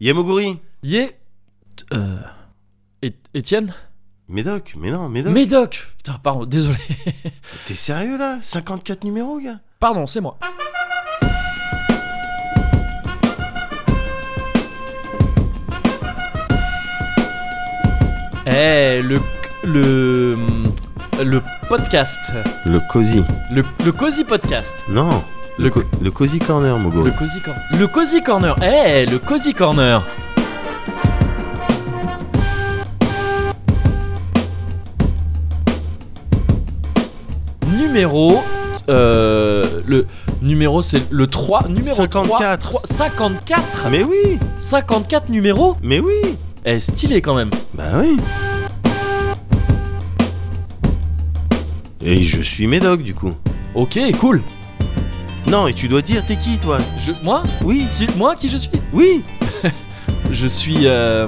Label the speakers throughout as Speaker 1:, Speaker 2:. Speaker 1: Yamoguri
Speaker 2: Yé. Euh, Et- Étienne
Speaker 1: Médoc, mais non, Médoc.
Speaker 2: Médoc Putain, pardon, désolé.
Speaker 1: T'es sérieux là 54 numéros, gars
Speaker 2: Pardon, c'est moi. Eh, le. Le. Le podcast.
Speaker 1: Le Cozy.
Speaker 2: Le, le Cozy Podcast.
Speaker 1: Non. Le,
Speaker 2: Le
Speaker 1: co- le Cozy Corner, Mogo.
Speaker 2: Le Cozy Corner. Le Cozy Corner. Eh, le Cozy Corner. Numéro. euh, le numéro, c'est le 3. Numéro
Speaker 1: 54.
Speaker 2: 3, 54
Speaker 1: Ah, Mais oui
Speaker 2: 54 numéros
Speaker 1: Mais oui
Speaker 2: Eh, stylé quand même.
Speaker 1: Bah oui Et je suis Médoc, du coup.
Speaker 2: Ok, cool.
Speaker 1: Non, et tu dois dire t'es qui, toi
Speaker 2: Je, moi
Speaker 1: Oui
Speaker 2: qui, Moi, qui je suis
Speaker 1: Oui
Speaker 2: Je suis. Euh,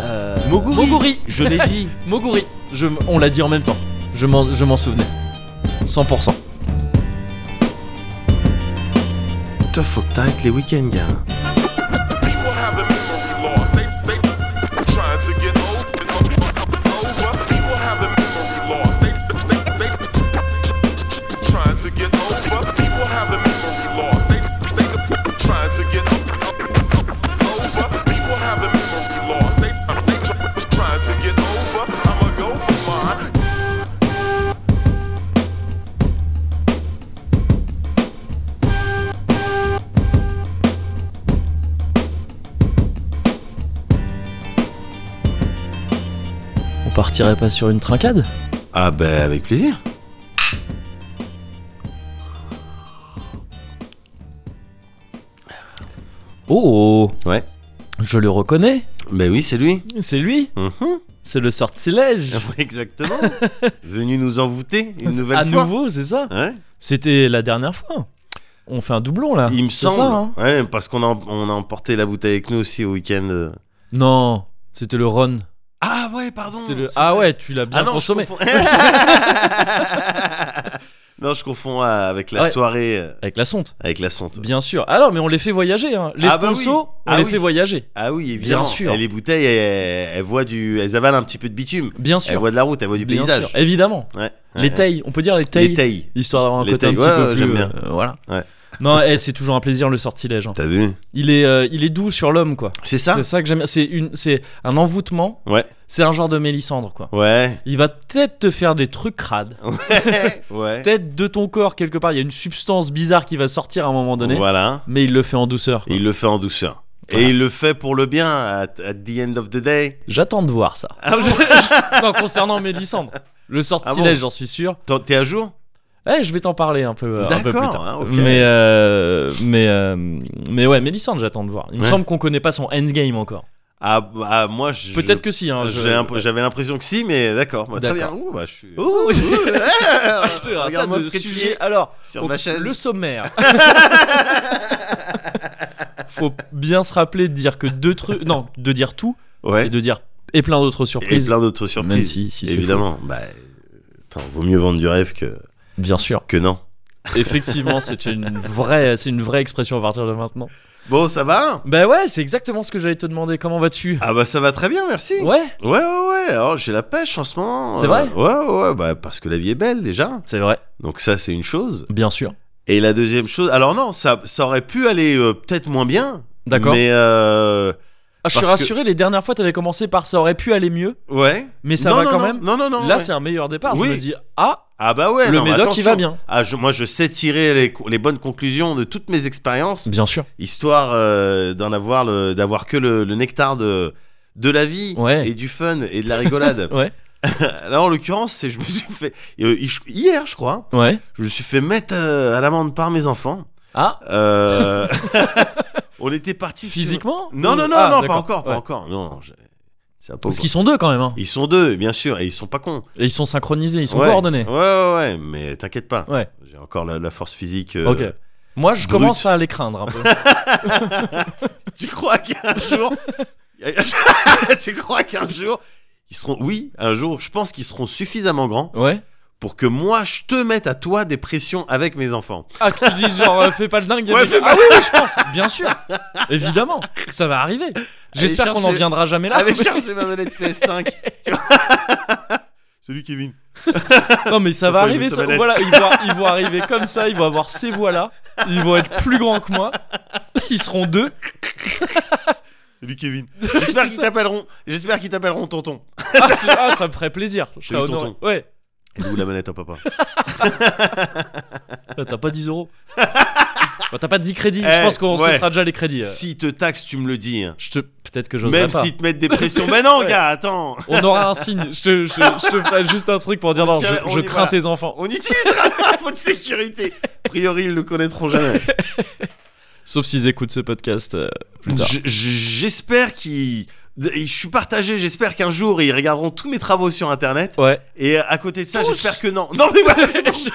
Speaker 2: euh,
Speaker 1: Moguri.
Speaker 2: Moguri.
Speaker 1: Je l'ai dit
Speaker 2: Moguri, je, m- on l'a dit en même temps. Je m'en, je m'en souvenais. 100%.
Speaker 1: Toi, faut que t'arrêtes les week-ends, gars.
Speaker 3: People have a memory loss. They they trying to get old and over. People have a memory loss. They they they trying to get over. People have a memory loss. They they trying to get over. People have a memory loss. They they trying to get over. I'ma go for mine.
Speaker 2: On partirait pas sur une trincade
Speaker 1: Ah bah, avec plaisir.
Speaker 2: Oh
Speaker 1: Ouais.
Speaker 2: Je le reconnais.
Speaker 1: Bah oui, c'est lui.
Speaker 2: C'est lui.
Speaker 1: Mhm.
Speaker 2: C'est le sortilège.
Speaker 1: Exactement. Venu nous envoûter une
Speaker 2: C'est-
Speaker 1: nouvelle
Speaker 2: à
Speaker 1: fois.
Speaker 2: nouveau, c'est ça.
Speaker 1: Ouais.
Speaker 2: C'était la dernière fois. On fait un doublon là.
Speaker 1: Il me
Speaker 2: C'est ça,
Speaker 1: semble.
Speaker 2: hein
Speaker 1: ouais, parce qu'on a, on a emporté la bouteille avec nous aussi au week-end. euh.
Speaker 2: non, c'était le Ron.
Speaker 1: Ah ouais, pardon.
Speaker 2: C'était le...
Speaker 1: c'est
Speaker 2: Ah
Speaker 1: vrai.
Speaker 2: ouais, tu l'as bien
Speaker 1: Ah non,
Speaker 2: consommé.
Speaker 1: je confonds. non, je confonds euh, avec la
Speaker 2: Ouais.
Speaker 1: soirée, euh,
Speaker 2: Avec la sonde,
Speaker 1: avec la sonte.
Speaker 2: bien sûr. Ah non, mais on les fait voyager. hein. Les
Speaker 1: Ah bah oui.
Speaker 2: sponsors, on
Speaker 1: Ah
Speaker 2: les
Speaker 1: oui.
Speaker 2: fait voyager.
Speaker 1: Ah oui, évidemment.
Speaker 2: sûr.
Speaker 1: Et les bouteilles, elles, elles voient du, elles avalent un petit peu de bitume.
Speaker 2: Bien
Speaker 1: Elles
Speaker 2: sûr.
Speaker 1: voient de la route, elles voient du
Speaker 2: Bien
Speaker 1: paysage.
Speaker 2: sûr, Évidemment.
Speaker 1: Ouais, ouais,
Speaker 2: Les
Speaker 1: ouais.
Speaker 2: tailles, on peut dire les tailles.
Speaker 1: Les tailles.
Speaker 2: histoire d'avoir un
Speaker 1: Les
Speaker 2: côté un
Speaker 1: tailles,
Speaker 2: petit
Speaker 1: ouais,
Speaker 2: peu
Speaker 1: ouais,
Speaker 2: plus,
Speaker 1: j'aime bien.
Speaker 2: euh, voilà.
Speaker 1: Ouais.
Speaker 2: Non, eh, c'est toujours un plaisir le sortilège. hein.
Speaker 1: T'as vu
Speaker 2: Il est, euh, il est doux sur l'homme quoi.
Speaker 1: C'est ça
Speaker 2: C'est ça que j'aime. bien. C'est une, c'est un envoûtement.
Speaker 1: Ah. Ouais.
Speaker 2: C'est un genre de Mélissandre quoi.
Speaker 1: Ouais.
Speaker 2: Il va peut-être te faire des trucs crades.
Speaker 1: ouais.
Speaker 2: Peut-être de ton corps quelque part, il y a une substance bizarre qui va sortir à un moment donné.
Speaker 1: Voilà.
Speaker 2: Mais il le fait en douceur.
Speaker 1: Et il le fait en douceur.
Speaker 2: Voilà.
Speaker 1: Et il le fait pour le bien, at, at the end of the day.
Speaker 2: J'attends de voir ça.
Speaker 1: Ah,
Speaker 2: non, concernant Mélissandre, le sortilège,
Speaker 1: Ah bon
Speaker 2: j'en suis sûr.
Speaker 1: T'en- T'es à jour
Speaker 2: Eh, je vais t'en parler un peu, un peu plus
Speaker 1: D'accord,
Speaker 2: tard.
Speaker 1: hein, ok.
Speaker 2: Mais euh, mais euh, mais ouais, Mélissandre, j'attends de voir. Il me
Speaker 1: Ouais.
Speaker 2: semble qu'on connaît pas son endgame encore.
Speaker 1: ah, bah, moi, je- euh,
Speaker 2: Peut-être que si. Hein, je-
Speaker 1: j'ai imp- J'avais l'impression que si, mais d'accord. Bah, très bien.
Speaker 2: D'accord.
Speaker 1: Ouh, bah, je suis.
Speaker 2: Ouh, j'ai-
Speaker 1: Ah,
Speaker 2: Putain, un tas
Speaker 1: Regarde-moi
Speaker 2: de
Speaker 1: frétiller
Speaker 2: sujets. Alors,
Speaker 1: sur
Speaker 2: donc,
Speaker 1: ma chaise.
Speaker 2: le sommaire. Faut bien se rappeler de dire que deux trucs, non, de dire tout
Speaker 1: Ouais.
Speaker 2: et de dire et plein d'autres
Speaker 1: Et
Speaker 2: surprises.
Speaker 1: plein d'autres surprises.
Speaker 2: Même si, si c'est
Speaker 1: Évidemment. Bah, attends, vaut mieux vendre du rêve que,
Speaker 2: faux. Bien sûr.
Speaker 1: que non.
Speaker 2: Effectivement, c'est une vraie, c'est une vraie expression à partir de maintenant.
Speaker 1: Bon, ça va
Speaker 2: Bah ouais, c'est exactement ce que j'allais te demander. Comment vas-tu
Speaker 1: Ah, bah, ça va très bien, merci.
Speaker 2: Ouais,
Speaker 1: Ouais, ouais, ouais. Alors, j'ai la pêche en ce moment.
Speaker 2: C'est
Speaker 1: Euh,
Speaker 2: vrai
Speaker 1: Ouais, ouais, ouais. Bah, parce que la vie est belle déjà.
Speaker 2: c'est vrai,
Speaker 1: Donc, ça, c'est une chose.
Speaker 2: bien sûr.
Speaker 1: Et la deuxième chose, alors non, ça, ça aurait pu aller euh, peut-être moins bien.
Speaker 2: D'accord.
Speaker 1: Mais euh,
Speaker 2: Ah, je suis
Speaker 1: parce que-
Speaker 2: rassuré. Les dernières fois, t'avais commencé par ça aurait pu aller mieux,
Speaker 1: ouais.
Speaker 2: mais ça
Speaker 1: Non,
Speaker 2: va
Speaker 1: non,
Speaker 2: quand
Speaker 1: non,
Speaker 2: même.
Speaker 1: Non, non, non.
Speaker 2: Là,
Speaker 1: ouais.
Speaker 2: c'est un meilleur départ.
Speaker 1: Oui.
Speaker 2: Je me dis ah,
Speaker 1: Ah bah ouais.
Speaker 2: le
Speaker 1: non, mais
Speaker 2: Médoc il
Speaker 1: attention.
Speaker 2: va bien.
Speaker 1: Ah, je- moi, je sais tirer les, co- les bonnes conclusions de toutes mes expériences,
Speaker 2: Bien sûr.
Speaker 1: histoire euh, d'en avoir le, d'avoir que le, le nectar de de la vie
Speaker 2: Ouais.
Speaker 1: et du fun et de la rigolade.
Speaker 2: Ouais.
Speaker 1: Là, en l'occurrence, c'est je me suis fait euh, hi- hier, je crois,
Speaker 2: Ouais.
Speaker 1: je me suis fait mettre euh, à l'amende par mes enfants.
Speaker 2: Ah,
Speaker 1: Euh, on était parti
Speaker 2: physiquement
Speaker 1: Non,
Speaker 2: Ou-
Speaker 1: non, non,
Speaker 2: Ah,
Speaker 1: non, pas
Speaker 2: d'accord.
Speaker 1: encore, pas
Speaker 2: Ouais.
Speaker 1: encore. Non, non, je- ça va pas
Speaker 2: Parce
Speaker 1: encore.
Speaker 2: qu'ils sont deux quand même. hein.
Speaker 1: Ils sont deux, bien sûr, et ils sont pas cons.
Speaker 2: Et ils sont synchronisés, ils sont
Speaker 1: Ouais.
Speaker 2: coordonnés.
Speaker 1: Ouais, ouais, ouais, mais t'inquiète pas.
Speaker 2: Ouais.
Speaker 1: J'ai encore la, la force physique. euh,
Speaker 2: Ok. Moi, je
Speaker 1: brut.
Speaker 2: commence à les craindre un peu.
Speaker 1: Tu crois qu'un jour. tu crois qu'un jour. Ils seront. Oui, un jour, je pense qu'ils seront suffisamment grands
Speaker 2: Ouais.
Speaker 1: pour que moi je te mette à toi des pressions avec mes enfants.
Speaker 2: Ah, que tu dises genre, euh, fais pas le dingue. et
Speaker 1: Ouais,
Speaker 2: des-
Speaker 1: fais
Speaker 2: ah oui, oui, je pense. Bien sûr. Évidemment. Ça va arriver. J'espère qu'on n'en
Speaker 1: chercher-
Speaker 2: viendra jamais là.
Speaker 1: Allez chercher ma manette PS5. tu vois. Salut Kevin.
Speaker 2: Non, mais ça
Speaker 1: Pourquoi
Speaker 2: va
Speaker 1: il
Speaker 2: arriver.
Speaker 1: veut sa
Speaker 2: Ça,
Speaker 1: manette
Speaker 2: voilà, ils vont, ils vont arriver comme ça. Ils vont avoir ces voix-là. Ils vont être plus grands que moi. Ils seront deux.
Speaker 1: Salut Kevin. J'espère qu'ils t'appelleront. J'espère qu'ils t'appelleront tonton.
Speaker 2: Ah, c'est- ah, ça me ferait plaisir. Je serais
Speaker 1: Salut,
Speaker 2: honoré.
Speaker 1: tonton.
Speaker 2: Ouais.
Speaker 1: Elle est où la manette à papa
Speaker 2: Bah, t'as pas 10 euros. Bah, t'as pas 10 crédits.
Speaker 1: Eh,
Speaker 2: Je pense qu'on
Speaker 1: ouais.
Speaker 2: ce sera déjà les crédits. euh.
Speaker 1: Si te taxe, tu me le dis. hein.
Speaker 2: Je te... Peut-être que j'oserais
Speaker 1: Même
Speaker 2: pas.
Speaker 1: si te mettent des pressions. Mais non,
Speaker 2: Ouais.
Speaker 1: gars, attends.
Speaker 2: On aura un signe. Je te, je, je te ferai juste un truc pour dire non, je,
Speaker 1: On y
Speaker 2: je
Speaker 1: va.
Speaker 2: crains tes enfants.
Speaker 1: On utilisera la de sécurité. A priori, ils le connaîtront jamais.
Speaker 2: Sauf s'ils écoutent ce podcast euh, plus tard.
Speaker 1: J- j- J'espère qu'ils. Je suis partagé. J'espère qu'un jour ils regarderont tous mes travaux sur internet.
Speaker 2: Ouais.
Speaker 1: Et euh, à côté de ça,
Speaker 2: Tous
Speaker 1: j'espère que non. Non, mais voilà, c'est pour ça.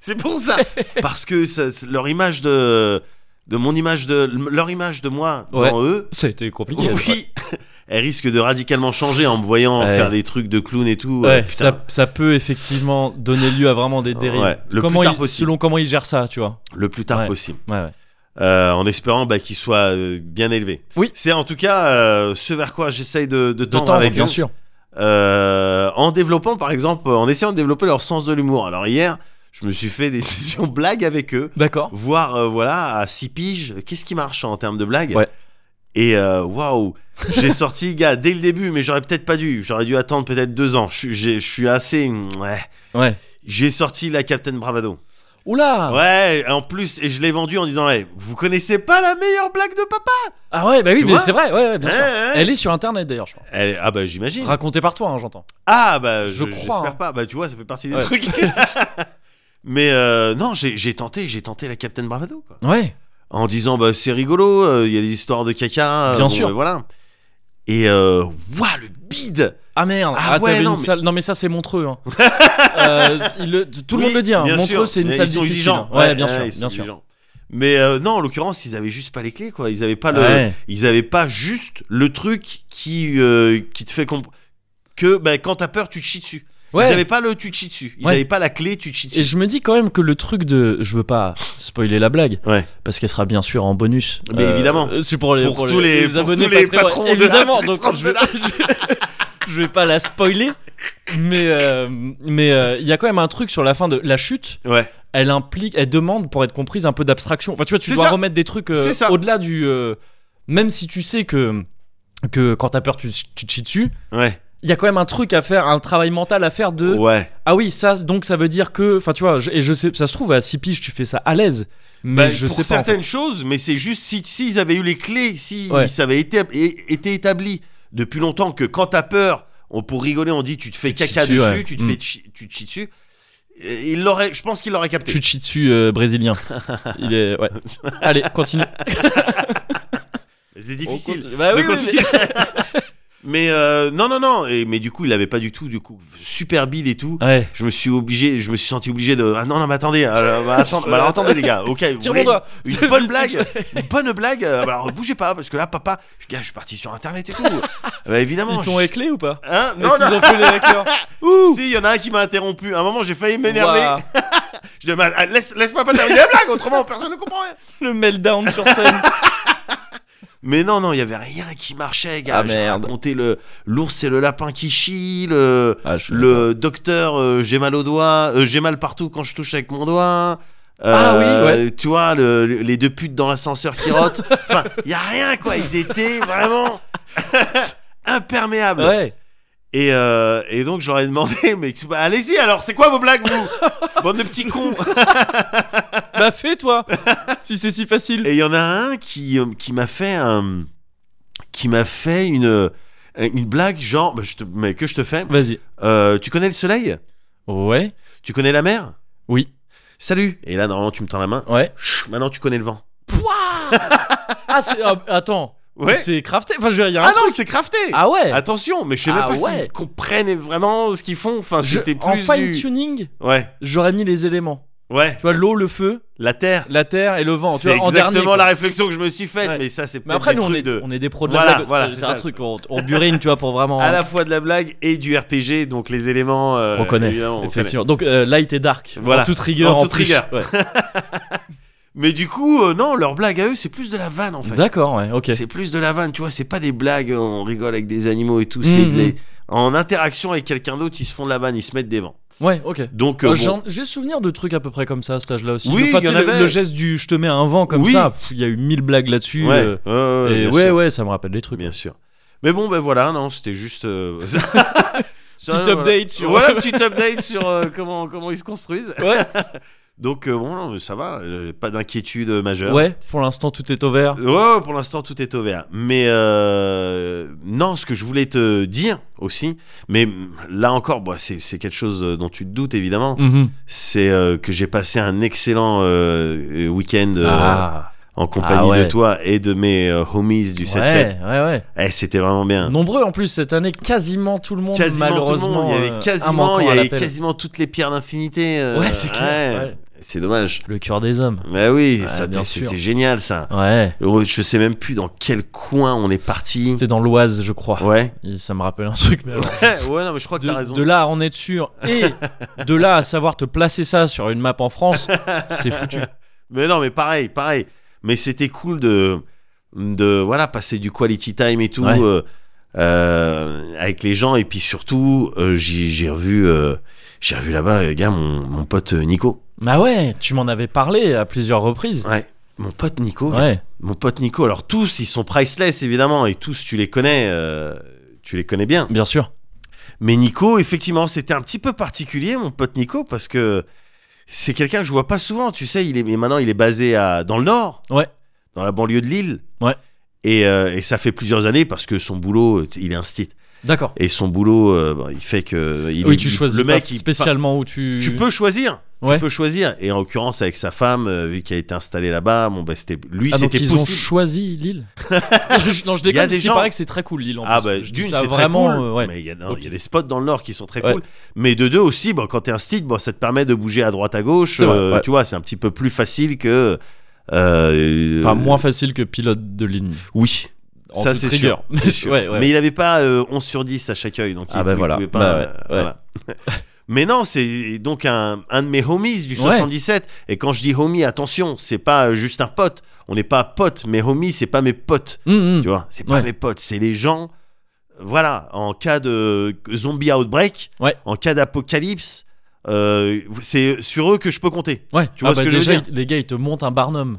Speaker 1: C'est pour ça. Parce que ça- c'est leur image de. De mon image de. Leur image de moi
Speaker 2: Ouais.
Speaker 1: dans eux.
Speaker 2: Ça a été compliqué.
Speaker 1: Oui. Elle risque de radicalement changer en me voyant
Speaker 2: Ouais.
Speaker 1: faire des trucs de clown et tout. Euh,
Speaker 2: Ouais,
Speaker 1: putain.
Speaker 2: ça, ça peut effectivement donner lieu à vraiment des dérives.
Speaker 1: Ouais, le
Speaker 2: comment
Speaker 1: plus tard
Speaker 2: il-
Speaker 1: possible.
Speaker 2: Selon comment ils gèrent ça, tu vois.
Speaker 1: Le plus tard
Speaker 2: Ouais.
Speaker 1: possible.
Speaker 2: Ouais, ouais.
Speaker 1: Euh, en espérant bah, qu'il soit euh, bien élevé.
Speaker 2: Oui.
Speaker 1: C'est en tout cas euh, ce vers quoi j'essaye de, de
Speaker 2: De
Speaker 1: tendre
Speaker 2: temps,
Speaker 1: avec
Speaker 2: bien
Speaker 1: eux.
Speaker 2: sûr.
Speaker 1: Euh, en développant, par exemple, en essayant de développer leur sens de l'humour. Alors hier, je me suis fait des sessions blagues avec eux.
Speaker 2: D'accord.
Speaker 1: voir euh, voilà à 6 piges qu'est-ce qui marche en termes de blagues
Speaker 2: Ouais.
Speaker 1: et euh, waouh j'ai sorti gars dès le début mais j'aurais peut-être pas dû j'aurais dû attendre peut-être deux ans je suis- j'ai- je suis assez ouais.
Speaker 2: Ouais.
Speaker 1: j'ai sorti la Captain Bravado
Speaker 2: Oula
Speaker 1: ouais en plus et je l'ai vendu en disant hey, vous connaissez pas la meilleure blague de papa
Speaker 2: Ah ouais, bah oui,
Speaker 1: Tu
Speaker 2: mais
Speaker 1: vois
Speaker 2: c'est vrai. Ouais, ouais, bien sûr.
Speaker 1: Hein, hein
Speaker 2: Elle est sur internet d'ailleurs, je crois.
Speaker 1: Elle- ah bah j'imagine
Speaker 2: Racontée par toi, hein, j'entends.
Speaker 1: ah bah
Speaker 2: Je
Speaker 1: je
Speaker 2: crois,
Speaker 1: j'espère
Speaker 2: hein.
Speaker 1: pas bah tu vois ça fait partie des
Speaker 2: Ouais.
Speaker 1: trucs mais euh, non j'ai j'ai tenté j'ai tenté la Captain Bravado quoi
Speaker 2: Ouais.
Speaker 1: en disant bah c'est rigolo, euh, il y a des histoires de caca, euh,
Speaker 2: Bien
Speaker 1: bon,
Speaker 2: sûr.
Speaker 1: bah, voilà. Et euh, ouah, le bide.
Speaker 2: Ah merde.
Speaker 1: Ah ouais,
Speaker 2: t'avais
Speaker 1: non,
Speaker 2: une
Speaker 1: mais-
Speaker 2: salle- non, mais ça, c'est Montreux. hein. Euh, il le- Tout le
Speaker 1: Oui,
Speaker 2: monde le dit. hein.
Speaker 1: bien
Speaker 2: Montreux,
Speaker 1: sûr.
Speaker 2: c'est une
Speaker 1: Mais
Speaker 2: salle
Speaker 1: ils sont
Speaker 2: difficile.
Speaker 1: exigeants.
Speaker 2: Ouais, bien
Speaker 1: ils sont
Speaker 2: sûr. Bien sûr.
Speaker 1: exigeants. Mais euh, non, en l'occurrence, ils avaient juste pas les clés quoi. Ils avaient pas le,
Speaker 2: Ouais.
Speaker 1: ils avaient pas juste le truc qui euh, qui te fait comprendre que bah, quand t'as peur, tu te chies dessus. Ils
Speaker 2: Ouais.
Speaker 1: avaient pas le tu te chies dessus. Ils
Speaker 2: Ouais.
Speaker 1: avaient pas la clé, tu te chies
Speaker 2: Et
Speaker 1: dessus.
Speaker 2: je me dis quand même que le truc de. Je veux pas spoiler la blague.
Speaker 1: Ouais.
Speaker 2: Parce qu'elle sera bien sûr en bonus. euh,
Speaker 1: Mais évidemment.
Speaker 2: C'est pour les,
Speaker 1: Pour tous les- pour
Speaker 2: abonnés
Speaker 1: tous les
Speaker 2: Patreon.
Speaker 1: patrons de-
Speaker 2: Évidemment.
Speaker 1: des
Speaker 2: donc
Speaker 1: trente
Speaker 2: je vais, je, je vais pas la spoiler. Mais euh, mais euh, il y a quand même un truc sur la fin de la chute.
Speaker 1: Ouais.
Speaker 2: Elle implique, elle demande pour être comprise un peu d'abstraction. Enfin, tu vois, tu
Speaker 1: C'est
Speaker 2: dois
Speaker 1: ça.
Speaker 2: remettre des trucs euh,
Speaker 1: C'est ça.
Speaker 2: au-delà du. euh, même si tu sais que que quand t'as peur, tu, tu te chies dessus.
Speaker 1: Ouais.
Speaker 2: Il y a quand même un truc à faire, un travail mental à faire de.
Speaker 1: Ouais.
Speaker 2: Ah oui, ça, donc ça veut dire que. Enfin, tu vois, je- et je sais, ça se trouve, à 6 piges, tu fais ça à l'aise. Mais
Speaker 1: Bah,
Speaker 2: je
Speaker 1: pour
Speaker 2: sais pas. en
Speaker 1: certaines choses, mais c'est juste si s'ils avaient eu les clés, si
Speaker 2: Ouais.
Speaker 1: ça avait été, é- été établi depuis longtemps que quand t'as peur, on, pour rigoler, on dit tu te fais
Speaker 2: te
Speaker 1: caca
Speaker 2: chies dessus,
Speaker 1: dessus,
Speaker 2: ouais.
Speaker 1: tu te
Speaker 2: Mm.
Speaker 1: fais chi- tu te chies dessus. Et Il l'aurait, je pense qu'il l'aurait
Speaker 2: fait.
Speaker 1: capté.
Speaker 2: Tu te chies dessus, euh, brésilien. Il est. Ouais. Allez, continue.
Speaker 1: C'est difficile.
Speaker 2: On continue. Bah
Speaker 1: de
Speaker 2: oui, oui,
Speaker 1: continuer. mais euh, non, non, non. Et, mais du coup, il avait pas du tout, du coup, super bide et tout.
Speaker 2: mais- Ouais.
Speaker 1: Je me suis obligé, je me suis senti obligé de. Ah non, non, mais attendez, alors, bah, attends, bah, alors, attendez les gars. Ok, vous
Speaker 2: Tire
Speaker 1: voulez
Speaker 2: mon doigt.
Speaker 1: une bonne blague, une bonne blague. euh, bah, alors bougez pas parce que là, papa, je, gars, je suis parti sur internet et tout. bah, évidemment.
Speaker 2: Ils t'ont
Speaker 1: je-
Speaker 2: éclé ou pas
Speaker 1: Hein
Speaker 2: Est-ce
Speaker 1: non,
Speaker 2: qu'ils
Speaker 1: non.
Speaker 2: ont fait les hackers Ouh
Speaker 1: Si, il y en a un qui m'a interrompu. À un moment, j'ai failli m'énerver.
Speaker 2: Ouah,
Speaker 1: Je dis, bah, ah, laisse, laisse-moi pas terminer la blague, autrement personne ne comprend rien.
Speaker 2: Le meltdown sur scène.
Speaker 1: Mais non, non, il y avait rien qui marchait, gars.
Speaker 2: Ah,
Speaker 1: J'ai
Speaker 2: merde.
Speaker 1: raconté le l'ours et le lapin qui chie, le,
Speaker 2: Ah, je-
Speaker 1: le docteur, euh, j'ai mal au doigt, euh, j'ai mal partout quand je touche avec mon doigt. Euh,
Speaker 2: Ah oui,
Speaker 1: Tu vois, le- les deux putes dans l'ascenseur qui rotent. enfin, il y a rien, quoi. Ils étaient vraiment imperméables.
Speaker 2: Ouais.
Speaker 1: Et, euh, et donc, je leur ai demandé, mais bah, allez-y alors, c'est quoi vos blagues, vous Bande de petits cons
Speaker 2: Bah fais-toi Si c'est si facile.
Speaker 1: Et il y en a un qui, euh, qui m'a fait un- qui m'a fait une, euh, une blague genre bah, je te- mais que je te fais.
Speaker 2: Vas-y.
Speaker 1: Euh, tu connais le soleil
Speaker 2: Ouais.
Speaker 1: Tu connais la mer
Speaker 2: Oui.
Speaker 1: Salut. Et là normalement tu me tends la main.
Speaker 2: Ouais.
Speaker 1: Chut, Maintenant tu connais le vent.
Speaker 2: Ah, c'est. ah, attends.
Speaker 1: Ouais.
Speaker 2: C'est crafté. Enfin, je veux dire, il y a un
Speaker 1: Ah
Speaker 2: truc.
Speaker 1: non, c'est crafté.
Speaker 2: Ah ouais
Speaker 1: Attention, mais je sais même
Speaker 2: Ah
Speaker 1: pas
Speaker 2: ouais.
Speaker 1: s'ils comprennent vraiment ce qu'ils font. Enfin,
Speaker 2: Je-
Speaker 1: c'était
Speaker 2: En
Speaker 1: plus du...
Speaker 2: fine-tuning,
Speaker 1: Ouais.
Speaker 2: j'aurais mis les éléments.
Speaker 1: Ouais,
Speaker 2: Tu vois, l'eau, le feu,
Speaker 1: la terre.
Speaker 2: la terre et le vent. tu
Speaker 1: C'est
Speaker 2: vois, en dernier,
Speaker 1: exactement
Speaker 2: quoi.
Speaker 1: la réflexion que je me suis faite,
Speaker 2: Ouais.
Speaker 1: mais ça c'est
Speaker 2: Mais
Speaker 1: peut-être
Speaker 2: après,
Speaker 1: des
Speaker 2: nous, on
Speaker 1: trucs
Speaker 2: est,
Speaker 1: de
Speaker 2: on est des pros de
Speaker 1: Voilà,
Speaker 2: la blague.
Speaker 1: voilà, c'est
Speaker 2: c'est un
Speaker 1: ça.
Speaker 2: truc, on, on burine, tu vois, pour vraiment.
Speaker 1: à la fois de la blague et du RPG, donc les éléments. euh,
Speaker 2: on connaît,
Speaker 1: évidemment, on
Speaker 2: effectivement. Donc, euh, light et dark.
Speaker 1: Voilà.
Speaker 2: En toute rigueur.
Speaker 1: En
Speaker 2: En,
Speaker 1: toute
Speaker 2: plus.
Speaker 1: rigueur.
Speaker 2: Ouais.
Speaker 1: connaît. Mais du coup, euh, non, leur blague à eux, c'est plus de la vanne en fait.
Speaker 2: D'accord, ouais, ok.
Speaker 1: C'est plus de la vanne, tu vois, c'est pas des blagues, on rigole avec des animaux et tout. C'est
Speaker 2: Mhm.
Speaker 1: des- en interaction avec quelqu'un d'autre, ils se font de la vanne, ils se mettent des vents.
Speaker 2: Ouais, ok.
Speaker 1: Donc, euh,
Speaker 2: Euh,
Speaker 1: bon,
Speaker 2: j'en- J'ai souvenir de trucs à peu près comme ça à cet âge-là aussi.
Speaker 1: Oui,
Speaker 2: Enfin,
Speaker 1: il y
Speaker 2: tu
Speaker 1: en
Speaker 2: sais, le,
Speaker 1: avait.
Speaker 2: le geste du je te mets un vent comme
Speaker 1: Oui.
Speaker 2: ça, pff, il y a eu mille blagues là-dessus.
Speaker 1: ouais,
Speaker 2: euh,
Speaker 1: ouais, ouais,
Speaker 2: et
Speaker 1: bien
Speaker 2: ouais,
Speaker 1: sûr,
Speaker 2: ouais, ça me rappelle des trucs.
Speaker 1: bien sûr. Mais bon, ben voilà, non, c'était juste. euh, ça- ça,
Speaker 2: Petit
Speaker 1: voilà.
Speaker 2: update sur-
Speaker 1: Voilà, petit update sur euh, comment, comment ils se construisent.
Speaker 2: Ouais.
Speaker 1: Donc, euh, bon, non, mais ça va, euh, pas d'inquiétude euh, majeure.
Speaker 2: Ouais, pour l'instant, tout est au vert.
Speaker 1: Ouais, ouais, pour l'instant, tout est au vert. Mais euh, non, ce que je voulais te dire aussi, mais mm, là encore, bah, c'est c'est quelque chose euh, dont tu te doutes évidemment,
Speaker 2: Mhm.
Speaker 1: c'est euh, que j'ai passé un excellent euh, week-end euh,
Speaker 2: Ah,
Speaker 1: en compagnie
Speaker 2: Ah
Speaker 1: de
Speaker 2: ouais.
Speaker 1: toi et de mes euh, homies du 7-7.
Speaker 2: ouais, ouais, ouais.
Speaker 1: Eh, C'était vraiment bien.
Speaker 2: Nombreux en plus cette année, quasiment tout le monde,
Speaker 1: quasiment
Speaker 2: malheureusement.
Speaker 1: tout le monde, il y
Speaker 2: euh,
Speaker 1: avait
Speaker 2: un
Speaker 1: quasiment,
Speaker 2: manquant
Speaker 1: il y
Speaker 2: à
Speaker 1: avait
Speaker 2: l'appel.
Speaker 1: quasiment toutes les pierres d'infinité. euh,
Speaker 2: Ouais, c'est clair.
Speaker 1: ouais.
Speaker 2: ouais.
Speaker 1: C'est dommage.
Speaker 2: Le cœur des hommes.
Speaker 1: Bah oui,
Speaker 2: Ouais,
Speaker 1: ça,
Speaker 2: bien sûr.
Speaker 1: c'était génial ça.
Speaker 2: Ouais.
Speaker 1: Heureux, Je sais même plus dans quel coin on est parti.
Speaker 2: C'était dans l'Oise, je crois.
Speaker 1: Ouais.
Speaker 2: Et Ça me rappelle un truc, mais alors,
Speaker 1: ouais, ouais, non, mais je crois que t'as
Speaker 2: de,
Speaker 1: raison.
Speaker 2: de là à en être sûr et de là à savoir te placer ça sur une map en France, c'est foutu.
Speaker 1: Mais non, mais pareil, pareil. Mais c'était cool de, de voilà, passer du quality time et tout
Speaker 2: Ouais.
Speaker 1: euh, euh, avec les gens. Et puis surtout, euh, j'ai j'ai revu, euh, j'ai revu là-bas, euh, gars, mon, mon pote euh, Nico.
Speaker 2: Bah ouais, tu m'en avais parlé à plusieurs reprises.
Speaker 1: Ouais. Mon pote Nico.
Speaker 2: Ouais.
Speaker 1: Mon pote Nico. Alors tous, ils sont priceless évidemment, et tous, tu les connais. euh, tu les connais bien.
Speaker 2: Bien sûr.
Speaker 1: Mais Nico, effectivement, c'était un petit peu particulier, mon pote Nico, parce que c'est quelqu'un que je vois pas souvent. Tu sais, il est mais maintenant il est basé à dans le nord,
Speaker 2: Ouais.
Speaker 1: dans la banlieue de Lille,
Speaker 2: Ouais.
Speaker 1: Et, euh, et ça fait plusieurs années parce que son boulot, euh, il est un stit.
Speaker 2: D'accord.
Speaker 1: Et son boulot, euh, bon, il fait que il
Speaker 2: oui,
Speaker 1: est-
Speaker 2: tu
Speaker 1: il-
Speaker 2: choisis
Speaker 1: le mec
Speaker 2: pas
Speaker 1: il-
Speaker 2: spécialement où tu.
Speaker 1: enfin, Tu peux choisir.
Speaker 2: Ouais.
Speaker 1: Tu peux choisir. Et en l'occurrence avec sa femme, euh, vu qu'elle a été installée là-bas, bon bah c'était lui,
Speaker 2: Ah, donc
Speaker 1: c'était
Speaker 2: ils ont
Speaker 1: possible.
Speaker 2: choisi Lille. non, je
Speaker 1: Il y a des
Speaker 2: déconne. parce qu'il
Speaker 1: gens-
Speaker 2: paraît que c'est très cool Lille. En
Speaker 1: Ah
Speaker 2: plus.
Speaker 1: bah
Speaker 2: Je dis
Speaker 1: d'une
Speaker 2: ça
Speaker 1: c'est
Speaker 2: vraiment.
Speaker 1: très cool,
Speaker 2: euh, ouais.
Speaker 1: mais il y, a- non,
Speaker 2: Ok.
Speaker 1: il y a des spots dans le nord qui sont très
Speaker 2: Ouais.
Speaker 1: cool. Mais de deux aussi, bon, quand t'es un style, bon, ça te permet de bouger à droite à gauche.
Speaker 2: C'est vrai,
Speaker 1: euh,
Speaker 2: ouais.
Speaker 1: Tu vois, c'est un petit peu plus facile que. euh,
Speaker 2: Enfin, moins facile que pilote de ligne.
Speaker 1: Oui.
Speaker 2: En
Speaker 1: ça
Speaker 2: toute
Speaker 1: c'est sûr.
Speaker 2: rigueur.
Speaker 1: c'est sûr.
Speaker 2: Ouais, ouais.
Speaker 1: Mais il avait pas euh, 11 sur 10 à chaque œil, donc
Speaker 2: Ah
Speaker 1: il,
Speaker 2: bah
Speaker 1: il
Speaker 2: voilà.
Speaker 1: pouvait pas.
Speaker 2: Bah ouais,
Speaker 1: euh,
Speaker 2: ouais.
Speaker 1: voilà. Mais non, c'est donc un, un de mes homies du
Speaker 2: Ouais.
Speaker 1: 77. Et quand je dis homie, attention, c'est pas euh, juste un pote. On n'est pas pote. Mes homies, c'est pas mes potes.
Speaker 2: Hum, hum.
Speaker 1: Tu vois, c'est pas
Speaker 2: Ouais.
Speaker 1: mes potes, c'est les gens. Voilà, en cas de zombie outbreak,
Speaker 2: Ouais.
Speaker 1: en cas d'apocalypse, euh, c'est sur eux que je peux compter.
Speaker 2: Ouais.
Speaker 1: Tu vois
Speaker 2: Ah
Speaker 1: ce
Speaker 2: bah
Speaker 1: que je veux
Speaker 2: déjà,
Speaker 1: dire
Speaker 2: ils- Les gars, ils te montent un Barnum.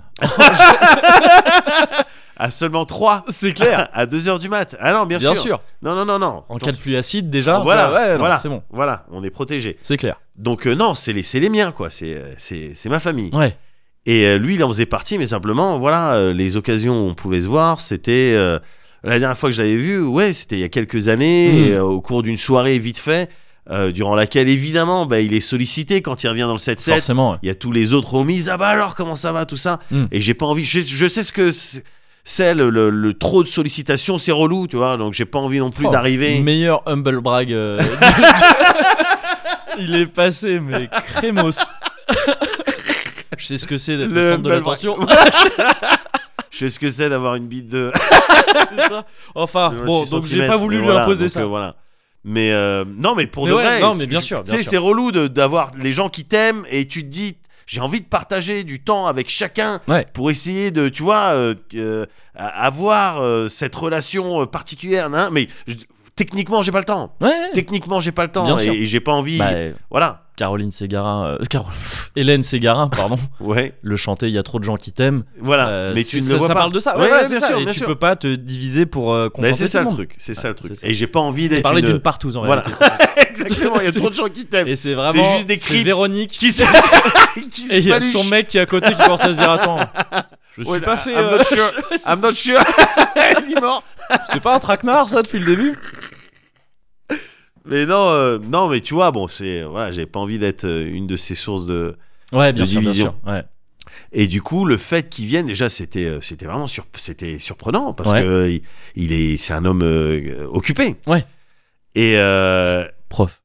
Speaker 1: À seulement 3
Speaker 2: C'est clair.
Speaker 1: à 2h du mat. Ah non, bien,
Speaker 2: Bien sûr.
Speaker 1: Non, non, non, non.
Speaker 2: En
Speaker 1: Donc,
Speaker 2: cas de pluie acide, déjà.
Speaker 1: voilà,
Speaker 2: ouais, ouais, non,
Speaker 1: voilà,
Speaker 2: C'est bon.
Speaker 1: voilà, on est protégé.
Speaker 2: C'est clair.
Speaker 1: Donc euh, non, c'est les, c'est les miens, quoi. C'est, euh, c'est, c'est ma famille.
Speaker 2: Ouais.
Speaker 1: Et euh, lui, il en faisait partie, mais simplement, voilà, euh, les occasions où on pouvait se voir, c'était. euh, la dernière fois que je l'avais vu, ouais, c'était il y a quelques années,
Speaker 2: Mhm.
Speaker 1: et, euh, au cours d'une soirée vite fait, euh, durant laquelle, évidemment, bah, il est sollicité quand il revient dans le 7-7.
Speaker 2: Forcément. ouais.
Speaker 1: Il y a tous les autres homies, ah bah alors, comment ça va, tout ça.
Speaker 2: Mhm.
Speaker 1: Et j'ai pas envie. Je, je sais ce que c'est- c'est, le, le- le trop de sollicitations, c'est relou, tu vois, donc j'ai pas envie non plus
Speaker 2: Oh,
Speaker 1: d'arriver.
Speaker 2: Meilleur humble brag. euh, du- Il est passé, mais crémos. Je sais ce que c'est d'être le,
Speaker 1: Le
Speaker 2: centre de
Speaker 1: humble
Speaker 2: l'attention.
Speaker 1: Je sais ce que c'est d'avoir une bite de.
Speaker 2: c'est ça. Enfin, Ah, bon, donc j'ai pas voulu lui imposer ça.
Speaker 1: euh, Mais euh, non, mais pour
Speaker 2: Mais
Speaker 1: de
Speaker 2: ouais,
Speaker 1: vrai.
Speaker 2: non, mais bien
Speaker 1: je-
Speaker 2: sûr,
Speaker 1: Tu
Speaker 2: bien
Speaker 1: sais,
Speaker 2: sûr.
Speaker 1: c'est relou de- d'avoir les gens qui t'aiment et tu te dis, j'ai envie de partager du temps avec chacun
Speaker 2: Ouais.
Speaker 1: pour essayer de, tu vois, euh, euh, a- avoir euh, cette relation euh, particulière. nan, mais je- techniquement, j'ai pas le temps.
Speaker 2: Ouais.
Speaker 1: Techniquement, j'ai pas le temps
Speaker 2: Hmm. Bien
Speaker 1: et,
Speaker 2: sûr.
Speaker 1: et j'ai pas envie.
Speaker 2: Bah, euh,
Speaker 1: Voilà.
Speaker 2: Caroline Ségara, euh, Carole- Hélène Ségara, pardon,
Speaker 1: Ouais.
Speaker 2: le chanter, il y a trop de gens qui t'aiment.
Speaker 1: Voilà.
Speaker 2: Euh,
Speaker 1: Ah, mais
Speaker 2: c'est-
Speaker 1: tu ne
Speaker 2: ça,
Speaker 1: le vois
Speaker 2: ça
Speaker 1: pas.
Speaker 2: parle de ça.
Speaker 1: Ouais,
Speaker 2: Ouais,
Speaker 1: ouais,
Speaker 2: c'est
Speaker 1: bien
Speaker 2: ça.
Speaker 1: sûr,
Speaker 2: Et
Speaker 1: bien
Speaker 2: tu
Speaker 1: sûr.
Speaker 2: peux pas te diviser pour euh,
Speaker 1: Ben,
Speaker 2: contenter
Speaker 1: c'est
Speaker 2: tout
Speaker 1: ça
Speaker 2: le
Speaker 1: le
Speaker 2: monde.
Speaker 1: truc. C'est ça le truc.
Speaker 2: c'est ça.
Speaker 1: Et j'ai pas envie
Speaker 2: Tu
Speaker 1: d'être.
Speaker 2: parlais
Speaker 1: une-
Speaker 2: d'une partouze en
Speaker 1: Voilà.
Speaker 2: réalité. ça.
Speaker 1: Exactement. Il y a trop de gens qui t'aiment.
Speaker 2: Et c'est vraiment.
Speaker 1: juste des
Speaker 2: C'est
Speaker 1: creeps.
Speaker 2: Véronique.
Speaker 1: Qui se. qui se
Speaker 2: Et il y a
Speaker 1: paluche.
Speaker 2: son mec qui est à côté qui commence à se dire Attends, je suis
Speaker 1: Ouais,
Speaker 2: pas
Speaker 1: I'm
Speaker 2: fait.
Speaker 1: not
Speaker 2: euh,
Speaker 1: sure.
Speaker 2: ouais, c'est
Speaker 1: I'm
Speaker 2: ça.
Speaker 1: not sure anymore.
Speaker 2: C'était pas un traquenard ça depuis le début
Speaker 1: Mais non, euh, non, mais tu vois, bon, c'est voilà, j'avais pas envie d'être euh, une de ces sources de.
Speaker 2: Ouais, bien
Speaker 1: De
Speaker 2: sûr, bien
Speaker 1: division.
Speaker 2: sûr. Ouais.
Speaker 1: Et du coup, le fait qu'il vienne, déjà, c'était, euh, c'était vraiment sur, c'était surprenant parce
Speaker 2: Ouais.
Speaker 1: que euh, il, il est, c'est un homme euh, occupé.
Speaker 2: Ouais.
Speaker 1: Et euh,
Speaker 2: Prof.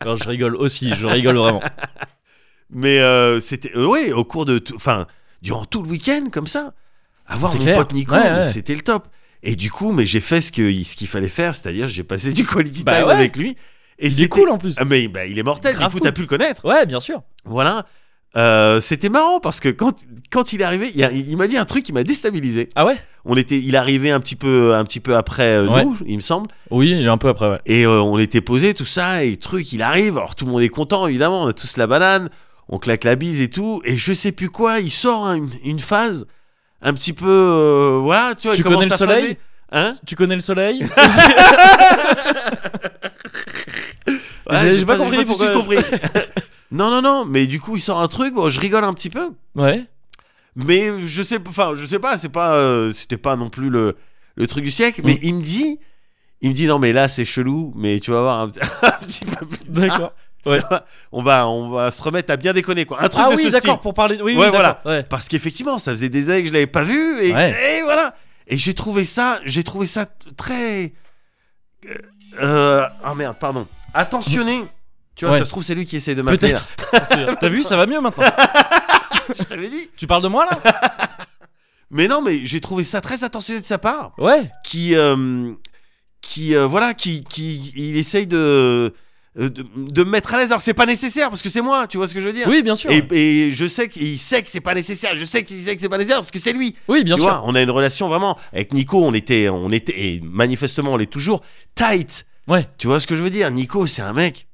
Speaker 2: Alors, je rigole aussi, je rigole vraiment.
Speaker 1: Mais euh, c'était. euh, ouais, au cours de. tout- Enfin, durant tout le week-end, comme ça. Avoir
Speaker 2: C'est
Speaker 1: mon
Speaker 2: clair.
Speaker 1: pote Nico,
Speaker 2: Ouais,
Speaker 1: mais
Speaker 2: ouais.
Speaker 1: c'était le top. Et du coup, mais j'ai fait ce que- ce qu'il fallait faire, c'est-à-dire j'ai passé du quality
Speaker 2: Bah
Speaker 1: time
Speaker 2: ouais.
Speaker 1: avec lui. Et
Speaker 2: Il est cool en plus.
Speaker 1: Ah, mais bah, il est mortel,
Speaker 2: Grave
Speaker 1: du coup,
Speaker 2: cool.
Speaker 1: t'as pu le connaître.
Speaker 2: Ouais, bien sûr.
Speaker 1: Voilà. Euh, c'était marrant parce que quand, quand il est arrivé, il, a- il m'a dit un truc qui m'a déstabilisé.
Speaker 2: Ah ouais
Speaker 1: On était, il arrivait un petit peu, un petit peu après euh,
Speaker 2: Ouais.
Speaker 1: nous, il me semble.
Speaker 2: Oui, il est un peu après, ouais.
Speaker 1: Et euh, on était posé, tout ça, et truc, il arrive. Alors tout le monde est content, évidemment. On a tous la banane, on claque la bise et tout. Et je sais plus quoi, il sort un- une, une phase un petit peu. euh, voilà, tu vois,
Speaker 2: Tu
Speaker 1: il commence
Speaker 2: connais le
Speaker 1: à
Speaker 2: soleil
Speaker 1: phaser. Hein
Speaker 2: Tu connais le soleil
Speaker 1: Ouais,
Speaker 2: J'ai- j'ai pas compris
Speaker 1: tout de suite
Speaker 2: pourquoi-
Speaker 1: compris. non, non, non, mais du coup, il sort un truc, bon, je rigole un petit peu.
Speaker 2: Ouais.
Speaker 1: Mais je sais, enfin, je sais pas, c'est pas, euh, c'était pas non plus le, le truc du siècle. Mais
Speaker 2: Mm.
Speaker 1: il me dit, il me dit non, mais là c'est chelou, mais tu vas voir un, un petit peu plus. tard,
Speaker 2: D'accord.
Speaker 1: ça
Speaker 2: ouais.
Speaker 1: va- on va, on va se remettre à bien déconner quoi. Ah, Un truc
Speaker 2: Ah
Speaker 1: de
Speaker 2: oui,
Speaker 1: ce style.
Speaker 2: d'accord, pour parler. Oui, oui,
Speaker 1: Ouais,
Speaker 2: d'accord, ouais.
Speaker 1: Parce qu'effectivement, ça faisait des années que je l'avais pas vu et,
Speaker 2: Ouais.
Speaker 1: et voilà. Et j'ai trouvé ça, j'ai trouvé ça t- très, euh, euh, ah merde, pardon, attentionné. Tu vois,
Speaker 2: Ouais.
Speaker 1: ça se trouve c'est lui qui essaie de m'appeler. là.
Speaker 2: Peut-être. T'as vu, ça va mieux maintenant.
Speaker 1: Je t'avais dit.
Speaker 2: Tu parles de moi là
Speaker 1: Mais non, mais j'ai trouvé ça très attentionné de sa part.
Speaker 2: Ouais.
Speaker 1: qui euh, qui euh, voilà qui qui il essaye de euh, de, de me mettre à l'aise alors que c'est pas nécessaire parce que c'est moi tu vois ce que je veux dire
Speaker 2: Oui, bien sûr.
Speaker 1: et, et je sais qu'il sait que c'est pas nécessaire je sais qu'il sait que c'est pas nécessaire parce que c'est lui
Speaker 2: Oui, bien
Speaker 1: tu
Speaker 2: sûr.
Speaker 1: vois on a une relation vraiment avec Nico on était on était et manifestement on l'est toujours tight
Speaker 2: Ouais.
Speaker 1: tu vois ce que je veux dire Nico c'est un mec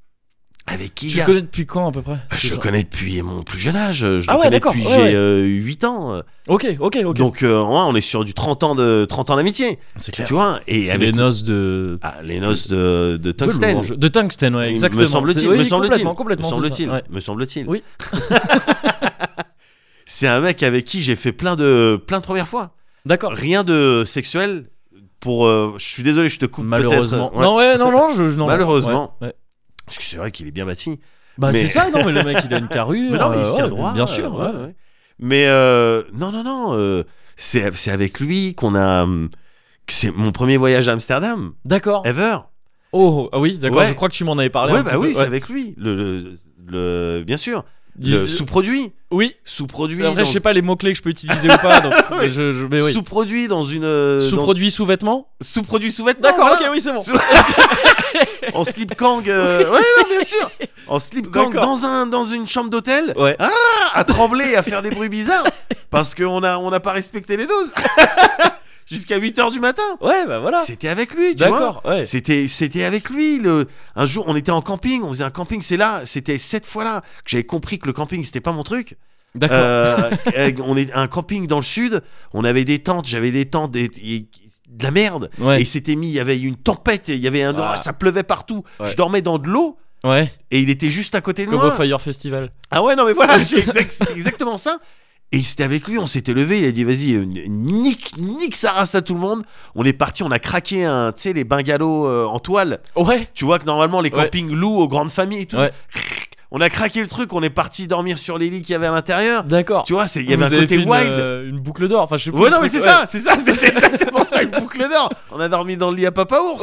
Speaker 1: avec qui il
Speaker 2: Tu
Speaker 1: y
Speaker 2: le
Speaker 1: a-
Speaker 2: connais depuis quand à peu près
Speaker 1: je le connais depuis mon plus jeune âge je
Speaker 2: Ah
Speaker 1: le
Speaker 2: ouais,
Speaker 1: connais
Speaker 2: d'accord,
Speaker 1: depuis
Speaker 2: ouais, ouais.
Speaker 1: j'ai euh, 8 ans
Speaker 2: Ok, ok, ok.
Speaker 1: donc euh, ouais, on est sur du 30 ans de 30 ans d'amitié
Speaker 2: c'est clair.
Speaker 1: tu vois et
Speaker 2: C'est
Speaker 1: avec
Speaker 2: les noces de.
Speaker 1: Ah, les noces de, de tungstène.
Speaker 2: De, de tungstène, ouais,
Speaker 1: Il-
Speaker 2: exactement.
Speaker 1: Me semble-t-il.
Speaker 2: C'est- oui,
Speaker 1: me semble-t-il.
Speaker 2: Complètement, complètement.
Speaker 1: Me
Speaker 2: c'est ça,
Speaker 1: semble-t-il.
Speaker 2: ouais.
Speaker 1: Me semble-t-il.
Speaker 2: Oui.
Speaker 1: c'est un mec avec qui j'ai fait plein de plein de premières fois.
Speaker 2: D'accord.
Speaker 1: Rien de sexuel. Pour, euh, je suis désolé, je te coupe.
Speaker 2: Malheureusement.
Speaker 1: peut-être, euh, ouais.
Speaker 2: Non, ouais, non, non, je. je- non,
Speaker 1: Malheureusement.
Speaker 2: ouais, ouais.
Speaker 1: Parce que c'est vrai qu'il est bien bâti.
Speaker 2: Bah,
Speaker 1: Mais-
Speaker 2: c'est ça, non, mais le mec, il a une carrure.
Speaker 1: Mais non, mais il se
Speaker 2: euh,
Speaker 1: tient
Speaker 2: ouais,
Speaker 1: droit.
Speaker 2: Bien
Speaker 1: euh,
Speaker 2: sûr,
Speaker 1: ouais,
Speaker 2: ouais.
Speaker 1: ouais. Mais euh, non, non, non. euh, c'est c'est avec lui qu'on a. hum, que C'est mon premier voyage à Amsterdam
Speaker 2: D'accord.
Speaker 1: ever.
Speaker 2: Oh, ah oui, d'accord,
Speaker 1: Ouais.
Speaker 2: je crois que tu m'en avais parlé.
Speaker 1: ouais,
Speaker 2: un
Speaker 1: bah
Speaker 2: petit
Speaker 1: oui,
Speaker 2: peu,
Speaker 1: c'est
Speaker 2: ouais.
Speaker 1: avec lui. Le, le, le- bien sûr.
Speaker 2: Dis- euh,
Speaker 1: Le sous-produit.
Speaker 2: Oui,
Speaker 1: sous-produit
Speaker 2: après,
Speaker 1: dans,
Speaker 2: je sais pas les mots-clés que je peux utiliser ou pas. Donc, mais je, je- mais oui.
Speaker 1: sous-produit dans une euh, dans-
Speaker 2: Sous-produit, sous-vêtements
Speaker 1: sous-produit sous-vêtements
Speaker 2: D'accord,
Speaker 1: voilà.
Speaker 2: ok, oui, c'est bon.
Speaker 1: Sous- en slip kang euh, ouais non, bien sûr en slip kang
Speaker 2: D'accord.
Speaker 1: dans un dans une chambre d'hôtel
Speaker 2: Ouais.
Speaker 1: à- à trembler et à faire des bruits bizarres parce qu'on a on n'a pas respecté les doses jusqu'à 8h du matin
Speaker 2: Ouais, bah voilà.
Speaker 1: c'était avec lui tu vois
Speaker 2: D'accord, ouais.
Speaker 1: c'était c'était avec lui le un jour on était en camping on faisait un camping c'est là c'était cette fois là que j'avais compris que le camping c'était pas mon truc
Speaker 2: D'accord.
Speaker 1: Euh, euh, on est un camping dans le sud. On avait des tentes, j'avais des tentes, des- et- de la merde.
Speaker 2: ouais.
Speaker 1: Et il s'était mis, il y avait une tempête, et il y avait un orage,
Speaker 2: Ouais.
Speaker 1: ça pleuvait partout.
Speaker 2: Ouais.
Speaker 1: Je dormais dans de l'eau
Speaker 2: ouais.
Speaker 1: et il était juste à côté de
Speaker 2: Comme au
Speaker 1: moi.
Speaker 2: Fire Festival.
Speaker 1: Ah ouais, non mais voilà, c'est exact- c'est exactement ça. Et c'était avec lui, on s'était levé, il a dit vas-y, euh, nique, nique sa race à tout le monde. On est parti, on a craqué un, tu sais, les bungalows euh, en toile.
Speaker 2: Ouais.
Speaker 1: Tu vois que normalement les
Speaker 2: Ouais.
Speaker 1: campings louent aux grandes familles et tout.
Speaker 2: Ouais.
Speaker 1: On a craqué le truc, on est parti dormir sur les lits qu'il y avait à l'intérieur.
Speaker 2: D'accord.
Speaker 1: Tu vois, c'est- il y avait
Speaker 2: Oh, Vous
Speaker 1: un
Speaker 2: avez
Speaker 1: côté
Speaker 2: fait une,
Speaker 1: wild.
Speaker 2: euh, une boucle d'or. Enfin, je sais pas.
Speaker 1: Ouais,
Speaker 2: le
Speaker 1: non, mais c'est
Speaker 2: truc,
Speaker 1: ça, c'est ça, c'était exactement ça, une boucle d'or. On a dormi dans le lit à Papa Ours.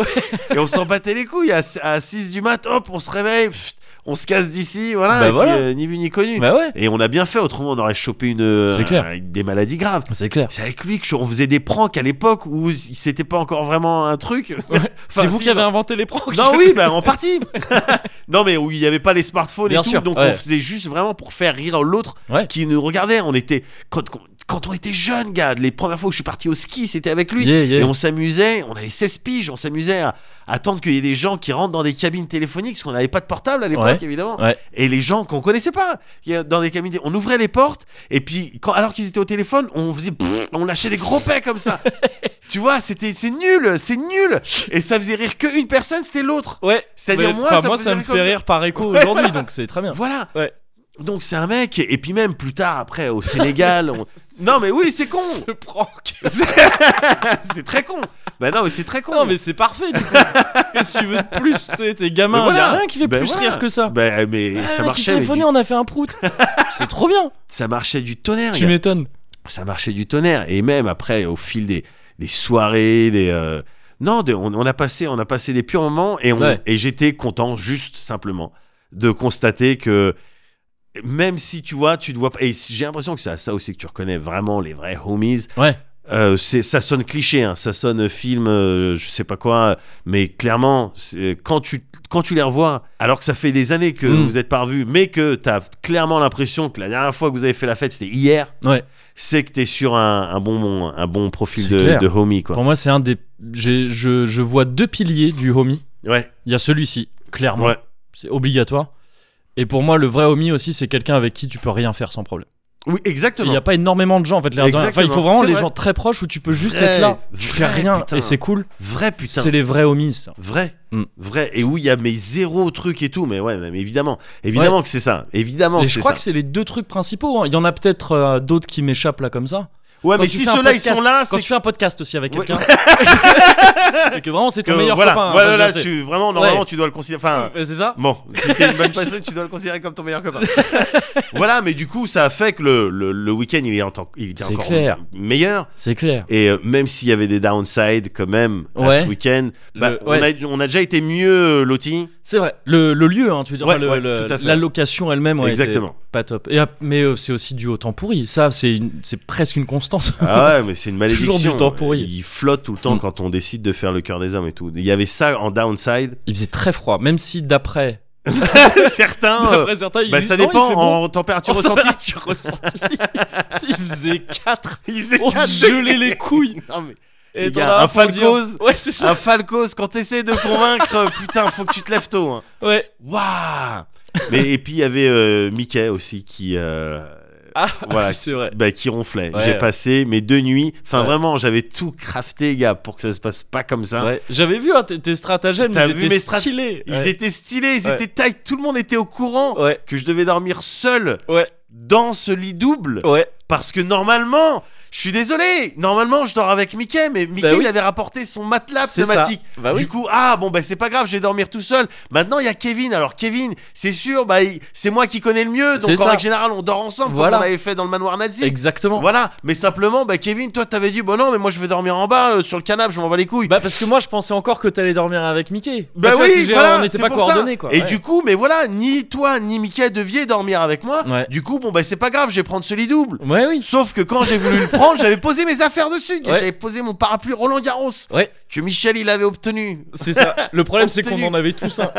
Speaker 1: Et on s'en battait les couilles. À, à 6 du mat, hop, on se réveille, pfft, on se casse d'ici, voilà.
Speaker 2: Bah
Speaker 1: et puis,
Speaker 2: voilà.
Speaker 1: euh, ni vu ni connu.
Speaker 2: ouais. Bah ouais.
Speaker 1: Et on a bien fait, autrement, on aurait chopé une, euh,
Speaker 2: C'est clair.
Speaker 1: des maladies graves.
Speaker 2: C'est clair.
Speaker 1: C'est avec lui que je- on faisait des pranks à l'époque où c'était pas encore vraiment un truc.
Speaker 2: C'est vous
Speaker 1: si,
Speaker 2: qui avez
Speaker 1: non.
Speaker 2: inventé les pranks.
Speaker 1: Non, oui, bah, en partie. non, mais où il n'y avait pas les smartphones
Speaker 2: Bien
Speaker 1: et tout.
Speaker 2: sûr,
Speaker 1: donc,
Speaker 2: ouais.
Speaker 1: on faisait juste vraiment pour faire rire l'autre
Speaker 2: Ouais.
Speaker 1: qui nous regardait. On était. Quand, quand on était jeune, gars, les premières fois où je suis parti au ski, c'était avec lui.
Speaker 2: Yeah, yeah.
Speaker 1: Et on s'amusait, on avait 16 piges, on s'amusait à attendre qu'il y ait des gens qui rentrent dans des cabines téléphoniques, parce qu'on n'avait pas de portable à l'époque,
Speaker 2: Ouais,
Speaker 1: évidemment.
Speaker 2: ouais.
Speaker 1: Et les gens qu'on connaissait pas, qui, euh, dans des cabines, télé- on ouvrait les portes, et puis, quand, alors qu'ils étaient au téléphone, on faisait, pfff, on lâchait des gros pets comme ça. tu vois, c'était, c'est nul, c'est nul. Et ça faisait rire qu'une personne, c'était l'autre.
Speaker 2: Ouais.
Speaker 1: C'est-à-dire
Speaker 2: Mais,
Speaker 1: moi,
Speaker 2: enfin,
Speaker 1: ça
Speaker 2: moi,
Speaker 1: me
Speaker 2: ça me
Speaker 1: faisait
Speaker 2: fait rire par écho
Speaker 1: Ouais,
Speaker 2: aujourd'hui,
Speaker 1: voilà.
Speaker 2: donc c'est très bien.
Speaker 1: Voilà.
Speaker 2: Ouais.
Speaker 1: Donc c'est un mec, et puis même plus tard, après, au Sénégal, on- non mais oui, c'est con.
Speaker 2: Ce prank.
Speaker 1: c'est très con. Bah non, mais c'est très con.
Speaker 2: Non, mais c'est parfait. du coup. Qu'est-ce que tu veux de plus T'es t'es
Speaker 1: Mais
Speaker 2: gamin.
Speaker 1: voilà.
Speaker 2: Y a rien qui fait
Speaker 1: Ben
Speaker 2: plus
Speaker 1: voilà.
Speaker 2: rire que ça.
Speaker 1: Bah, mais
Speaker 2: Ah,
Speaker 1: ça
Speaker 2: mec, il
Speaker 1: marchait. mais
Speaker 2: téléphonait,
Speaker 1: du-
Speaker 2: on a fait un prout. c'est trop bien.
Speaker 1: Ça marchait du tonnerre.
Speaker 2: Tu
Speaker 1: gars.
Speaker 2: m'étonnes.
Speaker 1: Ça marchait du tonnerre. Et même après, au fil des, des soirées, des, euh, Non, de- on, on a passé, on a passé des purs moments et, on-
Speaker 2: Ouais.
Speaker 1: et j'étais content juste simplement de constater que même si tu vois, tu te vois pas. Et si- j'ai l'impression que c'est à ça aussi que tu reconnais vraiment les vrais homies.
Speaker 2: Ouais.
Speaker 1: Euh, c'est, ça sonne cliché, hein, ça sonne film, euh, je sais pas quoi, mais clairement, c'est- quand tu quand tu les revois, alors que ça fait des années que
Speaker 2: Mm.
Speaker 1: vous êtes pas revus, mais que t'as clairement l'impression que la dernière fois que vous avez fait la fête, c'était hier.
Speaker 2: Ouais.
Speaker 1: C'est que t'es sur un, un bon un bon profil
Speaker 2: C'est
Speaker 1: de,
Speaker 2: clair.
Speaker 1: de homie quoi.
Speaker 2: Pour moi, c'est un des. j'ai- Je, je vois deux piliers du homie.
Speaker 1: Ouais,
Speaker 2: Il y a celui-ci, clairement.
Speaker 1: ouais.
Speaker 2: C'est obligatoire. Et pour moi, le vrai homie aussi, c'est quelqu'un avec qui tu peux rien faire sans problème.
Speaker 1: Oui,
Speaker 2: Et Il n'y
Speaker 1: exactement.
Speaker 2: a pas énormément de gens, en fait. l'air de rien. Enfin, il faut
Speaker 1: Exactement.
Speaker 2: vraiment
Speaker 1: C'est
Speaker 2: les
Speaker 1: vrai.
Speaker 2: gens très proches où tu peux juste
Speaker 1: Vrai,
Speaker 2: être là. Tu
Speaker 1: vrai,
Speaker 2: fais rien
Speaker 1: putain.
Speaker 2: et c'est cool.
Speaker 1: Vrai putain.
Speaker 2: C'est les vrais homies, ça.
Speaker 1: Vrai,
Speaker 2: Mm.
Speaker 1: vrai, et où il y a mes zéro trucs et tout, mais ouais, mais évidemment, évidemment que c'est ça, évidemment
Speaker 2: Et
Speaker 1: que
Speaker 2: je
Speaker 1: c'est
Speaker 2: crois
Speaker 1: ça.
Speaker 2: que c'est les deux trucs principaux. hein. Il y en a peut-être euh, d'autres qui m'échappent là comme ça.
Speaker 1: Ouais,
Speaker 2: Quand
Speaker 1: mais
Speaker 2: tu
Speaker 1: si
Speaker 2: fais un
Speaker 1: ceux-là ils
Speaker 2: podcast-
Speaker 1: sont là,
Speaker 2: Quand
Speaker 1: c'est
Speaker 2: tu fais un podcast aussi avec
Speaker 1: Ouais.
Speaker 2: quelqu'un. et que vraiment, c'est ton
Speaker 1: que
Speaker 2: meilleur
Speaker 1: voilà,
Speaker 2: copain. hein.
Speaker 1: voilà,
Speaker 2: Enfin,
Speaker 1: là,
Speaker 2: c'est-
Speaker 1: tu vraiment normalement
Speaker 2: Ouais.
Speaker 1: tu dois le considérer. Enfin,
Speaker 2: Euh, C'est ça
Speaker 1: bon, si t'es une bonne personne, tu dois le considérer comme ton meilleur copain. voilà, mais du coup, ça a fait que le, le, le week-end il est en tant- il était
Speaker 2: C'est
Speaker 1: encore
Speaker 2: clair.
Speaker 1: meilleur.
Speaker 2: C'est clair.
Speaker 1: Et euh, même s'il y avait des downsides quand même à
Speaker 2: Ouais.
Speaker 1: ce week-end, bah,
Speaker 2: Le- ouais.
Speaker 1: on, a, on a déjà été mieux euh, lotis.
Speaker 2: C'est vrai. Le, le lieu, hein, tu veux dire,
Speaker 1: Ouais,
Speaker 2: enfin, le-
Speaker 1: ouais,
Speaker 2: le-
Speaker 1: tout à fait.
Speaker 2: la location elle-même, ouais, était
Speaker 1: Exactement.
Speaker 2: pas top. Et, ap- mais euh, c'est aussi dû au temps pourri. Ça, c'est une- c'est presque une constance.
Speaker 1: Ah ouais, mais c'est une
Speaker 2: Toujours du
Speaker 1: malédiction.
Speaker 2: temps pourri.
Speaker 1: Il flotte tout le temps
Speaker 2: Mm.
Speaker 1: quand on décide de faire le cœur des hommes et tout. Il y avait ça en downside.
Speaker 2: Il faisait très froid, même si d'après.
Speaker 1: Certains. euh,
Speaker 2: D'après certains, il
Speaker 1: bah,
Speaker 2: dit,
Speaker 1: ça
Speaker 2: Non, il
Speaker 1: dépend
Speaker 2: fait beau.
Speaker 1: en température ressentie.
Speaker 2: Tu ressentis. Il faisait 4.
Speaker 1: Il faisait
Speaker 2: On
Speaker 1: quatre
Speaker 2: se gelait
Speaker 1: degrés.
Speaker 2: les couilles.
Speaker 1: Non, mais
Speaker 2: Et
Speaker 1: Les
Speaker 2: t'en
Speaker 1: gars,
Speaker 2: as
Speaker 1: un
Speaker 2: pour dire-
Speaker 1: Falcoz.
Speaker 2: Ouais, c'est ça.
Speaker 1: un Falcos, quand t'essayes de convaincre, putain, faut que tu te lèves tôt. hein.
Speaker 2: Ouais.
Speaker 1: Waouh Mais et puis il y avait euh, Mickey aussi qui. euh,
Speaker 2: Ah,
Speaker 1: Voilà.
Speaker 2: c'est vrai.
Speaker 1: bah, qui ronflait.
Speaker 2: Ouais.
Speaker 1: J'ai passé mes deux nuits. Enfin,
Speaker 2: Ouais.
Speaker 1: vraiment, j'avais tout crafté, gars, pour que ça se passe pas comme ça.
Speaker 2: Ouais. J'avais vu hein, tes, tes stratagèmes,
Speaker 1: T'as
Speaker 2: ils
Speaker 1: vu
Speaker 2: étaient
Speaker 1: mes strat-
Speaker 2: stylés.
Speaker 1: Ils
Speaker 2: ouais.
Speaker 1: étaient stylés, ils
Speaker 2: Ouais.
Speaker 1: étaient tight. Tout le monde était au courant
Speaker 2: Ouais,
Speaker 1: que je devais dormir seul
Speaker 2: ouais,
Speaker 1: dans ce lit double.
Speaker 2: ouais.
Speaker 1: Parce que normalement, je suis désolé, normalement je dors avec Mickey, mais Mickey
Speaker 2: Bah oui.
Speaker 1: il avait rapporté son matelas
Speaker 2: C'est ça.
Speaker 1: pneumatique.
Speaker 2: Bah oui.
Speaker 1: Du coup, ah bon, bah c'est pas grave, je vais dormir tout seul. Maintenant, il y a Kevin. Alors, Kevin, c'est sûr, bah, il- c'est moi qui connais le mieux.
Speaker 2: C'est
Speaker 1: Donc, en
Speaker 2: ça.
Speaker 1: règle générale, on dort ensemble,
Speaker 2: Voilà.
Speaker 1: comme on avait fait dans le manoir nazi.
Speaker 2: Exactement.
Speaker 1: Voilà, mais simplement, bah, Kevin, toi, t'avais dit, bon, non, mais moi, je vais dormir en bas, euh, sur le canapé, je m'en bats les couilles.
Speaker 2: Bah parce que moi je pensais encore que t'allais dormir avec Mickey.
Speaker 1: Bah
Speaker 2: Tu vois,
Speaker 1: oui,
Speaker 2: c'est-
Speaker 1: voilà,
Speaker 2: on n'était
Speaker 1: c'est
Speaker 2: pas
Speaker 1: pour ça.
Speaker 2: coordonnés quoi.
Speaker 1: Et
Speaker 2: ouais.
Speaker 1: du coup, mais voilà, ni toi ni Mickey deviez dormir avec moi.
Speaker 2: Ouais.
Speaker 1: Du coup, bon bah c'est pas grave, je vais prendre ce lit double.
Speaker 2: Ouais oui.
Speaker 1: Sauf que quand j'ai voulu le prendre, j'avais posé mes affaires dessus.
Speaker 2: Ouais.
Speaker 1: J'avais posé mon parapluie Roland Garros
Speaker 2: Ouais.
Speaker 1: que Michel il avait obtenu.
Speaker 2: C'est ça. Le problème c'est qu'on
Speaker 1: Obtenu.
Speaker 2: en avait tous un.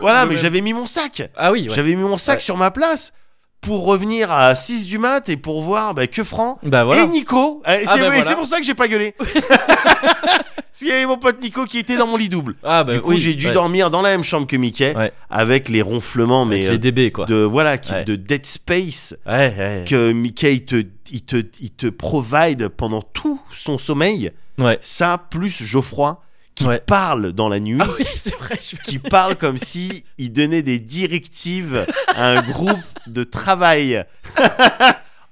Speaker 1: Voilà,
Speaker 2: De
Speaker 1: mais
Speaker 2: même.
Speaker 1: j'avais mis mon sac.
Speaker 2: Ah oui. ouais.
Speaker 1: J'avais mis mon sac
Speaker 2: Ouais.
Speaker 1: sur ma place pour revenir à 6 du mat et pour voir bah, que Franck
Speaker 2: Bah voilà.
Speaker 1: et Nico. Euh, et
Speaker 2: Ah,
Speaker 1: c'est
Speaker 2: bah
Speaker 1: et
Speaker 2: voilà.
Speaker 1: c'est pour ça que j'ai pas gueulé. Parce qu'il y avait mon pote Nico qui était dans mon lit double.
Speaker 2: Ah bah
Speaker 1: du coup,
Speaker 2: oui.
Speaker 1: j'ai dû
Speaker 2: ouais.
Speaker 1: dormir dans la même chambre que Mickey
Speaker 2: Ouais.
Speaker 1: avec les ronflements, mais
Speaker 2: Avec les DB quoi.
Speaker 1: euh, de voilà, qui-
Speaker 2: Ouais.
Speaker 1: de Dead Space
Speaker 2: Ouais ouais.
Speaker 1: que Mickey il te, il te, il te provide pendant tout son sommeil.
Speaker 2: Ouais.
Speaker 1: Ça plus Geoffroy qui
Speaker 2: Ouais.
Speaker 1: parle dans la nuit.
Speaker 2: Ah oui c'est vrai. je-
Speaker 1: qui parle comme si il donnait des directives à un groupe de travail.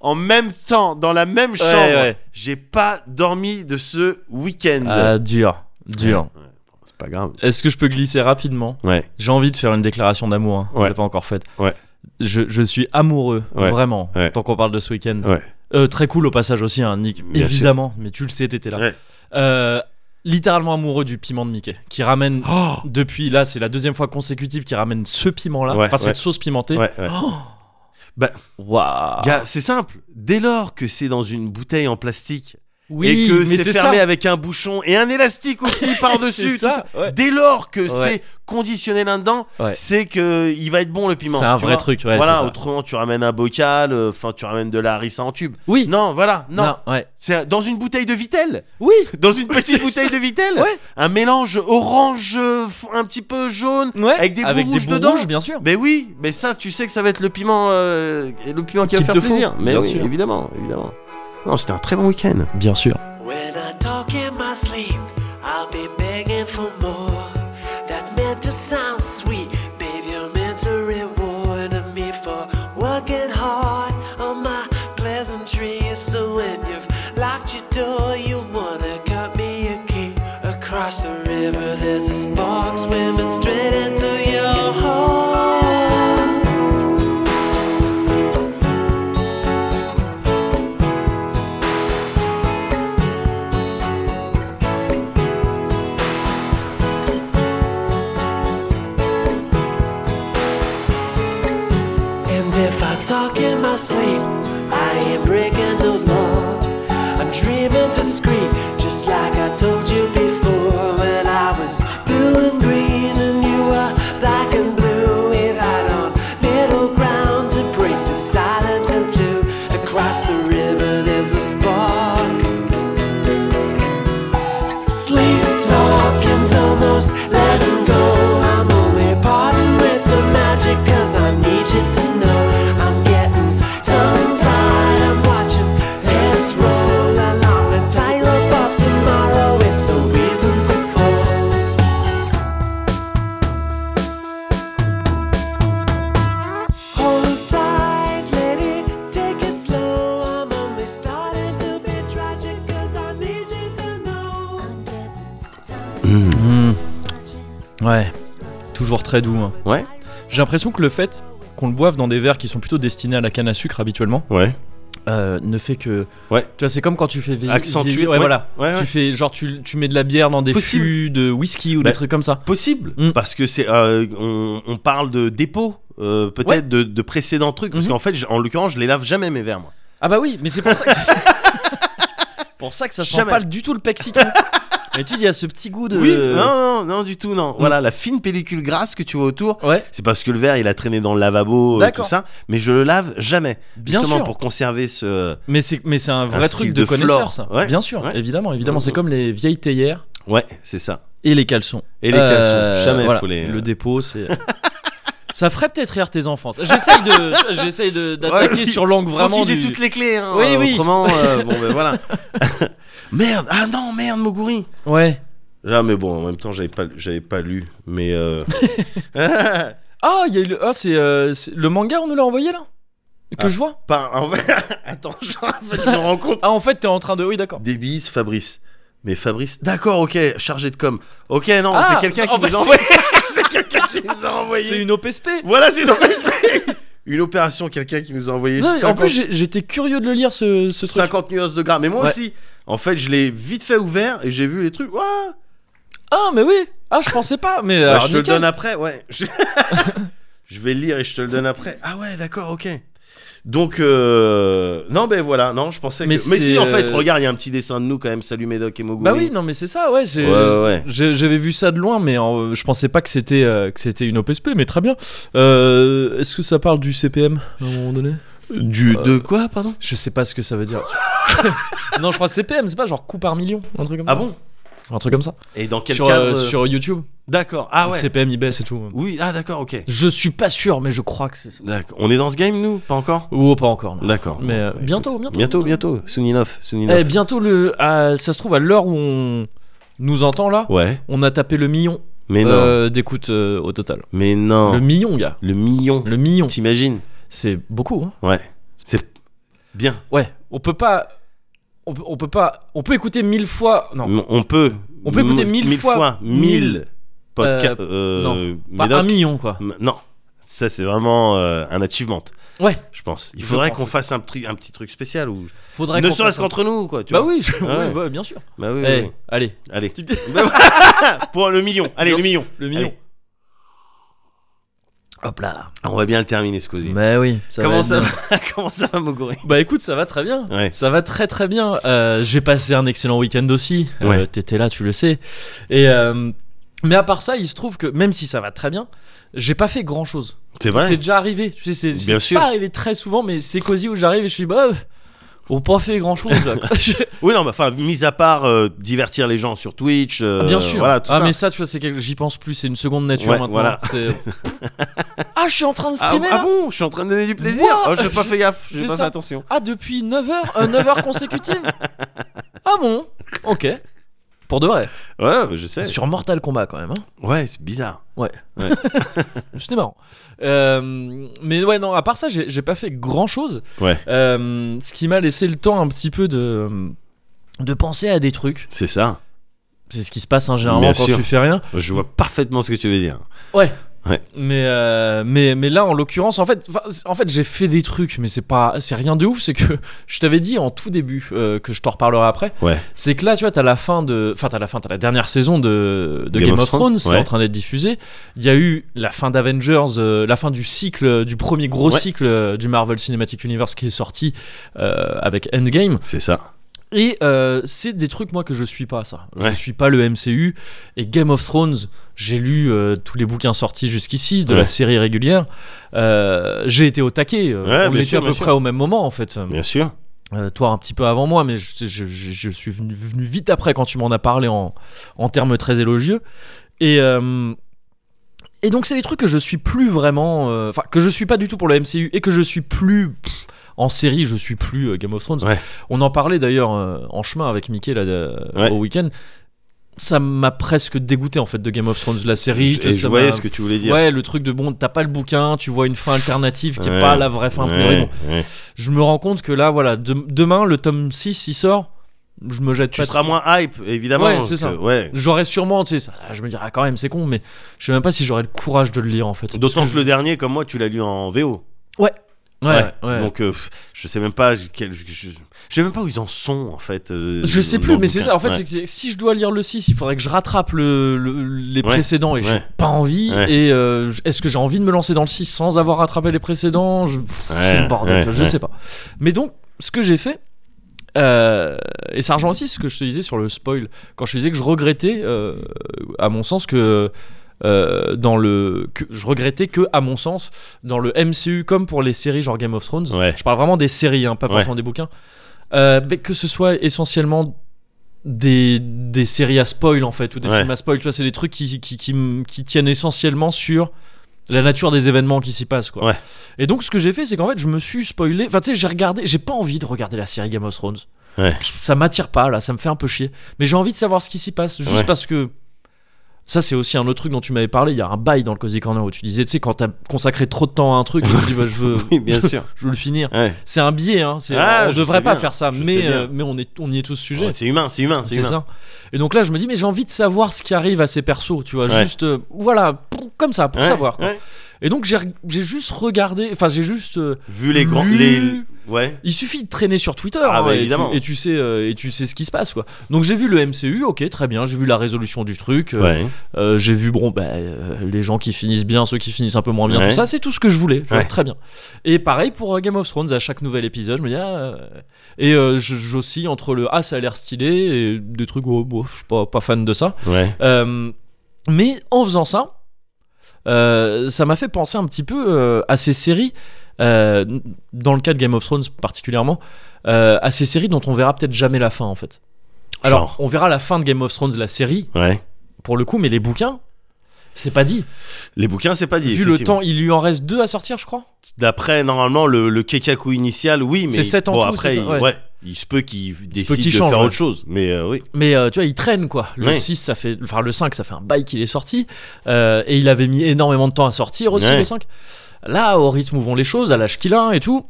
Speaker 1: en même temps, dans la même chambre,
Speaker 2: ouais.
Speaker 1: j'ai pas dormi de ce week-end.
Speaker 2: Ah dur. Dur.
Speaker 1: Ouais, bon, C'est pas grave.
Speaker 2: Est-ce que je peux glisser rapidement
Speaker 1: Ouais.
Speaker 2: J'ai envie de faire une déclaration d'amour. hein. On
Speaker 1: Ouais.
Speaker 2: l'a pas encore faite.
Speaker 1: Ouais.
Speaker 2: Je, je suis amoureux,
Speaker 1: Ouais.
Speaker 2: vraiment,
Speaker 1: Ouais.
Speaker 2: tant qu'on parle de ce week-end.
Speaker 1: Ouais.
Speaker 2: Euh, très cool au passage aussi, hein, Nick,
Speaker 1: Bien sûr.
Speaker 2: évidemment, mais tu le sais, t'étais là.
Speaker 1: Ouais.
Speaker 2: Euh, littéralement amoureux du piment de Mickey, qui ramène
Speaker 1: Oh
Speaker 2: depuis là, c'est la deuxième fois consécutive qu'il ramène ce piment-là,
Speaker 1: Ouais,
Speaker 2: enfin
Speaker 1: ouais.
Speaker 2: cette sauce pimentée.
Speaker 1: ouais, ouais.
Speaker 2: Oh
Speaker 1: Bah,
Speaker 2: Waouh.
Speaker 1: Gars, c'est simple. Dès lors que c'est dans une bouteille en plastique
Speaker 2: Oui,
Speaker 1: et que
Speaker 2: mais
Speaker 1: c'est
Speaker 2: c'est
Speaker 1: fermé
Speaker 2: ça.
Speaker 1: avec un bouchon et un élastique aussi par-dessus,
Speaker 2: C'est
Speaker 1: tout
Speaker 2: ça.
Speaker 1: ça,
Speaker 2: ouais.
Speaker 1: dès lors que
Speaker 2: Ouais.
Speaker 1: c'est conditionné là-dedans,
Speaker 2: Ouais.
Speaker 1: c'est que il va être bon le piment.
Speaker 2: C'est un
Speaker 1: tu
Speaker 2: vrai
Speaker 1: vois.
Speaker 2: truc, ouais,
Speaker 1: voilà,
Speaker 2: c'est ça.
Speaker 1: autrement tu ramènes un bocal, euh, enfin tu ramènes de la harissa en tube.
Speaker 2: Oui.
Speaker 1: Non, voilà, non.
Speaker 2: ouais.
Speaker 1: C'est dans une bouteille de Vitel,
Speaker 2: Oui.
Speaker 1: dans une
Speaker 2: Oui,
Speaker 1: petite
Speaker 2: c'est
Speaker 1: bouteille
Speaker 2: ça.
Speaker 1: de Vitel,
Speaker 2: Ouais.
Speaker 1: un mélange orange euh, f- un petit peu jaune
Speaker 2: Ouais.
Speaker 1: avec des bouts rouges
Speaker 2: bouts
Speaker 1: dedans.
Speaker 2: rouges, bien sûr.
Speaker 1: Mais oui, mais ça tu sais que ça va être le piment euh, le piment qui va
Speaker 2: Qu'il
Speaker 1: faire
Speaker 2: te faut,
Speaker 1: plaisir. Mais
Speaker 2: bien
Speaker 1: oui,
Speaker 2: sûr.
Speaker 1: évidemment, évidemment. Non, c'était un très bon week-end.
Speaker 2: Bien sûr.
Speaker 4: When I talk in my sleep, I'll be begging for more. That's meant to sound sweet, baby. You're meant to reward me for working hard on my pleasantries. So when you've locked your door, you wanna cut me a key. Across the river, there's a spark swimming straight into your heart. talk in my sleep. I ain't breaking no law. I'm dreaming to scream, just like I told you before when I was blue and green and you were black and blue. It had a middle ground to break the silence in two. Across the river, there's a spark. Sleep talking's almost letting go. I'm only parting with the magic cause I need you to know. I'm getting tongue tied. I'm watching heads roll along the tightrope of tomorrow with no reason to fall. Hold tight, lady, take it slow. I'm only starting to be tragic cause I need you to know.
Speaker 2: Hmm. Ouais, toujours très doux. hein.
Speaker 1: Ouais.
Speaker 2: J'ai l'impression que le fait qu'on le boive dans des verres qui sont plutôt destinés à la canne à sucre habituellement
Speaker 1: Ouais.
Speaker 2: euh, ne fait que.
Speaker 1: Ouais.
Speaker 2: Tu vois, c'est comme quand tu fais vieillir.
Speaker 1: Accentuer,
Speaker 2: vieillir- ouais,
Speaker 1: ouais.
Speaker 2: voilà.
Speaker 1: Ouais, ouais.
Speaker 2: Tu fais genre tu, tu mets de la bière dans des
Speaker 1: Possible.
Speaker 2: fûts de whisky ou
Speaker 1: Bah.
Speaker 2: des trucs comme ça.
Speaker 1: Possible,
Speaker 2: Mm.
Speaker 1: parce que c'est euh, on, on parle de dépôt. euh, peut-être
Speaker 2: Ouais.
Speaker 1: de, de précédents trucs parce
Speaker 2: Mhm.
Speaker 1: qu'en fait j- en l'occurrence je les lave jamais mes verres moi
Speaker 2: Ah bah oui, mais c'est pour ça. Que... pour ça que ça sent
Speaker 1: Jamais.
Speaker 2: pas du tout le pexicon. Mais tu dis, il y a ce petit goût de.
Speaker 1: oui hein. non non non du tout non
Speaker 2: Mm.
Speaker 1: voilà la fine pellicule grasse que tu vois autour
Speaker 2: Ouais,
Speaker 1: c'est parce que le verre il a traîné dans le lavabo euh,
Speaker 2: D'accord.
Speaker 1: tout ça mais je le lave jamais
Speaker 2: bien
Speaker 1: justement
Speaker 2: sûr.
Speaker 1: pour conserver ce
Speaker 2: Mais c'est mais c'est un vrai
Speaker 1: style
Speaker 2: truc de,
Speaker 1: de
Speaker 2: connaisseur
Speaker 1: flore.
Speaker 2: ça.
Speaker 1: Ouais.
Speaker 2: Bien sûr,
Speaker 1: Ouais.
Speaker 2: évidemment, évidemment,
Speaker 1: Mhm.
Speaker 2: c'est comme les vieilles théières
Speaker 1: ouais c'est ça
Speaker 2: et les caleçons.
Speaker 1: et les
Speaker 2: Euh,
Speaker 1: caleçons jamais euh.
Speaker 2: voilà.
Speaker 1: faut les
Speaker 2: Le dépôt, c'est. ça ferait peut-être rire tes enfants. ça. J'essaye de, j'essaye de- d'attaquer
Speaker 1: Ouais,
Speaker 2: sur l'angle
Speaker 1: Faut
Speaker 2: vraiment
Speaker 1: qu'ils aient
Speaker 2: du.
Speaker 1: toutes les clés hein,
Speaker 2: Oui,
Speaker 1: euh,
Speaker 2: oui.
Speaker 1: autrement euh, bon ben voilà merde ah non merde Moguri
Speaker 2: Ouais.
Speaker 1: ah mais bon en même temps j'avais pas j'avais pas lu mais euh,
Speaker 2: Ah, il y a eu le. Ah, c'est euh, c'est- le manga, on nous l'a envoyé là. Que
Speaker 1: Ah.
Speaker 2: je vois.
Speaker 1: Par- en fait- Attends, je en fait, je me rends compte.
Speaker 2: Ah, en fait, t'es en train de. Oui, d'accord.
Speaker 1: Des bises, Fabrice. Mais Fabrice, d'accord, ok, chargé de com. Ok, non,
Speaker 2: Ah,
Speaker 1: c'est quelqu'un
Speaker 2: en
Speaker 1: qui nous
Speaker 2: fait,
Speaker 1: a envoyé. c'est quelqu'un qui nous a
Speaker 2: C'est
Speaker 1: envoyé.
Speaker 2: une OPSP.
Speaker 1: Voilà, c'est une opération. Une opération, quelqu'un qui nous a envoyé
Speaker 2: Non, mais En
Speaker 1: 50,
Speaker 2: plus, j'ai- j'étais curieux de le lire ce, ce truc.
Speaker 1: 50 nuances de gras. Mais moi
Speaker 2: Ouais.
Speaker 1: aussi, en fait, je l'ai vite fait ouvert et j'ai vu les trucs. Ouah
Speaker 2: Ah, mais oui. Ah, je pensais pas. Mais
Speaker 1: Bah,
Speaker 2: alors,
Speaker 1: je te le
Speaker 2: nickel.
Speaker 1: donne après, ouais. Je... je vais le lire et je te le donne après. Ah ouais, d'accord, ok. Donc, euh, non, ben voilà, non, je pensais
Speaker 2: Mais
Speaker 1: que. Mais
Speaker 2: c'est,
Speaker 1: si, en fait,
Speaker 2: euh,
Speaker 1: regarde, il y a un petit dessin de nous quand même. Salut Médoc et Moguri.
Speaker 2: Bah oui, euh, non, mais c'est ça, ouais. j'ai-
Speaker 1: Ouais, ouais, ouais.
Speaker 2: j'ai- J'avais vu ça de loin, mais euh, je pensais pas que c'était euh, que c'était une OPSP, mais très bien. Euh, Est-ce que ça parle du CPM à un moment donné
Speaker 1: Du,
Speaker 2: euh,
Speaker 1: De quoi, pardon
Speaker 2: Je sais pas ce que ça veut dire. non, je crois CPM, c'est pas genre coût par million, un truc comme
Speaker 1: Ah
Speaker 2: ça.
Speaker 1: bon
Speaker 2: Un truc comme ça.
Speaker 1: Et dans quel
Speaker 2: Sur,
Speaker 1: cadre
Speaker 2: euh,
Speaker 1: euh,
Speaker 2: sur YouTube.
Speaker 1: D'accord, ah
Speaker 2: Donc
Speaker 1: ouais.
Speaker 2: CPM, il baisse et tout.
Speaker 1: Oui, ah d'accord, ok.
Speaker 2: Je suis pas sûr, mais je crois que c'est ça.
Speaker 1: D'accord. On est dans ce game, nous Pas encore
Speaker 2: Oh, pas encore, non.
Speaker 1: D'accord.
Speaker 2: Mais euh,
Speaker 1: Bon, bah,
Speaker 2: bientôt,
Speaker 1: écoute.
Speaker 2: bientôt.
Speaker 1: Bientôt, bientôt. Souninov, Souninov.
Speaker 2: Eh, bientôt le. à- ça se trouve, à l'heure où on nous entend là,
Speaker 1: Ouais,
Speaker 2: on a tapé le million
Speaker 1: mais non.
Speaker 2: euh, d'écoutes euh, au total.
Speaker 1: Mais non.
Speaker 2: Le
Speaker 1: Le,
Speaker 2: million, gars.
Speaker 1: million.
Speaker 2: Le million.
Speaker 1: T'imagines
Speaker 2: C'est beaucoup, hein.
Speaker 1: Ouais. C'est bien.
Speaker 2: Ouais, on peut pas. On peut, on peut pas. On peut écouter mille fois. Non,
Speaker 1: M- On peut.
Speaker 2: On peut écouter
Speaker 1: m-
Speaker 2: mille fois- mille,
Speaker 1: Mille podcasts.
Speaker 2: pas un million, quoi.
Speaker 1: Non. Ça, c'est vraiment euh, un achievement,
Speaker 2: Ouais,
Speaker 1: je pense. Il
Speaker 2: Je
Speaker 1: faudrait
Speaker 2: pense
Speaker 1: qu'on
Speaker 2: aussi.
Speaker 1: fasse un, truc- un petit truc spécial. Ou...
Speaker 2: faudrait
Speaker 1: Ne
Speaker 2: qu'on
Speaker 1: serait-ce
Speaker 2: fasse un-
Speaker 1: qu'entre nous, quoi. Tu
Speaker 2: Bah
Speaker 1: vois.
Speaker 2: oui, je-
Speaker 1: Ouais.
Speaker 2: oui, bah, bien sûr.
Speaker 1: Bah oui,
Speaker 2: Eh,
Speaker 1: oui.
Speaker 2: Allez.
Speaker 1: Allez. Bah
Speaker 2: Petit-
Speaker 1: Pour le million. Allez, le
Speaker 2: Bien sûr,
Speaker 1: million.
Speaker 2: Le million.
Speaker 1: Allez.
Speaker 2: Hop là.
Speaker 1: On va bien le terminer, ce cosy.
Speaker 2: Bah oui, ça
Speaker 1: Comment,
Speaker 2: va être
Speaker 1: ça
Speaker 2: bien.
Speaker 1: va Comment ça va, Moguri
Speaker 2: Bah écoute, ça va très bien.
Speaker 1: Ouais.
Speaker 2: Ça va très très bien. Euh, J'ai passé un excellent week-end aussi. Euh,
Speaker 1: Ouais.
Speaker 2: T'étais là, tu le sais. Et euh, mais à part ça, il se trouve que même si ça va très bien, j'ai pas fait grand chose.
Speaker 1: C'est
Speaker 2: C'est
Speaker 1: vrai
Speaker 2: déjà arrivé. Tu sais, c'est-
Speaker 1: Bien
Speaker 2: c'est
Speaker 1: sûr.
Speaker 2: pas arrivé très souvent, mais c'est cosy où j'arrive et je suis bah. euh, On pas fait grand chose là. quoi. Je-
Speaker 1: Oui, non, mais enfin, mis à part euh, divertir les gens sur Twitch. euh,
Speaker 2: Bien sûr.
Speaker 1: Voilà, tout
Speaker 2: ah
Speaker 1: ça.
Speaker 2: mais ça tu vois c'est quelque... j'y pense plus, c'est une seconde nature
Speaker 1: Ouais,
Speaker 2: maintenant.
Speaker 1: voilà.
Speaker 2: C'est- ah je suis en train de
Speaker 1: Ah,
Speaker 2: streamer
Speaker 1: ah
Speaker 2: là.
Speaker 1: bon, je suis en train de donner du plaisir.
Speaker 2: Moi,
Speaker 1: oh, j'ai pas
Speaker 2: je-
Speaker 1: fait gaffe, j'ai
Speaker 2: c'est
Speaker 1: pas
Speaker 2: ça.
Speaker 1: fait attention.
Speaker 2: Ah, depuis 9 heures euh, 9 heures consécutives Ah bon Ok. Pour de vrai.
Speaker 1: Ouais, bah, je sais.
Speaker 2: Sur Mortal Kombat quand même. Hein.
Speaker 1: Ouais, c'est bizarre.
Speaker 2: C'était marrant. Euh, mais ouais, non, à part ça, j'ai j'ai pas fait grand chose.
Speaker 1: Ouais.
Speaker 2: Euh, ce qui m'a laissé le temps un petit peu de, de penser à des trucs.
Speaker 1: C'est ça.
Speaker 2: C'est ce qui se passe hein, généralement
Speaker 1: Bien
Speaker 2: quand
Speaker 1: sûr.
Speaker 2: tu fais rien.
Speaker 1: Je vois parfaitement ce que tu veux dire.
Speaker 2: Ouais.
Speaker 1: Ouais.
Speaker 2: Mais, euh, mais, mais là, en l'occurrence, en fait, enfin, en fait j'ai fait des trucs, mais c'est pas c'est rien de ouf. C'est que je t'avais dit en tout début, euh, que je t'en reparlerai après,
Speaker 1: Ouais.
Speaker 2: c'est que là, tu vois, t'as la fin de. Enfin, t'as la fin, t'as la dernière saison de, de Game, of Thrones, qui est
Speaker 1: ouais.
Speaker 2: en train d'être diffusée. Il y a eu la fin d'Avengers, euh, la fin du cycle, du premier gros
Speaker 1: Ouais.
Speaker 2: cycle euh, du Marvel Cinematic Universe qui est sorti euh, avec Endgame.
Speaker 1: C'est ça.
Speaker 2: Et euh, c'est des trucs moi que je suis pas ça. Je
Speaker 1: Ouais.
Speaker 2: suis pas le MCU et Game of Thrones. J'ai lu euh, tous les bouquins sortis jusqu'ici de la
Speaker 1: Ouais.
Speaker 2: série régulière. Euh, j'ai été au taquet. Euh,
Speaker 1: Ouais,
Speaker 2: On
Speaker 1: bien
Speaker 2: était
Speaker 1: sûr,
Speaker 2: à peu
Speaker 1: bien
Speaker 2: près
Speaker 1: sûr.
Speaker 2: au même moment en fait.
Speaker 1: Bien sûr.
Speaker 2: Euh, toi un petit peu avant moi, mais je, je- je- je suis venu, venu vite après quand tu m'en as parlé en, en termes très élogieux. Et euh, et donc c'est des trucs que je suis plus vraiment, euh, enfin que je suis pas du tout pour le MCU et que je suis plus pff, en série, je suis plus euh, Game of Thrones.
Speaker 1: Ouais.
Speaker 2: On en parlait d'ailleurs euh, en chemin avec Mickey là de-
Speaker 1: Ouais.
Speaker 2: au week-end. Ça m'a presque dégoûté en fait de Game of Thrones, la série.
Speaker 1: Et je
Speaker 2: ça
Speaker 1: voyais
Speaker 2: m'a-
Speaker 1: ce que tu voulais dire.
Speaker 2: Ouais, le truc de bon, t'as pas le bouquin, tu vois une fin alternative qui est
Speaker 1: Ouais.
Speaker 2: pas la vraie fin. a priori. Bon,
Speaker 1: Ouais, ouais.
Speaker 2: je me rends compte que là, voilà, de- demain, le tome 6, il sort. Je me jette
Speaker 1: Tu
Speaker 2: pas
Speaker 1: seras
Speaker 2: dessus.
Speaker 1: moins hype, évidemment.
Speaker 2: Ouais, c'est
Speaker 1: que-
Speaker 2: ça.
Speaker 1: Ouais.
Speaker 2: J'aurais sûrement, tu sais, ça, je me dirais, ah, quand même, c'est con, mais je sais même pas si j'aurais le courage de le lire en fait.
Speaker 1: D'autant
Speaker 2: Parce
Speaker 1: que le dernier, comme moi, tu l'as lu en VO.
Speaker 2: je- Ouais, ouais, ouais.
Speaker 1: Donc, euh, pff, je sais même pas quel- je, je- je sais même pas où ils en sont en fait. euh,
Speaker 2: je sais
Speaker 1: dans
Speaker 2: plus,
Speaker 1: le
Speaker 2: mais c'est
Speaker 1: bouquin.
Speaker 2: ça. En fait,
Speaker 1: Ouais.
Speaker 2: c'est que si je dois lire le 6, il faudrait que je rattrape le, le- les
Speaker 1: Ouais.
Speaker 2: précédents et j'ai
Speaker 1: Ouais.
Speaker 2: pas envie.
Speaker 1: Ouais.
Speaker 2: Et euh, est-ce que j'ai envie de me lancer dans le 6 sans avoir rattrapé les précédents Je- pff,
Speaker 1: Ouais,
Speaker 2: C'est le bordel,
Speaker 1: ouais,
Speaker 2: tu vois, je
Speaker 1: ouais.
Speaker 2: sais pas. Mais donc, ce que j'ai fait, euh, et ça rejoint aussi ce que je te disais sur le spoil, quand je te disais que je regrettais, euh, à mon sens, que. euh, dans le que- je regrettais que à mon sens dans le MCU comme pour les séries genre Game of Thrones
Speaker 1: Ouais.
Speaker 2: je parle vraiment des séries hein, pas
Speaker 1: Ouais.
Speaker 2: forcément des bouquins euh, mais que ce soit essentiellement des, des séries à spoil en fait ou des
Speaker 1: Ouais.
Speaker 2: films à spoil tu vois c'est des trucs qui, qui, qui, m- qui tiennent essentiellement sur la nature des événements qui s'y passent quoi
Speaker 1: Ouais.
Speaker 2: et donc ce que j'ai fait c'est qu'en fait je me suis spoilé enfin tu sais j'ai regardé j'ai pas envie de regarder la série Game of Thrones
Speaker 1: Ouais.
Speaker 2: ça m'attire pas là ça me fait un peu chier mais j'ai envie de savoir ce qui s'y passe juste
Speaker 1: Ouais.
Speaker 2: parce que ça c'est aussi un autre truc dont tu m'avais parlé il y a un bail dans le Cozy Corner où tu disais tu sais quand t'as consacré trop de temps à un truc tu te dis bah, je veux
Speaker 1: Oui, bien sûr.
Speaker 2: je veux le finir
Speaker 1: Ouais.
Speaker 2: c'est un biais, hein. c'est-
Speaker 1: Ah,
Speaker 2: on
Speaker 1: je
Speaker 2: devrait
Speaker 1: sais
Speaker 2: pas
Speaker 1: bien,
Speaker 2: faire ça,
Speaker 1: je
Speaker 2: mais,
Speaker 1: sais bien.
Speaker 2: euh, mais on, est, on y est tous sujets.
Speaker 1: Ouais, c'est humain, c'est humain, c'est
Speaker 2: c'est
Speaker 1: humain.
Speaker 2: ça. Et donc là, je me dis, mais j'ai envie de savoir ce qui arrive à ces persos, tu vois,
Speaker 1: Ouais.
Speaker 2: juste, euh, voilà, pour- comme ça, pour
Speaker 1: Ouais,
Speaker 2: savoir. quoi.
Speaker 1: ouais.
Speaker 2: Et donc j'ai re- j'ai juste regardé, enfin j'ai juste. euh,
Speaker 1: Vu les grands,
Speaker 2: Lu-
Speaker 1: les, ouais.
Speaker 2: il suffit de traîner sur Twitter hein,
Speaker 1: Ah bah,
Speaker 2: et, tu,
Speaker 1: évidemment.
Speaker 2: et tu sais euh, et tu sais ce qui se passe quoi. Donc j'ai vu le MCU, ok très bien, j'ai vu la résolution du truc, euh,
Speaker 1: Ouais.
Speaker 2: euh, j'ai vu bon bah, euh, les gens qui finissent bien, ceux qui finissent un peu moins bien,
Speaker 1: Ouais.
Speaker 2: tout ça, c'est tout ce que je voulais. Je-
Speaker 1: Ouais.
Speaker 2: Très bien. Et pareil pour euh, Game of Thrones, à chaque nouvel épisode, je me dis ah, euh, et euh, je- j'oscille entre le ah ça a l'air stylé et des trucs oh, bon, je suis pas, pas fan de ça.
Speaker 1: Ouais.
Speaker 2: Euh, mais en faisant ça, euh, ça m'a fait penser un petit peu euh, à ces séries, euh, dans le cas de Game of Thrones particulièrement, euh, à ces séries dont on verra peut-être jamais la fin en fait. Alors,
Speaker 1: Genre.
Speaker 2: on verra la fin de Game of Thrones, la série,
Speaker 1: Ouais.
Speaker 2: pour le coup, mais les bouquins, c'est pas dit.
Speaker 1: Les bouquins, c'est pas dit.
Speaker 2: Vu le
Speaker 1: effectivement.
Speaker 2: temps, il lui en reste deux à sortir, je crois.
Speaker 1: D'après, normalement, le, le Kekaku initial, oui, mais.
Speaker 2: C'est sept en
Speaker 1: bon,
Speaker 2: tout,
Speaker 1: après,
Speaker 2: c'est ça,
Speaker 1: il-
Speaker 2: ouais.
Speaker 1: ouais. Il se peut qu'il décide
Speaker 2: qu'il
Speaker 1: de
Speaker 2: change,
Speaker 1: faire
Speaker 2: ouais.
Speaker 1: autre chose. Mais euh, oui.
Speaker 2: Mais euh, tu vois, il traîne quoi. Le
Speaker 1: Ouais.
Speaker 2: 6, ça fait. Enfin, le 5, ça fait un bail qu'il est sorti. Euh, et il avait mis énormément de temps à sortir aussi,
Speaker 1: Ouais.
Speaker 2: le 5. Là, au rythme où vont les choses, à l'âge qu'il a et tout,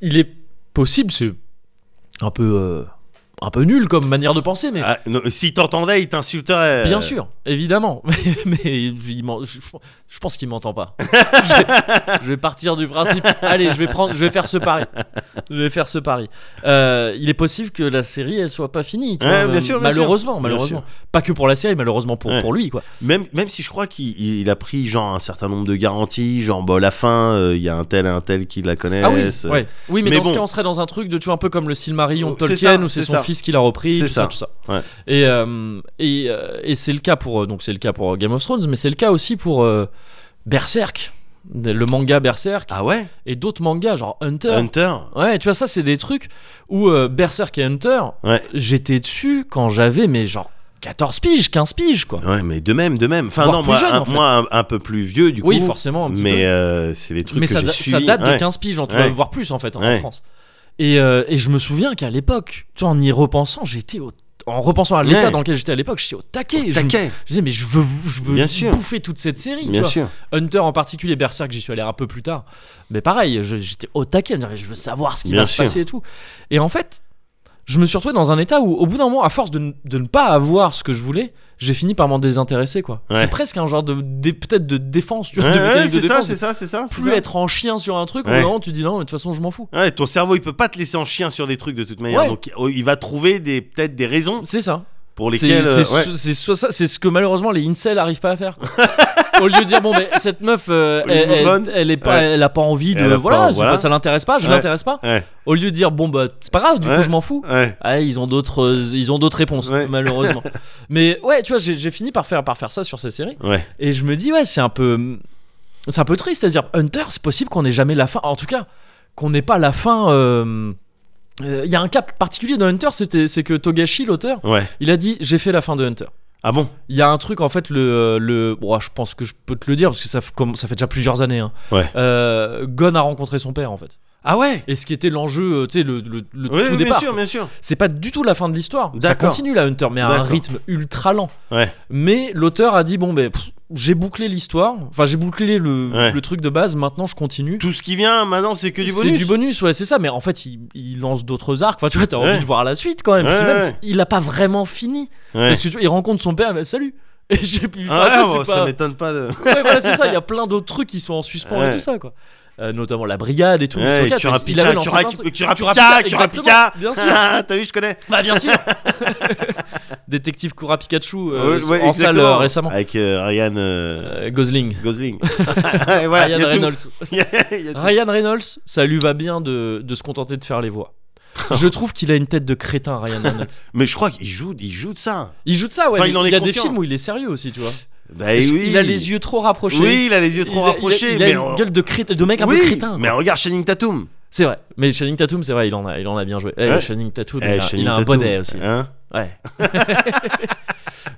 Speaker 2: il est possible, c'est un peu. euh, un peu nul comme manière de penser, mais.
Speaker 1: Ah, non, S'il t'entendait, il t'insulterait.
Speaker 2: Bien sûr, évidemment. Mais, mais il m'en- je, je pense qu'il m'entend pas. je, vais, je vais partir du principe. Allez, je vais prendre, je vais faire ce pari. Je vais faire ce pari. Euh, il est possible que la série elle soit pas finie. tu
Speaker 1: Ouais,
Speaker 2: vois,
Speaker 1: bien
Speaker 2: euh,
Speaker 1: sûr, bien
Speaker 2: malheureusement,
Speaker 1: sûr.
Speaker 2: malheureusement.
Speaker 1: Bien
Speaker 2: Pas que pour la série, malheureusement pour,
Speaker 1: Ouais.
Speaker 2: pour lui quoi.
Speaker 1: Même, même si je crois qu'il il a pris genre un certain nombre de garanties, genre bah, la fin, euh, il y a un tel et un tel qui la connaissent.
Speaker 2: Ah oui, ouais. oui, mais,
Speaker 1: mais
Speaker 2: dans ce
Speaker 1: bon.
Speaker 2: cas on serait dans un truc de tu vois un peu comme le Silmarillion de
Speaker 1: C'est
Speaker 2: Tolkien
Speaker 1: ça,
Speaker 2: où c'est
Speaker 1: c'est
Speaker 2: son
Speaker 1: ça.
Speaker 2: fils qui l'a repris,
Speaker 1: C'est
Speaker 2: tout ça,
Speaker 1: ça.
Speaker 2: tout ça.
Speaker 1: Ouais.
Speaker 2: Et euh, et, euh, et c'est le cas pour euh, donc c'est le cas pour Game of Thrones, mais c'est le cas aussi pour euh, Berserk, le manga Berserk.
Speaker 1: Ah ouais
Speaker 2: et d'autres mangas genre Hunter.
Speaker 1: Hunter
Speaker 2: Ouais, tu vois ça c'est des trucs où euh, Berserk et Hunter,
Speaker 1: Ouais.
Speaker 2: j'étais dessus quand j'avais mais genre 14 piges, 15 piges quoi.
Speaker 1: Ouais, mais de même, de même. Enfin,
Speaker 2: Voire
Speaker 1: non,
Speaker 2: plus
Speaker 1: moi,
Speaker 2: jeune,
Speaker 1: un,
Speaker 2: en fait.
Speaker 1: moi un, un peu plus vieux, du
Speaker 2: oui,
Speaker 1: coup.
Speaker 2: forcément un petit
Speaker 1: mais
Speaker 2: peu.
Speaker 1: euh, c'est des trucs
Speaker 2: mais
Speaker 1: que
Speaker 2: ça,
Speaker 1: j'ai
Speaker 2: da- ça
Speaker 1: suivis.
Speaker 2: date de
Speaker 1: Ouais.
Speaker 2: 15 piges en tout
Speaker 1: Ouais.
Speaker 2: cas, voire plus en fait en
Speaker 1: Ouais.
Speaker 2: France. Et, euh, et je me souviens qu'à l'époque, tu vois, en y repensant, j'étais au en repensant à l'état
Speaker 1: Ouais.
Speaker 2: dans lequel j'étais à l'époque, j'étais au taquet. Je me-
Speaker 1: Taquet,
Speaker 2: Je, disais, mais je veux, je veux
Speaker 1: Bien sûr.
Speaker 2: bouffer toute cette série. tu
Speaker 1: bien
Speaker 2: vois.
Speaker 1: sûr.
Speaker 2: Hunter en particulier, Berserk, j'y suis allé un peu plus tard. Mais pareil, je- j'étais au taquet, je me disais, je veux savoir ce qui
Speaker 1: Bien
Speaker 2: va se
Speaker 1: sûr.
Speaker 2: passer et tout. Et en fait, je me suis retrouvé dans un état où, au bout d'un moment, à force de, n- de ne pas avoir ce que je voulais, j'ai fini par m'en désintéresser quoi.
Speaker 1: Ouais.
Speaker 2: C'est presque un genre de, dé- peut-être de défense, tu vois,
Speaker 1: Ouais,
Speaker 2: de
Speaker 1: ouais,
Speaker 2: mécanisme de
Speaker 1: c'est ça,
Speaker 2: défense,
Speaker 1: c'est
Speaker 2: de
Speaker 1: ça, c'est ça. c'est
Speaker 2: Plus
Speaker 1: ça.
Speaker 2: être en chien sur un truc, au
Speaker 1: Ouais.
Speaker 2: bout d'un moment, tu dis non, mais de toute façon, je m'en fous.
Speaker 1: Ouais, ton cerveau, il peut pas te laisser en chien sur des trucs de toute manière.
Speaker 2: Ouais.
Speaker 1: Donc, il va trouver des peut-être des raisons
Speaker 2: C'est ça.
Speaker 1: pour
Speaker 2: C'est
Speaker 1: lesquelles. euh,
Speaker 2: c'est so-
Speaker 1: ouais.
Speaker 2: c'est soit ça, c'est ce que malheureusement les incels arrivent pas à faire. quoi. Au lieu de dire bon mais cette meuf, euh,
Speaker 1: Au lieu de
Speaker 2: elle,
Speaker 1: move
Speaker 2: elle-
Speaker 1: on.
Speaker 2: elle est pas,
Speaker 1: Ouais.
Speaker 2: elle a pas envie de,
Speaker 1: Elle a pas-
Speaker 2: voilà, c'est
Speaker 1: voilà.
Speaker 2: pas- ça l'intéresse pas, je
Speaker 1: Ouais.
Speaker 2: l'intéresse pas.
Speaker 1: Ouais,
Speaker 2: Au lieu de dire bon bah c'est pas grave, du coup
Speaker 1: Ouais.
Speaker 2: je m'en fous.
Speaker 1: ouais.
Speaker 2: Ah, ils ont d'autres, euh, ils ont d'autres réponses
Speaker 1: Ouais.
Speaker 2: malheureusement. mais ouais, tu vois, j'ai j'ai fini par faire par faire ça sur ces séries.
Speaker 1: ouais.
Speaker 2: Et je me dis, ouais, c'est un peu. C'est un peu triste, c'est-à-dire, Hunter, c'est possible qu'on n'ait jamais la fin. En tout cas, qu'on n'ait pas la fin. euh, euh, Il y a un cas particulier dans Hunter, c'était, c'est que Togashi, l'auteur,
Speaker 1: Ouais.
Speaker 2: il a dit J'ai fait la fin de Hunter.
Speaker 1: Ah bon
Speaker 2: Il y a un truc, en fait, le. euh, le bon, je pense que je peux te le dire, parce que ça, f- comme, ça fait déjà plusieurs années. Hein.
Speaker 1: Ouais.
Speaker 2: Euh, Gon a rencontré son père, en fait.
Speaker 1: Ah ouais
Speaker 2: Et ce qui était l'enjeu, euh, tu sais, le, le, le
Speaker 1: Oui,
Speaker 2: tout
Speaker 1: oui, bien
Speaker 2: départ.
Speaker 1: sûr, bien sûr.
Speaker 2: C'est pas du tout la fin de l'histoire. Ça
Speaker 1: D'accord.
Speaker 2: continue la Hunter, mais à un
Speaker 1: D'accord.
Speaker 2: rythme ultra lent.
Speaker 1: Ouais.
Speaker 2: Mais l'auteur a dit bon ben pff, j'ai bouclé l'histoire, enfin j'ai bouclé le,
Speaker 1: Ouais.
Speaker 2: le truc de base. Maintenant je continue.
Speaker 1: Tout ce qui vient maintenant, c'est que du
Speaker 2: C'est
Speaker 1: bonus.
Speaker 2: du bonus, ouais, c'est ça. Mais en fait, il, il lance d'autres arcs. Enfin, tu vois, t'as
Speaker 1: Ouais.
Speaker 2: envie de voir la suite quand même. Puis
Speaker 1: Ouais,
Speaker 2: même,
Speaker 1: ouais.
Speaker 2: Il a pas vraiment fini.
Speaker 1: Ouais.
Speaker 2: Parce que tu vois, il rencontre son père, ben, salut. Et j'ai pu.
Speaker 1: Ah ouais, bon, ça
Speaker 2: pas...
Speaker 1: m'étonne pas de.
Speaker 2: Ouais, voilà, c'est ça. Il y a plein d'autres trucs qui sont en suspens et
Speaker 1: Ouais.
Speaker 2: tout ça, quoi. Euh, notamment la brigade et tout.
Speaker 1: Ouais,
Speaker 2: Ils sont quatre, mais il
Speaker 1: Kurapika,
Speaker 2: avait lancé
Speaker 1: Kura-
Speaker 2: plein de trucs.
Speaker 1: Kurapika,
Speaker 2: exactement,
Speaker 1: Kurapika.
Speaker 2: Bien sûr.
Speaker 1: Ah, T'as vu, je connais.
Speaker 2: Bah bien sûr Détective Kura Pikachu euh,
Speaker 1: Ouais, ouais,
Speaker 2: en salle
Speaker 1: exactement.
Speaker 2: euh, récemment.
Speaker 1: Avec euh, Ryan euh,
Speaker 2: Euh, Gosling.
Speaker 1: Gosling. Ouais, voilà, il y a
Speaker 2: Ryan
Speaker 1: tout.
Speaker 2: Reynolds.
Speaker 1: Il y a- il y a tout.
Speaker 2: Ryan Reynolds, ça lui va bien de, de se contenter de faire les voix. Je trouve qu'il a une tête de crétin, Ryan Reynolds.
Speaker 1: Mais je crois qu'il joue, il joue de ça.
Speaker 2: Il joue de ça, ouais.
Speaker 1: Enfin,
Speaker 2: mais
Speaker 1: il en est
Speaker 2: y a des
Speaker 1: conscient.
Speaker 2: films où il est sérieux aussi, tu vois.
Speaker 1: Bah
Speaker 2: Parce
Speaker 1: oui.
Speaker 2: qu'il a les yeux trop rapprochés.
Speaker 1: Oui, il a les yeux trop
Speaker 2: Il a- il a-
Speaker 1: rapprochés.
Speaker 2: Il a,
Speaker 1: mais
Speaker 2: une
Speaker 1: on-
Speaker 2: gueule de, crétin, de mec un
Speaker 1: oui,
Speaker 2: peu crétin.
Speaker 1: Mais
Speaker 2: quoi.
Speaker 1: regarde Shining Tatum.
Speaker 2: C'est vrai. Mais Channing Tatum, c'est vrai, il en a, il en a bien joué. Eh,
Speaker 1: Ouais.
Speaker 2: Channing Tatum,
Speaker 1: Eh,
Speaker 2: il, a,
Speaker 1: Channing
Speaker 2: il a un
Speaker 1: Tatum,
Speaker 2: bonnet aussi.
Speaker 1: hein.
Speaker 2: Ouais.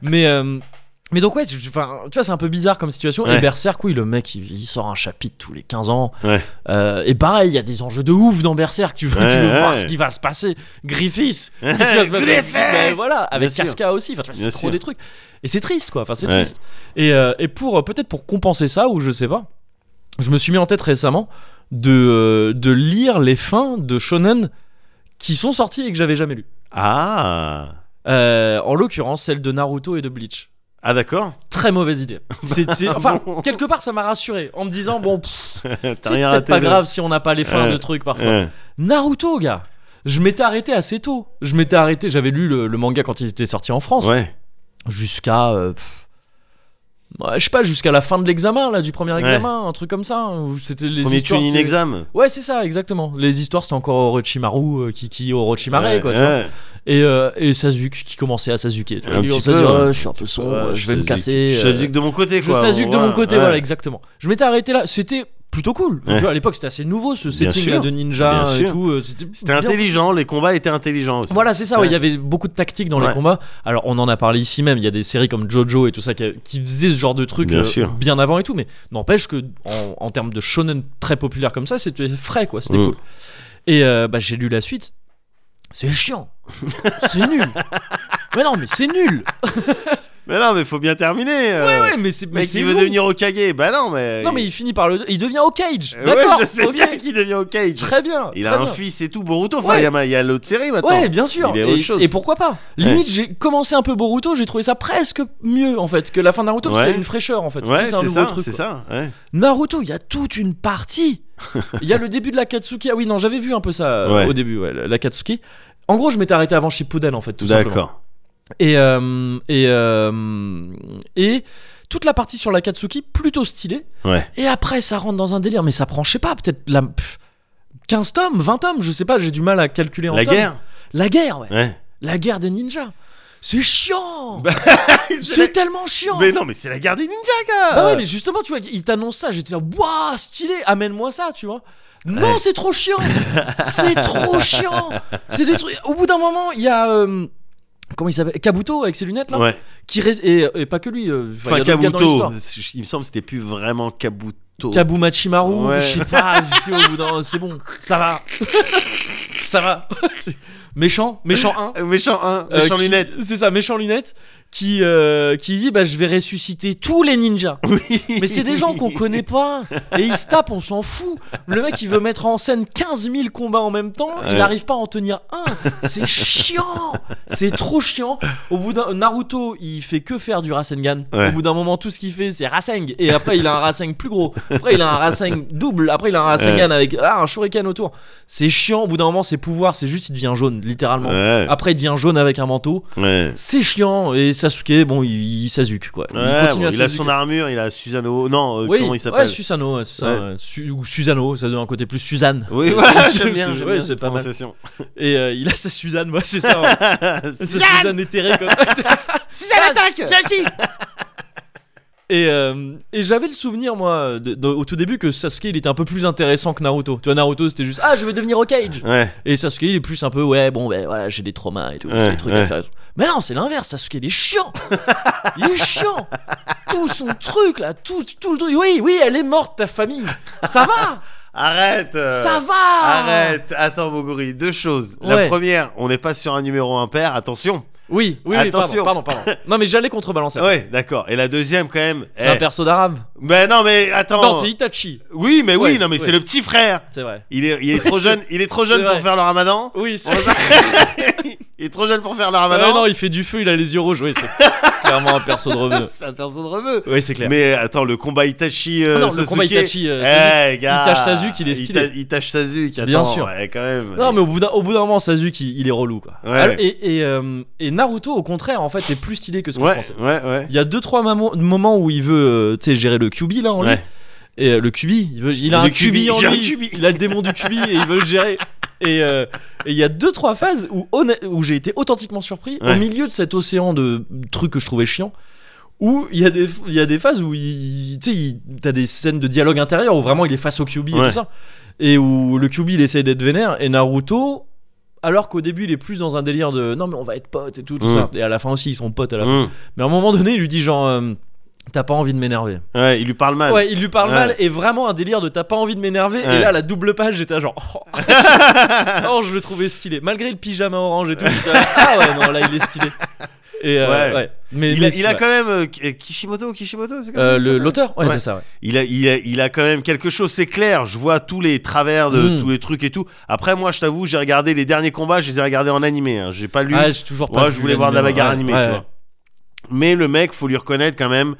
Speaker 2: mais euh, mais donc ouais, tu, tu- enfin, tu vois, c'est un peu bizarre comme situation. Et
Speaker 1: Ouais.
Speaker 2: Berserk, oui, le mec, il, il sort un chapitre tous les 15 ans.
Speaker 1: Ouais.
Speaker 2: Euh, et pareil, il y a des enjeux de ouf dans Berserk. Tu veux, tu
Speaker 1: Ouais,
Speaker 2: veux
Speaker 1: ouais.
Speaker 2: voir ce qui va se passer. Griffiths,
Speaker 1: Ouais,
Speaker 2: qu'est-ce qui va se passer
Speaker 1: Griffiths
Speaker 2: Ben Voilà,
Speaker 1: Bien
Speaker 2: avec
Speaker 1: sûr.
Speaker 2: Casca aussi. Enfin, tu vois, c'est
Speaker 1: Bien
Speaker 2: trop
Speaker 1: sûr.
Speaker 2: des trucs. Et c'est triste, quoi. Enfin, c'est
Speaker 1: Ouais.
Speaker 2: triste. Et, euh, et pour euh, peut-être pour compenser ça ou je sais pas, je me suis mis en tête récemment de euh, de lire les fins de shonen qui sont sorties et que j'avais jamais lu.
Speaker 1: Ah.
Speaker 2: Euh, en l'occurrence, celle de Naruto et de Bleach.
Speaker 1: Ah d'accord.
Speaker 2: Très mauvaise idée. C'est- c'est- enfin, quelque part, ça m'a rassuré en me disant bon, pff,
Speaker 1: Ah T'as
Speaker 2: c'est
Speaker 1: rien
Speaker 2: peut-être
Speaker 1: raté.
Speaker 2: pas
Speaker 1: de-
Speaker 2: grave si on n'a pas les fins
Speaker 1: Ouais.
Speaker 2: de trucs parfois.
Speaker 1: Ouais.
Speaker 2: Naruto, gars, je m'étais arrêté assez tôt. Je m'étais arrêté, j'avais lu le, le manga quand il était sorti en France,
Speaker 1: Ouais.
Speaker 2: jusqu'à, euh, pff, ouais, je sais pas, jusqu'à la fin de l'examen là, du premier examen, un truc comme ça. hein, où C'était les
Speaker 1: Premier
Speaker 2: histoires.
Speaker 1: tuning
Speaker 2: c'est-
Speaker 1: exam.
Speaker 2: Ouais, c'est ça, exactement. Les histoires, c'était encore Orochimaru, euh, Kiki, Orochimare,
Speaker 1: Ouais,
Speaker 2: quoi. tu vois.
Speaker 1: ouais.
Speaker 2: Et, euh, et Sasuke qui commençait à Sasuke.
Speaker 1: Un
Speaker 2: Lui, on
Speaker 1: petit
Speaker 2: s'est
Speaker 1: peu,
Speaker 2: dit,
Speaker 1: ouais.
Speaker 2: Oh, je suis un peu sombre,
Speaker 1: Ouais,
Speaker 2: je vais me
Speaker 1: Sasuke-
Speaker 2: casser. euh,
Speaker 1: Sasuke de mon côté
Speaker 2: je
Speaker 1: quoi.
Speaker 2: Sasuke de
Speaker 1: voilà.
Speaker 2: mon côté,
Speaker 1: Ouais.
Speaker 2: voilà, exactement. Je m'étais arrêté là, c'était plutôt cool. Tu
Speaker 1: Ouais.
Speaker 2: vois, à l'époque, c'était assez nouveau ce
Speaker 1: Bien
Speaker 2: setting là
Speaker 1: sûr.
Speaker 2: de ninja
Speaker 1: Bien
Speaker 2: et
Speaker 1: sûr.
Speaker 2: tout. euh, C'était
Speaker 1: C'était
Speaker 2: bien.
Speaker 1: intelligent, les combats étaient intelligents aussi.
Speaker 2: Voilà, c'est ça, ouais,
Speaker 1: Ouais.
Speaker 2: il y avait beaucoup de tactiques dans les
Speaker 1: Ouais.
Speaker 2: combats. Alors, on en a parlé ici même, il y a des séries comme JoJo et tout ça qui, qui faisaient ce genre de trucs
Speaker 1: Bien sûr.
Speaker 2: bien avant et tout, mais n'empêche que en, en termes de shonen très populaire comme ça, c'était frais, quoi, c'était
Speaker 1: Mm.
Speaker 2: cool. Et euh, bah, j'ai lu la suite, c'est chiant, c'est nul. Mais non, mais c'est nul.
Speaker 1: Mais non, mais faut bien terminer. euh.
Speaker 2: Ouais, ouais, mais c'est mais
Speaker 1: Mec,
Speaker 2: c'est
Speaker 1: il veut
Speaker 2: long.
Speaker 1: devenir Okage. Bah non, mais.
Speaker 2: Non, mais il finit par le. Il devient au cage.
Speaker 1: Euh,
Speaker 2: D'accord.
Speaker 1: Ouais, je sais
Speaker 2: ok.
Speaker 1: bien qu'il devient Okage.
Speaker 2: Très bien.
Speaker 1: Il
Speaker 2: très
Speaker 1: a un
Speaker 2: bien.
Speaker 1: fils et tout, Boruto. Enfin,
Speaker 2: Ouais.
Speaker 1: il y a ma- il y a, l'autre série maintenant.
Speaker 2: Ouais, bien sûr.
Speaker 1: Il est
Speaker 2: et,
Speaker 1: autre chose.
Speaker 2: et pourquoi pas Limite, j'ai commencé un peu Boruto, j'ai trouvé ça presque mieux en fait que la fin de Naruto parce
Speaker 1: Ouais.
Speaker 2: qu'il y a une fraîcheur en fait. Tu sais,
Speaker 1: Ouais,
Speaker 2: un
Speaker 1: c'est
Speaker 2: nouveau
Speaker 1: ça,
Speaker 2: truc,
Speaker 1: c'est
Speaker 2: quoi.
Speaker 1: ça. Ouais.
Speaker 2: Naruto, il y a toute une partie. Il y a le début de la Katsuki. Ah oui, non, j'avais vu un peu ça euh,
Speaker 1: Ouais.
Speaker 2: au début, ouais, la la Katsuki. En gros, je m'étais arrêté avant Shippuden en fait, tout simplement.
Speaker 1: D'accord.
Speaker 2: Et euh, et euh, et toute la partie sur la Katsuki plutôt stylée.
Speaker 1: Ouais.
Speaker 2: Et après, ça rentre dans un délire, mais ça prend, je sais pas, peut-être la. pff, 15 tomes, 20 tomes, je sais pas, j'ai du mal à calculer en
Speaker 1: La
Speaker 2: tomes.
Speaker 1: guerre
Speaker 2: La guerre, ouais.
Speaker 1: Ouais.
Speaker 2: La guerre des ninjas. C'est chiant
Speaker 1: Bah, C'est
Speaker 2: C'est tellement chiant
Speaker 1: la- Mais non, mais c'est la guerre des ninjas, gars
Speaker 2: Bah ouais, mais justement, tu vois, il t'annonce ça, j'étais là, waouh, stylé, amène-moi ça, tu vois. Non, c'est trop chiant C'est trop chiant C'est des trucs. Au bout d'un moment, il y a. euh, Comment il s'appelle Kabuto avec ses lunettes là
Speaker 1: Ouais.
Speaker 2: qui rés- et, et pas que lui, euh, enfin, il
Speaker 1: Enfin,
Speaker 2: y a d'autres gars dans l'histoire.
Speaker 1: Kabuto. c'est- Il me semble que c'était plus vraiment Kabuto.
Speaker 2: Kabumachimaru,
Speaker 1: Ouais.
Speaker 2: je sais pas, je sais, au bout d'un- c'est bon, ça va. ça va. méchant, méchant 1.
Speaker 1: Euh, Méchant 1,
Speaker 2: euh,
Speaker 1: méchant
Speaker 2: qui-
Speaker 1: lunette.
Speaker 2: C'est ça, méchant lunette, qui, euh, qui dit bah, Je vais ressusciter tous les ninjas.
Speaker 1: Oui.
Speaker 2: Mais c'est des gens qu'on connaît pas. Et ils se tapent, on s'en fout. Le mec, il veut mettre en scène 15 000 combats en même temps. Il
Speaker 1: Ouais.
Speaker 2: n'arrive pas à en tenir un. C'est chiant. C'est trop chiant. Au bout d'un. Naruto, il fait que faire du Rasengan.
Speaker 1: Ouais.
Speaker 2: Au bout d'un moment, tout ce qu'il fait, c'est Raseng. Et après, il a un Raseng plus gros. Après, il a un Raseng double. Après, il a un Rasengan avec ah, un Shuriken autour. C'est chiant. Au bout d'un moment, ses pouvoirs, c'est juste, il devient jaune, littéralement.
Speaker 1: Ouais,
Speaker 2: Après, il devient jaune avec un manteau.
Speaker 1: ouais.
Speaker 2: C'est chiant. Et Sasuke, bon, il, il s'azuque, quoi.
Speaker 1: Ouais,
Speaker 2: continue
Speaker 1: bon,
Speaker 2: à
Speaker 1: il a
Speaker 2: s'azuquer.
Speaker 1: son armure, il a Susano. Non, euh,
Speaker 2: Oui,
Speaker 1: comment il
Speaker 2: ouais,
Speaker 1: s'appelle
Speaker 2: Susano, ouais, c'est ça,
Speaker 1: Ouais.
Speaker 2: ouais. Su- ou Susano, ça donne un côté plus Suzanne.
Speaker 1: Oui, voilà, j'aime
Speaker 2: Ouais,
Speaker 1: bien, j'aime bien
Speaker 2: c'est
Speaker 1: cette
Speaker 2: pas mal.
Speaker 1: prononciation.
Speaker 2: Et euh, il a sa Suzanne, ouais, c'est ça. ouais. Sa Suzanne éthérée, quoi. Suzanne attaque Et, euh, et j'avais le souvenir, moi, de- de- au tout début, que Sasuke, il était un peu plus intéressant que Naruto. Tu vois, Naruto, c'était juste Ah, je veux devenir Hokage
Speaker 1: Ouais,
Speaker 2: Et Sasuke, il est plus un peu Ouais, bon, ben voilà, j'ai des traumas et tout, j'ai
Speaker 1: Ouais,
Speaker 2: des trucs à
Speaker 1: ouais.
Speaker 2: faire. et tout. Mais non, c'est l'inverse, Sasuke, il est chiant Il est chiant Tout son truc, là, tout, tout le truc. Oui, oui, elle est morte, ta famille Ça va
Speaker 1: arrête euh,
Speaker 2: Ça va
Speaker 1: Arrête Attends, Moguri, deux choses.
Speaker 2: Ouais.
Speaker 1: La première, on n'est pas sur un numéro impair, attention.
Speaker 2: Oui, oui, oui,
Speaker 1: Attention.
Speaker 2: pardon, pardon, pardon. Non, mais j'allais contrebalancer.
Speaker 1: Ouais, d'accord. Et la deuxième, quand même.
Speaker 2: C'est un
Speaker 1: eh,
Speaker 2: perso d'arabe.
Speaker 1: Ben non, mais attends.
Speaker 2: Non, c'est Itachi.
Speaker 1: Oui, mais oui,
Speaker 2: Ouais,
Speaker 1: non, mais
Speaker 2: ouais.
Speaker 1: c'est le petit frère.
Speaker 2: C'est vrai.
Speaker 1: Il est, il est trop
Speaker 2: c'est-
Speaker 1: jeune, il est trop jeune
Speaker 2: c'est
Speaker 1: pour
Speaker 2: vrai.
Speaker 1: faire le ramadan.
Speaker 2: Oui, c'est
Speaker 1: On va- il est trop jeune pour faire le
Speaker 2: Ouais,
Speaker 1: ramadan.
Speaker 2: non, il fait du feu, il a les yeux rouges. Oui, c'est clairement un perso de revenu.
Speaker 1: Ça, personne reveux.
Speaker 2: Oui, c'est clair.
Speaker 1: Mais attends, le combat Itachi. euh,
Speaker 2: Ah non, le
Speaker 1: Sasuke.
Speaker 2: combat Itachi, euh,
Speaker 1: Eh,
Speaker 2: Sasuke.
Speaker 1: gars.
Speaker 2: Itachi Sasuke, il est stylé.
Speaker 1: Ita- Itachi Sasuke, attends.
Speaker 2: Bien sûr.
Speaker 1: ouais, quand même.
Speaker 2: Non, mais au bout d'un, au bout d'un moment, Sasuke, il, il est relou, quoi.
Speaker 1: Ouais.
Speaker 2: Alors, et, et, euh, et Naruto, au contraire, en fait, est plus stylé que ce qu'on
Speaker 1: Ouais,
Speaker 2: pensait.
Speaker 1: ouais, ouais.
Speaker 2: Il y a 2-3 moments où il veut euh, tu sais, gérer le QB là en lui.
Speaker 1: Ouais.
Speaker 2: Et euh, le QB, il, veut- il a
Speaker 1: Le
Speaker 2: un QB,
Speaker 1: QB,
Speaker 2: en
Speaker 1: j'ai un
Speaker 2: lui.
Speaker 1: QB.
Speaker 2: Il a le démon du QB et il veut le gérer. Et euh, et il y a 2-3 phases où, honnêt- où j'ai été authentiquement surpris au
Speaker 1: Ouais.
Speaker 2: milieu de cet océan de trucs que je trouvais chiants. Où il y, a des, il y a des phases où il, tu sais, il- t'as des scènes de dialogue intérieur où vraiment il est face au QB et
Speaker 1: Ouais.
Speaker 2: tout ça. Et où le QB il essaie d'être vénère et Naruto, alors qu'au début il est plus dans un délire de non mais on va être potes et tout, tout
Speaker 1: Mm.
Speaker 2: ça. Et à la fin aussi ils sont potes à la fin.
Speaker 1: Hum.
Speaker 2: Mais à un moment donné, il lui dit genre, euh, t'as pas envie de m'énerver.
Speaker 1: Ouais, il lui parle mal.
Speaker 2: Ouais, il lui parle
Speaker 1: Ouais.
Speaker 2: mal et vraiment un délire de t'as pas envie de m'énerver. Et
Speaker 1: Ouais.
Speaker 2: là, la double page, j'étais genre, oh, oh, je le trouvais stylé. Malgré le pyjama orange et tout, j'étais là, ah ouais, non, là, il est stylé. Et euh, ouais.
Speaker 1: Ouais.
Speaker 2: Mais
Speaker 1: Il
Speaker 2: mais
Speaker 1: a,
Speaker 2: c'est
Speaker 1: il a
Speaker 2: vrai.
Speaker 1: quand même euh, K- Kishimoto, Kishimoto, c'est comme
Speaker 2: Euh,
Speaker 1: ça qu'il
Speaker 2: le-
Speaker 1: s'appelle
Speaker 2: l'auteur, ouais,
Speaker 1: Ouais.
Speaker 2: c'est ça. ouais.
Speaker 1: Il a, il, a, il a quand même quelque chose, c'est clair. Je vois tous les travers de
Speaker 2: Mm.
Speaker 1: tous les trucs et tout. Après, moi, je t'avoue, j'ai regardé les derniers combats, je les ai regardés en animé. hein. J'ai pas lu.
Speaker 2: Ah, j'ai toujours pas
Speaker 1: Ouais,
Speaker 2: vu
Speaker 1: je voulais voir de la
Speaker 2: l'anime,
Speaker 1: bagarre
Speaker 2: ouais.
Speaker 1: animée,
Speaker 2: Ouais,
Speaker 1: tu
Speaker 2: ouais.
Speaker 1: vois. Mais le mec, faut lui reconnaître quand même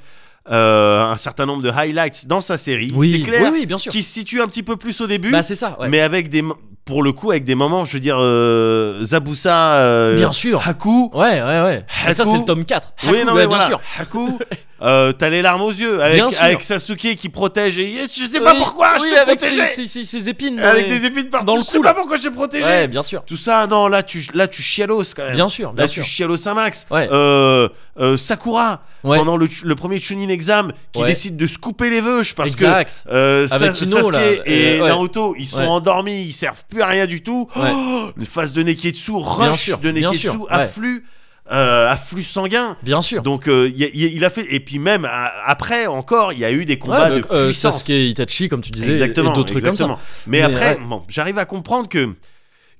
Speaker 1: euh, un certain nombre de highlights dans sa série.
Speaker 2: Oui,
Speaker 1: c'est clair.
Speaker 2: oui, oui, bien sûr.
Speaker 1: Qui se situe un petit peu plus au début,
Speaker 2: Bah, c'est ça, ouais.
Speaker 1: mais avec des, mo- pour le coup, avec des moments, je veux dire, euh, Zabusa, euh,
Speaker 2: bien sûr.
Speaker 1: Haku.
Speaker 2: Ouais, ouais, ouais. Et ça,
Speaker 1: Haku-
Speaker 2: c'est le tome 4.
Speaker 1: oui,
Speaker 2: Haku,
Speaker 1: non, mais
Speaker 2: ouais, bien
Speaker 1: voilà.
Speaker 2: sûr.
Speaker 1: Haku, euh, t'as les larmes aux yeux avec,
Speaker 2: Bien sûr.
Speaker 1: avec Sasuke qui protège et yes, je sais pas
Speaker 2: Oui,
Speaker 1: pourquoi
Speaker 2: oui,
Speaker 1: Ah, je suis
Speaker 2: avec
Speaker 1: protégé.
Speaker 2: ses, ses- ses- ses épines. dans
Speaker 1: Avec
Speaker 2: les-
Speaker 1: des épines partout,
Speaker 2: dans le
Speaker 1: je
Speaker 2: cou,
Speaker 1: sais
Speaker 2: là.
Speaker 1: pas pourquoi je suis protégé.
Speaker 2: Ouais, bien sûr.
Speaker 1: Tout ça, non, là tu, là tu chialoses quand même.
Speaker 2: Bien sûr, bien
Speaker 1: Là,
Speaker 2: sûr.
Speaker 1: tu chiales au Saint-Max.
Speaker 2: Ouais.
Speaker 1: Euh, euh, Sakura,
Speaker 2: Ouais.
Speaker 1: pendant le, le premier Chunin Exam, qui
Speaker 2: Ouais.
Speaker 1: décide de se couper les veuches parce
Speaker 2: Exact.
Speaker 1: que euh, Sa-
Speaker 2: Avec Ino,
Speaker 1: Sasuke
Speaker 2: là,
Speaker 1: et
Speaker 2: euh, ouais.
Speaker 1: Naruto, ils sont
Speaker 2: Ouais.
Speaker 1: endormis, ils servent plus à rien du tout.
Speaker 2: Ouais.
Speaker 1: Oh, une phase de Neketsu, rush
Speaker 2: sûr,
Speaker 1: de
Speaker 2: bien
Speaker 1: Neketsu,
Speaker 2: sûr, ouais.
Speaker 1: afflux, euh, afflux sanguin.
Speaker 2: Bien sûr.
Speaker 1: Donc euh, il y a- il y a- il a fait et puis même à- après encore il y a eu des combats
Speaker 2: Ouais,
Speaker 1: de
Speaker 2: donc, euh,
Speaker 1: puissance
Speaker 2: Sasuke et Itachi, comme tu disais,
Speaker 1: exactement,
Speaker 2: et d'autres trucs comme ça.
Speaker 1: exactement. Mais,
Speaker 2: Mais
Speaker 1: après,
Speaker 2: ouais.
Speaker 1: bon, j'arrive à comprendre que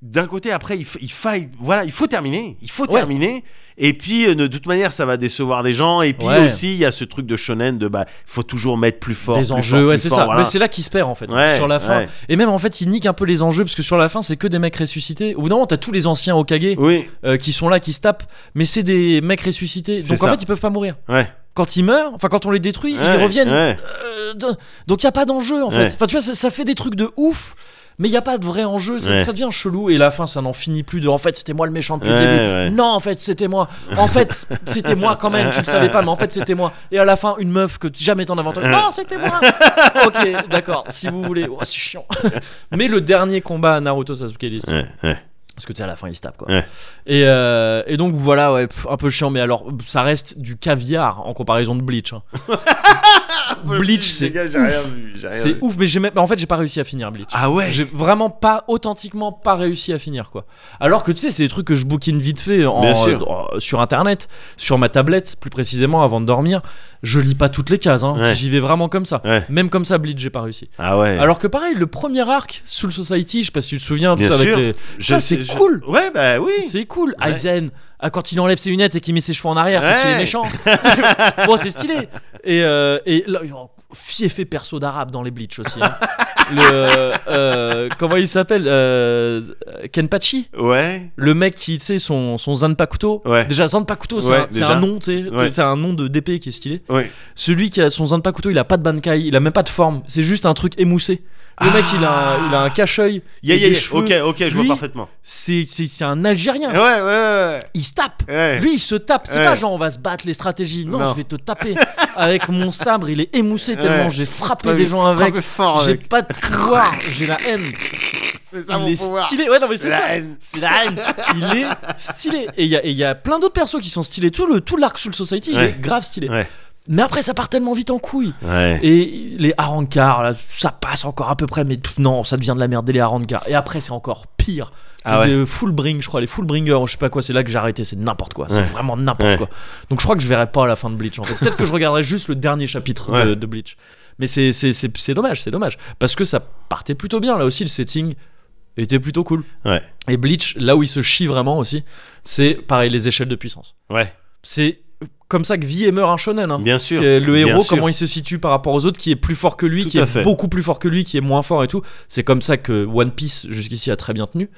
Speaker 1: d'un côté, après, il, fa- il faille, voilà, il faut terminer, il faut
Speaker 2: Ouais.
Speaker 1: terminer. Et puis, euh, de toute manière, ça va décevoir des gens. Et puis
Speaker 2: Ouais.
Speaker 1: aussi, il y a ce truc de shonen de bah, faut toujours mettre plus fort,
Speaker 2: des
Speaker 1: plus
Speaker 2: enjeux,
Speaker 1: fort,
Speaker 2: ouais,
Speaker 1: plus
Speaker 2: c'est
Speaker 1: fort,
Speaker 2: ça.
Speaker 1: voilà.
Speaker 2: Mais c'est là qu'il se perd en fait,
Speaker 1: Ouais,
Speaker 2: sur la fin.
Speaker 1: ouais.
Speaker 2: Et même en fait, il nique un peu les enjeux parce que sur la fin, c'est que des mecs ressuscités. Au bout d'un moment, t'as tous les anciens Okage
Speaker 1: Oui,
Speaker 2: euh, qui sont là, qui se tapent, mais c'est des mecs ressuscités.
Speaker 1: C'est
Speaker 2: Donc en
Speaker 1: ça.
Speaker 2: fait, ils peuvent pas mourir.
Speaker 1: ouais.
Speaker 2: Quand ils meurent, enfin quand on les détruit,
Speaker 1: ouais,
Speaker 2: ils reviennent.
Speaker 1: ouais.
Speaker 2: euh, de- donc il y a pas d'enjeu en
Speaker 1: Ouais.
Speaker 2: fait. Enfin tu vois, ça, ça fait des trucs de ouf. Mais il n'y a pas de vrai enjeu, ça,
Speaker 1: Ouais.
Speaker 2: ça devient chelou et la fin ça n'en finit plus de en fait c'était moi le méchant depuis le
Speaker 1: Ouais,
Speaker 2: début.
Speaker 1: ouais.
Speaker 2: Non en fait c'était moi. En fait c'était moi quand même, tu le savais pas mais en fait c'était moi. Et à la fin une meuf que jamais t'en avais entendu.
Speaker 1: Ouais.
Speaker 2: Non c'était moi. ok d'accord si vous voulez. Oh, c'est chiant. mais le dernier combat à Naruto Sasuke il est stylé.
Speaker 1: Ouais, ouais.
Speaker 2: Parce que tu sais, à la fin, il se tape quoi.
Speaker 1: Ouais.
Speaker 2: Et, euh, et donc voilà, ouais, pff, un peu chiant, mais alors pff, ça reste du caviar en comparaison de Bleach. hein. Bleach, c'est
Speaker 1: Ah, Les gars, j'ai rien
Speaker 2: ouf.
Speaker 1: vu, j'ai rien
Speaker 2: C'est
Speaker 1: vu.
Speaker 2: ouf, mais j'ai même... en fait, j'ai pas réussi à finir Bleach.
Speaker 1: Ah ouais.
Speaker 2: J'ai vraiment pas, authentiquement pas réussi à finir quoi. Alors que tu sais, c'est des trucs que je bookine vite fait en-
Speaker 1: Bien sûr.
Speaker 2: euh, sur internet, sur ma tablette plus précisément avant de dormir. Je lis pas toutes les cases, hein.
Speaker 1: Ouais.
Speaker 2: j'y vais vraiment comme ça.
Speaker 1: Ouais.
Speaker 2: Même comme ça, Bleach, j'ai pas réussi.
Speaker 1: Ah ouais.
Speaker 2: Alors que pareil, le premier arc, Soul Society, je sais pas si tu te souviens, tout
Speaker 1: Bien
Speaker 2: ça avec
Speaker 1: sûr.
Speaker 2: les-
Speaker 1: Je
Speaker 2: ça
Speaker 1: sais-
Speaker 2: c'est c'est
Speaker 1: je-
Speaker 2: cool.
Speaker 1: Ouais, bah oui.
Speaker 2: C'est cool.
Speaker 1: Ouais.
Speaker 2: Aizen, ah, quand il enlève ses lunettes et qu'il met ses cheveux en arrière, c'est qu'il est
Speaker 1: Ouais.
Speaker 2: méchant. bon, c'est stylé. Et, euh, et là, oh, fiefé perso d'arabe dans les Bleach aussi. hein. Le, euh, comment il s'appelle Euh, Kenpachi
Speaker 1: Ouais.
Speaker 2: le mec qui, tu sais, son, son Zanpakuto.
Speaker 1: Ouais.
Speaker 2: Déjà, Zanpakuto, c'est
Speaker 1: Ouais,
Speaker 2: un, c'est
Speaker 1: déjà.
Speaker 2: un nom, tu sais.
Speaker 1: Ouais.
Speaker 2: C'est un nom de DP qui est stylé.
Speaker 1: Ouais.
Speaker 2: Celui qui a son Zanpakuto, il a pas de Bankai, il a même pas de forme. C'est juste un truc émoussé. Le mec, il a, il a un cache-œil.
Speaker 1: Yeah,
Speaker 2: et
Speaker 1: yeah,
Speaker 2: des
Speaker 1: yeah.
Speaker 2: cheveux.
Speaker 1: Ok, ok, je
Speaker 2: Lui-
Speaker 1: vois parfaitement.
Speaker 2: C'est- C'est c'est un Algérien.
Speaker 1: Ouais, ouais, ouais.
Speaker 2: Il se tape.
Speaker 1: ouais. ouais.
Speaker 2: Lui, il se tape. C'est
Speaker 1: Ouais.
Speaker 2: pas genre on va se battre les stratégies. Non,
Speaker 1: Eh. Non.
Speaker 2: je vais te taper avec mon sabre. Il est émoussé tellement
Speaker 1: Ouais.
Speaker 2: j'ai frappé
Speaker 1: Ouais,
Speaker 2: des
Speaker 1: mais
Speaker 2: gens avec.
Speaker 1: frappe fort
Speaker 2: J'ai
Speaker 1: avec.
Speaker 2: pas de pouvoir. J'ai la haine.
Speaker 1: C'est ça
Speaker 2: Il
Speaker 1: mon
Speaker 2: est
Speaker 1: pouvoir.
Speaker 2: stylé. Ouais, non, mais
Speaker 1: C'est
Speaker 2: c'est
Speaker 1: la
Speaker 2: ça.
Speaker 1: haine.
Speaker 2: C'est la haine. Il est stylé. Et il y a- et il y, a plein d'autres persos qui sont stylés. Tout le tout l'arc Soul Society, il
Speaker 1: Ouais.
Speaker 2: est grave stylé.
Speaker 1: Ouais.
Speaker 2: Mais après, ça part tellement vite en couille.
Speaker 1: Ouais.
Speaker 2: Et les harancards, là, ça passe encore à peu près, mais pff, non, ça devient de la merde dès les harancards. Et après, c'est encore pire. C'est
Speaker 1: Ah ouais.
Speaker 2: des full bring, je crois, les full bringers, ou je sais pas quoi, c'est là que j'ai arrêté, c'est n'importe quoi, c'est
Speaker 1: Ouais.
Speaker 2: vraiment n'importe
Speaker 1: Ouais.
Speaker 2: quoi. Donc je crois que je verrai pas la fin de Bleach en fait. Peut-être que je regarderai juste le dernier chapitre de,
Speaker 1: Ouais.
Speaker 2: de Bleach. Mais c'est, c'est, c'est, c'est dommage, c'est dommage. Parce que ça partait plutôt bien, là aussi, le setting était plutôt cool.
Speaker 1: Ouais.
Speaker 2: Et Bleach, là où il se chie vraiment aussi, c'est pareil, les échelles de puissance.
Speaker 1: Ouais.
Speaker 2: C'est comme ça que vit et meurt un shonen. hein.
Speaker 1: Bien sûr.
Speaker 2: Que le
Speaker 1: Bien
Speaker 2: héros,
Speaker 1: sûr.
Speaker 2: comment il se situe par rapport aux autres, qui est plus fort que lui,
Speaker 1: Tout
Speaker 2: qui
Speaker 1: à
Speaker 2: est
Speaker 1: fait.
Speaker 2: beaucoup plus fort que lui, qui est moins fort et tout. C'est comme ça que One Piece jusqu'ici a très bien tenu.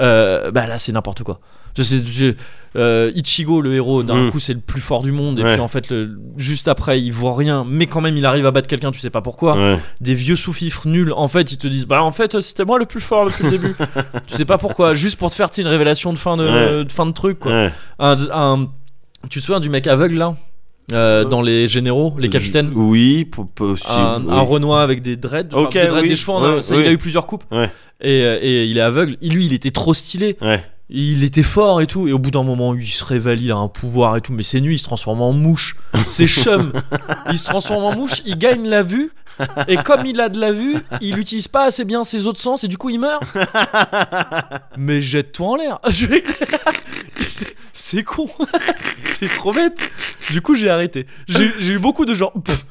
Speaker 2: Euh, bah là, c'est n'importe quoi. Je sais- je- euh, Ichigo, le héros, d'un
Speaker 1: Mm.
Speaker 2: coup, c'est le plus fort du monde. Et
Speaker 1: Ouais.
Speaker 2: puis en fait, le- juste après, il voit rien, mais quand même, il arrive à battre quelqu'un, tu sais pas pourquoi.
Speaker 1: Ouais.
Speaker 2: Des vieux sous-fifres nuls, en fait, ils te disent Bah en fait, c'était moi le plus fort depuis le début. tu sais pas pourquoi, juste pour te faire tu sais, une révélation de fin de,
Speaker 1: Ouais.
Speaker 2: de fin de truc, quoi
Speaker 1: Ouais.
Speaker 2: un, un- tu te souviens du mec aveugle là Euh, dans les généraux, les capitaines
Speaker 1: Je- Oui, po- possible.
Speaker 2: un,
Speaker 1: oui.
Speaker 2: un Renoir avec des dreads, enfin,
Speaker 1: Ok,
Speaker 2: des, dreads,
Speaker 1: oui.
Speaker 2: des cheveux, en-
Speaker 1: Ouais,
Speaker 2: ça,
Speaker 1: oui.
Speaker 2: il a eu plusieurs coupes
Speaker 1: Ouais.
Speaker 2: et, euh, et il est aveugle. Et lui, il était trop stylé,
Speaker 1: Ouais.
Speaker 2: il était fort et tout. Et au bout d'un moment, il se révèle, il a un pouvoir et tout. Mais c'est nuit, il se transforme en mouche, c'est chum. Il se transforme en mouche, il gagne la vue. Et comme il a de la vue, il n'utilise pas assez bien ses autres sens et du coup, il meurt. Mais jette-toi en l'air. Je vais- C'est- C'est con. C'est trop bête. Du coup, j'ai arrêté. J'ai j'ai eu beaucoup de genre pff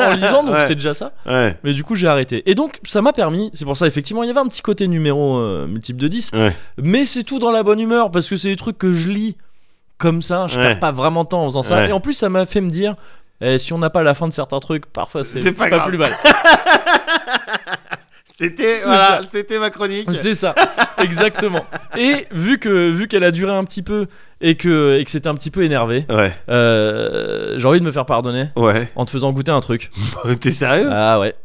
Speaker 2: en lisant, donc
Speaker 1: Ouais.
Speaker 2: c'est déjà ça.
Speaker 1: Ouais.
Speaker 2: Mais du coup, j'ai arrêté. Et donc, ça m'a permis. C'est pour ça, effectivement, il y avait un petit côté numéro euh, multiple de 10.
Speaker 1: Ouais.
Speaker 2: Mais c'est tout dans la bonne humeur parce que c'est des trucs que je lis comme ça. Je
Speaker 1: Ouais.
Speaker 2: perds pas vraiment de temps en faisant ça.
Speaker 1: Ouais.
Speaker 2: Et en plus, ça m'a fait me dire. eh, si on n'a pas la fin de certains trucs, parfois c'est
Speaker 1: C'est
Speaker 2: pas,
Speaker 1: pas grave.
Speaker 2: plus mal.
Speaker 1: C'était
Speaker 2: C'est
Speaker 1: voilà,
Speaker 2: ça.
Speaker 1: c'était ma chronique.
Speaker 2: C'est ça, exactement. Et vu que vu qu'elle a duré un petit peu et que et que c'était un petit peu énervé,
Speaker 1: Ouais.
Speaker 2: euh, j'ai envie de me faire pardonner
Speaker 1: Ouais.
Speaker 2: en te faisant goûter un truc.
Speaker 1: T'es sérieux
Speaker 2: Ah ouais.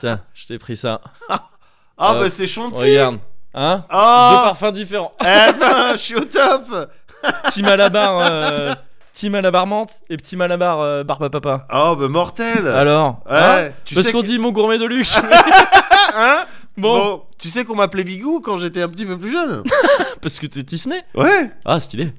Speaker 2: Tiens, je t'ai pris ça.
Speaker 1: Ah
Speaker 2: euh,
Speaker 1: bah c'est chantier.
Speaker 2: Regarde, hein. Deux
Speaker 1: Oh.
Speaker 2: parfums différents.
Speaker 1: Eh ben, je suis au top.
Speaker 2: petit malabar, euh, petit malabar menthe et petit malabar euh, barbe à papa.
Speaker 1: Oh bah mortel.
Speaker 2: Alors,
Speaker 1: Ouais,
Speaker 2: hein
Speaker 1: tu
Speaker 2: parce
Speaker 1: sais
Speaker 2: qu'on
Speaker 1: que-
Speaker 2: dit mon gourmet de luxe.
Speaker 1: Hein
Speaker 2: bon,
Speaker 1: bon. tu sais qu'on m'appelait Bigou quand j'étais un petit peu plus jeune.
Speaker 2: parce que t'es tismé.
Speaker 1: Ouais.
Speaker 2: Ah, stylé.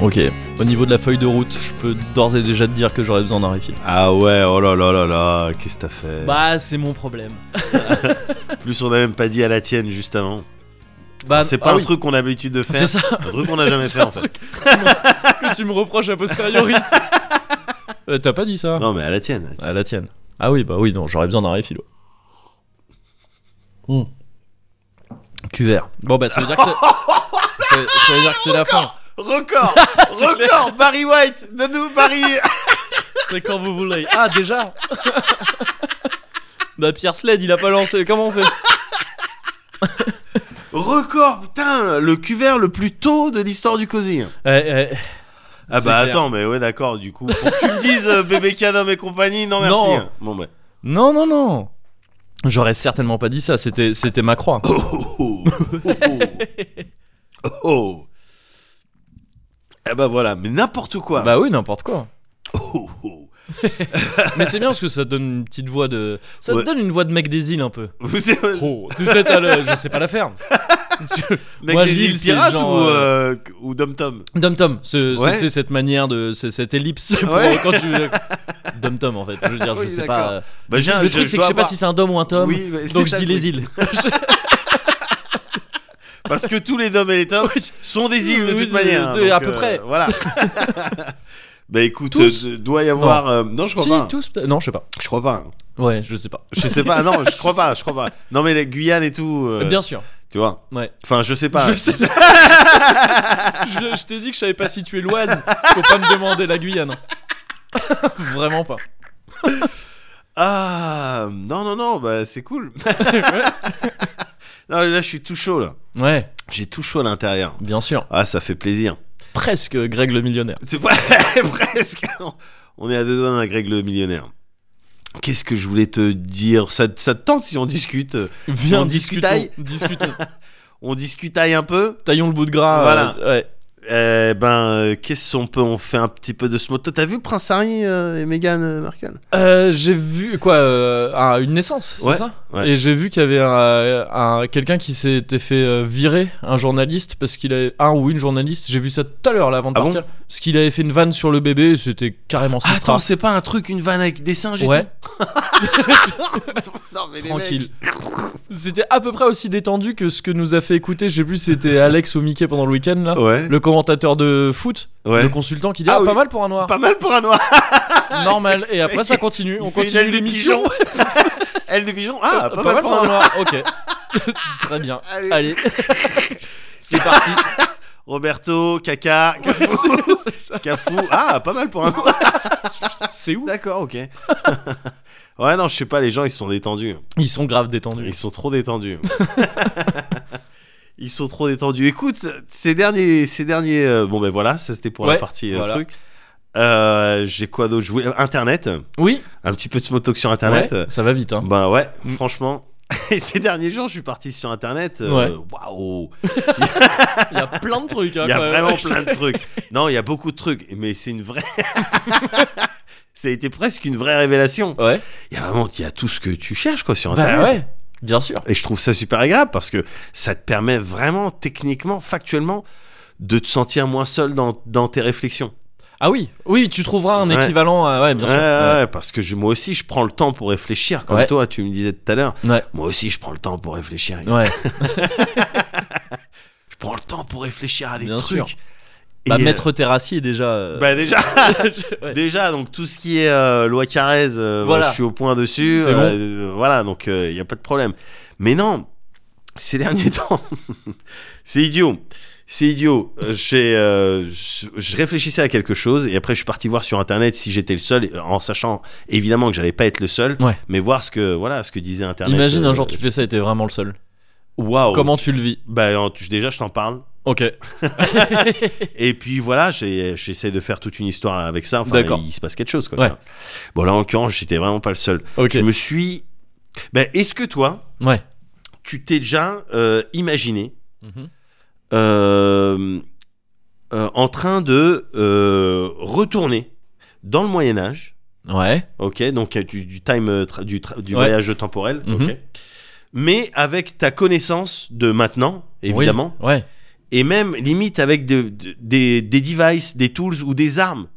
Speaker 2: Ok. Au niveau de la feuille de route, je peux d'ores et déjà te dire que j'aurais besoin d'un refill.
Speaker 1: Ah ouais, oh là là là là, qu'est-ce que t'as fait
Speaker 2: Bah, c'est mon Bah, problème.
Speaker 1: Plus on n'a même pas dit à la tienne juste avant.
Speaker 2: Bah,
Speaker 1: C'est
Speaker 2: ah
Speaker 1: pas un
Speaker 2: oui,
Speaker 1: truc qu'on a l'habitude de
Speaker 2: C'est
Speaker 1: faire.
Speaker 2: ça.
Speaker 1: Un truc qu'on a jamais
Speaker 2: C'est
Speaker 1: fait
Speaker 2: un
Speaker 1: en fait.
Speaker 2: truc que tu me reproches a posteriori. Euh, T'as pas dit ça
Speaker 1: Non mais à la tienne.
Speaker 2: À la tienne. Ah oui, bah oui, non, j'aurais besoin d'un refill. ouais. Cuvert. Bon, bah ça veut dire que c'est. ça- ça veut dire que c'est la fin.
Speaker 1: Record
Speaker 2: C'est
Speaker 1: Record Barry White Donne-nous Barry
Speaker 2: C'est quand vous voulez. Ah, déjà Bah, Pierre Sled, il a pas lancé. Comment on fait
Speaker 1: Record Putain Le cuvert le plus tôt de l'histoire du cosy.
Speaker 2: Eh, eh,
Speaker 1: Ah
Speaker 2: C'est
Speaker 1: bah
Speaker 2: clair.
Speaker 1: attends, mais ouais d'accord, du coup. Pour que tu me dises euh, bébé Cadam et compagnie, non merci.
Speaker 2: Non.
Speaker 1: hein. Bon bah.
Speaker 2: Non, non, non J'aurais certainement pas dit ça, c'était, c'était ma croix.
Speaker 1: Oh oh oh, oh. Oh. Eh bah voilà, mais n'importe quoi.
Speaker 2: Bah oui, n'importe quoi.
Speaker 1: Oh, oh.
Speaker 2: Mais c'est bien parce que ça te donne une petite voix de. Ça
Speaker 1: Ouais.
Speaker 2: te donne une voix de mec des îles un peu.
Speaker 1: Vous êtes-
Speaker 2: Oh, tu sais, t'as le- je sais pas la faire.
Speaker 1: Mec
Speaker 2: Moi,
Speaker 1: des
Speaker 2: Lille,
Speaker 1: îles
Speaker 2: c'est
Speaker 1: pirates
Speaker 2: genre,
Speaker 1: ou,
Speaker 2: euh,
Speaker 1: euh, ou Dom Tom
Speaker 2: Dom Tom, ce, ce-
Speaker 1: Ouais.
Speaker 2: tu sais, cette manière de. c'est- Cette ellipse. pour-
Speaker 1: Ouais.
Speaker 2: quand tu. Dom Tom en fait. Je veux dire,
Speaker 1: Oui,
Speaker 2: je sais
Speaker 1: d'accord.
Speaker 2: pas. euh,
Speaker 1: bah, j'ai un-
Speaker 2: Le truc c'est que
Speaker 1: dois
Speaker 2: je sais pas
Speaker 1: avoir-
Speaker 2: si c'est un Dom ou un Tom.
Speaker 1: Oui, mais
Speaker 2: donc
Speaker 1: c'est
Speaker 2: je
Speaker 1: ça
Speaker 2: dis
Speaker 1: le
Speaker 2: les
Speaker 1: truc.
Speaker 2: îles.
Speaker 1: Parce que tous les Dom et les Tom sont des îles de
Speaker 2: Oui,
Speaker 1: toute manière. hein,
Speaker 2: de-
Speaker 1: donc,
Speaker 2: à peu
Speaker 1: euh,
Speaker 2: près.
Speaker 1: Voilà. bah écoute,
Speaker 2: Tous
Speaker 1: euh, doit y avoir. euh, Non, je crois
Speaker 2: Si,
Speaker 1: pas.
Speaker 2: tous. peut-être- Non, je sais pas.
Speaker 1: Je crois pas.
Speaker 2: Ouais, je sais pas.
Speaker 1: Je sais pas. Non, je crois pas. Je crois pas. Non, mais la Guyane et tout. euh,
Speaker 2: Bien sûr.
Speaker 1: Tu vois.
Speaker 2: Ouais.
Speaker 1: Enfin, je sais pas.
Speaker 2: Je sais Je, je t'ai dit que je savais pas situer l'Oise. Faut pas me demander la Guyane. Vraiment pas.
Speaker 1: Ah non non non bah c'est cool. non là je suis tout chaud là.
Speaker 2: Ouais,
Speaker 1: J'ai tout chaud à l'intérieur.
Speaker 2: bien sûr.
Speaker 1: Ah ça fait plaisir.
Speaker 2: Presque Greg le millionnaire.
Speaker 1: C'est pas presque. On est à deux doigts d'un Greg le millionnaire. Qu'est-ce que je voulais te dire ça, ça te tente si on discute euh,
Speaker 2: Viens,
Speaker 1: On
Speaker 2: discutons.
Speaker 1: discutaille
Speaker 2: Discutons.
Speaker 1: On discute aille un peu
Speaker 2: Taillons le bout de gras.
Speaker 1: Voilà.
Speaker 2: euh, ouais.
Speaker 1: Eh ben euh, qu'est-ce qu'on peut On fait un petit peu de smoto. T'as vu Prince Harry euh, et Meghan euh, Markle
Speaker 2: Euh, j'ai vu quoi euh, un- Une naissance, c'est
Speaker 1: Ouais,
Speaker 2: ça
Speaker 1: ouais.
Speaker 2: Et j'ai vu qu'il y avait un, un- quelqu'un qui s'était fait euh, virer, un journaliste, parce qu'il avait un ou une journaliste. J'ai vu ça tout à l'heure là avant de
Speaker 1: Ah bon
Speaker 2: partir, parce qu'il avait fait une vanne sur le bébé. et C'était carrément
Speaker 1: Attends
Speaker 2: sinistre. hein.
Speaker 1: c'est pas un truc une vanne avec des singes et
Speaker 2: Ouais,
Speaker 1: tout Non mais les mecs.
Speaker 2: tranquille. C'était à peu près aussi détendu que ce que nous a fait écouter. Je sais plus, c'était Alex ou Mickey pendant le week-end là.
Speaker 1: Ouais.
Speaker 2: Le commentateur de foot,
Speaker 1: Ouais.
Speaker 2: le consultant qui dit
Speaker 1: Ah
Speaker 2: ah,
Speaker 1: oui.
Speaker 2: pas mal pour un noir,
Speaker 1: Pas mal pour un noir.
Speaker 2: normal. Et après ça continue,
Speaker 1: Il
Speaker 2: on
Speaker 1: fait une aile de
Speaker 2: continue l'émission.
Speaker 1: pigeon. aile de pigeon. Ah, pas, mal pour un noir.
Speaker 2: noir. Ok. Très bien.
Speaker 1: Allez.
Speaker 2: Allez. C'est parti.
Speaker 1: Roberto, Caca, Cafou.
Speaker 2: C'est ça.
Speaker 1: Cafou. Ah, pas mal pour un noir.
Speaker 2: C'est où
Speaker 1: D'accord, ok. ouais, non, je sais pas, les gens, ils sont détendus.
Speaker 2: Ils sont grave détendus.
Speaker 1: Ils sont trop détendus. Ils sont trop détendus. Écoute, ces derniers, ces derniers, euh, bon ben voilà, ça c'était pour la
Speaker 2: Ouais,
Speaker 1: partie euh,
Speaker 2: voilà.
Speaker 1: truc. Euh, J'ai quoi d'autre Je voulais Internet,
Speaker 2: Oui.
Speaker 1: un petit peu de smoke talk sur Internet.
Speaker 2: Ouais, ça va vite. Hein.
Speaker 1: Bah ouais, franchement. Et ces derniers jours, je suis parti sur Internet. euh,
Speaker 2: Ouais.
Speaker 1: Waouh
Speaker 2: Il y a plein de trucs. hein,
Speaker 1: Il y a
Speaker 2: quand même.
Speaker 1: vraiment plein de trucs. Non, il y a beaucoup de trucs, mais c'est une vraie. Ça a été presque une vraie révélation.
Speaker 2: Ouais.
Speaker 1: Il y a vraiment, il y a tout ce que tu cherches quoi sur internet.
Speaker 2: Bah ouais. Bien sûr.
Speaker 1: Et je trouve ça super agréable parce que ça te permet vraiment, techniquement, factuellement, de te sentir moins seul dans, dans tes réflexions.
Speaker 2: Ah oui. Oui, tu trouveras un
Speaker 1: Ouais.
Speaker 2: équivalent. à- Ouais, bien
Speaker 1: Ouais,
Speaker 2: sûr.
Speaker 1: ouais,
Speaker 2: Ouais.
Speaker 1: ouais, parce que je- moi aussi, je prends le temps pour réfléchir, comme
Speaker 2: Ouais.
Speaker 1: toi, tu me disais tout à l'heure.
Speaker 2: Ouais.
Speaker 1: Moi aussi, je prends le temps pour réfléchir.
Speaker 2: Ouais.
Speaker 1: Je prends le temps pour réfléchir à des
Speaker 2: Bien
Speaker 1: trucs.
Speaker 2: sûr. Bah,
Speaker 1: Et, euh,
Speaker 2: Maître Terrassi déjà. euh,
Speaker 1: bah déjà,
Speaker 2: ouais.
Speaker 1: Déjà, donc tout ce qui est euh, loi Carrez, euh,
Speaker 2: Voilà.
Speaker 1: je suis au point dessus.
Speaker 2: C'est bon.
Speaker 1: euh, voilà, donc il n'y a pas de problème. Mais non, ces derniers temps, c'est idiot. C'est idiot. Euh, j'ai, euh, je je réfléchissais à quelque chose et après je suis parti voir sur internet si j'étais le seul, et- en sachant évidemment que j'allais pas être le seul,
Speaker 2: Ouais.
Speaker 1: mais voir ce que voilà ce que disait internet.
Speaker 2: Imagine
Speaker 1: euh, Oh.
Speaker 2: un jour tu fais ça et t'es vraiment le seul.
Speaker 1: Waouh.
Speaker 2: Comment tu le vis
Speaker 1: Bah en- tu- déjà je t'en parle.
Speaker 2: Ok.
Speaker 1: Et puis voilà, j'ai- j'essaie de faire toute une histoire avec ça. Enfin,
Speaker 2: D'accord.
Speaker 1: il se passe quelque chose. Quoi,
Speaker 2: Ouais.
Speaker 1: tu vois. Bon là en l'occurrence j'étais vraiment pas le seul.
Speaker 2: Ok.
Speaker 1: Je me suis. Ben, est-ce que toi,
Speaker 2: Ouais.
Speaker 1: tu t'es déjà euh, imaginé
Speaker 2: Mhm.
Speaker 1: euh, euh, en train de euh, retourner dans le Moyen Âge
Speaker 2: Ouais.
Speaker 1: Ok, donc euh, du, du time, euh, tra- du, tra- du
Speaker 2: Ouais.
Speaker 1: voyage temporel.
Speaker 2: Mhm.
Speaker 1: ok. Mais avec ta connaissance de maintenant, évidemment,
Speaker 2: Oui. Ouais.
Speaker 1: et même limite avec de- de- des, des devices, des tools ou des armes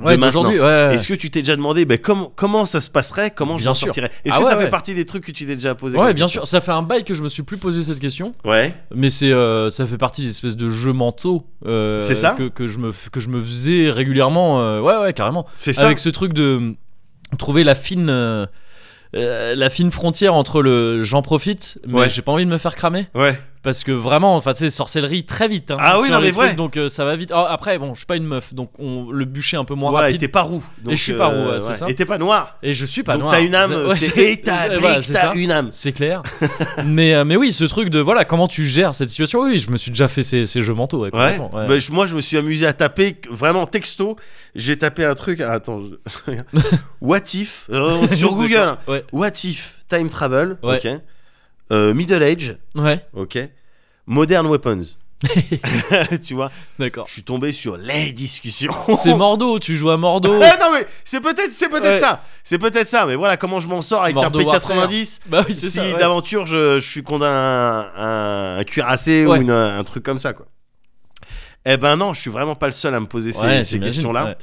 Speaker 2: Ouais,
Speaker 1: de maintenant.
Speaker 2: d'aujourd'hui, ouais, ouais.
Speaker 1: Est-ce que tu t'es déjà demandé ben, comment, comment ça se passerait Comment je
Speaker 2: Bien
Speaker 1: m'en
Speaker 2: sûr.
Speaker 1: sortirais Est-ce
Speaker 2: Ah
Speaker 1: que
Speaker 2: ouais,
Speaker 1: ça fait
Speaker 2: ouais.
Speaker 1: partie des trucs que tu t'es déjà posé
Speaker 2: Ouais,
Speaker 1: comme
Speaker 2: bien
Speaker 1: question
Speaker 2: sûr. Ça fait un bail que je me suis plus posé cette question,
Speaker 1: Ouais.
Speaker 2: mais c'est euh, ça fait partie des espèces de jeux mentaux euh,
Speaker 1: C'est ça
Speaker 2: que, que je me f- que je me faisais régulièrement. euh, ouais, ouais, carrément.
Speaker 1: C'est ça.
Speaker 2: Avec ce truc de euh, trouver la fine euh, euh, la fine frontière entre le j'en profite, mais
Speaker 1: Ouais.
Speaker 2: j'ai pas envie de me faire cramer.
Speaker 1: Ouais.
Speaker 2: Parce que vraiment, enfin, tu sais, sorcellerie très vite. hein,
Speaker 1: Ah oui,
Speaker 2: sur
Speaker 1: non,
Speaker 2: les
Speaker 1: mais
Speaker 2: trucs,
Speaker 1: vrai.
Speaker 2: Donc euh, ça va vite. Oh, après, bon, je suis pas une meuf, donc on, le bûcher est un peu moins
Speaker 1: Voilà, et
Speaker 2: rapide.
Speaker 1: t'es pas roux. donc, euh,
Speaker 2: je suis pas roux, ouais, c'est ça.
Speaker 1: Et t'es pas noir.
Speaker 2: Et je suis pas
Speaker 1: donc
Speaker 2: noir.
Speaker 1: t'as une âme.
Speaker 2: Ouais,
Speaker 1: c'est-
Speaker 2: c'est-
Speaker 1: Et t'as
Speaker 2: ouais, voilà,
Speaker 1: Blake,
Speaker 2: c'est
Speaker 1: t'as
Speaker 2: ça.
Speaker 1: une âme.
Speaker 2: C'est clair. mais, euh, mais oui, ce truc de voilà, comment tu gères cette situation. Oui, je me suis déjà fait ces, ces jeux mentaux. ouais,
Speaker 1: Ouais.
Speaker 2: complètement, ouais.
Speaker 1: Bah, je- moi, je me suis amusé à taper vraiment texto. J'ai tapé un truc. ah, attends. je- What if euh, sur Google. hein.
Speaker 2: Ouais.
Speaker 1: What if time travel.
Speaker 2: Ouais.
Speaker 1: Ok. Euh, middle age.
Speaker 2: Ouais,
Speaker 1: Ok. Modern weapons. tu vois,
Speaker 2: d'accord.
Speaker 1: je suis tombé sur les discussions.
Speaker 2: C'est Mordo, tu joues à Mordo.
Speaker 1: Ah non mais c'est peut-être c'est peut-être
Speaker 2: Ouais.
Speaker 1: ça. C'est peut-être ça mais voilà comment je m'en sors avec
Speaker 2: Mordo
Speaker 1: un P90
Speaker 2: bah oui, c'est
Speaker 1: si
Speaker 2: ça. ouais.
Speaker 1: d'aventure je, je suis condamné à un, un cuirassé
Speaker 2: Ouais.
Speaker 1: ou une- un truc comme ça quoi. Eh ben non, je suis vraiment pas le seul à me poser ces,
Speaker 2: Ouais,
Speaker 1: ces
Speaker 2: t'imagines,
Speaker 1: questions-là.
Speaker 2: ouais.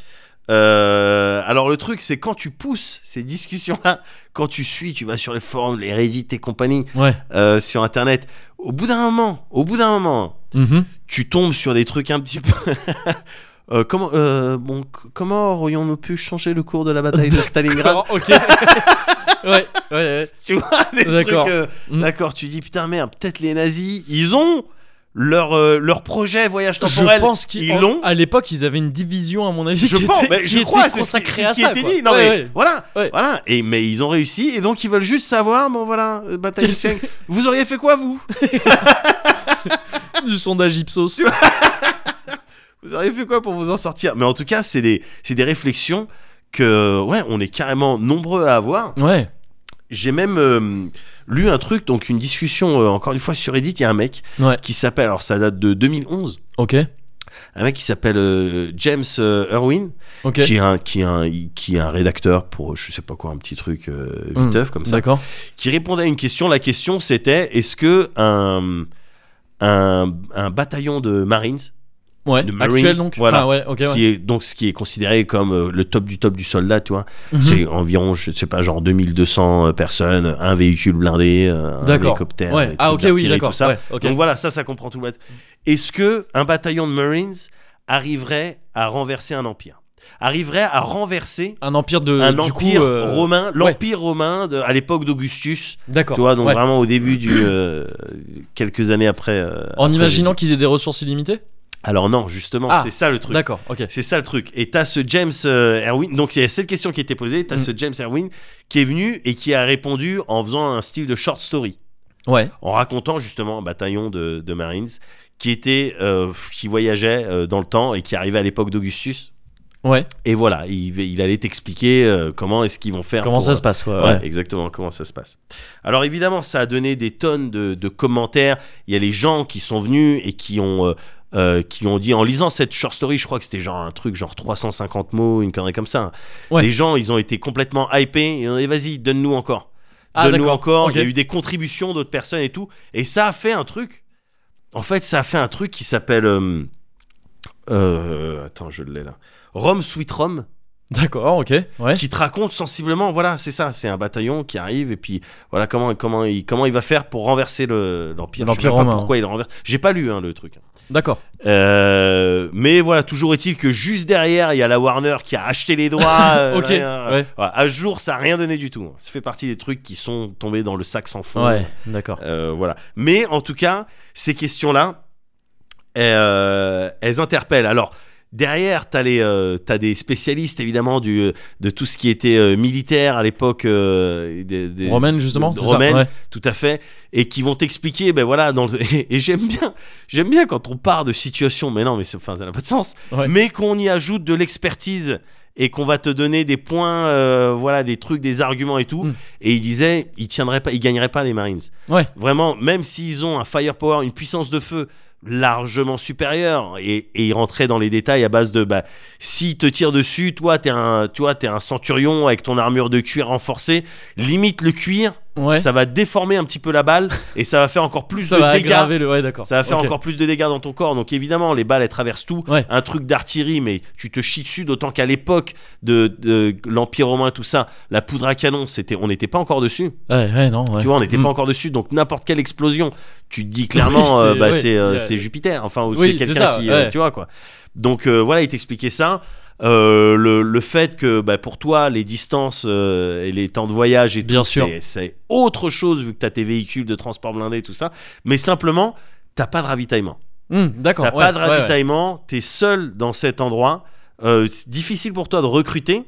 Speaker 1: Euh, alors le truc c'est quand tu pousses ces discussions-là, quand tu suis, tu vas sur les forums, les Reddit et compagnie,
Speaker 2: Ouais.
Speaker 1: euh, sur internet, au bout d'un moment, au bout d'un moment,
Speaker 2: Mhm.
Speaker 1: tu tombes sur des trucs un petit peu. Euh, comment, euh, bon, c- comment aurions-nous pu changer le cours de la bataille de Stalingrad
Speaker 2: D'accord, ok. ouais, ouais, ouais.
Speaker 1: Tu vois, des trucs.
Speaker 2: D'accord.
Speaker 1: euh,
Speaker 2: Mm.
Speaker 1: D'accord, tu dis putain, merde, peut-être les nazis, ils ont leur, euh, leur projet voyage temporel.
Speaker 2: Je pense qu'ils
Speaker 1: ils l'ont.
Speaker 2: À l'époque, ils avaient une division, à mon avis.
Speaker 1: Je
Speaker 2: qui
Speaker 1: pense,
Speaker 2: était-
Speaker 1: mais
Speaker 2: qui
Speaker 1: je
Speaker 2: était
Speaker 1: crois, c'est ce qui,
Speaker 2: consacrée
Speaker 1: c'est
Speaker 2: à
Speaker 1: ce qui
Speaker 2: ça,
Speaker 1: était
Speaker 2: quoi.
Speaker 1: dit. Non, mais
Speaker 2: Ouais, ouais.
Speaker 1: voilà,
Speaker 2: Ouais.
Speaker 1: voilà. Et, mais ils ont réussi, et donc ils veulent juste savoir, bon voilà, euh, bataille de
Speaker 2: Qu'est-ce
Speaker 1: Stalingrad. Vous auriez fait quoi, vous
Speaker 2: Du sondage Ipsos.
Speaker 1: Vous auriez fait quoi pour vous en sortir Mais en tout cas, c'est des, c'est des réflexions que, ouais, on est carrément nombreux à avoir.
Speaker 2: Ouais.
Speaker 1: J'ai même euh, lu un truc, donc une discussion, euh, encore une fois, sur Reddit, il y a un mec
Speaker 2: Ouais.
Speaker 1: qui s'appelle, alors ça date de 2011,
Speaker 2: Ok.
Speaker 1: un mec qui s'appelle euh, James euh, Irwin,
Speaker 2: Ok.
Speaker 1: qui, est un, qui, est un, qui est un rédacteur pour, je sais pas quoi, un petit truc euh,
Speaker 2: Hmm.
Speaker 1: viteuf comme ça,
Speaker 2: D'accord.
Speaker 1: qui répondait à une question. La question, c'était, est-ce que un, un, un bataillon de Marines,
Speaker 2: Ouais.
Speaker 1: The Marines,
Speaker 2: Actuel donc.
Speaker 1: voilà.
Speaker 2: Enfin, ouais. Ok. Ouais.
Speaker 1: qui est donc ce qui est considéré comme euh, le top du top du soldat, tu vois,
Speaker 2: Mhm.
Speaker 1: c'est environ, je sais pas, genre 2200 euh, personnes, un véhicule blindé, euh, un
Speaker 2: D'accord.
Speaker 1: hélicoptère,
Speaker 2: Ouais.
Speaker 1: des
Speaker 2: Ah
Speaker 1: trucs
Speaker 2: ok.
Speaker 1: d'artillerie,
Speaker 2: Oui. D'accord.
Speaker 1: tout ça.
Speaker 2: Ouais, ok.
Speaker 1: Donc voilà, ça, ça comprend tout le bête. Est-ce que un bataillon de Marines arriverait à renverser un empire Arriverait à renverser
Speaker 2: Un empire de.
Speaker 1: un
Speaker 2: du
Speaker 1: empire
Speaker 2: coup, euh,
Speaker 1: romain, l'empire romain de, à l'époque d'Augustus,
Speaker 2: D'accord.
Speaker 1: tu vois, donc
Speaker 2: ouais.
Speaker 1: vraiment au début du euh, quelques années après. euh,
Speaker 2: En
Speaker 1: après
Speaker 2: imaginant
Speaker 1: Jésus.
Speaker 2: qu'ils aient des ressources illimitées.
Speaker 1: Alors non, justement,
Speaker 2: Ah,
Speaker 1: c'est ça le truc.
Speaker 2: D'accord. Ok.
Speaker 1: C'est ça le truc. Et t'as ce James euh, Erwin. Donc il y a cette question qui était posée. T'as
Speaker 2: Mm.
Speaker 1: ce James Erwin qui est venu et qui a répondu en faisant un style de short story,
Speaker 2: Ouais.
Speaker 1: en racontant justement un bataillon de, de Marines qui était, euh, qui voyageait euh, dans le temps et qui arrivait à l'époque d'Augustus.
Speaker 2: Ouais.
Speaker 1: Et voilà, il, va- il allait t'expliquer euh, comment est-ce qu'ils vont faire.
Speaker 2: Comment
Speaker 1: pour,
Speaker 2: ça se passe ouais,
Speaker 1: euh,
Speaker 2: ouais.
Speaker 1: ouais, exactement, comment ça se passe. Alors évidemment, ça a donné des tonnes de, de commentaires. Il y a les gens qui sont venus et qui ont, euh, euh, qui ont dit, en lisant cette short story, je crois que c'était genre un truc, genre 350 mots, une connerie comme ça. hein.
Speaker 2: Ouais.
Speaker 1: Les gens, ils ont été complètement hypés. Et ils ont dit, vas-y, donne-nous encore.
Speaker 2: Ah,
Speaker 1: donne-nous
Speaker 2: d'accord.
Speaker 1: encore.
Speaker 2: Ok.
Speaker 1: Il y a eu des contributions d'autres personnes et tout. Et ça a fait un truc. En fait, ça a fait un truc qui s'appelle... euh, euh, attends, je l'ai là. Rome Sweet Rome
Speaker 2: D'accord. Ok. Ouais.
Speaker 1: qui te raconte sensiblement voilà c'est ça c'est un bataillon qui arrive et puis voilà comment comment il comment il va faire pour renverser le l'empire je sais
Speaker 2: L'Empire
Speaker 1: même pas
Speaker 2: romain,
Speaker 1: pourquoi il le renverse j'ai pas lu hein, le truc
Speaker 2: D'accord.
Speaker 1: Euh, mais voilà toujours est-il que juste derrière il y a la Warner qui a acheté les droits euh,
Speaker 2: Ok,
Speaker 1: rien.
Speaker 2: ouais.
Speaker 1: Voilà, à ce jour ça a rien donné du tout ça fait partie des trucs qui sont tombés dans le sac sans fond
Speaker 2: Ouais. D'accord.
Speaker 1: euh, voilà. Mais en tout cas, ces questions-là, euh, elles interpellent. Alors. Derrière, t'as les, euh, t'as des spécialistes évidemment du, euh, de tout ce qui était euh, militaire à l'époque euh, des, des-
Speaker 2: Romaine justement.
Speaker 1: de-
Speaker 2: c'est ça,
Speaker 1: romaine.
Speaker 2: ouais.
Speaker 1: tout à fait, et qui vont t'expliquer, ben voilà, dans le- et, et j'aime bien, j'aime bien quand on part de situations, mais non, mais c'est- enfin, ça n'a pas de sens,
Speaker 2: Ouais.
Speaker 1: mais qu'on y ajoute de l'expertise et qu'on va te donner des points, euh, voilà, des trucs, des arguments et tout.
Speaker 2: Mm.
Speaker 1: Et il disait, ils tiendraient pas, ils gagneraient pas les Marines.
Speaker 2: Ouais.
Speaker 1: Vraiment, même s'ils ont un firepower, une puissance de feu largement supérieure et, et ils rentraient dans les détails à base de bah s'ils te tirent dessus toi t'es un tu vois, t'es un centurion avec ton armure de cuir renforcée limite le cuir
Speaker 2: Ouais.
Speaker 1: ça va déformer un petit peu la balle et ça va faire encore plus
Speaker 2: Ça
Speaker 1: de
Speaker 2: va
Speaker 1: dégâts.
Speaker 2: aggraver le. Ouais, d'accord.
Speaker 1: Ça va faire
Speaker 2: Ok.
Speaker 1: encore plus de dégâts dans ton corps. Donc évidemment, les balles, elles traversent tout.
Speaker 2: Ouais.
Speaker 1: Un truc d'artillerie, mais tu te chies dessus, d'autant qu'à l'époque de, de l'Empire romain, tout ça, la poudre à canon, c'était, on n'était pas encore dessus.
Speaker 2: Ouais, ouais, non. ouais.
Speaker 1: Tu vois, on n'était
Speaker 2: Mm.
Speaker 1: pas encore dessus. Donc n'importe quelle explosion, tu te dis clairement,
Speaker 2: Oui, c'est-
Speaker 1: euh, bah,
Speaker 2: ouais,
Speaker 1: c'est, euh,
Speaker 2: y a-
Speaker 1: c'est Jupiter. Enfin, ou
Speaker 2: Oui,
Speaker 1: c'est
Speaker 2: c'est
Speaker 1: quelqu'un
Speaker 2: ça,
Speaker 1: qui, euh,
Speaker 2: ouais.
Speaker 1: tu vois quoi. Donc euh, voilà, il t'expliquait ça. Euh, le, le fait que bah, pour toi les distances euh, et les temps de voyage et
Speaker 2: Bien
Speaker 1: tout,
Speaker 2: sûr.
Speaker 1: c'est- c'est autre chose vu que tu as tes véhicules de transport blindé tout ça mais simplement t'as pas de ravitaillement
Speaker 2: Hum, d'accord.
Speaker 1: T'as
Speaker 2: ouais,
Speaker 1: pas de
Speaker 2: ouais, ouais.
Speaker 1: ravitaillement, t'es seul dans cet endroit. Euh, c'est difficile pour toi de recruter.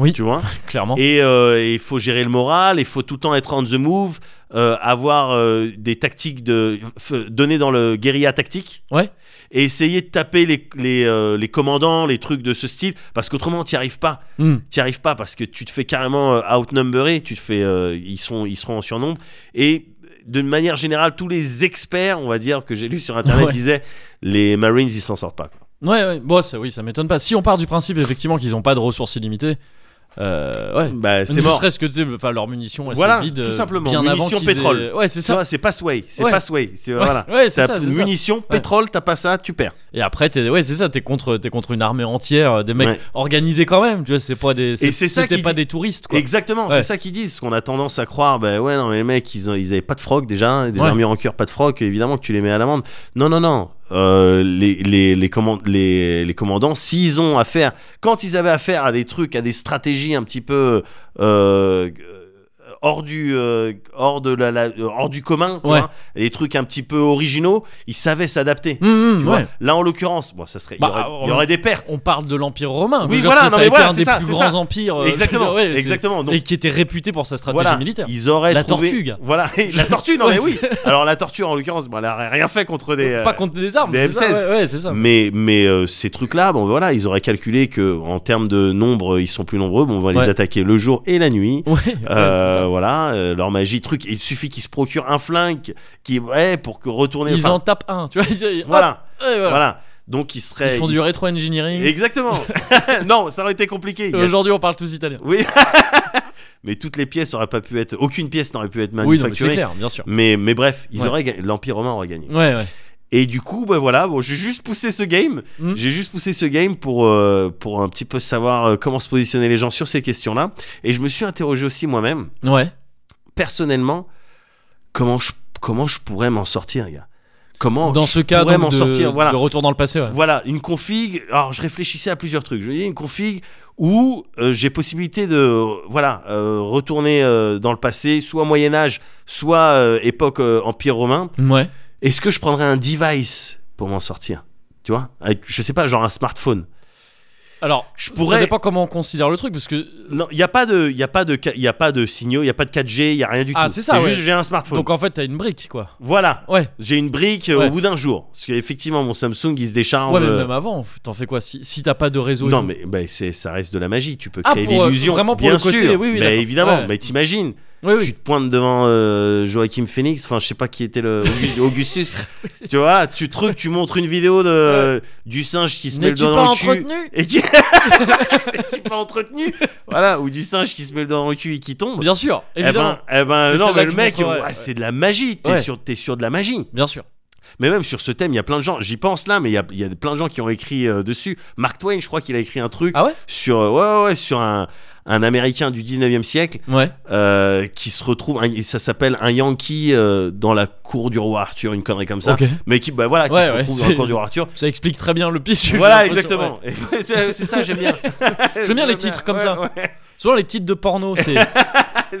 Speaker 2: Oui.
Speaker 1: Tu vois.
Speaker 2: Clairement.
Speaker 1: Et euh, et il faut gérer le moral, il faut tout le temps être on the move, euh, avoir euh, des tactiques de f- donner dans le guérilla tactique.
Speaker 2: Ouais.
Speaker 1: Et essayer de taper les les, euh, les commandants, les trucs de ce style, parce qu'autrement t'y arrives pas.
Speaker 2: Hum,
Speaker 1: T'y arrives pas parce que tu te fais carrément euh, outnumberer, tu te fais, euh, ils sont, ils seront en surnombre. Et de manière générale, tous les experts, on va dire, que j'ai lu sur internet
Speaker 2: Ouais.
Speaker 1: disaient, les Marines, ils s'en sortent pas. quoi.
Speaker 2: Ouais, ouais. Bon, ça, oui, ça m'étonne pas. Si on part du principe effectivement qu'ils ont pas de ressources illimitées, euh, ouais.
Speaker 1: Bah, c'est
Speaker 2: ne
Speaker 1: mort.
Speaker 2: serait-ce que tu sais, enfin, leurs munitions, elles
Speaker 1: Voilà,
Speaker 2: se vident
Speaker 1: tout
Speaker 2: euh,
Speaker 1: simplement.
Speaker 2: bien avant
Speaker 1: Munitions
Speaker 2: qu'ils aient-
Speaker 1: pétrole.
Speaker 2: Ouais, c'est
Speaker 1: Tu
Speaker 2: ça.
Speaker 1: vois, c'est pas Sway, c'est
Speaker 2: Ouais.
Speaker 1: pas Sway, c'est
Speaker 2: Ouais,
Speaker 1: voilà.
Speaker 2: ouais, c'est
Speaker 1: T'as
Speaker 2: ça, c'est ça.
Speaker 1: munitions, pétrole, t'as pas ça, tu perds.
Speaker 2: Et après, t'es, ouais, c'est ça, t'es contre, t'es contre une armée entière, euh, des mecs
Speaker 1: Ouais.
Speaker 2: organisés quand même, tu vois, c'est pas des,
Speaker 1: c'est ça
Speaker 2: c'était
Speaker 1: qui
Speaker 2: pas
Speaker 1: dit-
Speaker 2: des touristes, quoi.
Speaker 1: Exactement,
Speaker 2: Ouais.
Speaker 1: c'est ça qu'ils disent. parce qu'on a tendance à croire, bah ouais, non, mais les mecs, ils, ont, ils avaient pas de froc déjà, hein, des
Speaker 2: Ouais.
Speaker 1: armures en cuir, pas de froc, évidemment que tu les mets à l'amende. Non, non, non. Euh, les, les, les, comman- les, les commandants, s'ils ont affaire, quand ils avaient affaire à des trucs, à des stratégies un petit peu euh, hors, du, euh, hors, de la, la- hors du commun, tu
Speaker 2: Ouais.
Speaker 1: vois, des trucs un petit peu originaux, ils savaient s'adapter.
Speaker 2: Hum, hum,
Speaker 1: Tu
Speaker 2: ouais.
Speaker 1: vois. Là, en l'occurrence, bon, ça serait, il y
Speaker 2: Bah,
Speaker 1: aurait- il y
Speaker 2: on-
Speaker 1: aurait des pertes.
Speaker 2: On parle de l'empire
Speaker 1: Oui,
Speaker 2: romain. je veux dire,
Speaker 1: voilà,
Speaker 2: c'est-
Speaker 1: non,
Speaker 2: ça a
Speaker 1: mais
Speaker 2: été
Speaker 1: voilà,
Speaker 2: un
Speaker 1: c'est
Speaker 2: des
Speaker 1: ça,
Speaker 2: plus
Speaker 1: c'est
Speaker 2: grands
Speaker 1: ça.
Speaker 2: empires, euh,
Speaker 1: Exactement,
Speaker 2: ouais, c'est-
Speaker 1: exactement. Donc,
Speaker 2: et qui était réputé pour sa stratégie
Speaker 1: voilà,
Speaker 2: militaire.
Speaker 1: Ils auraient
Speaker 2: La
Speaker 1: trouvé-
Speaker 2: tortue, gars.
Speaker 1: Voilà, la tortue, non mais
Speaker 2: Ouais.
Speaker 1: oui. Alors la tortue en l'occurrence, bon, elle aurait rien fait contre des. euh,
Speaker 2: Pas contre des armes.
Speaker 1: des
Speaker 2: c'est ça,
Speaker 1: M16.
Speaker 2: ouais, ouais, c'est ça.
Speaker 1: Mais mais euh, ces trucs-là, bon voilà, ils auraient calculé que en termes de nombre, ils sont plus nombreux. Bon, on va
Speaker 2: Ouais.
Speaker 1: les attaquer le jour et la nuit.
Speaker 2: Ouais, ouais, c'est
Speaker 1: Euh,
Speaker 2: ça.
Speaker 1: voilà, euh, leur magie, truc. Il suffit qu'ils se procurent un flingue qui ouais, pour que retourner.
Speaker 2: Ils
Speaker 1: enfin,
Speaker 2: en tapent un, tu vois. ils- hop,
Speaker 1: voilà,
Speaker 2: ouais, voilà.
Speaker 1: voilà. Donc ils seraient.
Speaker 2: Ils font du
Speaker 1: s-
Speaker 2: rétro-engineering.
Speaker 1: Exactement. non, ça aurait été compliqué. Il y a-
Speaker 2: Aujourd'hui, on parle tous italien.
Speaker 1: Oui. mais toutes les pièces auraient pas pu être. Aucune pièce n'aurait pu être
Speaker 2: Oui, non, mais
Speaker 1: manufacturée.
Speaker 2: c'est clair, bien sûr.
Speaker 1: Mais, mais bref, ils
Speaker 2: Ouais.
Speaker 1: auraient ga- l'Empire romain aurait gagné.
Speaker 2: Ouais, ouais.
Speaker 1: Et du coup, bah voilà, bon, j'ai juste poussé ce game.
Speaker 2: Mm.
Speaker 1: J'ai juste poussé ce game pour, euh, pour un petit peu savoir euh, comment se positionner les gens sur ces questions-là. Et je me suis interrogé aussi moi-même,
Speaker 2: Ouais.
Speaker 1: personnellement, comment je, comment je pourrais m'en sortir, gars. Comment
Speaker 2: Dans
Speaker 1: je
Speaker 2: ce cas,
Speaker 1: pourrais
Speaker 2: donc,
Speaker 1: m'en
Speaker 2: de,
Speaker 1: sortir, voilà.
Speaker 2: de retour dans le passé, ouais.
Speaker 1: Voilà, une config. Alors, je réfléchissais à plusieurs trucs. Je me dis une config où euh, j'ai possibilité de euh, voilà euh, retourner euh, dans le passé, soit Moyen Âge, soit euh, époque euh, Empire romain.
Speaker 2: Ouais.
Speaker 1: Est-ce que je prendrais un device pour m'en sortir Tu vois Avec, Je sais pas, genre un smartphone.
Speaker 2: Alors,
Speaker 1: Je pourrais-
Speaker 2: ça dépend comment on considère le truc, parce que.
Speaker 1: Non, il y a pas de, il y a pas de, ca- y a pas de signaux, il y a pas de 4G, il y a rien du
Speaker 2: Ah,
Speaker 1: tout.
Speaker 2: c'est ça, ouais.
Speaker 1: juste j'ai un smartphone.
Speaker 2: Donc en fait, t'as une brique, quoi.
Speaker 1: Voilà.
Speaker 2: Ouais.
Speaker 1: J'ai une brique euh,
Speaker 2: Ouais.
Speaker 1: au bout d'un jour. Parce qu'effectivement, mon Samsung, il se décharge.
Speaker 2: Ouais, mais
Speaker 1: euh,
Speaker 2: même avant, t'en fais quoi Si, si t'as pas de réseau. et
Speaker 1: Non,
Speaker 2: tout.
Speaker 1: mais bah, c'est, ça reste de la magie. Tu peux
Speaker 2: Ah,
Speaker 1: créer
Speaker 2: pour, euh,
Speaker 1: l'illusion.
Speaker 2: vraiment pour
Speaker 1: bien
Speaker 2: le côté,
Speaker 1: sûr.
Speaker 2: oui, oui,
Speaker 1: mais
Speaker 2: d'accord.
Speaker 1: évidemment,
Speaker 2: Ouais.
Speaker 1: mais t'imagines,
Speaker 2: Oui, oui.
Speaker 1: tu te pointes devant euh, Joachim Phoenix, enfin, je sais pas qui était le Augu- Augustus. tu vois, tu trucs, tu montres une vidéo de, du singe qui se met le
Speaker 2: N'es-tu
Speaker 1: doigt
Speaker 2: pas
Speaker 1: dans le cul.
Speaker 2: entretenu
Speaker 1: Et qui. N'es-tu pas entretenu Voilà, ou du singe qui se met le doigt dans le cul et qui tombe.
Speaker 2: Bien sûr,
Speaker 1: eh
Speaker 2: évidemment.
Speaker 1: ben, eh ben
Speaker 2: C'est
Speaker 1: non,
Speaker 2: celle-là
Speaker 1: mais
Speaker 2: que
Speaker 1: le
Speaker 2: je
Speaker 1: mec,
Speaker 2: montrerai,
Speaker 1: ouais,
Speaker 2: ouais.
Speaker 1: c'est de la magie. T'es,
Speaker 2: Ouais.
Speaker 1: sûr, t'es sûr de la magie.
Speaker 2: Bien sûr.
Speaker 1: Mais même sur ce thème, il y a plein de gens. J'y pense là, mais il y a, il y a plein de gens qui ont écrit euh, dessus. Mark Twain, je crois qu'il a écrit un truc
Speaker 2: Ah ouais
Speaker 1: sur, euh, ouais, ouais, ouais, sur un, un Américain du 19e siècle
Speaker 2: Ouais.
Speaker 1: euh, qui se retrouve. un- ça s'appelle un Yankee euh, dans la cour du roi Arthur, une connerie comme ça.
Speaker 2: Ok.
Speaker 1: Mais qui, bah voilà, qui
Speaker 2: Ouais,
Speaker 1: se
Speaker 2: ouais,
Speaker 1: retrouve dans
Speaker 2: c'est-
Speaker 1: la cour du roi Arthur.
Speaker 2: Ça explique très bien le pitch. j'ai
Speaker 1: Voilà, exactement.
Speaker 2: l'impression, ouais.
Speaker 1: Et c'est c'est ça, j'aime bien.
Speaker 2: J'aime bien les titres comme ça. Souvent les titres de porno, c'est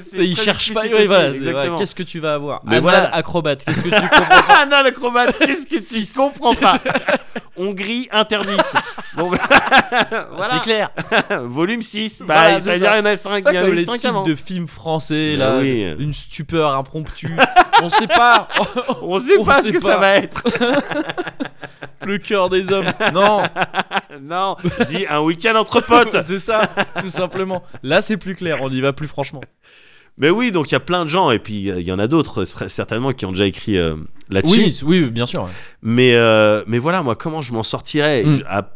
Speaker 2: c'est- ils cherchent pas. ouais, voilà, c'est- ouais, Qu'est-ce que tu vas avoir
Speaker 1: Mais
Speaker 2: Anal
Speaker 1: voilà.
Speaker 2: acrobate. Qu'est-ce que tu comprends
Speaker 1: Ah non, le chromate, qu'est-ce que tu comprends pas Hongrie interdite. Bon, bah, voilà.
Speaker 2: C'est clair.
Speaker 1: Volume 6. Bah,
Speaker 2: Voilà,
Speaker 1: ça
Speaker 2: c'est
Speaker 1: veut dire
Speaker 2: ça.
Speaker 1: il y en a 5,
Speaker 2: Pas
Speaker 1: il y en a
Speaker 2: comme
Speaker 1: eu
Speaker 2: les
Speaker 1: 5
Speaker 2: titres
Speaker 1: avant.
Speaker 2: de films français
Speaker 1: Bah
Speaker 2: là.
Speaker 1: oui.
Speaker 2: Une stupeur impromptue. On sait pas.
Speaker 1: On sait
Speaker 2: on
Speaker 1: pas
Speaker 2: sait
Speaker 1: ce que
Speaker 2: pas.
Speaker 1: ça va être.
Speaker 2: le cœur des hommes. Non.
Speaker 1: Non, dis un week-end entre potes.
Speaker 2: C'est ça, tout simplement. Là, c'est plus clair, on y va plus franchement.
Speaker 1: Mais oui, donc il y a plein de gens, et puis euh, il y en a d'autres, cer- certainement, qui ont déjà écrit euh, là-dessus.
Speaker 2: oui, bien sûr.
Speaker 1: Mais, euh, mais voilà, moi, comment je m'en sortirais
Speaker 2: Mm.
Speaker 1: Je- a,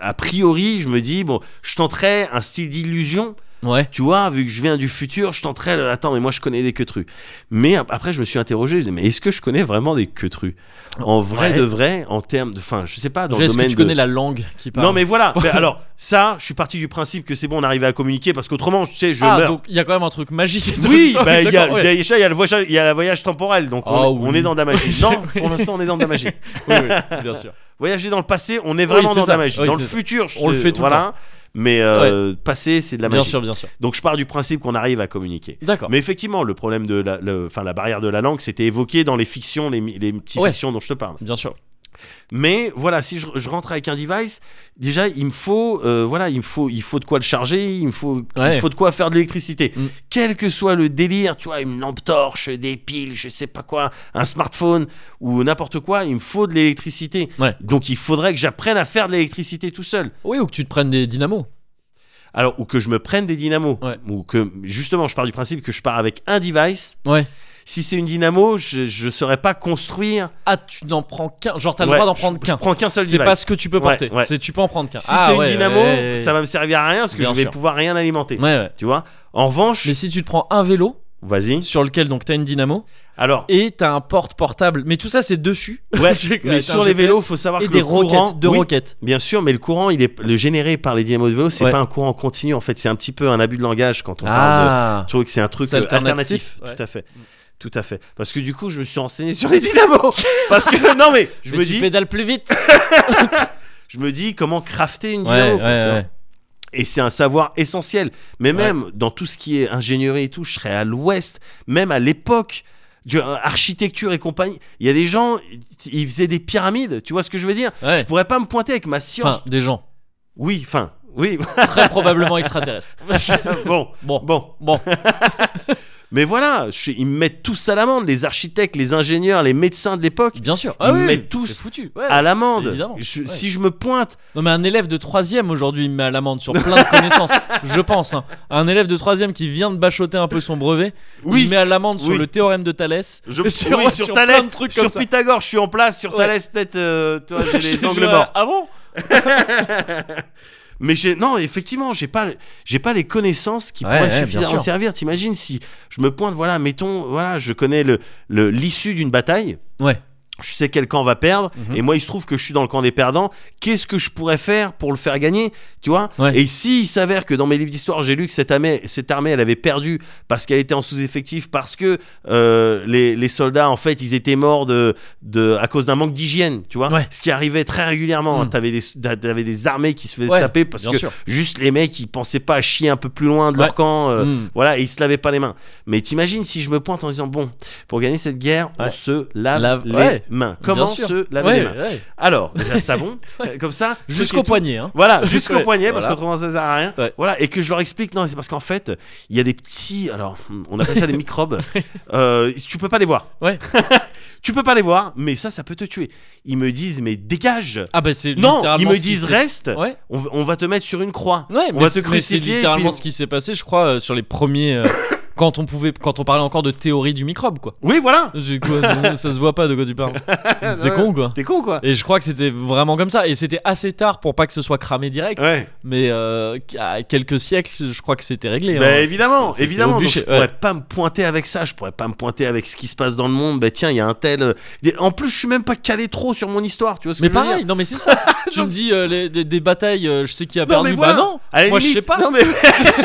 Speaker 1: a priori, je me dis, bon, je tenterais un style d'illusion
Speaker 2: Ouais.
Speaker 1: Tu vois, vu que je viens du futur, je tenterais. le- Attends, mais moi je connais des queutrus. Mais ap- après, je me suis interrogé. Je dis, mais est-ce que je connais vraiment des queutrus En vrai
Speaker 2: Ouais.
Speaker 1: de vrai, en termes de. Enfin, je sais pas. Dans le
Speaker 2: Est-ce que
Speaker 1: domaine
Speaker 2: tu
Speaker 1: de-
Speaker 2: connais la langue qui parle
Speaker 1: Non, mais voilà. Mais alors, ça, je suis parti du principe que c'est bon, on arrivait à communiquer parce qu'autrement, tu sais, je
Speaker 2: ah,
Speaker 1: meurs.
Speaker 2: donc il y a quand même un truc magique. dans
Speaker 1: Oui,
Speaker 2: l'histoire,
Speaker 1: bah, il y a,
Speaker 2: d'accord, ouais.
Speaker 1: déjà, il y a le voyage, il y a la voyage temporel, donc on,
Speaker 2: Ah oui.
Speaker 1: on est dans de la magie.
Speaker 2: Oui,
Speaker 1: non,
Speaker 2: c'est-
Speaker 1: pour l'instant, on est dans de la magie.
Speaker 2: Oui, oui, bien sûr.
Speaker 1: Voyager dans le passé, on est vraiment
Speaker 2: c'est
Speaker 1: dans de la
Speaker 2: ça.
Speaker 1: magie.
Speaker 2: Oui,
Speaker 1: dans le
Speaker 2: c'est ça.
Speaker 1: futur, je
Speaker 2: On le
Speaker 1: te-
Speaker 2: fait tout le
Speaker 1: voilà. Mais euh, passé, c'est de la
Speaker 2: Bien
Speaker 1: magie.
Speaker 2: sûr, bien sûr.
Speaker 1: Donc je pars du principe qu'on arrive à communiquer.
Speaker 2: D'accord.
Speaker 1: Mais effectivement, le problème de la, le- enfin, la barrière de la langue, c'était évoqué dans les fictions, les, mi- les petites
Speaker 2: Ouais.
Speaker 1: fictions dont je te parle.
Speaker 2: Bien sûr.
Speaker 1: Mais voilà, si je, je rentre avec un device, déjà il me faut, euh, voilà, il me faut, il faut de quoi le charger, il me faut,
Speaker 2: Ouais.
Speaker 1: il faut de quoi faire de l'électricité.
Speaker 2: Mm.
Speaker 1: Quel que soit le délire, tu vois, une lampe torche, des piles, je sais pas quoi, un smartphone ou n'importe quoi, il me faut de l'électricité.
Speaker 2: Ouais.
Speaker 1: Donc il faudrait que j'apprenne à faire de l'électricité tout seul.
Speaker 2: Oui, ou que tu te prennes des dynamos.
Speaker 1: Alors ou que je me prenne des dynamos,
Speaker 2: Ouais.
Speaker 1: ou que justement, je pars du principe que je pars avec un device.
Speaker 2: Ouais.
Speaker 1: Si c'est une dynamo, je, je saurais pas construire.
Speaker 2: Ah, tu n'en prends qu'un. Genre, t'as le
Speaker 1: Ouais,
Speaker 2: droit d'en
Speaker 1: je-
Speaker 2: prendre
Speaker 1: je
Speaker 2: qu'un.
Speaker 1: prends qu'un seul
Speaker 2: C'est
Speaker 1: device.
Speaker 2: pas ce que tu peux
Speaker 1: Ouais,
Speaker 2: porter.
Speaker 1: ouais.
Speaker 2: C'est tu peux en prendre qu'un.
Speaker 1: Si
Speaker 2: ah,
Speaker 1: c'est
Speaker 2: ouais,
Speaker 1: une dynamo,
Speaker 2: ouais,
Speaker 1: ça va me servir à rien parce que
Speaker 2: Bien
Speaker 1: je vais
Speaker 2: sûr.
Speaker 1: pouvoir rien alimenter.
Speaker 2: Ouais, ouais.
Speaker 1: Tu vois En revanche,
Speaker 2: Mais si tu te prends un vélo
Speaker 1: vas-y.
Speaker 2: sur lequel donc t'as une dynamo
Speaker 1: Alors,
Speaker 2: et t'as un porte portable, mais tout ça c'est dessus.
Speaker 1: ouais,
Speaker 2: J'ai-
Speaker 1: mais
Speaker 2: avec un
Speaker 1: sur les
Speaker 2: GPS
Speaker 1: vélos, faut savoir
Speaker 2: et
Speaker 1: que
Speaker 2: des
Speaker 1: le courant,
Speaker 2: roquettes, deux
Speaker 1: oui,
Speaker 2: roquettes.
Speaker 1: bien sûr, mais le courant, il est le généré par les dynamos de vélo, c'est
Speaker 2: Ouais.
Speaker 1: pas un courant continu en fait, c'est un petit peu un abus de langage quand on parle de
Speaker 2: Ah.
Speaker 1: je trouve que c'est un truc
Speaker 2: C'est
Speaker 1: euh,
Speaker 2: alternatif,
Speaker 1: alternatif,
Speaker 2: ouais. Mm.
Speaker 1: tout à fait. Tout à fait. Parce que du coup, je me suis renseigné sur les dynamos parce que non mais je
Speaker 2: Mais
Speaker 1: me
Speaker 2: tu
Speaker 1: dis
Speaker 2: pédales plus vite.
Speaker 1: je me dis comment crafter une
Speaker 2: ouais,
Speaker 1: dynamo
Speaker 2: ouais,
Speaker 1: quoi, tu vois.
Speaker 2: ouais.
Speaker 1: Et c'est un savoir essentiel. Mais même dans tout ce qui est ingénierie et tout, je serais à l'ouest, même à l'époque, du- euh, architecture et compagnie. Il y a des gens, ils- ils faisaient des pyramides, tu vois ce que je veux dire
Speaker 2: Ouais.
Speaker 1: Je pourrais pas me pointer avec ma science.
Speaker 2: Enfin, des gens
Speaker 1: Oui, enfin, oui,
Speaker 2: très probablement extraterrestres.
Speaker 1: bon,
Speaker 2: bon,
Speaker 1: bon.
Speaker 2: bon.
Speaker 1: Mais voilà, je- ils me mettent tous à l'amende, les architectes, les ingénieurs, les médecins de l'époque,
Speaker 2: Bien sûr. Ah
Speaker 1: Ils
Speaker 2: oui,
Speaker 1: mettent
Speaker 2: oui,
Speaker 1: tous
Speaker 2: c'est foutu. ouais.
Speaker 1: à l'amende.
Speaker 2: évidemment,
Speaker 1: Je-
Speaker 2: ouais.
Speaker 1: Si je me pointe,
Speaker 2: Non mais un élève de troisième aujourd'hui il me met à l'amende sur plein de connaissances, je pense. hein. Un élève de troisième qui vient de bachoter un peu son brevet, il
Speaker 1: oui,
Speaker 2: me met à l'amende sur
Speaker 1: Oui.
Speaker 2: le théorème de Thalès,
Speaker 1: je,
Speaker 2: et
Speaker 1: oui,
Speaker 2: sur,
Speaker 1: sur,
Speaker 2: ouais, sur
Speaker 1: Thalès,
Speaker 2: plein de trucs comme
Speaker 1: sur
Speaker 2: ça.
Speaker 1: Pythagore, je suis en place, sur
Speaker 2: Ouais.
Speaker 1: Thalès, peut-être, euh, toi, j'ai
Speaker 2: Je te
Speaker 1: les angles
Speaker 2: jure,
Speaker 1: morts.
Speaker 2: Ah bon
Speaker 1: Mais j'ai non, effectivement, j'ai pas j'ai pas les connaissances qui
Speaker 2: Ouais, ouais,
Speaker 1: pourraient
Speaker 2: bien
Speaker 1: suffisamment
Speaker 2: sûr.
Speaker 1: servir. T'imagines si je me pointe, voilà, mettons, voilà, je connais le le- l'issue d'une bataille.
Speaker 2: Ouais.
Speaker 1: Je sais quel camp va perdre,
Speaker 2: Mhm.
Speaker 1: et moi il se trouve que je suis dans le camp des perdants. Qu'est-ce que je pourrais faire pour le faire gagner, tu vois
Speaker 2: Ouais.
Speaker 1: Et si il s'avère que dans mes livres d'histoire j'ai lu que cette armée, cette armée, elle avait perdu parce qu'elle était en sous-effectif, parce que euh, les, les soldats en fait ils étaient morts de, de à cause d'un manque d'hygiène, tu vois
Speaker 2: Ouais.
Speaker 1: Ce qui arrivait très régulièrement. hein.
Speaker 2: Mm.
Speaker 1: T'avais des t'avais des armées qui se faisaient
Speaker 2: Ouais,
Speaker 1: saper parce
Speaker 2: bien
Speaker 1: que
Speaker 2: sûr.
Speaker 1: juste les mecs ils pensaient pas à chier un peu plus loin de
Speaker 2: Ouais.
Speaker 1: leur camp euh,
Speaker 2: Mm.
Speaker 1: voilà et ils se lavaient pas les mains mais t'imagines si je me pointe en disant bon pour gagner cette guerre
Speaker 2: Ouais.
Speaker 1: on se lave,
Speaker 2: Lave-
Speaker 1: les
Speaker 2: ouais,
Speaker 1: mains comment
Speaker 2: bien sûr.
Speaker 1: se laver
Speaker 2: Ouais,
Speaker 1: les mains
Speaker 2: ouais.
Speaker 1: alors déjà savon euh, comme ça
Speaker 2: Jusqu'au
Speaker 1: truc et tout.
Speaker 2: poignet. Hein.
Speaker 1: voilà
Speaker 2: Jusqu'au-
Speaker 1: jusqu'au poignet parce
Speaker 2: voilà.
Speaker 1: qu'autrement ça sert à rien
Speaker 2: Ouais.
Speaker 1: voilà et que je leur explique non c'est parce qu'en fait il y a des petits alors on appelle ça des microbes euh, tu peux pas les voir
Speaker 2: Ouais.
Speaker 1: tu peux pas les voir mais ça ça peut te tuer ils me disent mais dégage
Speaker 2: Ah bah c'est
Speaker 1: non
Speaker 2: littéralement
Speaker 1: ils me
Speaker 2: ce qui
Speaker 1: disent
Speaker 2: s'est-
Speaker 1: reste
Speaker 2: Ouais.
Speaker 1: on, va- on va te mettre sur une croix.
Speaker 2: Ouais,
Speaker 1: on
Speaker 2: mais
Speaker 1: va
Speaker 2: c'est
Speaker 1: te
Speaker 2: mais c'est
Speaker 1: crucifier.
Speaker 2: littéralement
Speaker 1: puis-
Speaker 2: ce qui s'est passé, je crois, euh, sur les premiers. euh, quand on pouvait, quand on parlait encore de théorie du microbe, quoi.
Speaker 1: Oui, voilà.
Speaker 2: J'ai quoi, ça se voit pas de quoi tu parles. C'est con, quoi.
Speaker 1: T'es con, quoi.
Speaker 2: Et je crois que c'était vraiment comme ça. Et c'était assez tard pour pas que ce soit cramé direct.
Speaker 1: Ouais.
Speaker 2: Mais euh, à quelques siècles, je crois que c'était réglé.
Speaker 1: Bah,
Speaker 2: hein.
Speaker 1: évidemment,
Speaker 2: C'était au
Speaker 1: évidemment. Donc,
Speaker 2: bûcher,
Speaker 1: je
Speaker 2: ouais.
Speaker 1: pourrais pas me pointer avec ça. Je pourrais pas me pointer avec ce qui se passe dans le monde. Bah tiens, il y a un tel. euh, En plus, je suis même pas calé trop sur mon histoire. Tu vois ce
Speaker 2: Mais
Speaker 1: que je veux
Speaker 2: pareil,
Speaker 1: dire
Speaker 2: non mais c'est ça. tu me dis euh, les- des, des batailles, euh, je sais qui a
Speaker 1: Non
Speaker 2: perdu.
Speaker 1: mais voilà.
Speaker 2: Bah non,
Speaker 1: À la
Speaker 2: moi je
Speaker 1: limite-
Speaker 2: sais pas.
Speaker 1: Non mais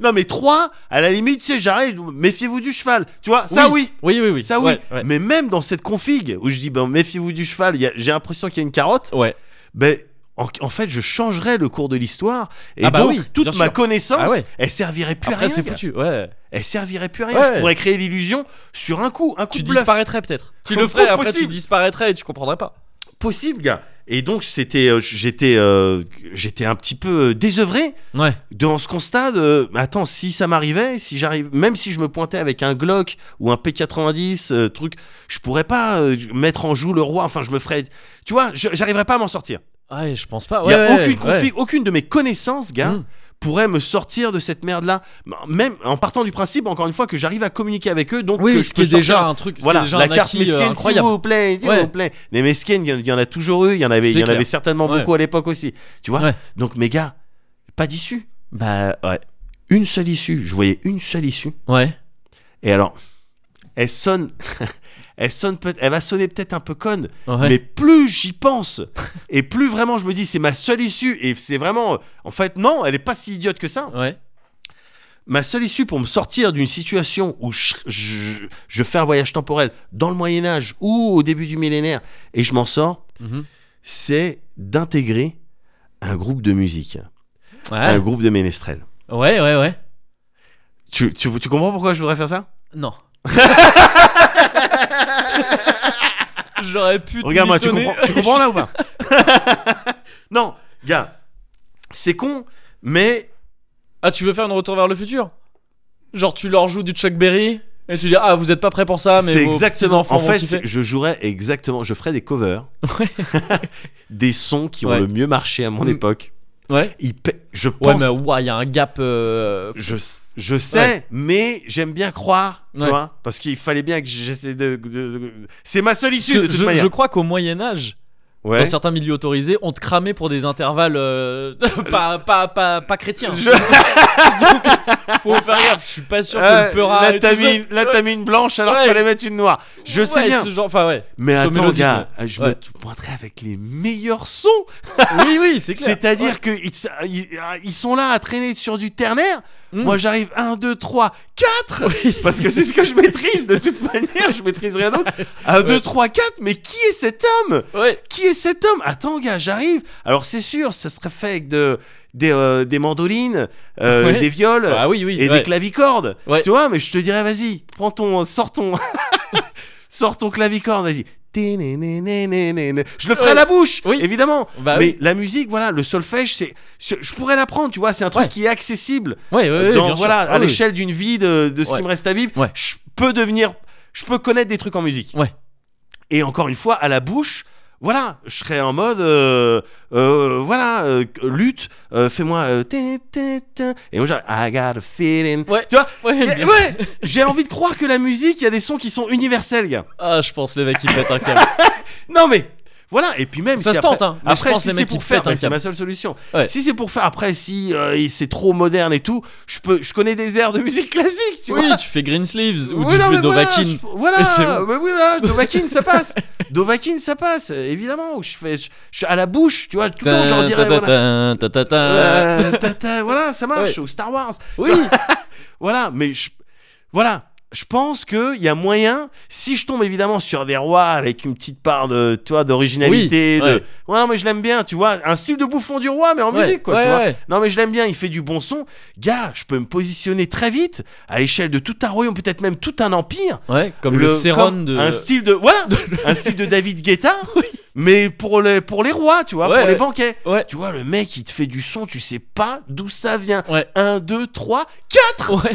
Speaker 1: non mais trois. À la limite, tu sais, j'arrive. Méfiez-vous du cheval. Tu vois ça oui.
Speaker 2: Oui, oui, oui.
Speaker 1: Ça oui.
Speaker 2: Ouais, ouais.
Speaker 1: Mais même dans cette config où je dis ben méfiez-vous du cheval. il y a- J'ai l'impression qu'il y a une carotte.
Speaker 2: Ouais.
Speaker 1: ben en, en fait, je changerais le cours de l'histoire et
Speaker 2: Ah bah
Speaker 1: donc
Speaker 2: oui,
Speaker 1: toute
Speaker 2: bien
Speaker 1: ma
Speaker 2: sûr.
Speaker 1: connaissance,
Speaker 2: Ah ouais.
Speaker 1: elle servirait plus à
Speaker 2: Après
Speaker 1: rien.
Speaker 2: c'est
Speaker 1: gars.
Speaker 2: foutu. Ouais.
Speaker 1: Elle servirait plus à rien.
Speaker 2: Ouais.
Speaker 1: Je pourrais créer l'illusion sur un coup, un coup
Speaker 2: Tu
Speaker 1: de bluff
Speaker 2: disparaîtrais peut-être. Tu
Speaker 1: Comme
Speaker 2: le ferais
Speaker 1: pas
Speaker 2: après tu
Speaker 1: possible.
Speaker 2: disparaîtrais et tu comprendrais pas.
Speaker 1: possible, gars. Et donc c'était, euh, j'étais, euh, j'étais un petit peu euh, désœuvré
Speaker 2: Ouais.
Speaker 1: devant ce constat. De, mais attends, si ça m'arrivait, si j'arrive, même si je me pointais avec un Glock ou un P90, euh, truc, je pourrais pas euh, mettre en joue le roi. Enfin, je me ferais, tu vois, je- j'arriverais pas à m'en sortir.
Speaker 2: Ouais, je pense pas.
Speaker 1: Il
Speaker 2: Ouais,
Speaker 1: y a
Speaker 2: ouais,
Speaker 1: aucune
Speaker 2: ouais.
Speaker 1: config, aucune de mes connaissances, gars.
Speaker 2: Mm.
Speaker 1: pourrait me sortir de cette merde là même en partant du principe encore une fois que j'arrive à communiquer avec eux donc que
Speaker 2: Oui,
Speaker 1: je
Speaker 2: ce
Speaker 1: peux
Speaker 2: qui est
Speaker 1: sortir-
Speaker 2: déjà un truc. ce qui est
Speaker 1: voilà
Speaker 2: déjà
Speaker 1: la
Speaker 2: un
Speaker 1: carte
Speaker 2: acquis, euh,
Speaker 1: mesquine s'il
Speaker 2: incroyable.
Speaker 1: vous plaît s'il
Speaker 2: Ouais.
Speaker 1: vous plaît les mesquines il y en- il y, en a toujours eu il y en avait il
Speaker 2: C'est
Speaker 1: y en
Speaker 2: clair.
Speaker 1: avait certainement
Speaker 2: Ouais.
Speaker 1: beaucoup à l'époque aussi tu vois
Speaker 2: Ouais.
Speaker 1: donc mes gars pas d'issue
Speaker 2: Bah ouais.
Speaker 1: une seule issue. Je voyais une seule issue.
Speaker 2: Ouais.
Speaker 1: Et alors, elle sonne. Elle, sonne peut elle va sonner peut-être un peu conne,
Speaker 2: Ouais.
Speaker 1: mais plus j'y pense, et plus vraiment je me dis c'est ma seule issue, et c'est vraiment... En fait, non, elle est pas si idiote que ça.
Speaker 2: Ouais.
Speaker 1: Ma seule issue pour me sortir d'une situation où je, je- je fais un voyage temporel dans le Moyen Âge ou au début du millénaire, et je m'en sors,
Speaker 2: Mhm.
Speaker 1: c'est d'intégrer un groupe de musique, un
Speaker 2: Ouais.
Speaker 1: groupe de ménestrels.
Speaker 2: Ouais, ouais, ouais.
Speaker 1: Tu, tu, tu comprends pourquoi je voudrais faire ça
Speaker 2: Non. J'aurais pu. te
Speaker 1: Regarde-moi, tu
Speaker 2: mitonner.
Speaker 1: comprends, tu comprends là ou pas Non, gars, c'est con, mais
Speaker 2: Ah, tu veux faire une retour vers le futur Genre, tu leur joues du Chuck Berry et tu dis Ah, vous êtes pas prêts pour ça, mais.
Speaker 1: c'est
Speaker 2: vos
Speaker 1: exactement.
Speaker 2: petits-enfants
Speaker 1: En
Speaker 2: vont
Speaker 1: fait,
Speaker 2: kiffer.
Speaker 1: c'est- je jouerais exactement. Je ferais des covers, des sons qui ont
Speaker 2: Ouais.
Speaker 1: le mieux marché à mon
Speaker 2: Mm.
Speaker 1: époque.
Speaker 2: Ouais.
Speaker 1: Il pa- je
Speaker 2: Ouais,
Speaker 1: pense.
Speaker 2: mais ouais, il y a un gap. euh,
Speaker 1: je, je sais, mais j'aime bien croire, tu
Speaker 2: Ouais.
Speaker 1: vois, parce qu'il fallait bien que j'essaie de. de- de- C'est ma seule issue
Speaker 2: que
Speaker 1: de toute
Speaker 2: je,
Speaker 1: manière.
Speaker 2: je crois qu'au Moyen-Âge,
Speaker 1: Ouais.
Speaker 2: dans certains milieux autorisés, on te cramait pour des intervalles euh, pas, pas, pas, pas chrétiens.
Speaker 1: Je-
Speaker 2: Faut faire gaffe, je suis pas sûr que
Speaker 1: Euh,
Speaker 2: le Peura.
Speaker 1: là, t'as mis, là, t'as mis une blanche alors
Speaker 2: Ouais.
Speaker 1: qu'il fallait mettre une noire. Je sais bien.
Speaker 2: Ce genre, enfin, ouais.
Speaker 1: Mais
Speaker 2: plutôt
Speaker 1: attends,
Speaker 2: mélodique,
Speaker 1: gars, je me
Speaker 2: Ouais.
Speaker 1: te pointerai avec les meilleurs sons.
Speaker 2: Oui, oui, c'est clair.
Speaker 1: C'est-à-dire que ils- ils, ils sont là à traîner sur du ternaire.
Speaker 2: Mm.
Speaker 1: Moi, j'arrive 1, 2, 3, 4. Parce que c'est ce que je maîtrise de toute manière. Je maîtrise rien d'autre. 1, 2, 3, 4. Mais qui est cet homme
Speaker 2: Ouais.
Speaker 1: Qui est cet homme Attends, gars, j'arrive. Alors, c'est sûr, ça serait fait avec de, des, euh, des mandolines, euh,
Speaker 2: Ouais.
Speaker 1: des viols
Speaker 2: Ah oui, oui.
Speaker 1: et
Speaker 2: ouais.
Speaker 1: des clavicordes.
Speaker 2: Ouais.
Speaker 1: Tu vois, mais je te dirais, vas-y, prends ton, euh, sors ton, sors ton clavicorde, vas-y. Ténénénénéné. Je le ferai à
Speaker 2: Ouais.
Speaker 1: la bouche,
Speaker 2: Oui.
Speaker 1: évidemment.
Speaker 2: Bah
Speaker 1: mais
Speaker 2: oui.
Speaker 1: la musique, voilà, le solfège, c'est, je, je pourrais l'apprendre, tu vois, c'est un truc
Speaker 2: Ouais.
Speaker 1: qui est accessible.
Speaker 2: Ouais, ouais, ouais,
Speaker 1: dans-
Speaker 2: bien sûr.
Speaker 1: voilà,
Speaker 2: Ah
Speaker 1: à
Speaker 2: oui.
Speaker 1: l'échelle d'une vie de, de ce
Speaker 2: Ouais.
Speaker 1: qui me reste à vivre,
Speaker 2: Ouais.
Speaker 1: je peux devenir, je peux connaître des trucs en musique.
Speaker 2: Ouais.
Speaker 1: Et encore une fois, à la bouche. Voilà, je serais en mode, euh, euh, voilà, euh, lutte, euh, fais-moi, euh, tin, tin, tin. et moi j'arrive, I got a feeling,
Speaker 2: Ouais.
Speaker 1: tu vois,
Speaker 2: Ouais,
Speaker 1: Yeah,
Speaker 2: bien sûr.
Speaker 1: ouais, j'ai envie de croire que la musique, il y a des sons qui sont universels, gars.
Speaker 2: Ah, je pense les mecs ils pètent un câble.
Speaker 1: Non mais voilà, et puis même
Speaker 2: Ça
Speaker 1: si
Speaker 2: se
Speaker 1: après,
Speaker 2: tente, hein, mais je
Speaker 1: après
Speaker 2: pense
Speaker 1: si
Speaker 2: les
Speaker 1: c'est
Speaker 2: mecs,
Speaker 1: pour
Speaker 2: ils
Speaker 1: faire,
Speaker 2: pètent un
Speaker 1: mais c'est
Speaker 2: câble.
Speaker 1: ma seule solution.
Speaker 2: Ouais.
Speaker 1: Si c'est pour faire, après si euh, il- c'est trop moderne et tout, je peux, je connais des airs de musique classique, tu
Speaker 2: oui,
Speaker 1: vois.
Speaker 2: tu fais Green Sleeves ou
Speaker 1: Oui,
Speaker 2: tu
Speaker 1: non,
Speaker 2: fais
Speaker 1: mais
Speaker 2: Dovakin.
Speaker 1: Voilà,
Speaker 2: Et
Speaker 1: je-
Speaker 2: c'est
Speaker 1: voilà,
Speaker 2: bon.
Speaker 1: mais oui, voilà, Dovakin, ça passe. Dovakin, ça passe, évidemment. ou Je fais, je, je- à la bouche, tu vois, tout le temps, j'en dirais.
Speaker 2: Tin,
Speaker 1: Voilà.
Speaker 2: tin, tin, tin, tin, tin.
Speaker 1: Euh, ta- ta- voilà, ça marche. Ou Star Wars.
Speaker 2: Oui.
Speaker 1: voilà, mais je, voilà. Je pense qu'il y a moyen, si je tombe évidemment sur des rois avec une petite part de, tu vois, d'originalité.
Speaker 2: Oui,
Speaker 1: de...
Speaker 2: ouais.
Speaker 1: Ouais, non, mais je l'aime bien, tu vois. Un style de bouffon du roi, mais en
Speaker 2: Ouais,
Speaker 1: musique, quoi,
Speaker 2: ouais,
Speaker 1: tu vois.
Speaker 2: ouais.
Speaker 1: Non, mais je l'aime bien, il fait du bon son. Gars, je peux me positionner très vite à l'échelle de tout un royaume, peut-être même tout un empire.
Speaker 2: Ouais, comme le, sérum
Speaker 1: comme
Speaker 2: de.
Speaker 1: un style de voilà un style de David Guetta mais pour les pour les rois tu vois
Speaker 2: Ouais,
Speaker 1: pour les
Speaker 2: ouais.
Speaker 1: banquets
Speaker 2: Ouais.
Speaker 1: tu vois le mec il te fait du son tu sais pas d'où ça vient
Speaker 2: Ouais.
Speaker 1: 1 2 3 4
Speaker 2: Ouais.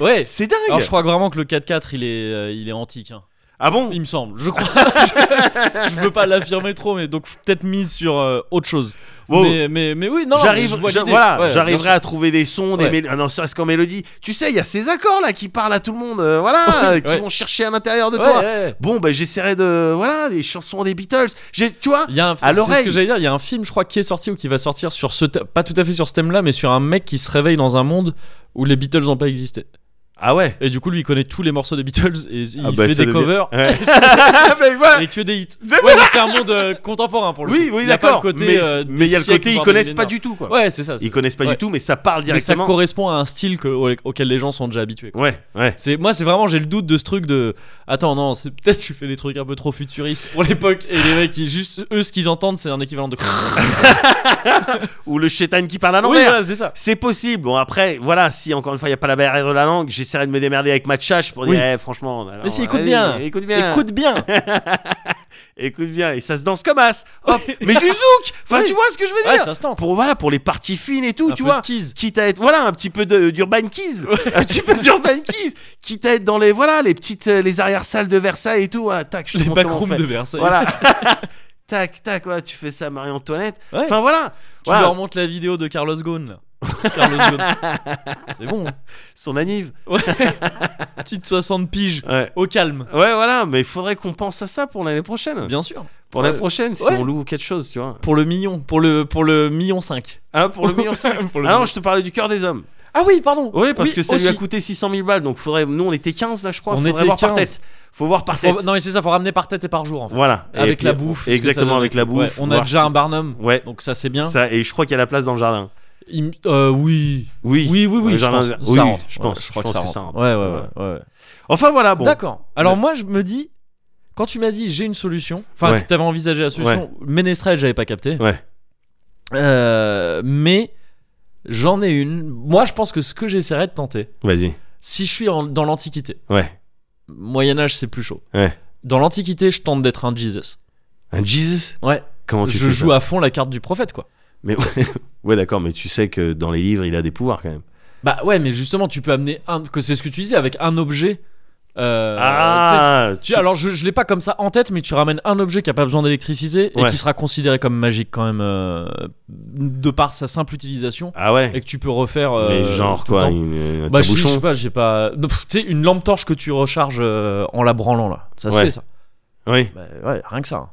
Speaker 2: ouais.
Speaker 1: c'est dingue
Speaker 2: Alors je crois vraiment que le 4x4 il est, euh, il est antique, hein.
Speaker 1: ah bon
Speaker 2: il me semble. Je crois. je, je veux pas l'affirmer trop, mais donc peut-être mise sur euh, autre chose.
Speaker 1: Wow.
Speaker 2: Mais, mais, mais oui, non.
Speaker 1: J'arrive,
Speaker 2: mais je vois
Speaker 1: j'a-
Speaker 2: l'idée.
Speaker 1: voilà,
Speaker 2: Ouais,
Speaker 1: j'arriverai
Speaker 2: bien sûr.
Speaker 1: à trouver des sons, des
Speaker 2: Ouais.
Speaker 1: mél- ah non, serait-ce qu'en mélodie. Tu sais, il y a ces accords là qui parlent à tout le monde, euh, voilà, euh, qui
Speaker 2: ouais.
Speaker 1: vont chercher à l'intérieur de
Speaker 2: Ouais,
Speaker 1: toi.
Speaker 2: ouais, ouais.
Speaker 1: Bon, ben j'essaierai de, voilà, des chansons des Beatles. J'ai, tu vois,
Speaker 2: Il y a un,
Speaker 1: À
Speaker 2: c'est ce
Speaker 1: l'oreille.
Speaker 2: que j'allais dire, il y a un film, je crois, qui est sorti ou qui va sortir sur ce, thème- pas tout à fait sur ce thème-là, mais sur un mec qui se réveille dans un monde où les Beatles n'ont pas existé.
Speaker 1: ah ouais.
Speaker 2: Et du coup, lui, il connaît tous les morceaux des Beatles et il
Speaker 1: Ah bah,
Speaker 2: fait
Speaker 1: ça
Speaker 2: des
Speaker 1: devient-
Speaker 2: covers
Speaker 1: Ouais. Ah, Mais voilà.
Speaker 2: et que des hits.
Speaker 1: Mais
Speaker 2: Ouais, mais c'est un monde euh, contemporain pour le
Speaker 1: Oui,
Speaker 2: coup.
Speaker 1: oui,
Speaker 2: Il y a pas
Speaker 1: d'accord.
Speaker 2: le côté,
Speaker 1: mais
Speaker 2: euh,
Speaker 1: mais il y a
Speaker 2: des
Speaker 1: le
Speaker 2: siècles,
Speaker 1: côté, ils
Speaker 2: voire des
Speaker 1: connaissent pas
Speaker 2: millénaires.
Speaker 1: du tout, quoi.
Speaker 2: Ouais, c'est ça. c'est
Speaker 1: Ils connaissent pas
Speaker 2: Ouais.
Speaker 1: du tout, mais ça parle
Speaker 2: Mais ça
Speaker 1: directement.
Speaker 2: correspond à un style que- au- auquel les gens sont déjà habitués. quoi.
Speaker 1: Ouais, ouais.
Speaker 2: C'est moi, c'est vraiment j'ai le doute de ce truc de attends non, c'est peut-être tu fais des trucs un peu trop futuristes pour l'époque et les mecs ils juste eux ce qu'ils entendent c'est un équivalent de
Speaker 1: Ou le chétan qui parle à
Speaker 2: oui
Speaker 1: l'envers.
Speaker 2: voilà c'est ça
Speaker 1: C'est possible. Bon, après, voilà, si encore une fois, il n'y a pas la barrière de la langue, j'essaierai de me démerder avec ma tchatche pour dire,
Speaker 2: Oui.
Speaker 1: eh, franchement. alors,
Speaker 2: mais si écoute
Speaker 1: vas-y,
Speaker 2: bien
Speaker 1: Écoute bien.
Speaker 2: écoute bien
Speaker 1: Écoute bien. Et ça se danse comme as. Hop. mais du zouk. Enfin,
Speaker 2: Oui.
Speaker 1: tu vois ce que je veux dire.
Speaker 2: ouais ça se tente
Speaker 1: Pour, voilà, pour les parties fines et tout,
Speaker 2: Un
Speaker 1: tu
Speaker 2: peu
Speaker 1: vois.
Speaker 2: de keys.
Speaker 1: Quitte à être, voilà, un petit peu de- d'urban keys. Un petit peu d'urban keys. Quitte à être dans les, voilà, les petites, euh, les arrière-salles de Versailles et tout. Voilà, tac, je te
Speaker 2: les
Speaker 1: montre comment on
Speaker 2: backrooms
Speaker 1: fait.
Speaker 2: de Versailles
Speaker 1: Voilà. tac, tac, voilà, tu fais ça, Marie-Antoinette.
Speaker 2: Ouais.
Speaker 1: Enfin, voilà.
Speaker 2: tu
Speaker 1: Voilà.
Speaker 2: leur montres la vidéo de Carlos Ghosn là. Carlos Ghosn c'est bon hein.
Speaker 1: Son anniv.
Speaker 2: ouais petite 60 piges
Speaker 1: Ouais.
Speaker 2: au calme
Speaker 1: Ouais, voilà, mais il faudrait qu'on pense à ça pour l'année prochaine.
Speaker 2: bien sûr
Speaker 1: Pour
Speaker 2: Ouais.
Speaker 1: l'année prochaine, si
Speaker 2: Ouais.
Speaker 1: on loue quelque chose, tu vois.
Speaker 2: pour le million pour le pour le million 5
Speaker 1: Ah, pour le million 5.
Speaker 2: Pour le
Speaker 1: Ah
Speaker 2: million.
Speaker 1: non, je te parlais du cœur des hommes.
Speaker 2: Ah oui, pardon.
Speaker 1: Oui, parce que ça lui a
Speaker 2: aussi.
Speaker 1: coûté 600 000 balles. Donc faudrait. Nous, on était 15 là, je crois.
Speaker 2: On
Speaker 1: faudrait
Speaker 2: était
Speaker 1: voir par
Speaker 2: 15.
Speaker 1: tête. Faut voir par tête.
Speaker 2: Faut- non, mais c'est ça, faut ramener par tête et par jour en fait.
Speaker 1: Voilà. Et
Speaker 2: Avec
Speaker 1: puis-
Speaker 2: la bouffe. ce que ça
Speaker 1: Exactement,
Speaker 2: donne.
Speaker 1: avec la bouffe.
Speaker 2: Ouais, on a
Speaker 1: voir
Speaker 2: déjà
Speaker 1: si-
Speaker 2: un Barnum.
Speaker 1: Ouais.
Speaker 2: Donc ça, c'est bien.
Speaker 1: Ça, et je crois qu'il y a la place dans le jardin.
Speaker 2: Il me- euh, oui.
Speaker 1: Oui.
Speaker 2: Oui, oui, oui,
Speaker 1: Le
Speaker 2: je
Speaker 1: jardin-
Speaker 2: pense.
Speaker 1: oui,
Speaker 2: ça rentre.
Speaker 1: je
Speaker 2: Ouais,
Speaker 1: pense,
Speaker 2: je crois
Speaker 1: je
Speaker 2: que,
Speaker 1: pense que
Speaker 2: ça
Speaker 1: ça
Speaker 2: rentre.
Speaker 1: rentre.
Speaker 2: Ouais, ouais, ouais. ouais.
Speaker 1: Enfin voilà, bon.
Speaker 2: D'accord. Alors
Speaker 1: Ouais.
Speaker 2: moi, je me dis, quand tu m'as dit j'ai une solution, enfin
Speaker 1: Ouais.
Speaker 2: que tu avais envisagé la solution, Ménestrel, j'avais pas capté.
Speaker 1: Ouais.
Speaker 2: Euh, mais j'en ai une. Moi, je pense que ce que j'essaierai de tenter,
Speaker 1: Vas-y.
Speaker 2: si je suis en- dans l'Antiquité,
Speaker 1: Ouais.
Speaker 2: Moyen Âge, c'est plus chaud.
Speaker 1: Ouais.
Speaker 2: Dans l'Antiquité, je tente d'être un Jesus.
Speaker 1: Un Jesus
Speaker 2: Ouais.
Speaker 1: Comment tu
Speaker 2: je
Speaker 1: fais
Speaker 2: joue
Speaker 1: ça
Speaker 2: à fond la carte du prophète, quoi.
Speaker 1: Mais ouais, ouais, d'accord, mais tu sais que dans les livres, il a des pouvoirs quand même.
Speaker 2: Bah ouais, mais justement, tu peux amener un. Que c'est ce que tu disais avec un objet. euh, tu sais,
Speaker 1: ah
Speaker 2: Euh, Tu, alors je, je l'ai pas comme ça en tête, mais tu ramènes un objet qui a pas besoin d'électricité et
Speaker 1: Ouais.
Speaker 2: qui sera considéré comme magique quand même euh, de par sa simple utilisation
Speaker 1: Ah
Speaker 2: et
Speaker 1: ouais.
Speaker 2: que tu peux refaire. euh,
Speaker 1: mais genre
Speaker 2: tout le
Speaker 1: quoi
Speaker 2: temps.
Speaker 1: une- euh, Un
Speaker 2: Bah je, je
Speaker 1: bouchon
Speaker 2: sais pas, j'ai pas. Pff, Tu sais une lampe torche que tu recharges euh, en la branlant là, ça se
Speaker 1: Ouais.
Speaker 2: fait ça.
Speaker 1: Oui.
Speaker 2: Bah, ouais, rien que ça. hein.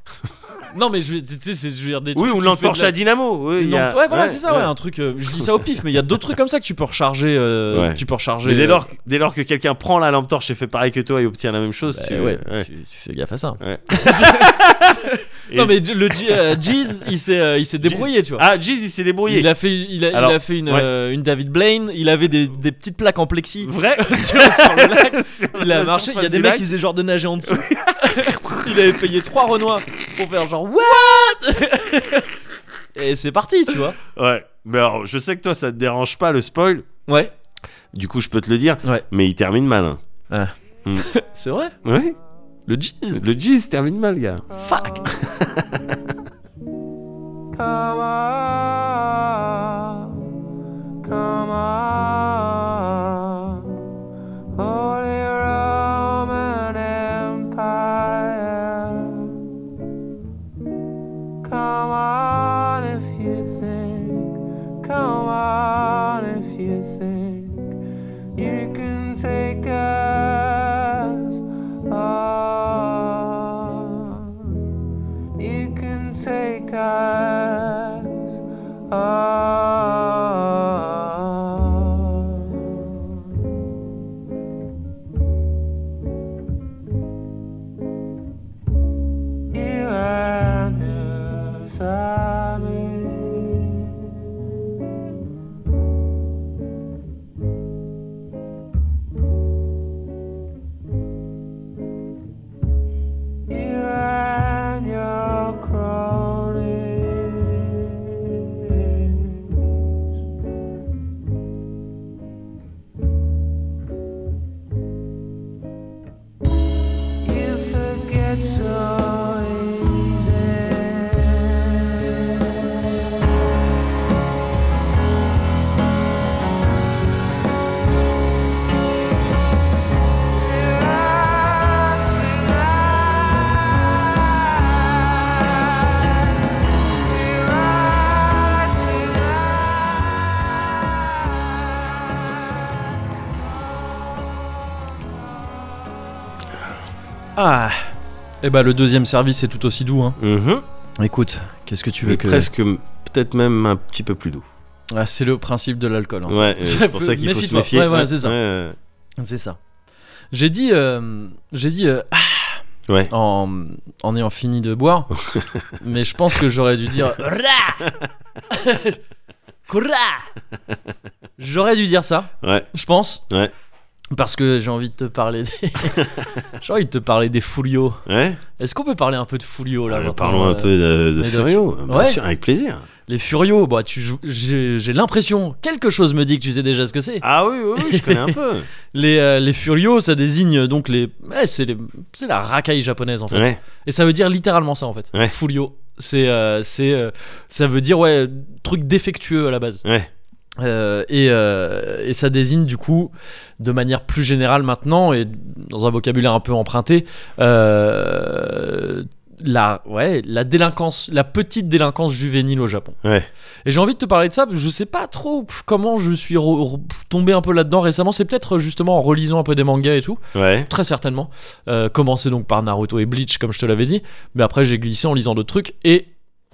Speaker 2: non mais je vais- tu sais, c'est- je veux dire des
Speaker 1: Oui, ou
Speaker 2: trucs que tu fais de
Speaker 1: l'entorche
Speaker 2: la-
Speaker 1: à dynamo. Oui, il y
Speaker 2: Non,
Speaker 1: a-
Speaker 2: ouais voilà c'est ça ouais,
Speaker 1: ouais.
Speaker 2: un truc euh, je dis ça au pif mais il y a d'autres trucs comme ça que tu peux recharger euh,
Speaker 1: Ouais.
Speaker 2: tu peux recharger
Speaker 1: Mais dès
Speaker 2: euh,
Speaker 1: lors, dès lors que quelqu'un prend la lampe torche et fait pareil que toi et obtient la même chose,
Speaker 2: bah,
Speaker 1: tu,
Speaker 2: ouais,
Speaker 1: ouais.
Speaker 2: Tu, tu fais gaffe à ça
Speaker 1: Ouais.
Speaker 2: non
Speaker 1: Et-
Speaker 2: mais le G- euh, Jeez il s'est euh, il s'est débrouillé tu vois
Speaker 1: Ah, Jeez, il s'est débrouillé.
Speaker 2: Il a fait, il a, il
Speaker 1: Alors,
Speaker 2: a fait une,
Speaker 1: ouais.
Speaker 2: euh, une David Blaine, il avait des, des petites plaques en plexi
Speaker 1: Vrai
Speaker 2: sur, sur le lac.
Speaker 1: Sur
Speaker 2: Il
Speaker 1: la
Speaker 2: a marché, il y a
Speaker 1: surface
Speaker 2: des
Speaker 1: du
Speaker 2: mecs
Speaker 1: lac.
Speaker 2: qui faisaient genre de nager en dessous. il avait payé trois renois pour faire genre What Et c'est parti, tu vois.
Speaker 1: Ouais. Mais alors, je sais que toi, ça te dérange pas le spoil.
Speaker 2: Ouais,
Speaker 1: Du coup, je peux te le dire.
Speaker 2: Ouais.
Speaker 1: Mais il termine mal. Hein.
Speaker 2: c'est vrai,
Speaker 1: Ouais.
Speaker 2: le jeez.
Speaker 1: Le Jeez termine mal, gars.
Speaker 2: Fuck
Speaker 5: Come on, come on, Holy Roman Empire. Come on if you think, come on if you think you can take us on. You can take us on. You and who's You and your cronies. You forget so easy.
Speaker 2: Ah Et bah, le deuxième service est tout aussi doux, hein.
Speaker 1: Mhm.
Speaker 2: Écoute, qu'est-ce que tu veux
Speaker 1: Mais
Speaker 2: que.
Speaker 1: Presque, peut-être même un petit peu plus doux.
Speaker 2: Ah, c'est le principe de l'alcool, hein, ça.
Speaker 1: Ouais, euh,
Speaker 2: Ça
Speaker 1: c'est pour
Speaker 2: peut-
Speaker 1: ça qu'il faut se
Speaker 2: méfie-toi.
Speaker 1: méfier.
Speaker 2: Ouais, ouais, c'est ça.
Speaker 1: Ouais,
Speaker 2: C'est ça. J'ai dit, euh, j'ai dit euh, ah
Speaker 1: ouais.
Speaker 2: en, en ayant fini de boire, mais je pense que j'aurais dû dire Ra Ra J'aurais dû dire ça,
Speaker 1: Ouais.
Speaker 2: je pense.
Speaker 1: Ouais.
Speaker 2: Parce que j'ai envie de te parler. Des... j'ai envie de te parler des Fulio.
Speaker 1: ouais.
Speaker 2: Est-ce qu'on peut parler un peu de Fulio là
Speaker 1: Euh,
Speaker 2: maintenant,
Speaker 1: parlons un
Speaker 2: euh,
Speaker 1: peu de, de
Speaker 2: Médoc.
Speaker 1: Furio. Bien
Speaker 2: Ouais.
Speaker 1: sûr, avec plaisir.
Speaker 2: Les Furios, bah, tu, jou- j'ai, j'ai l'impression, quelque chose me dit que tu sais déjà ce que c'est.
Speaker 1: Ah oui, oui, oui, je connais un peu.
Speaker 2: Les, euh, les Furios, ça désigne euh, donc les. ouais, c'est, les- c'est la racaille japonaise en fait.
Speaker 1: Ouais.
Speaker 2: Et ça veut dire littéralement ça en fait.
Speaker 1: Ouais.
Speaker 2: Fulio. C'est, euh, c'est, euh, ça veut dire ouais truc défectueux à la base.
Speaker 1: Ouais.
Speaker 2: Euh, et, euh, et ça désigne du coup, de manière plus générale maintenant et dans un vocabulaire un peu emprunté, euh, la ouais la délinquance, la petite délinquance juvénile au Japon.
Speaker 1: Ouais.
Speaker 2: Et j'ai envie de te parler de ça. parce que Je sais pas trop pff, comment je suis re- re- tombé un peu là-dedans récemment. C'est peut-être justement en relisant un peu des mangas et tout
Speaker 1: Ouais.
Speaker 2: très certainement. Euh, commencé donc par Naruto et Bleach, comme je te l'avais dit, mais après j'ai glissé en lisant d'autres trucs et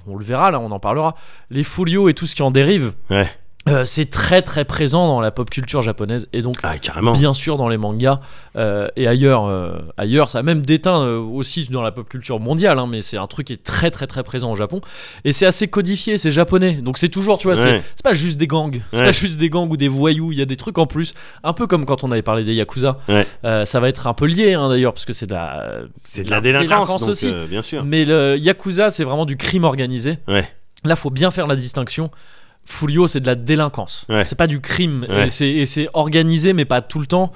Speaker 2: on le verra là, on en parlera. Les folios et tout ce qui en dérive.
Speaker 1: Ouais.
Speaker 2: Euh, c'est très très présent dans la pop culture japonaise et donc
Speaker 6: Ah, carrément.
Speaker 2: bien sûr dans les mangas euh, et ailleurs. euh, ailleurs, ça a même déteint euh, aussi dans la pop culture mondiale, hein, mais c'est un truc qui est très très très présent au Japon. Et c'est assez codifié, c'est japonais. Donc c'est toujours, tu vois, c'est
Speaker 6: Ouais.
Speaker 2: c'est pas juste des gangs, c'est
Speaker 6: Ouais.
Speaker 2: pas juste des gangs ou des voyous, il y a des trucs en plus. Un peu comme quand on avait parlé des Yakuza.
Speaker 6: Ouais.
Speaker 2: Euh, ça va être un peu lié hein, d'ailleurs, parce que c'est de la.
Speaker 6: C'est de la délinquance, donc,
Speaker 2: aussi.
Speaker 6: euh, bien sûr.
Speaker 2: Mais le Yakuza, c'est vraiment du crime organisé.
Speaker 6: Ouais.
Speaker 2: Là, faut bien faire la distinction. Fulio, c'est de la délinquance.
Speaker 6: Ouais.
Speaker 2: C'est pas du crime.
Speaker 6: Ouais.
Speaker 2: Et c'est- Et c'est organisé, mais pas tout le temps.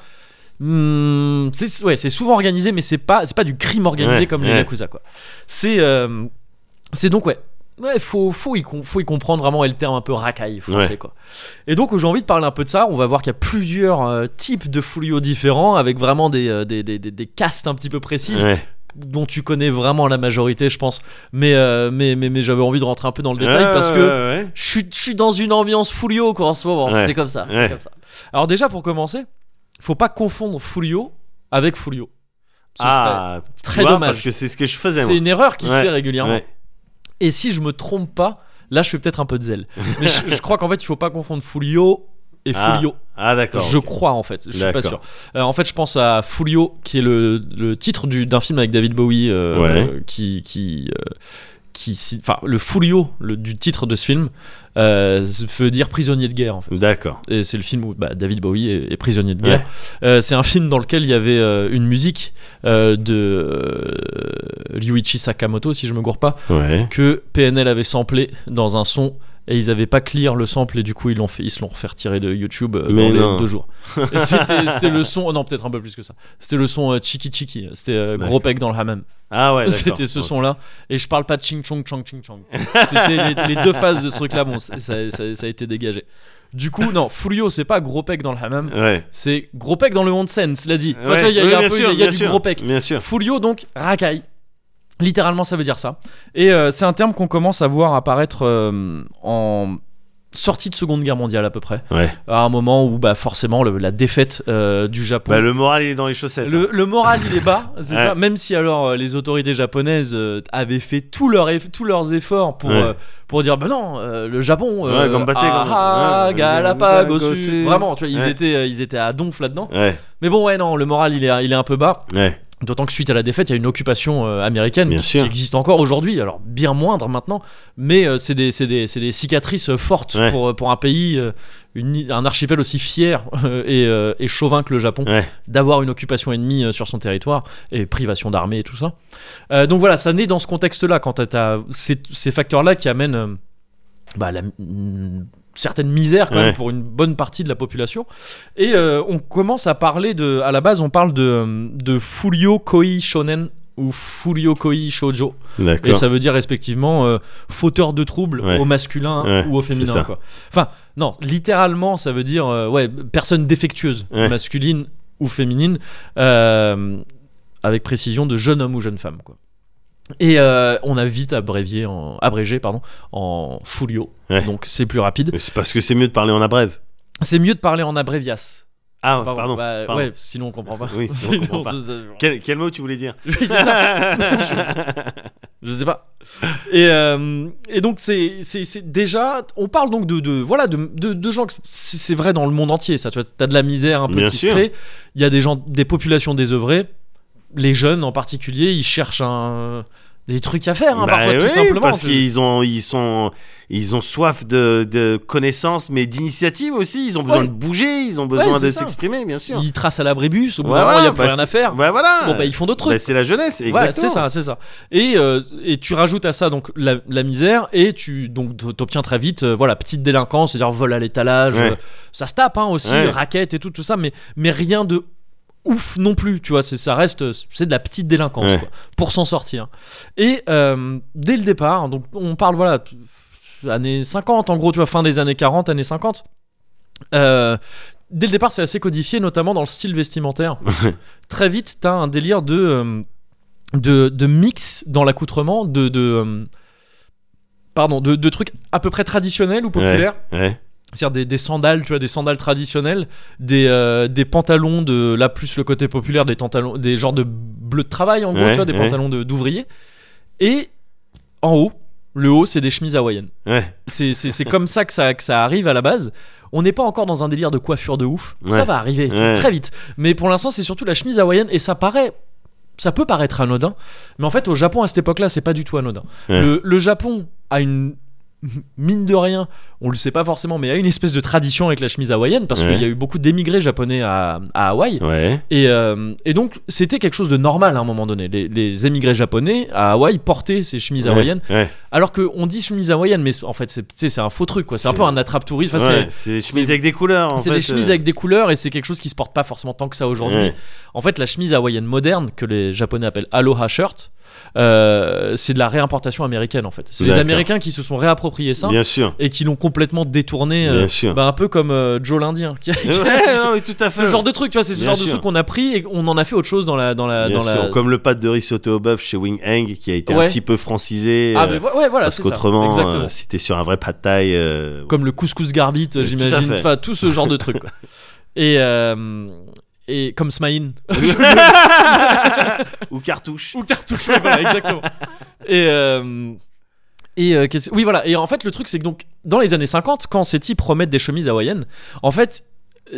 Speaker 2: Hmm, c'est ouais, c'est souvent organisé, mais c'est pas, c'est pas du crime organisé
Speaker 6: Ouais,
Speaker 2: comme les
Speaker 6: ouais.
Speaker 2: Yakuza. quoi. C'est euh, c'est donc, ouais. Ouais, faut, faut, y com- faut y comprendre vraiment et le terme un peu racaille français
Speaker 6: Ouais.
Speaker 2: quoi. Et donc j'ai envie de parler un peu de ça. On va voir qu'il y a plusieurs euh, types de Fulio différents avec vraiment des, euh, des, des, des- des castes un petit peu précises
Speaker 6: Ouais.
Speaker 2: dont tu connais vraiment la majorité, je pense. Mais, euh, mais, mais, mais j'avais envie de rentrer un peu dans le détail parce que
Speaker 6: Ouais, ouais,
Speaker 2: je suis- je suis dans une ambiance Fulio quoi, en ce moment.
Speaker 6: Ah. Ouais.
Speaker 2: C'est comme ça. c'est
Speaker 6: Ouais.
Speaker 2: comme ça. Alors, déjà, pour commencer, faut pas confondre Fulio avec Fulio. Ce serait
Speaker 6: ah, tu
Speaker 2: très
Speaker 6: vois,
Speaker 2: dommage.
Speaker 6: Parce que c'est ce que je faisais.
Speaker 2: C'est
Speaker 6: moi.
Speaker 2: une erreur qui se
Speaker 6: Ouais,
Speaker 2: fait régulièrement.
Speaker 6: Ouais.
Speaker 2: Et si je me trompe pas, là, je fais peut-être un peu de zèle. Mais je, je crois qu'en fait, il faut pas confondre Fulio et
Speaker 6: Ah.
Speaker 2: Fulio.
Speaker 6: Ah, d'accord.
Speaker 2: Je
Speaker 6: ok.
Speaker 2: crois en fait, je suis pas
Speaker 6: D'accord.
Speaker 2: sûr. Euh, en fait, je pense à Fulio, qui est le, le titre du- d'un film avec David Bowie, euh,
Speaker 6: Ouais.
Speaker 2: euh, qui qui euh, qui si- enfin le Fulio le- du titre de ce film euh, veut dire prisonnier de guerre en fait.
Speaker 6: D'accord.
Speaker 2: Et c'est le film où bah, David Bowie est, est prisonnier de guerre. Euh, c'est un film dans lequel il y avait euh, une musique euh, de euh, Ryuichi Sakamoto, si je me gourre pas,
Speaker 6: Ouais.
Speaker 2: que PNL avait samplé dans un son et ils avaient pas clear le sample et du coup ils l'ont fait, ils se l'ont fait retirer de YouTube euh,
Speaker 6: Mais
Speaker 2: dans les
Speaker 6: non.
Speaker 2: deux jours. Et C'était c'était le son, oh non peut-être un peu plus que ça. C'était le son euh, Chiki Chiki, c'était euh, gros
Speaker 6: D'accord.
Speaker 2: pec dans le hammam.
Speaker 6: Ah, ouais. d'accord.
Speaker 2: C'était ce
Speaker 6: Ok.
Speaker 2: son-là. Et je parle pas de ching chong chong ching chong. C'était les, les deux phases de ce truc-là. Bon, c'est- ça, ça- ça a été dégagé. Du coup, non, Furio, c'est pas gros pec dans le hammam.
Speaker 6: Ouais.
Speaker 2: C'est gros pec dans le onsen, cela dit. Enfin, tu vois,
Speaker 6: Ouais,
Speaker 2: Il y a, il y
Speaker 6: oui,
Speaker 2: a un
Speaker 6: bien
Speaker 2: peu-
Speaker 6: sûr,
Speaker 2: il y a
Speaker 6: bien
Speaker 2: du
Speaker 6: sûr,
Speaker 2: gros pec.
Speaker 6: Bien sûr.
Speaker 2: Fulio, donc racaille. Littéralement, ça veut dire ça. Et euh, c'est un terme qu'on commence à voir apparaître euh, en sortie de Seconde Guerre mondiale à peu près.
Speaker 6: Ouais.
Speaker 2: À un moment où, bah, forcément, le- la défaite euh, du Japon.
Speaker 6: Bah, le moral, il est dans les chaussettes.
Speaker 2: Le, le moral il est bas, c'est
Speaker 6: Ouais.
Speaker 2: ça. Même si alors euh, les autorités japonaises euh, avaient fait tout leur eff- tous leurs efforts pour
Speaker 6: Ouais.
Speaker 2: euh, pour dire bah non euh, le Japon, euh,
Speaker 6: Ouais, Gambate,
Speaker 2: ah,
Speaker 6: Gambate.
Speaker 2: ah,
Speaker 6: Ouais,
Speaker 2: Galapagos,
Speaker 6: Galapagos.
Speaker 2: vraiment, tu vois, ils
Speaker 6: Ouais.
Speaker 2: étaient euh, ils étaient à donf là dedans.
Speaker 6: Ouais.
Speaker 2: Mais bon ouais non, le moral il est il est un peu bas.
Speaker 6: Ouais.
Speaker 2: D'autant que suite à la défaite, il y a une occupation euh, américaine
Speaker 6: Bien
Speaker 2: qui,
Speaker 6: sûr.
Speaker 2: qui existe encore aujourd'hui, alors bien moindre maintenant, mais euh, c'est des, c'est des, c'est des cicatrices euh, fortes
Speaker 6: Ouais.
Speaker 2: pour, pour un pays, euh, une île- un archipel aussi fier euh, et, euh, et chauvin que le Japon,
Speaker 6: Ouais.
Speaker 2: d'avoir une occupation ennemie euh, sur son territoire et privation d'armée et tout ça. Euh, donc voilà, ça naît dans ce contexte-là, quand t'as- t'as ces, ces facteurs-là qui amènent euh, bah, la, une certaine misère quand même
Speaker 6: Ouais.
Speaker 2: pour une bonne partie de la population. Et euh, on commence à parler de. À la base, on parle de, euh, de Furio Koi Shonen ou Furio Koi Shoujo. Et
Speaker 6: D'accord.
Speaker 2: ça veut dire respectivement euh, fauteur de troubles
Speaker 6: Ouais.
Speaker 2: au masculin
Speaker 6: Ouais,
Speaker 2: ou au
Speaker 6: c'est
Speaker 2: féminin.
Speaker 6: ça.
Speaker 2: Quoi. Enfin, non, littéralement, ça veut dire euh, ouais, personne défectueuse,
Speaker 6: Ouais.
Speaker 2: masculine ou féminine, euh, avec précision de jeune homme ou jeune femme. Quoi. Et euh, on a vite abrévié en, abrégé pardon, en Furio,
Speaker 6: Ouais.
Speaker 2: donc c'est plus rapide.
Speaker 6: Mais C'est parce que c'est mieux de parler en abrève.
Speaker 2: C'est mieux de parler en abrévias.
Speaker 6: Ah,
Speaker 2: Pardon,
Speaker 6: pardon.
Speaker 2: bah,
Speaker 6: pardon.
Speaker 2: Ouais, sinon on comprend pas.
Speaker 6: Oui, sinon on comprend pas.
Speaker 2: ça- ça-
Speaker 6: Quel, quel mot tu voulais dire
Speaker 2: Oui, c'est ça. Je sais pas. Et, euh, et donc c'est c'est- c'est- déjà on parle donc de, de voilà de, de, de gens que- c'est c'est vrai dans le monde entier ça tu vois t'as de la misère un peu
Speaker 6: Bien
Speaker 2: qui se
Speaker 6: sûr.
Speaker 2: crée il y a des gens des populations désœuvrées les jeunes en particulier ils cherchent un des trucs à faire hein,
Speaker 6: Bah
Speaker 2: parfois tout
Speaker 6: oui,
Speaker 2: simplement
Speaker 6: Parce
Speaker 2: C'est-
Speaker 6: qu'ils ont, ils sont, ils ont soif de, de connaissances, mais d'initiative aussi. Ils ont besoin
Speaker 2: Ouais.
Speaker 6: de bouger, ils ont
Speaker 2: Ouais,
Speaker 6: besoin
Speaker 2: c'est
Speaker 6: de
Speaker 2: ça.
Speaker 6: s'exprimer, bien sûr.
Speaker 2: ils tracent à l'abribus au bout
Speaker 6: Ouais,
Speaker 2: d'un moment il n'y
Speaker 6: voilà,
Speaker 2: a plus
Speaker 6: bah,
Speaker 2: rien à
Speaker 6: c'est-
Speaker 2: faire
Speaker 6: Bah voilà.
Speaker 2: bon bah ils font d'autres
Speaker 6: Bah,
Speaker 2: trucs
Speaker 6: c'est la jeunesse,
Speaker 2: Voilà,
Speaker 6: exactement.
Speaker 2: c'est ça, c'est ça. Et, euh, et tu rajoutes à ça donc la, la misère et tu donc t- t'obtiens très vite euh, voilà petite délinquance, c'est-à-dire vol à l'étalage,
Speaker 6: Ouais.
Speaker 2: euh, ça se tape hein, aussi,
Speaker 6: Ouais.
Speaker 2: raquette et tout tout ça, mais mais rien de ouf non plus, tu vois, c'est ça reste c'est de la petite délinquance
Speaker 6: Ouais.
Speaker 2: quoi, pour s'en sortir. Et euh, dès le départ, donc on parle voilà t- années 50 en gros, tu vois fin des années 40, années 50. Euh, dès le départ, c'est assez codifié, notamment dans le style vestimentaire. Très vite, t'as un délire de euh, de, de mix dans l'accoutrement, de, de euh, pardon, de, de trucs à peu près traditionnels ou populaires.
Speaker 6: Ouais.
Speaker 2: C'est-à-dire des, des sandales, tu vois, des sandales traditionnelles, des, euh, des pantalons de là plus le côté populaire, des pantalons, des genres de bleu de travail en gros,
Speaker 6: Ouais,
Speaker 2: tu vois, des
Speaker 6: ouais.
Speaker 2: pantalons de- d'ouvriers. Et en haut, Le haut, c'est des chemises hawaïennes.
Speaker 1: Ouais.
Speaker 2: C'est, c'est, c'est comme ça que, ça que ça arrive à la base. On n'est pas encore dans un délire de coiffure de ouf. Ça
Speaker 1: Ouais.
Speaker 2: va arriver
Speaker 1: Ouais.
Speaker 2: très vite. Mais pour l'instant, c'est surtout la chemise hawaïenne et ça paraît. Ça peut paraître anodin, mais en fait, au Japon, à cette époque-là, c'est pas du tout anodin.
Speaker 1: Ouais.
Speaker 2: Le, le Japon a une. Mine de rien, on le sait pas forcément, mais a une espèce de tradition avec la chemise hawaïenne parce
Speaker 1: Ouais.
Speaker 2: qu'il y a eu beaucoup d'émigrés japonais à, à Hawaï.
Speaker 1: Ouais.
Speaker 2: Et, euh, et donc, c'était quelque chose de normal à un moment donné. Les, les émigrés japonais à Hawaï portaient ces chemises hawaïennes.
Speaker 1: Ouais.
Speaker 2: Alors qu'on dit chemise hawaïenne, mais c'est- en fait, c'est- tu sais, c'est un faux truc, quoi. C'est un
Speaker 1: C'est-
Speaker 2: peu un attrape-touriste. Enfin,
Speaker 1: Ouais,
Speaker 2: c'est-
Speaker 1: C'est des chemises avec des couleurs. en
Speaker 2: c'est
Speaker 1: fait,
Speaker 2: des chemises
Speaker 1: euh.
Speaker 2: avec des couleurs et c'est quelque chose qui se porte pas forcément tant que ça aujourd'hui.
Speaker 1: Ouais.
Speaker 2: En fait, la chemise hawaïenne moderne, que les Japonais appellent Aloha Shirt, euh, c'est de la réimportation américaine, en fait. C'est les
Speaker 1: D'accord.
Speaker 2: Américains qui se sont réappropriés ça.
Speaker 1: Bien sûr.
Speaker 2: Et qui l'ont complètement détourné,
Speaker 1: Bien sûr.
Speaker 2: bah, un peu comme euh, Joe l'Indien, qui a, qui a-
Speaker 1: Ouais, non, mais tout à fait.
Speaker 2: ce genre de truc, tu vois, c'est ce
Speaker 1: Bien
Speaker 2: genre de
Speaker 1: sûr.
Speaker 2: truc qu'on a pris et on en a fait autre chose dans la, dans la,
Speaker 1: Bien
Speaker 2: dans la-
Speaker 1: sûr, Comme le pâte de riz sauté au bœuf chez Wing Hang qui a été
Speaker 2: Ouais.
Speaker 1: un petit peu francisé.
Speaker 2: Ah,
Speaker 1: euh,
Speaker 2: mais vo- ouais, voilà,
Speaker 1: parce
Speaker 2: c'est ça.
Speaker 1: qu'autrement, euh,
Speaker 2: Exactement.
Speaker 1: si t'es sur un vrai pad thai, euh,
Speaker 2: comme le couscous garbite,
Speaker 1: à
Speaker 2: j'imagine,
Speaker 1: fait.
Speaker 2: enfin tout ce genre de truc. quoi. Et euh, et comme Smaïn
Speaker 1: ou cartouche.
Speaker 2: ou cartouche, ouais, voilà, exactement. Et euh, et euh, qu'est-ce- oui voilà. Et en fait le truc c'est que donc dans les années 50, quand ces types remettent des chemises hawaïennes, en fait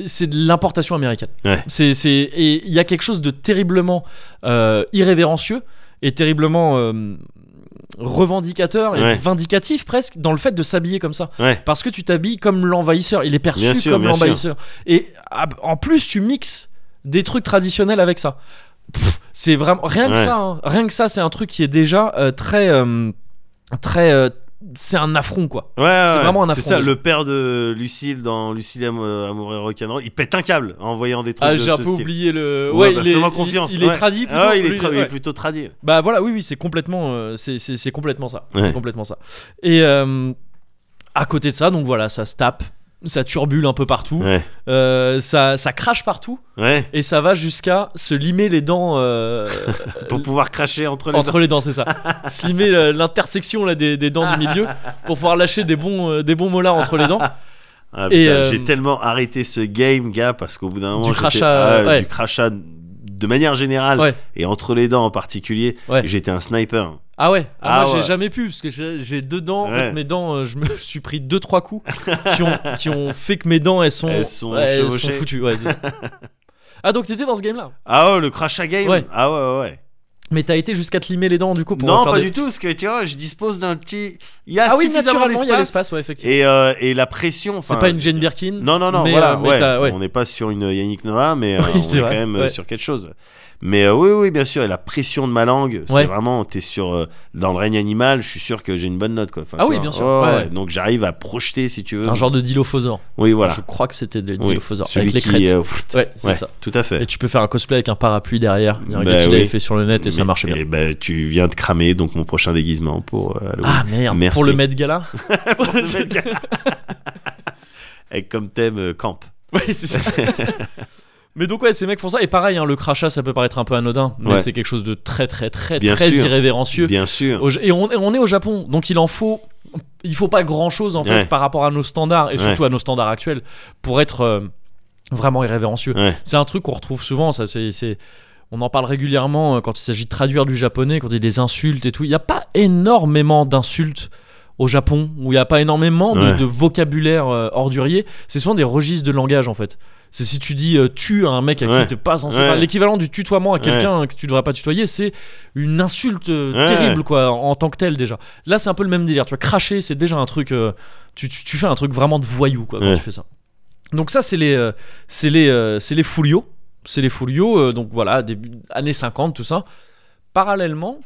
Speaker 2: c'est de l'importation américaine.
Speaker 1: Ouais.
Speaker 2: C'est c'est et il y a quelque chose de terriblement euh, irrévérencieux et terriblement euh, revendicateur et
Speaker 1: Ouais.
Speaker 2: vindicatif presque dans le fait de s'habiller comme ça
Speaker 1: Ouais.
Speaker 2: parce que tu t'habilles comme l'envahisseur il est perçu
Speaker 1: Bien sûr,
Speaker 2: comme
Speaker 1: bien sûr.
Speaker 2: l'envahisseur et ah, en plus tu mixes des trucs traditionnels avec ça Pff, c'est vraiment rien que
Speaker 1: Ouais.
Speaker 2: ça hein. rien que ça c'est un truc qui est déjà euh, très euh, très euh, c'est un affront quoi
Speaker 1: Ouais, ouais,
Speaker 2: C'est
Speaker 1: ouais.
Speaker 2: vraiment un
Speaker 1: C'est
Speaker 2: affront,
Speaker 1: ça,
Speaker 2: déjà.
Speaker 1: le père de Lucille dans Lucille à mourir rock'n'roll, il pète un câble en voyant des trucs
Speaker 2: ah
Speaker 1: de
Speaker 2: j'ai un
Speaker 1: ce
Speaker 2: peu
Speaker 1: style.
Speaker 2: oublié le
Speaker 1: Ouais, bah,
Speaker 2: il, est,
Speaker 1: fais-moi confiance,
Speaker 2: il, il est
Speaker 1: ouais.
Speaker 2: tradit plutôt,
Speaker 1: Ah ouais, il est,
Speaker 2: lui,
Speaker 1: tra- il
Speaker 2: ouais.
Speaker 1: est plutôt tradit.
Speaker 2: Bah voilà, oui, oui, c'est complètement, euh, c'est, c'est, c'est complètement ça,
Speaker 1: Ouais.
Speaker 2: c'est complètement ça. Et euh, à côté de ça, donc voilà, ça se tape, ça turbule un peu partout,
Speaker 1: Ouais.
Speaker 2: euh, ça, ça crache partout,
Speaker 1: Ouais,
Speaker 2: et ça va jusqu'à se limer les dents euh,
Speaker 1: pour pouvoir cracher entre les
Speaker 2: entre les dents, c'est ça. Se limer euh, l'intersection là des, des dents du milieu pour pouvoir lâcher des bons, euh, des bons molars entre les dents.
Speaker 1: Ah,
Speaker 2: Et,
Speaker 1: putain,
Speaker 2: euh,
Speaker 1: J'ai tellement arrêté ce game, gars, parce qu'au bout d'un moment, j'étais-
Speaker 2: crachat,
Speaker 1: ah,
Speaker 2: ouais.
Speaker 1: du crachat de manière générale
Speaker 2: Ouais.
Speaker 1: et entre les dents en particulier,
Speaker 2: Ouais.
Speaker 1: j'étais un sniper.
Speaker 2: Ah ouais, ah,
Speaker 1: Ah
Speaker 2: moi
Speaker 1: ouais.
Speaker 2: j'ai jamais pu parce que j'ai j'ai deux dents. En fait,
Speaker 1: Ouais.
Speaker 2: mes dents, euh, je me suis pris deux trois coups qui ont, qui ont fait que mes dents elles sont,
Speaker 1: Elles sont
Speaker 2: ouais, elles sont
Speaker 1: chevauchées.
Speaker 2: foutues. ouais, c'est ça. ah donc t'étais dans ce game là,
Speaker 1: Ah oh, le crachat game.
Speaker 2: Ouais.
Speaker 1: Ah ouais, ouais, ouais.
Speaker 2: mais t'as été jusqu'à te limer les dents du coup pour
Speaker 1: Non,
Speaker 2: faire
Speaker 1: pas
Speaker 2: des-
Speaker 1: du tout, parce que tu vois, je dispose d'un petit. Il y a
Speaker 2: Ah oui,
Speaker 1: suffisamment
Speaker 2: naturellement il y a
Speaker 1: d'espace.
Speaker 2: l'espace, ouais effectivement.
Speaker 1: Et, euh, et la pression.
Speaker 2: C'est
Speaker 1: enfin,
Speaker 2: pas une Jane Birkin.
Speaker 1: Non, non, non,
Speaker 2: mais,
Speaker 1: voilà,
Speaker 2: euh, mais
Speaker 1: ouais.
Speaker 2: t'as- ouais.
Speaker 1: On n'est pas sur une Yannick Noah, mais euh,
Speaker 2: Oui,
Speaker 1: on
Speaker 2: c'est
Speaker 1: est
Speaker 2: vrai,
Speaker 1: quand même euh,
Speaker 2: ouais.
Speaker 1: sur quelque chose. Mais euh, oui, oui, bien sûr, et la pression de ma langue,
Speaker 2: Ouais.
Speaker 1: c'est vraiment, t'es sur. euh, dans le règne animal, je suis sûr que j'ai une bonne note, quoi. Enfin,
Speaker 2: Ah
Speaker 1: tu
Speaker 2: oui,
Speaker 1: vois,
Speaker 2: bien sûr,
Speaker 1: ouais,
Speaker 2: ouais.
Speaker 1: ouais. Donc j'arrive à projeter, si tu veux.
Speaker 2: Un genre de dilophosaure.
Speaker 1: Oui, voilà.
Speaker 2: Je crois que c'était des
Speaker 1: Oui,
Speaker 2: dilophosaures
Speaker 1: celui
Speaker 2: avec les
Speaker 1: qui,
Speaker 2: crêtes.
Speaker 1: euh, pfft,
Speaker 2: Ouais, c'est ça.
Speaker 1: Tout à fait.
Speaker 2: Et tu peux faire un cosplay avec un parapluie derrière. Il y a un
Speaker 1: Bah
Speaker 2: gars qui l'avait
Speaker 1: oui.
Speaker 2: fait sur le net et ça
Speaker 1: Mais-
Speaker 2: marchait bien.
Speaker 1: Et ben, tu viens de cramer donc mon prochain déguisement pour euh, Halloween.
Speaker 2: Ah merde,
Speaker 1: Merci.
Speaker 2: pour le Met Gala
Speaker 1: Avec comme thème euh, camp.
Speaker 2: Ouais, c'est ça. mais donc ouais, ces mecs font ça et pareil, hein, le crachat, ça peut paraître un peu anodin, mais
Speaker 1: Ouais.
Speaker 2: c'est quelque chose de très très très
Speaker 1: Bien
Speaker 2: très
Speaker 1: sûr.
Speaker 2: irrévérencieux.
Speaker 1: Bien sûr.
Speaker 2: Au- Et on, et on est au Japon, donc il en faut, il faut pas grand chose en fait
Speaker 1: Ouais.
Speaker 2: par rapport à nos standards et surtout à nos standards actuels pour être euh, vraiment irrévérencieux.
Speaker 1: Ouais.
Speaker 2: C'est un truc qu'on retrouve souvent, ça c'est. c'est- On en parle régulièrement euh, quand il s'agit de traduire du japonais, quand il y a des insultes et tout. Il n'y a pas énormément d'insultes au Japon, où il n'y a pas énormément de,
Speaker 1: Ouais.
Speaker 2: de vocabulaire euh, ordurier. C'est souvent des registres de langage en fait. C'est si tu dis euh, tu à un mec à
Speaker 1: Ouais.
Speaker 2: qui t'es pas censé.
Speaker 1: Ouais.
Speaker 2: enfin, L'équivalent du tutoiement à quelqu'un que tu devrais pas tutoyer, c'est une insulte euh,
Speaker 1: Ouais.
Speaker 2: terrible quoi en en tant que telle déjà. Là c'est un peu le même délire. Tu vois, cracher c'est déjà un truc. euh, tu, tu- tu fais un truc vraiment de voyou quoi quand
Speaker 1: Ouais.
Speaker 2: tu fais ça. Donc ça c'est les euh, c'est les euh, c'est les folios, c'est les folios. euh, donc voilà début années 50 tout ça. Parallèlement.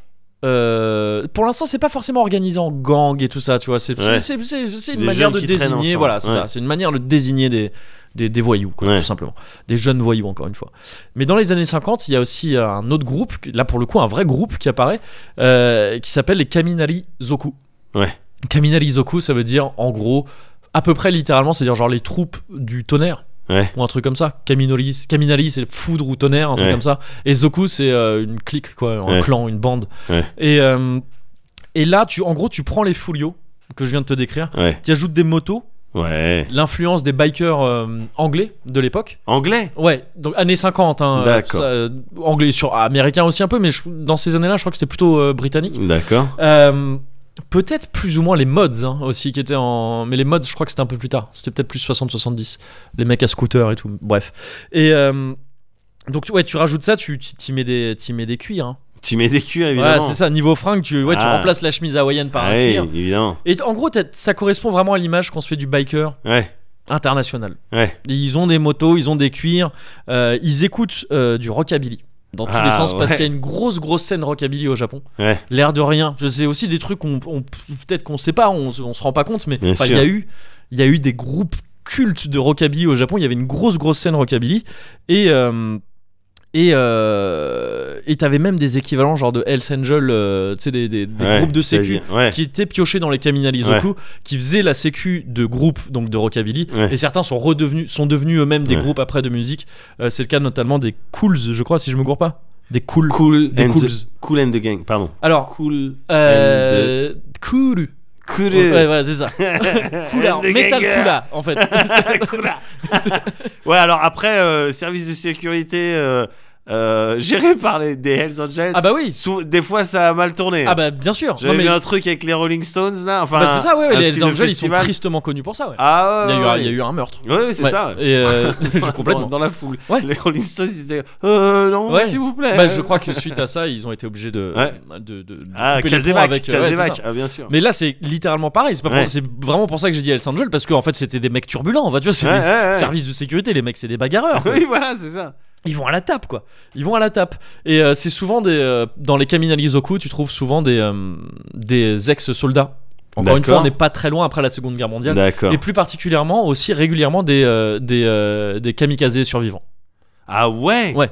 Speaker 2: euh, pour l'instant, c'est pas forcément organisé en gang et tout ça, tu vois. C'est
Speaker 1: Ouais.
Speaker 2: c'est- c'est- c'est- c'est une
Speaker 1: Des
Speaker 2: manière
Speaker 1: jeunes
Speaker 2: de
Speaker 1: qui traînent
Speaker 2: désigner,
Speaker 1: ensemble.
Speaker 2: voilà, c'est
Speaker 1: Ouais.
Speaker 2: ça. C'est une manière de désigner des, des, des voyous, quoi,
Speaker 1: Ouais.
Speaker 2: tout simplement. Des jeunes voyous, encore une fois. Mais dans les années 50, il y a aussi un autre groupe, là pour le coup un vrai groupe qui apparaît, euh, qui s'appelle les Kaminari Zoku.
Speaker 1: Ouais.
Speaker 2: Kaminari Zoku, ça veut dire en gros, à peu près littéralement, c'est-à-dire genre les troupes du tonnerre.
Speaker 1: Ouais.
Speaker 2: Ou un truc comme ça. Kaminori, Kaminari, c'est foudre ou tonnerre, un truc
Speaker 1: Ouais.
Speaker 2: comme ça. Et Zoku, c'est euh, une clique, quoi, un
Speaker 1: Ouais.
Speaker 2: clan, une bande.
Speaker 1: Ouais.
Speaker 2: Et, euh, et là, tu, en gros, tu prends les folios que je viens de te décrire,
Speaker 1: Ouais.
Speaker 2: tu ajoutes des motos,
Speaker 1: Ouais.
Speaker 2: l'influence des bikers euh, anglais de l'époque.
Speaker 1: Anglais
Speaker 2: Ouais, donc années 50, hein, euh,
Speaker 1: D'accord.
Speaker 2: ça, euh, anglais sur ah, américain aussi un peu, mais je- dans ces années-là, je crois que c'était plutôt euh, britannique.
Speaker 1: D'accord.
Speaker 2: Euh, Peut-être plus ou moins les mods hein, aussi qui étaient en. Mais les mods, je crois que c'était un peu plus tard. C'était peut-être plus 60-70. Les mecs à scooter et tout. Bref. Et euh, donc, ouais, tu rajoutes ça, tu t'y mets, des- t'y mets des cuirs. hein.
Speaker 1: Tu mets des cuirs,
Speaker 2: Ouais,
Speaker 1: évidemment.
Speaker 2: c'est ça. Niveau fringue, tu, ouais, tu
Speaker 1: Ah.
Speaker 2: remplaces la chemise hawaïenne par un
Speaker 1: Ouais,
Speaker 2: cuir.
Speaker 1: évidemment.
Speaker 2: Et en gros, t'as- ça correspond vraiment à l'image qu'on se fait du biker
Speaker 1: Ouais,
Speaker 2: international.
Speaker 1: ouais.
Speaker 2: Ils ont des motos, ils ont des cuirs, euh, ils écoutent euh, du rockabilly dans tous
Speaker 1: Ah,
Speaker 2: les sens parce
Speaker 1: ouais.
Speaker 2: qu'il y a une grosse grosse scène rockabilly au Japon.
Speaker 1: Ouais.
Speaker 2: L'air de rien. Je sais aussi des trucs qu'on on- peut-être qu'on sait pas, on, on se rend pas compte, mais
Speaker 1: Bien
Speaker 2: enfin, il y a
Speaker 1: sûr.
Speaker 2: eu il y a eu des groupes cultes de rockabilly au Japon. Il y avait une grosse grosse scène rockabilly et euh, et euh, et t'avais même des équivalents genre de Hells Angel, euh, tu sais des, des- des
Speaker 1: ouais,
Speaker 2: groupes de sécu
Speaker 1: c'est-à-dire- Ouais.
Speaker 2: qui étaient piochés dans les Kaminalizoku, qui faisaient la sécu de groupes, donc de rockabilly,
Speaker 1: Ouais.
Speaker 2: et certains sont, redevenus, sont devenus eux-mêmes des
Speaker 1: Ouais.
Speaker 2: groupes après de musique. Euh, c'est le cas notamment des Cools, je crois, si je me gourre pas. Des Cools.
Speaker 1: Cool
Speaker 2: Des
Speaker 1: and
Speaker 2: cools.
Speaker 1: the, cool and the gang, pardon.
Speaker 2: Alors,
Speaker 1: Cool.
Speaker 2: euh, Cool.
Speaker 1: Cool.
Speaker 2: Ouais, voilà, c'est ça. Coolard,
Speaker 1: And the
Speaker 2: Metal
Speaker 1: ganger.
Speaker 2: Coola, en fait.
Speaker 1: Ouais, alors après, euh, le service de sécurité euh, euh, géré par les, des Hells Angels,
Speaker 2: ah bah oui.
Speaker 1: sou- des fois ça a mal tourné.
Speaker 2: Ah bah bien sûr.
Speaker 1: J'avais
Speaker 2: Non, mais-
Speaker 1: vu un truc avec les Rolling Stones là. Enfin,
Speaker 2: bah, c'est ça, ouais, ouais,
Speaker 1: un
Speaker 2: les
Speaker 1: style de
Speaker 2: Angels, ils sont
Speaker 1: festival.
Speaker 2: tristement connus pour ça, ouais.
Speaker 1: Ah ouais.
Speaker 2: il, y a eu, un-
Speaker 1: ouais,
Speaker 2: il y a eu un meurtre.
Speaker 1: Ouais, ouais, c'est
Speaker 2: Ouais.
Speaker 1: ça.
Speaker 2: Et euh, complètement.
Speaker 1: Dans, dans la foule.
Speaker 2: Ouais.
Speaker 1: Les Rolling Stones, ils étaient. Euh, non,
Speaker 2: Ouais.
Speaker 1: s'il vous plaît.
Speaker 2: Bah, je crois que suite à ça, ils ont été obligés de.
Speaker 1: Ouais.
Speaker 2: de, de- de
Speaker 1: Ah,
Speaker 2: couper les ponts
Speaker 1: Kazevac.
Speaker 2: avec. euh, ouais, c'est
Speaker 1: Kazevac,
Speaker 2: ça.
Speaker 1: ah, bien sûr.
Speaker 2: mais là, c'est littéralement pareil. C'est pas pour-
Speaker 1: Ouais.
Speaker 2: c'est vraiment pour ça que j'ai dit Hells Angel parce qu'en fait, c'était des mecs turbulents. En fait, tu vois, c'est
Speaker 1: Ouais,
Speaker 2: des
Speaker 1: ouais, ouais.
Speaker 2: services de sécurité. Les mecs, c'est des bagarreurs. quoi.
Speaker 1: Oui, voilà, c'est ça.
Speaker 2: Ils vont à la tape, quoi. Ils vont à la tape. Et euh, c'est souvent des. euh, dans les Kaminalizoku, tu trouves souvent des, euh, des ex-soldats. Encore une
Speaker 1: D'accord.
Speaker 2: fois, on n'est pas très loin après la Seconde Guerre mondiale.
Speaker 1: D'accord.
Speaker 2: Et plus particulièrement, aussi régulièrement, des, euh, des, euh, des kamikazes survivants.
Speaker 1: Ah ouais.
Speaker 2: Ouais.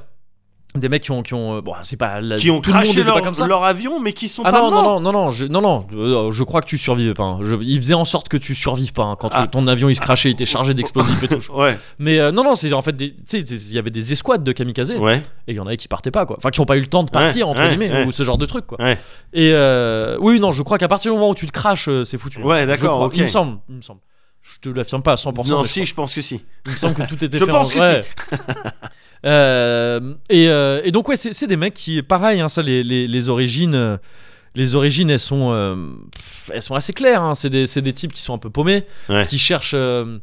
Speaker 2: Des mecs qui ont. Qui ont euh, bon, c'est pas. la-
Speaker 1: Qui ont
Speaker 2: tout le monde
Speaker 1: craché
Speaker 2: était pas
Speaker 1: leur,
Speaker 2: comme ça.
Speaker 1: leur avion, mais qui sont
Speaker 2: Ah
Speaker 1: pas
Speaker 2: non,
Speaker 1: morts.
Speaker 2: non, non, non, non, je, non, non, euh, je crois que tu survivais pas. hein. Je- il faisait en sorte que tu survives pas hein, quand tu-
Speaker 1: Ah.
Speaker 2: ton avion il se crachait, il était chargé d'explosifs et tout.
Speaker 1: Ouais,
Speaker 2: Mais euh, non, non, c'est en fait, des- tu sais, c'est- il y avait des escouades de kamikazes
Speaker 1: ouais.
Speaker 2: et il y en avait qui partaient pas, quoi. Enfin, qui ont pas eu le temps de partir,
Speaker 1: Ouais,
Speaker 2: entre
Speaker 1: ouais,
Speaker 2: guillemets,
Speaker 1: ouais.
Speaker 2: ou ce genre de truc, quoi.
Speaker 1: Ouais.
Speaker 2: Et euh, oui, non, je crois qu'à partir du moment où tu te craches, euh, c'est foutu.
Speaker 1: Ouais,
Speaker 2: Je
Speaker 1: d'accord,
Speaker 2: crois.
Speaker 1: ok.
Speaker 2: Il me semble, il me semble. Je te l'affirme pas à 100%.
Speaker 1: Non,
Speaker 2: mais
Speaker 1: si, je pense que si.
Speaker 2: il me semble que tout était
Speaker 1: Je
Speaker 2: fait
Speaker 1: pense
Speaker 2: en-
Speaker 1: que
Speaker 2: ouais. Euh, et, euh, et donc ouais c'est c'est des mecs qui pareil hein, ça les, les- les origines euh, les origines elles sont euh, pff, elles sont assez claires hein. c'est des, c'est des types qui sont un peu paumés
Speaker 1: Ouais.
Speaker 2: qui cherchent euh,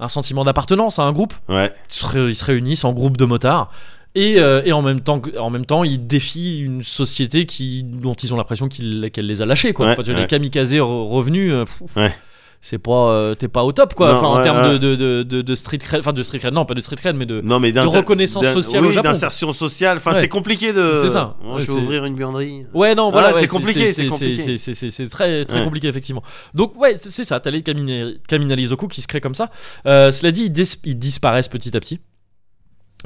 Speaker 2: un sentiment d'appartenance à un groupe
Speaker 1: Ouais.
Speaker 2: ils se, ré- ils se réunissent en groupe de motards et, euh, et en, même temps, que- en même temps, ils défient une société qui, dont ils ont l'impression qu'il- qu'elle les a lâchés. Quoi.
Speaker 1: Ouais,
Speaker 2: Enfin, tu vois, Les
Speaker 1: ouais.
Speaker 2: kamikazes re- revenus, euh, pff,
Speaker 1: Ouais.
Speaker 2: c'est pas, euh, t'es pas au top quoi.
Speaker 1: Non,
Speaker 2: enfin, en
Speaker 1: ouais,
Speaker 2: termes
Speaker 1: ouais.
Speaker 2: de, de, de, de- de street cred, enfin de street cred, non pas de street cred, mais de.
Speaker 1: Non, mais d'inter-
Speaker 2: reconnaissance
Speaker 1: d'in-
Speaker 2: sociale
Speaker 1: oui,
Speaker 2: au Japon.
Speaker 1: d'insertion sociale. Enfin,
Speaker 2: Ouais.
Speaker 1: c'est compliqué de.
Speaker 2: C'est ça.
Speaker 1: Moi,
Speaker 2: Ouais,
Speaker 1: je vais
Speaker 2: c'est-
Speaker 1: ouvrir une buanderie.
Speaker 2: Ouais, non, voilà,
Speaker 1: Ah, c'est
Speaker 2: ouais,
Speaker 1: compliqué, c'est
Speaker 2: c'est-
Speaker 1: compliqué.
Speaker 2: c'est- c'est- c'est- C'est très, très
Speaker 1: Ouais.
Speaker 2: compliqué, effectivement. Donc, ouais, c'est- c'est ça, t'as les Kamine- Kaminalizoku qui se créent comme ça. Euh, cela dit, ils, dis- ils disparaissent petit à petit.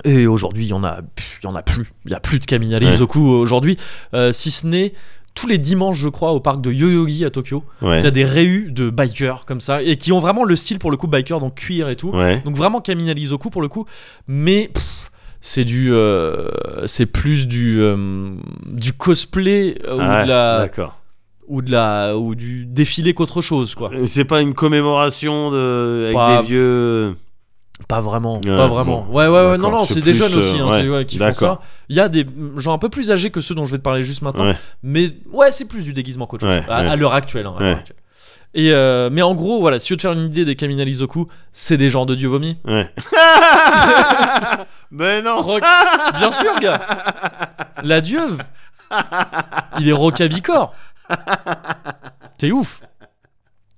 Speaker 2: Et aujourd'hui, il y en a, pff, il y en a plus. Il y a plus de Kaminalizoku aujourd'hui, Euh, si ce n'est tous les dimanches, je crois, au parc de Yoyogi à Tokyo.
Speaker 1: Ouais.
Speaker 2: T'as des réus de bikers comme ça et qui ont vraiment le style pour le coup biker, donc cuir et tout.
Speaker 1: Ouais.
Speaker 2: Donc vraiment Kaminalizoku pour le coup, mais pff, c'est du, euh, c'est plus du, euh, du cosplay euh, ou,
Speaker 1: Ah ouais,
Speaker 2: de la,
Speaker 1: D'accord.
Speaker 2: ou de la, ou du défilé qu'autre chose quoi.
Speaker 1: Euh, C'est pas une commémoration de... avec
Speaker 2: Bah,
Speaker 1: des vieux.
Speaker 2: Pas vraiment,
Speaker 1: Ouais,
Speaker 2: pas vraiment.
Speaker 1: bon,
Speaker 2: ouais ouais ouais, non
Speaker 1: d'accord,
Speaker 2: non,
Speaker 1: c'est
Speaker 2: c'est des
Speaker 1: plus,
Speaker 2: jeunes
Speaker 1: euh,
Speaker 2: aussi hein,
Speaker 1: ouais,
Speaker 2: c'est- ouais, qui font ça.
Speaker 1: d'accord.
Speaker 2: Il y a des gens un peu plus âgés que ceux dont je vais te parler juste maintenant,
Speaker 1: Ouais.
Speaker 2: mais ouais c'est plus du déguisement qu'autre chose
Speaker 1: Ouais,
Speaker 2: à,
Speaker 1: ouais.
Speaker 2: à l'heure actuelle. hein, à l'heure
Speaker 1: Ouais.
Speaker 2: actuelle. Et euh, mais en gros voilà, si tu veux te faire une idée des Kaminalizoku, c'est des genres de dieux vomis.
Speaker 1: Ouais. mais non.
Speaker 2: Rock- Bien sûr, gars. La dieuve. Il est rocabicore. T'es ouf.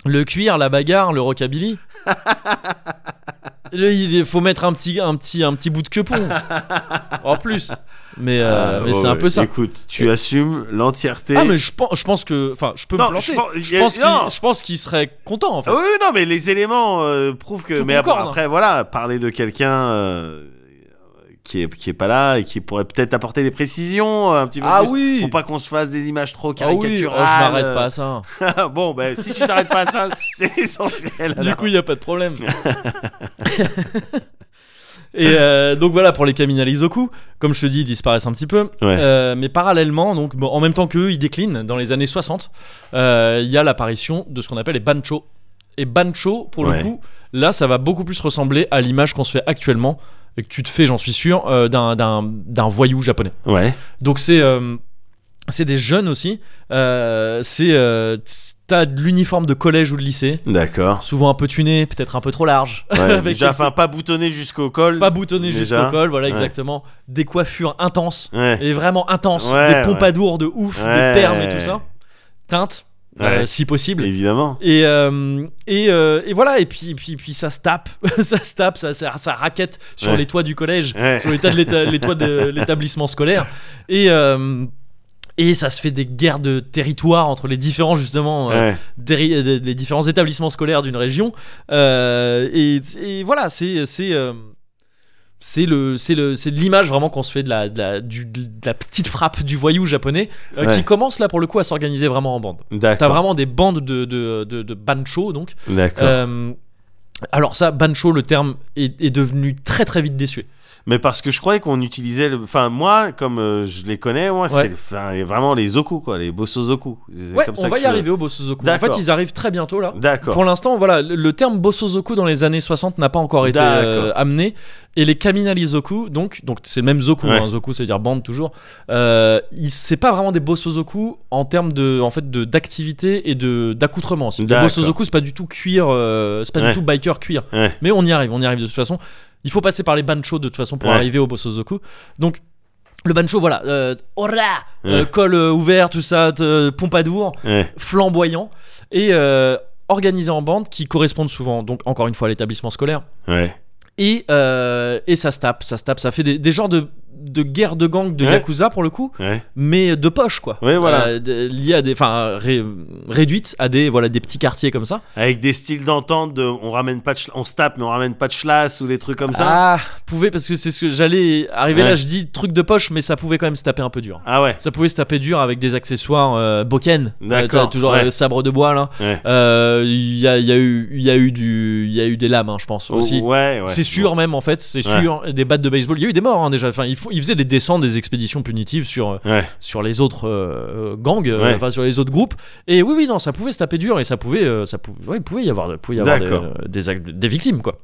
Speaker 2: Le cuir, la bagarre, le rockabilly. Le- il faut mettre un petit, un petit, un petit bout de quepon. En plus. Mais, euh,
Speaker 1: Ah,
Speaker 2: mais c'est
Speaker 1: ouais,
Speaker 2: un peu ça.
Speaker 1: Écoute, tu assumes l'entièreté.
Speaker 2: Ah mais je pense, je pense que, enfin, je peux me
Speaker 1: Non,
Speaker 2: planter.
Speaker 1: je pense-
Speaker 2: Je
Speaker 1: y a-
Speaker 2: pense qu'il,
Speaker 1: non.
Speaker 2: je pense qu'il serait content. En fait.
Speaker 1: Ah oui, non, mais les éléments euh, prouvent que.
Speaker 2: Tout
Speaker 1: mais ap-
Speaker 2: concorde.
Speaker 1: après, voilà, parler de quelqu'un euh, qui, est, qui est pas là et qui pourrait peut-être apporter des précisions euh, un petit peu
Speaker 2: Ah
Speaker 1: plus.
Speaker 2: oui.
Speaker 1: Pour pas euh, qu'on se fasse des images trop
Speaker 2: Ah oui.
Speaker 1: caricaturales.
Speaker 2: Ah, je m'arrête pas à ça.
Speaker 1: pas. bon, ben, si tu t'arrêtes pas à ça, c'est l'essentiel.
Speaker 2: Du
Speaker 1: alors.
Speaker 2: coup, il n'y a pas de problème. Et euh, donc voilà pour les Kaminalizoku, comme je te dis, ils disparaissent un petit peu.
Speaker 1: Ouais.
Speaker 2: Euh, mais parallèlement, donc bon, en même temps qu'eux, ils déclinent dans les années 60, euh, il y a l'apparition de ce qu'on appelle les bancho. Et bancho, pour le
Speaker 1: Ouais.
Speaker 2: coup, là, ça va beaucoup plus ressembler à l'image qu'on se fait actuellement et que tu te fais, j'en suis sûr, euh, d'un- d'un d'un voyou japonais.
Speaker 1: Ouais.
Speaker 2: Donc c'est euh, c'est des jeunes aussi. Euh, c'est euh, t'as de l'uniforme de collège ou de lycée,
Speaker 1: D'accord.
Speaker 2: souvent un peu tuné, peut-être un peu trop large,
Speaker 1: Ouais,
Speaker 2: Avec
Speaker 1: déjà,
Speaker 2: quelques-
Speaker 1: enfin, pas boutonné jusqu'au col.
Speaker 2: pas boutonné
Speaker 1: Euh, Déjà.
Speaker 2: jusqu'au col, voilà
Speaker 1: Ouais.
Speaker 2: exactement. Des coiffures intenses
Speaker 1: Ouais.
Speaker 2: et vraiment intenses,
Speaker 1: Ouais, ouais.
Speaker 2: des pompadours de ouf,
Speaker 1: Ouais.
Speaker 2: des permes et tout ça, teinte
Speaker 1: Ouais.
Speaker 2: si possible.
Speaker 1: Évidemment.
Speaker 2: Et, euh, et, euh, et voilà, et puis, puis, puis ça se tape, ça se tape, ça, ça, ça raquette sur
Speaker 1: Ouais.
Speaker 2: les toits du collège,
Speaker 1: Ouais.
Speaker 2: sur les, tas de l'éta- les toits de l'établissement scolaire. Et, euh, et ça se fait des guerres de territoire entre les différents, justement, euh,
Speaker 1: Ouais.
Speaker 2: déri- euh, des- les différents établissements scolaires d'une région. Euh, et, et voilà, c'est. c'est euh, c'est le c'est le c'est l'image vraiment qu'on se fait de la de la, du- de la petite frappe du voyou japonais euh,
Speaker 1: Ouais.
Speaker 2: qui commence là pour le coup à s'organiser vraiment en bande T'as
Speaker 1: D'accord.
Speaker 2: vraiment des bandes de, de, de, de bancho, donc.
Speaker 1: D'accord.
Speaker 2: Euh, alors ça, bancho, le terme est, est devenu très très vite déçu.
Speaker 1: Mais parce que je croyais qu'on utilisait. le- Enfin, moi, comme euh, je les connais, moi, c'est enfin, les- vraiment les zoku, quoi, les bosozoku. C'est
Speaker 2: Ouais,
Speaker 1: comme ça
Speaker 2: on va
Speaker 1: que
Speaker 2: y
Speaker 1: je-
Speaker 2: arriver au Bosozoku. En
Speaker 1: D'accord.
Speaker 2: fait, ils arrivent très bientôt là.
Speaker 1: D'accord.
Speaker 2: Pour l'instant, voilà, le- le terme Bosozoku dans les années 60 n'a pas encore été
Speaker 1: D'accord.
Speaker 2: euh, amené. Et les Kaminali Zoku, donc, donc c'est le même Zoku,
Speaker 1: Ouais.
Speaker 2: hein, Zoku, c'est-à-dire bande toujours. Euh, ils- c'est pas vraiment des Bosozoku en termes de, en fait, de d'activité et de d'accoutrement. C'est- Le
Speaker 1: D'accord.
Speaker 2: Bosozoku, c'est pas du tout cuir, euh, c'est pas
Speaker 1: Ouais.
Speaker 2: du tout biker cuir.
Speaker 1: Ouais.
Speaker 2: Mais on y arrive, on y arrive de toute façon. Il faut passer par les bancho de toute façon pour
Speaker 1: Ouais.
Speaker 2: arriver au Bosozoku. Donc le bancho, voilà, euh, ora, euh,
Speaker 1: Ouais.
Speaker 2: col euh, ouvert, tout ça, euh, pompadour
Speaker 1: Ouais.
Speaker 2: flamboyants et euh, organisés en bande qui correspondent souvent, donc encore une fois, à l'établissement scolaire.
Speaker 1: Ouais.
Speaker 2: Et, euh, et ça se tape, ça se tape, ça fait des, des genres de, de guerre de gang de
Speaker 1: Ouais.
Speaker 2: Yakuza pour le coup,
Speaker 1: Ouais.
Speaker 2: mais de poche quoi.
Speaker 1: Ouais, voilà.
Speaker 2: Euh, de- liées à des. Enfin, ré- réduites à des, voilà, des petits quartiers comme ça.
Speaker 1: Avec des styles d'entente de, on ramène pas, de schla- on se tape, mais on ramène pas de schlass ou des trucs comme ça.
Speaker 2: ah, pouvait, parce que c'est ce que j'allais arriver là,
Speaker 1: Ouais.
Speaker 2: je dis truc de poche, mais ça pouvait quand même se taper un peu dur.
Speaker 1: Ah ouais.
Speaker 2: Ça pouvait se taper dur avec des accessoires euh, boken, Euh,
Speaker 1: D'accord,
Speaker 2: t'as toujours
Speaker 1: ouais.
Speaker 2: euh, sabre de bois là.
Speaker 1: Ouais.
Speaker 2: Euh, Il y, a, il y a eu, il y a eu du, il y a eu des lames, hein, je pense aussi.
Speaker 1: Oh, ouais, ouais.
Speaker 2: C'est sûr même en fait, c'est
Speaker 1: Ouais.
Speaker 2: sûr. Des battes de baseball, il y a eu des morts hein, déjà. Enfin, il, faut, il faisait des descentes, des expéditions punitives sur euh,
Speaker 1: Ouais.
Speaker 2: sur les autres euh, gangs, euh,
Speaker 1: Ouais.
Speaker 2: enfin sur les autres groupes. Et oui, oui, non, ça pouvait se taper dur et ça pouvait, euh, ça pouvait, ouais, il pouvait y avoir, pouvait y avoir des,
Speaker 1: D'accord.
Speaker 2: euh, des, ac- des victimes quoi.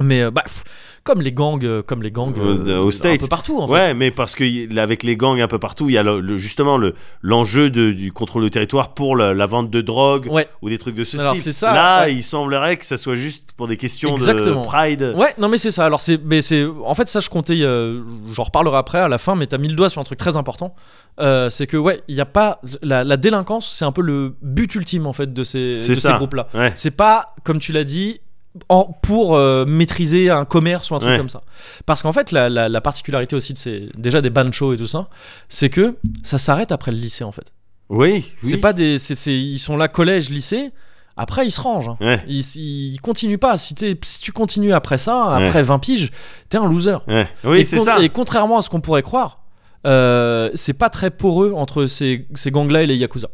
Speaker 2: Mais euh, bah, pff, comme les gangs, euh, comme les gangs
Speaker 1: Euh, de- aux
Speaker 2: un
Speaker 1: States.
Speaker 2: peu partout en fait.
Speaker 1: Ouais, mais parce que y- avec les gangs un peu partout, il y a le, le- justement le l'enjeu de- du contrôle de territoire pour la, la vente de drogue
Speaker 2: Ouais.
Speaker 1: ou des trucs de ce
Speaker 2: Alors,
Speaker 1: style.
Speaker 2: c'est ça,
Speaker 1: Là,
Speaker 2: ouais.
Speaker 1: il semblerait que ça soit juste pour des questions
Speaker 2: Exactement.
Speaker 1: de pride.
Speaker 2: Ouais, non mais c'est ça. Alors c'est, mais c'est, en fait ça je comptais, euh, j'en reparlerai après à la fin, mais t'as mis le doigt sur un truc très important. Euh, c'est que ouais, il y a pas la, la délinquance, c'est un peu le but ultime en fait de ces, de
Speaker 1: C'est
Speaker 2: ces
Speaker 1: ça.
Speaker 2: groupes-là.
Speaker 1: Ouais.
Speaker 2: C'est pas comme tu l'as dit. en- pour euh, maîtriser un commerce ou un truc
Speaker 1: Ouais.
Speaker 2: comme ça. Parce qu'en fait, la, la- la particularité aussi de ces, déjà des banchos et tout ça, c'est que ça s'arrête après le lycée en fait.
Speaker 1: Oui. oui.
Speaker 2: C'est pas des, c'est- c'est- ils sont là collège, lycée. Après, ils se rangent. hein.
Speaker 1: Ouais.
Speaker 2: Ils, ils continuent pas. Si, t'es- si tu continues après ça, après 20 piges, t'es un loser.
Speaker 1: Ouais.
Speaker 2: et
Speaker 1: Oui, c'est
Speaker 2: con-
Speaker 1: ça.
Speaker 2: Et contrairement à ce qu'on pourrait croire, euh, c'est pas très poreux entre ces, ces gangs-là et les yakuza.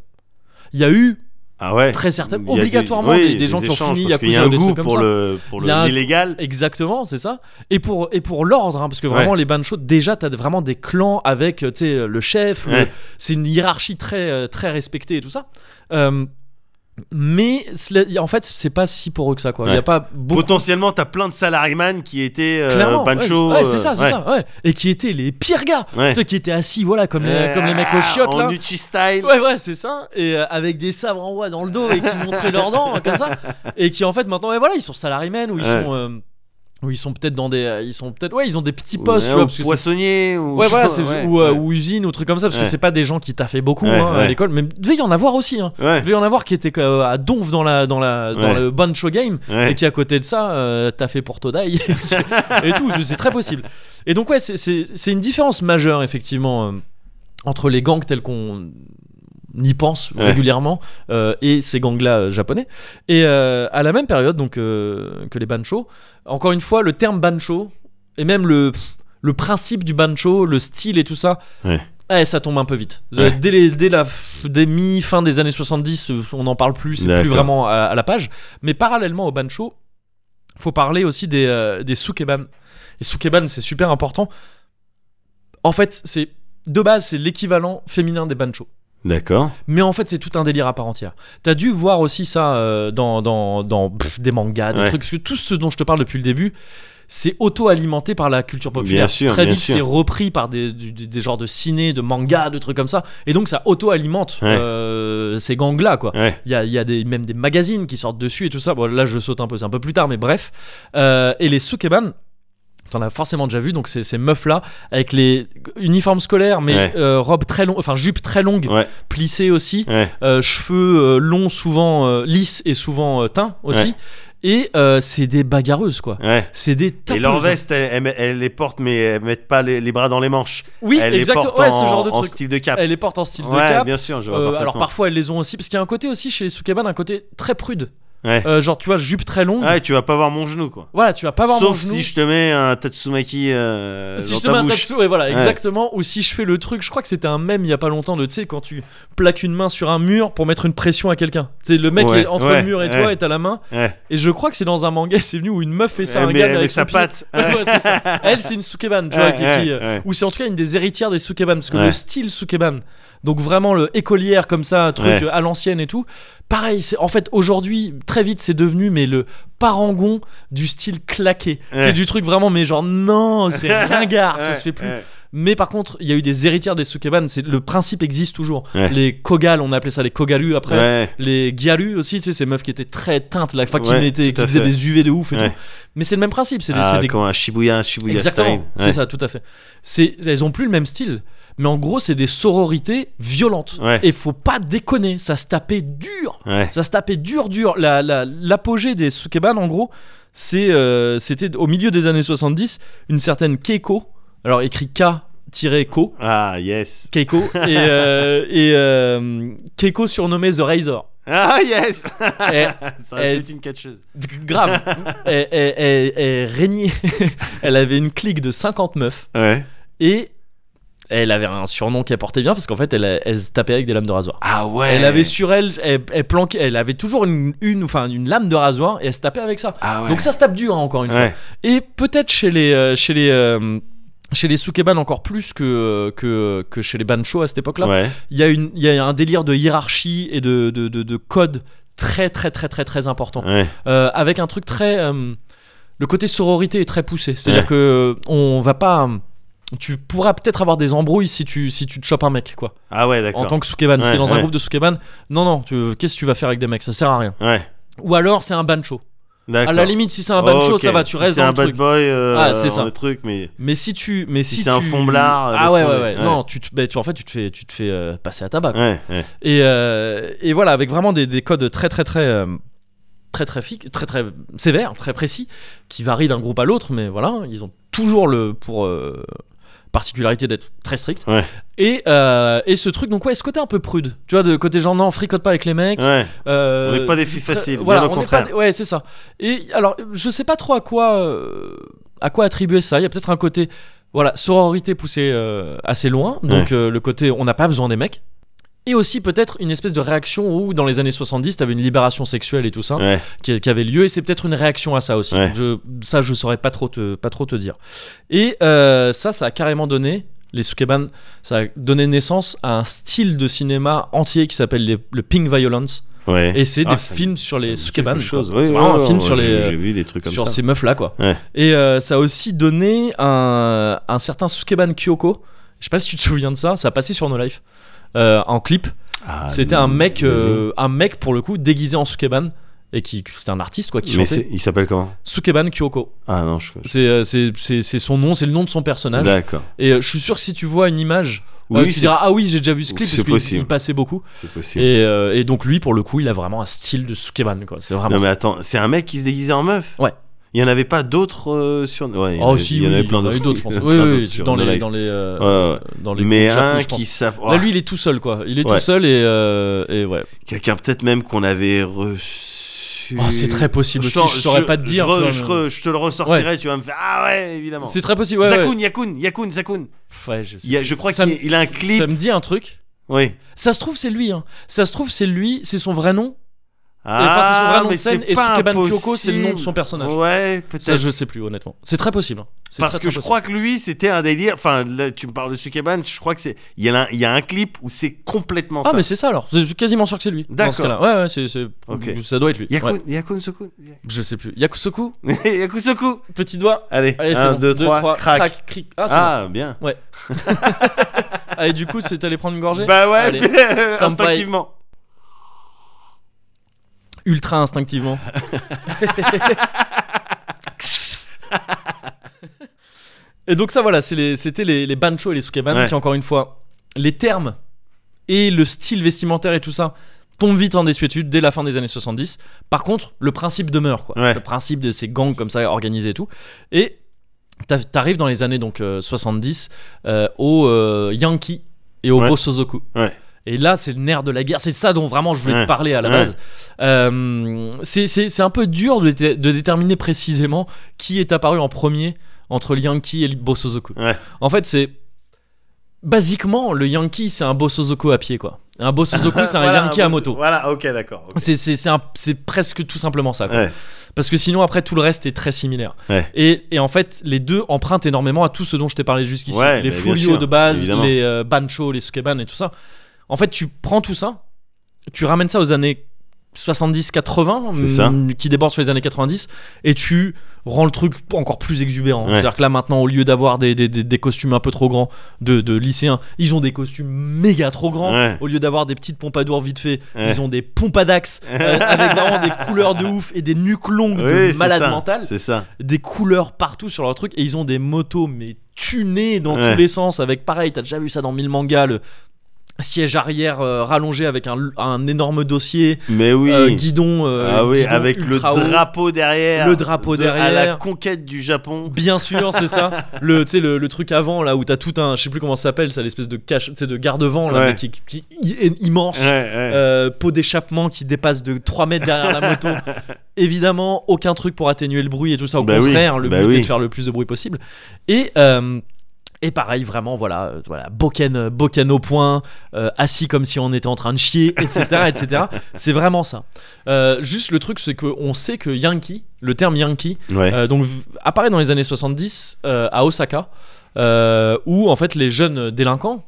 Speaker 2: Il y a eu
Speaker 1: Ah ouais.
Speaker 2: très certainement,
Speaker 1: Il y a
Speaker 2: obligatoirement,
Speaker 1: oui,
Speaker 2: des, des gens qui ont
Speaker 1: échanges,
Speaker 2: fini
Speaker 1: parce qu'il y
Speaker 2: yakuza
Speaker 1: a un
Speaker 2: ou des
Speaker 1: goût
Speaker 2: trucs comme
Speaker 1: pour
Speaker 2: ça.
Speaker 1: le pour
Speaker 2: Il y a un-
Speaker 1: le l'illégal.
Speaker 2: Exactement, c'est ça. Et pour, et pour l'ordre, hein, parce que vraiment, les banchos, déjà, t'as vraiment des clans avec euh, tu sais, le chef, le-
Speaker 1: Ouais.
Speaker 2: c'est une hiérarchie très, euh, très respectée et tout ça. Euh, mais cela- en fait, c'est pas si pour eux que ça, quoi. Il y a
Speaker 1: Ouais.
Speaker 2: pas beaucoup.
Speaker 1: Potentiellement, t'as plein de salariman qui étaient euh,
Speaker 2: Clairement,
Speaker 1: bancho.
Speaker 2: ouais, ouais, c'est
Speaker 1: euh,
Speaker 2: ça, c'est
Speaker 1: ouais.
Speaker 2: ça, ouais. Et qui étaient les pires gars,
Speaker 1: Ouais.
Speaker 2: ceux qui étaient assis, voilà, comme les,
Speaker 1: Euh,
Speaker 2: comme les mecs aux chiottes
Speaker 1: en
Speaker 2: là.
Speaker 1: Uchi style.
Speaker 2: Ouais, ouais, c'est ça. Et euh, avec des sabres en bois dans le dos et qui montraient leurs dents, comme ça. Et qui en fait maintenant, ouais, voilà, ils sont salariés ou ils
Speaker 1: Ouais.
Speaker 2: sont, euh, ou ils sont peut-être dans des, euh, ils sont peut-être, ouais, ils ont des petits
Speaker 1: Ou-
Speaker 2: postes, tu
Speaker 1: ouais,
Speaker 2: vois,
Speaker 1: ou
Speaker 2: parce que c'est-
Speaker 1: poissonnier ou
Speaker 2: Ouais, voilà, c'est-
Speaker 1: ouais,
Speaker 2: ou, euh,
Speaker 1: ouais.
Speaker 2: ou usine ou truc comme ça, parce que
Speaker 1: Ouais.
Speaker 2: c'est pas des gens qui taffaient beaucoup
Speaker 1: Ouais,
Speaker 2: hein, à
Speaker 1: ouais.
Speaker 2: l'école, mais devait y en avoir aussi. Hein.
Speaker 1: Ouais.
Speaker 2: Devait y en avoir qui étaient euh, à donf dans, la, dans, la, dans
Speaker 1: Ouais.
Speaker 2: le bancho game
Speaker 1: Ouais.
Speaker 2: et qui à côté de ça euh, t'as fait pour Todai et tout c'est très possible et donc ouais c'est- c'est c'est une différence majeure effectivement euh, entre les gangs tels qu'on y pense
Speaker 1: Ouais.
Speaker 2: régulièrement euh, et ces gangs là japonais et euh, à la même période donc euh, que les bancho encore une fois le terme bancho et même le pff, le principe du bancho le style et tout ça
Speaker 1: Ouais.
Speaker 2: ouais, ça tombe un peu vite.
Speaker 1: Ouais.
Speaker 2: Dès, les- dès la f- dès mi-fin des années 70, euh, on n'en parle plus, c'est plus
Speaker 1: D'accord.
Speaker 2: vraiment à- à la page. Mais parallèlement au bancho, faut parler aussi des, euh, des sukeban. Et sukeban, c'est super important. En fait, c'est de base, c'est l'équivalent féminin des bancho.
Speaker 1: D'accord.
Speaker 2: Mais en fait, c'est tout un délire à part entière. T'as dû voir aussi ça euh, dans, dans, dans pff, des mangas, des
Speaker 1: Ouais.
Speaker 2: trucs, parce que tout ce dont je te parle depuis le début, c'est auto-alimenté par la culture populaire.
Speaker 1: Bien sûr,
Speaker 2: Très
Speaker 1: bien
Speaker 2: vite,
Speaker 1: sûr.
Speaker 2: c'est repris par des, du- des, des genres de ciné, de mangas, de trucs comme ça. Et donc, ça auto-alimente
Speaker 1: Ouais.
Speaker 2: euh, ces gangs-là, quoi.
Speaker 1: Ouais.
Speaker 2: Il y a, il y a des, même des magazines qui sortent dessus et tout ça. Bon, là, je saute un peu, c'est un peu plus tard, mais bref. Euh, et les Sukeban, t'en as forcément déjà vu, donc ces, ces meufs-là, avec les uniformes scolaires, mais
Speaker 1: Ouais.
Speaker 2: euh, robes très longues, enfin jupes très longues,
Speaker 1: Ouais.
Speaker 2: plissées aussi,
Speaker 1: Ouais.
Speaker 2: euh, cheveux euh, longs, souvent euh, lisses et souvent euh, teints aussi.
Speaker 1: Ouais.
Speaker 2: Et euh, c'est des bagarreuses, quoi.
Speaker 1: Ouais.
Speaker 2: C'est des tapeuses.
Speaker 1: Et leur veste, elles, elles- elles les portent, mais elles mettent pas les, les bras dans les manches.
Speaker 2: Oui,
Speaker 1: elles les
Speaker 2: exactement.
Speaker 1: portent
Speaker 2: Ouais,
Speaker 1: en,
Speaker 2: ce genre de
Speaker 1: en
Speaker 2: truc.
Speaker 1: style de cap.
Speaker 2: Elles les portent en style de
Speaker 1: ouais,
Speaker 2: cap.
Speaker 1: bien sûr. Je vois
Speaker 2: Euh,
Speaker 1: parfaitement.
Speaker 2: alors parfois elles les ont aussi parce qu'il y a un côté aussi chez les Sukeban un côté très prude
Speaker 1: Ouais.
Speaker 2: Euh, genre tu vois jupe très longue
Speaker 1: Ouais, tu vas pas voir mon genou, quoi.
Speaker 2: voilà tu vas pas voir
Speaker 1: Sauf
Speaker 2: mon genou
Speaker 1: si je te mets un tatsumaki euh,
Speaker 2: Si
Speaker 1: dans
Speaker 2: je te
Speaker 1: ta
Speaker 2: mets un
Speaker 1: bouche.
Speaker 2: tatou, ouais, voilà,
Speaker 1: Ouais.
Speaker 2: exactement. Ou si je fais le truc, je crois que c'était un mème il y a pas longtemps de, tu sais, quand tu plaques une main sur un mur pour mettre une pression à quelqu'un. Tu sais, le mec
Speaker 1: Ouais,
Speaker 2: est entre
Speaker 1: ouais,
Speaker 2: le mur et toi
Speaker 1: ouais.
Speaker 2: et t'as la main.
Speaker 1: Ouais.
Speaker 2: Et je crois que c'est dans un manga, c'est venu où une meuf fait ça à
Speaker 1: Elle
Speaker 2: un
Speaker 1: met-
Speaker 2: gars
Speaker 1: elle
Speaker 2: avec
Speaker 1: met
Speaker 2: son
Speaker 1: sa
Speaker 2: pied.
Speaker 1: patte.
Speaker 2: Ouais, c'est ça. Elle, c'est une Sukeban, tu vois,
Speaker 1: Ouais,
Speaker 2: qui,
Speaker 1: ouais,
Speaker 2: qui, euh,
Speaker 1: ouais.
Speaker 2: ou c'est en tout cas une des héritières des Sukeban, parce que
Speaker 1: Ouais.
Speaker 2: le style Sukeban, donc vraiment le écolière comme ça, un truc
Speaker 1: Ouais.
Speaker 2: euh, à l'ancienne et tout. Pareil, c'est en fait aujourd'hui très vite c'est devenu mais le parangon du style claqué,
Speaker 1: Ouais.
Speaker 2: c'est du truc vraiment mais genre non c'est ringard, ça se fait plus.
Speaker 1: Ouais.
Speaker 2: Mais par contre, il y a eu des héritières des Sukeban, c'est le principe existe toujours.
Speaker 1: Ouais.
Speaker 2: Les Kogal, on appelait ça les Kogalu après.
Speaker 1: Ouais.
Speaker 2: Les Gyalu aussi, tu sais, ces meufs qui étaient très teintes, là, enfin, qui,
Speaker 1: Ouais,
Speaker 2: mettaient-
Speaker 1: tout à
Speaker 2: qui faisaient
Speaker 1: fait.
Speaker 2: des UV de ouf et
Speaker 1: Ouais.
Speaker 2: tout. Mais c'est le même principe, c'est des,
Speaker 1: Ah,
Speaker 2: c'est des-
Speaker 1: comme un Shibuya, Shibuya
Speaker 2: Exactement,
Speaker 1: style.
Speaker 2: c'est ça, tout à fait. C'est, elles ont plus le même style, mais en gros, c'est des sororités violentes.
Speaker 1: Ouais.
Speaker 2: Et faut pas déconner, ça se tapait dur.
Speaker 1: Ouais.
Speaker 2: Ça se tapait dur, dur. La- la- l'apogée des Sukeban, en gros, c'est, euh, c'était au milieu des années 70, une certaine Keiko, alors écrit K-Ko,
Speaker 1: Ah, yes.
Speaker 2: Keiko, et, euh, et euh, Keiko surnommée The Razor.
Speaker 1: Ah, yes.
Speaker 2: Et-
Speaker 1: ça aurait
Speaker 2: Eh,
Speaker 1: pu être une catcheuse.
Speaker 2: grave, elle, elle- elle- elle régnait. elle avait une clique de 50 meufs.
Speaker 1: Ouais.
Speaker 2: Et elle avait un surnom qu'elle portait bien parce qu'en fait, elle, elle se tapait avec des lames de rasoir.
Speaker 1: Ah, ouais.
Speaker 2: Elle avait sur elle, elle, elle planquait, elle avait toujours une, une, enfin, une lame de rasoir et elle se tapait avec ça.
Speaker 1: Ah, ouais.
Speaker 2: Donc ça se tape dur hein, encore une
Speaker 1: Ouais.
Speaker 2: fois. Et peut-être chez les, euh, chez les, euh, chez les Sukeban encore plus que, euh, que, que chez les Bancho à cette époque-là,
Speaker 1: Ouais.
Speaker 2: il y, a une- il y a un délire de hiérarchie et de, de, de, de code très très très très très important.
Speaker 1: Ouais.
Speaker 2: Euh, avec un truc très euh, le côté sororité est très poussé c'est à dire
Speaker 1: Ouais.
Speaker 2: que euh, on va pas euh, tu pourras peut-être avoir des embrouilles si tu si tu te chopes un mec quoi
Speaker 1: Ah, ouais,
Speaker 2: en
Speaker 1: d'accord.
Speaker 2: tant que Sukeban si
Speaker 1: Ouais,
Speaker 2: t'es dans un
Speaker 1: ouais.
Speaker 2: groupe de Sukeban non non tu- qu'est-ce que tu vas faire avec des mecs ça sert à rien
Speaker 1: Ouais.
Speaker 2: ou alors c'est un bancho
Speaker 1: D'accord.
Speaker 2: à la limite si c'est un bancho
Speaker 1: Ok.
Speaker 2: ça va tu
Speaker 1: Si
Speaker 2: restes
Speaker 1: c'est
Speaker 2: dans
Speaker 1: un
Speaker 2: le
Speaker 1: bad
Speaker 2: truc
Speaker 1: boy, euh,
Speaker 2: Ah, c'est
Speaker 1: dans
Speaker 2: ça.
Speaker 1: le truc, mais.
Speaker 2: mais si tu mais si,
Speaker 1: Si c'est un
Speaker 2: tu-
Speaker 1: fomblard, euh,
Speaker 2: ah
Speaker 1: laisse
Speaker 2: ouais, ouais
Speaker 1: tomber.
Speaker 2: ouais
Speaker 1: Ouais.
Speaker 2: non tu, te- bah, tu en fait tu te fais tu te fais euh, passer à tabac quoi.
Speaker 1: Ouais, ouais.
Speaker 2: Et, euh, et voilà, avec vraiment des, des codes très très très euh, très très fic- très très sévères, très précis, qui varient d'un groupe à l'autre, mais voilà, ils ont toujours le pour euh, particularité d'être très stricts.
Speaker 1: Ouais.
Speaker 2: Et, euh, et ce truc, donc ouais, ce côté un peu prude, tu vois, de côté genre non, fricote pas avec les mecs.
Speaker 1: Ouais.
Speaker 2: euh,
Speaker 1: On n'est pas des filles
Speaker 2: très-
Speaker 1: faciles, bien
Speaker 2: voilà,
Speaker 1: au
Speaker 2: on n'est
Speaker 1: contraire.
Speaker 2: pas des- ouais, c'est ça. Et alors, je sais pas trop à quoi euh, à quoi attribuer ça. Il y a peut-être un côté voilà, sororité poussée euh, assez loin, donc euh, le côté on n'a pas besoin des mecs. Et aussi peut-être une espèce de réaction où dans les années 70, t'avais une libération sexuelle et tout ça
Speaker 1: Ouais.
Speaker 2: qui, qui avait lieu et c'est peut-être une réaction à ça aussi.
Speaker 1: Ouais.
Speaker 2: Je, ça, je saurais pas trop te, pas trop te dire. Et euh, ça, ça a carrément donné les Sukeban, ça a donné naissance à un style de cinéma entier qui s'appelle les- le Pink Violence.
Speaker 1: Ouais.
Speaker 2: Et c'est
Speaker 1: Ah,
Speaker 2: des
Speaker 1: ça me-
Speaker 2: films sur
Speaker 1: ça me
Speaker 2: les
Speaker 1: dit
Speaker 2: Sukeban.
Speaker 1: quelque
Speaker 2: quoi.
Speaker 1: chose.
Speaker 2: C'est
Speaker 1: Ouais,
Speaker 2: vraiment
Speaker 1: ouais,
Speaker 2: un film
Speaker 1: ouais,
Speaker 2: sur
Speaker 1: j'ai-
Speaker 2: les
Speaker 1: J'ai vu des trucs comme
Speaker 2: sur
Speaker 1: ça.
Speaker 2: ces meufs là quoi.
Speaker 1: Ouais.
Speaker 2: Et euh, ça a aussi donné un, un certain Sukeban Kyoko. Je sais pas si tu te souviens de ça. Ça a passé sur No Life euh, en clip.
Speaker 1: Ah,
Speaker 2: c'était
Speaker 1: non,
Speaker 2: un mec,
Speaker 1: vas-y.
Speaker 2: euh, un mec pour le coup déguisé en Sukeban et qui c'était un artiste quoi qui
Speaker 1: Mais
Speaker 2: chantait.
Speaker 1: c'est- il s'appelle comment
Speaker 2: Sukeban Kyoko.
Speaker 1: Ah non, je.
Speaker 2: C'est euh, c'est- c'est- c'est son nom, c'est le nom de son personnage.
Speaker 1: D'accord.
Speaker 2: Et euh, je suis sûr que si tu vois une image, euh,
Speaker 1: Oui,
Speaker 2: tu
Speaker 1: c'est-
Speaker 2: diras ah oui j'ai déjà vu ce clip
Speaker 1: C'est
Speaker 2: parce qu'il-
Speaker 1: possible.
Speaker 2: il passait beaucoup.
Speaker 1: c'est possible.
Speaker 2: Et, euh, et donc lui pour le coup il a vraiment un style de Sukeban quoi. C'est vraiment.
Speaker 1: Non mais attends, c'est un mec qui se déguisait en meuf
Speaker 2: Ouais.
Speaker 1: Il n'y en avait pas d'autres euh, sur... Ouais, il y en
Speaker 2: Oh
Speaker 1: avait-
Speaker 2: si,
Speaker 1: il y en
Speaker 2: oui,
Speaker 1: avait plein
Speaker 2: il y en a
Speaker 1: d'autres.
Speaker 2: eu d'autres, je pense.
Speaker 1: Il y en a
Speaker 2: Oui,
Speaker 1: plein
Speaker 2: oui,
Speaker 1: d'autres sur
Speaker 2: dans les,
Speaker 1: Live.
Speaker 2: dans les,
Speaker 1: Ouais,
Speaker 2: euh,
Speaker 1: ouais.
Speaker 2: dans les
Speaker 1: Mais
Speaker 2: groupes japonais,
Speaker 1: un
Speaker 2: je pense.
Speaker 1: qui savent...
Speaker 2: Là, lui, il est tout seul, quoi. Il est
Speaker 1: Ouais.
Speaker 2: tout seul et, euh, et ouais.
Speaker 1: Ah, Quelqu'un peut-être même qu'on avait reçu...
Speaker 2: Oh, c'est très possible aussi.
Speaker 1: sens-
Speaker 2: Je saurais pas te dire.
Speaker 1: Je, re-
Speaker 2: tu vois,
Speaker 1: je,
Speaker 2: mais-
Speaker 1: re- je te le ressortirai, tu vas me faire... Ah ouais, évidemment.
Speaker 2: C'est très possible. Ouais, ouais.
Speaker 1: Zakun, Yakun, Yakun, Zakun.
Speaker 2: Ouais, je, sais.
Speaker 1: Il y a- je crois
Speaker 2: Ça
Speaker 1: qu'il
Speaker 2: me-
Speaker 1: il a un clip.
Speaker 2: Ça me dit un truc.
Speaker 1: Oui.
Speaker 2: Ça se trouve, c'est lui. hein. Ça se trouve, c'est lui. C'est son vrai nom. enfin, c'est son
Speaker 1: Ah,
Speaker 2: vrai nom de
Speaker 6: mais
Speaker 2: scène,
Speaker 6: c'est
Speaker 2: et
Speaker 6: pas
Speaker 2: Sukeban Kyoko, c'est le nom de
Speaker 6: impossible.
Speaker 2: son personnage.
Speaker 6: Ouais,
Speaker 2: Ça,
Speaker 6: peut-être.
Speaker 2: je sais plus, honnêtement. C'est très possible. hein. C'est
Speaker 6: Parce
Speaker 2: très,
Speaker 6: que
Speaker 2: très
Speaker 6: je
Speaker 2: possible.
Speaker 6: crois que lui, c'était un délire. Enfin, là, tu me parles de Sukeban, je crois que c'est. Il y, a un- il y a un clip où c'est complètement
Speaker 2: Ah,
Speaker 6: ça.
Speaker 2: mais c'est ça alors. Je suis quasiment sûr que c'est lui. Dans ce cas-là.
Speaker 6: D'accord.
Speaker 2: Ouais, ouais, c'est, c'est-
Speaker 6: Ok.
Speaker 2: ça doit être lui.
Speaker 6: Yakun,
Speaker 2: Ouais.
Speaker 6: Yakun Soku.
Speaker 2: Je sais plus. Yakusoku
Speaker 6: Yakusoku.
Speaker 2: Petit doigt.
Speaker 6: Allez,
Speaker 2: Allez, c'est
Speaker 6: 1,
Speaker 2: bon.
Speaker 6: 2, 3,
Speaker 2: trois,
Speaker 6: crack.
Speaker 2: cric. Ah, c'est
Speaker 6: Ah, bien.
Speaker 2: bon. Ah, et du coup, c'est allé prendre une gorgée
Speaker 6: Bah
Speaker 2: Allez.
Speaker 6: ouais,
Speaker 2: Comme
Speaker 6: instinctivement.
Speaker 2: Ultra instinctivement. et donc ça, voilà, c'est les- c'était les, les bancho et les sukeban
Speaker 6: Ouais.
Speaker 2: qui, encore une fois, les termes et le style vestimentaire et tout ça tombent vite en désuétude dès la fin des années 70. Par contre, le principe demeure, quoi.
Speaker 6: Ouais.
Speaker 2: Le principe de ces gangs comme ça organisés et tout. Et t'a- t'arrives dans les années donc euh, 70 euh, au euh, Yankee et au
Speaker 6: Ouais.
Speaker 2: Bosozoku.
Speaker 6: Ouais.
Speaker 2: Et là, c'est le nerf de la guerre. C'est ça dont vraiment je voulais
Speaker 6: Ouais.
Speaker 2: te parler à la
Speaker 6: Ouais.
Speaker 2: base. Euh, c'est- c'est c'est un peu dur de, dé- de déterminer précisément qui est apparu en premier entre le Yankee et le Bosozoku.
Speaker 6: Ouais.
Speaker 2: En fait, c'est. Basiquement, le Yankee, c'est un Bosozoku à pied, quoi. Un Bosozoku, c'est un
Speaker 6: Voilà,
Speaker 2: Yankee à
Speaker 6: boss-
Speaker 2: moto.
Speaker 6: Voilà, ok, d'accord. ok.
Speaker 2: C'est- C'est c'est un- c'est presque tout simplement ça. quoi.
Speaker 6: Ouais.
Speaker 2: Parce que sinon, après, tout le reste est très similaire.
Speaker 6: Ouais.
Speaker 2: Et, et en fait, les deux empruntent énormément à tout ce dont je t'ai parlé jusqu'ici.
Speaker 6: Ouais,
Speaker 2: les
Speaker 6: bah, bien
Speaker 2: furios
Speaker 6: sûr,
Speaker 2: de base,
Speaker 6: évidemment.
Speaker 2: les euh, bancho, les sukeban et tout ça. En fait, tu prends tout ça, tu ramènes ça aux années 70-80,
Speaker 6: C'est ça.
Speaker 2: mm, qui débordent sur les années 90, et tu rends le truc encore plus exubérant.
Speaker 6: Ouais.
Speaker 2: C'est-à-dire que là, maintenant, au lieu d'avoir des, des- des- des costumes un peu trop grands de, de lycéens, ils ont des costumes méga trop grands.
Speaker 6: Ouais.
Speaker 2: Au lieu d'avoir des petites pompadours vite fait,
Speaker 6: Ouais.
Speaker 2: ils ont des pompadax euh, avec vraiment des couleurs de ouf et des nuques longues
Speaker 6: Oui,
Speaker 2: de
Speaker 6: c'est
Speaker 2: malade
Speaker 6: ça,
Speaker 2: mental,
Speaker 6: C'est ça.
Speaker 2: des couleurs partout sur leur truc et ils ont des motos mais tunées dans
Speaker 6: Ouais.
Speaker 2: tous les sens avec pareil, t'as déjà vu ça dans 1000 mangas le siège arrière euh, rallongé avec un, un énorme dossier,
Speaker 6: Mais oui.
Speaker 2: euh, guidon euh,
Speaker 6: ah oui,
Speaker 2: guidon
Speaker 6: avec le
Speaker 2: ultra haut.
Speaker 6: drapeau derrière.
Speaker 2: Le drapeau
Speaker 6: de- À la
Speaker 2: derrière.
Speaker 6: conquête du Japon.
Speaker 2: Bien sûr, c'est ça. Le, tu sais, le, le truc avant là où t'as tout un, je sais plus comment ça s'appelle, ça l'espèce de cache, tu sais, de garde-vent là,
Speaker 6: Ouais.
Speaker 2: mais qui, qui- qui est immense.
Speaker 6: Ouais, ouais.
Speaker 2: Euh, pot d'échappement qui dépasse de 3 mètres derrière la moto. Évidemment, aucun truc pour atténuer le bruit et tout ça. Au
Speaker 6: Bah oui,
Speaker 2: contraire, le
Speaker 6: bah
Speaker 2: but est
Speaker 6: oui.
Speaker 2: de faire le plus de bruit possible. Et. euh, et pareil, vraiment, voilà, euh, voilà, boken, euh, boken au point, euh, assis comme si on était en train de chier, etc., etc. C'est vraiment ça. Euh, juste le truc, c'est qu'on sait que Yankee, le terme Yankee,
Speaker 6: ouais.
Speaker 2: euh, donc v- apparaît dans les années 70 euh, à Osaka, euh, où en fait les jeunes délinquants,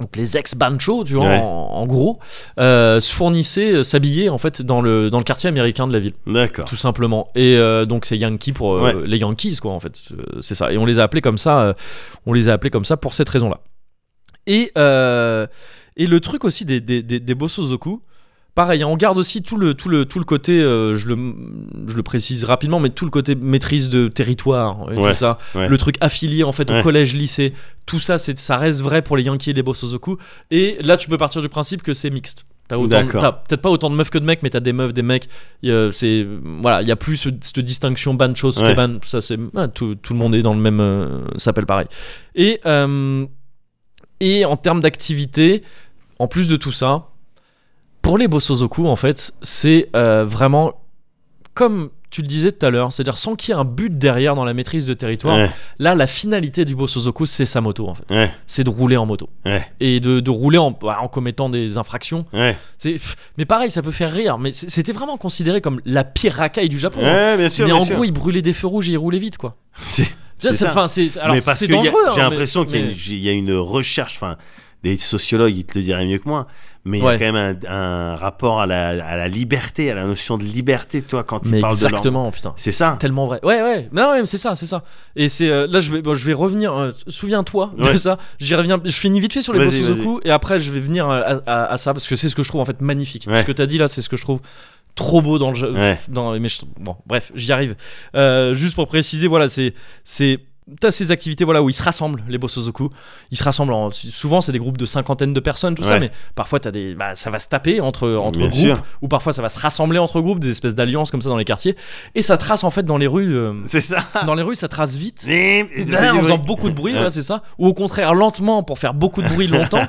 Speaker 2: donc les ex-bancho, tu vois,
Speaker 6: Ouais.
Speaker 2: en, en gros, euh, se fournissaient, euh, s'habillaient en fait dans le, dans le quartier américain de la ville,
Speaker 6: D'accord.
Speaker 2: tout simplement. Et euh, donc c'est Yankee pour euh,
Speaker 6: Ouais.
Speaker 2: les Yankees, quoi, en fait, Euh, c'est ça. Et on les a appelés comme ça, euh, on les a appelés comme ça pour cette raison-là. Et, euh, et le truc aussi des, des, des, des Bosozoku, pareil, hein, on garde aussi tout le, tout le, tout le côté, euh, je, le, je le précise rapidement, mais tout le côté maîtrise de territoire et
Speaker 6: Ouais,
Speaker 2: tout ça.
Speaker 6: ouais.
Speaker 2: Le truc affilié en fait au
Speaker 6: Ouais.
Speaker 2: collège-lycée, tout ça, c'est, ça reste vrai pour les Yankees et les Bosozoku. Et là, tu peux partir du principe que c'est mixte. T'as, autant,
Speaker 6: D'accord.
Speaker 2: t'as peut-être pas autant de meufs que de mecs, mais t'as des meufs, des mecs. y a- c'est, voilà, il y a plus ce- cette distinction bancho,
Speaker 6: Ouais.
Speaker 2: skeban, ça c'est ah, tout, tout le monde est dans le même, euh, s'appelle pareil. Et euh, et en termes d'activité, en plus de tout ça, pour les Bosozoku, en fait, c'est euh, vraiment comme tu le disais tout à l'heure, c'est-à-dire sans qu'il y ait un but derrière dans la maîtrise de territoire.
Speaker 6: Ouais.
Speaker 2: Là, la finalité du Bosozoku, c'est sa moto, en fait.
Speaker 6: Ouais.
Speaker 2: C'est de rouler en moto.
Speaker 6: Ouais.
Speaker 2: Et de, de rouler en, bah, en commettant des infractions.
Speaker 6: Ouais.
Speaker 2: C'est- pff, mais pareil, ça peut faire rire, mais c'est- c'était vraiment considéré comme la pire racaille du Japon. hein.
Speaker 6: Ouais, bien sûr.
Speaker 2: mais
Speaker 6: bien
Speaker 2: en
Speaker 6: sûr.
Speaker 2: gros, ils brûlaient des feux rouges et ils roulaient vite, quoi.
Speaker 6: C'est-
Speaker 2: Tu vois,
Speaker 6: c'est
Speaker 2: c'est-
Speaker 6: ça.
Speaker 2: enfin, c'est- alors,
Speaker 6: mais parce
Speaker 2: c'est
Speaker 6: que y a-
Speaker 2: dangereux. hein,
Speaker 6: j'ai
Speaker 2: mais-
Speaker 6: l'impression qu'il y, a
Speaker 2: mais-
Speaker 6: une- il y a une recherche. Enfin, des sociologues, ils te le diraient mieux que moi. Mais il
Speaker 2: Ouais.
Speaker 6: y a quand même un, un rapport à la, à la liberté, à la notion de liberté, toi, quand ils
Speaker 2: Mais
Speaker 6: parlent de leur.
Speaker 2: exactement, putain.
Speaker 6: C'est ça.
Speaker 2: Tellement vrai. Ouais, ouais. Non, ouais, mais c'est ça, c'est ça. Et c'est euh, là, je vais, bon, je vais revenir. euh, Souviens-toi de
Speaker 6: Ouais.
Speaker 2: ça. J'y reviens. Je finis vite fait sur les
Speaker 6: Vas-y,
Speaker 2: Bosuzoku et après, je vais venir euh, à, à- à ça parce que c'est ce que je trouve en fait magnifique.
Speaker 6: Ouais.
Speaker 2: Ce que t'as dit là, c'est ce que je trouve trop beau dans le jeu.
Speaker 6: Ouais.
Speaker 2: Dans, mais je- bon, bref, j'y arrive. Euh, juste pour préciser, voilà, c'est c'est t'as ces activités voilà où ils se rassemblent les Bosozoku ils se rassemblent en- souvent c'est des groupes de cinquantaine de personnes tout ça
Speaker 6: Ouais.
Speaker 2: mais parfois t'as des bah, ça va se taper entre entre
Speaker 6: Bien
Speaker 2: groupes
Speaker 6: sûr.
Speaker 2: ou parfois ça va se rassembler entre groupes des espèces d'alliances comme ça dans les quartiers et ça trace en fait dans les rues euh,
Speaker 6: C'est ça.
Speaker 2: dans les rues ça trace vite
Speaker 6: Et- et-
Speaker 2: Là, en faisant beaucoup de bruit,
Speaker 6: Ouais.
Speaker 2: voilà, c'est ça. Ou au contraire, lentement pour faire beaucoup de bruit longtemps.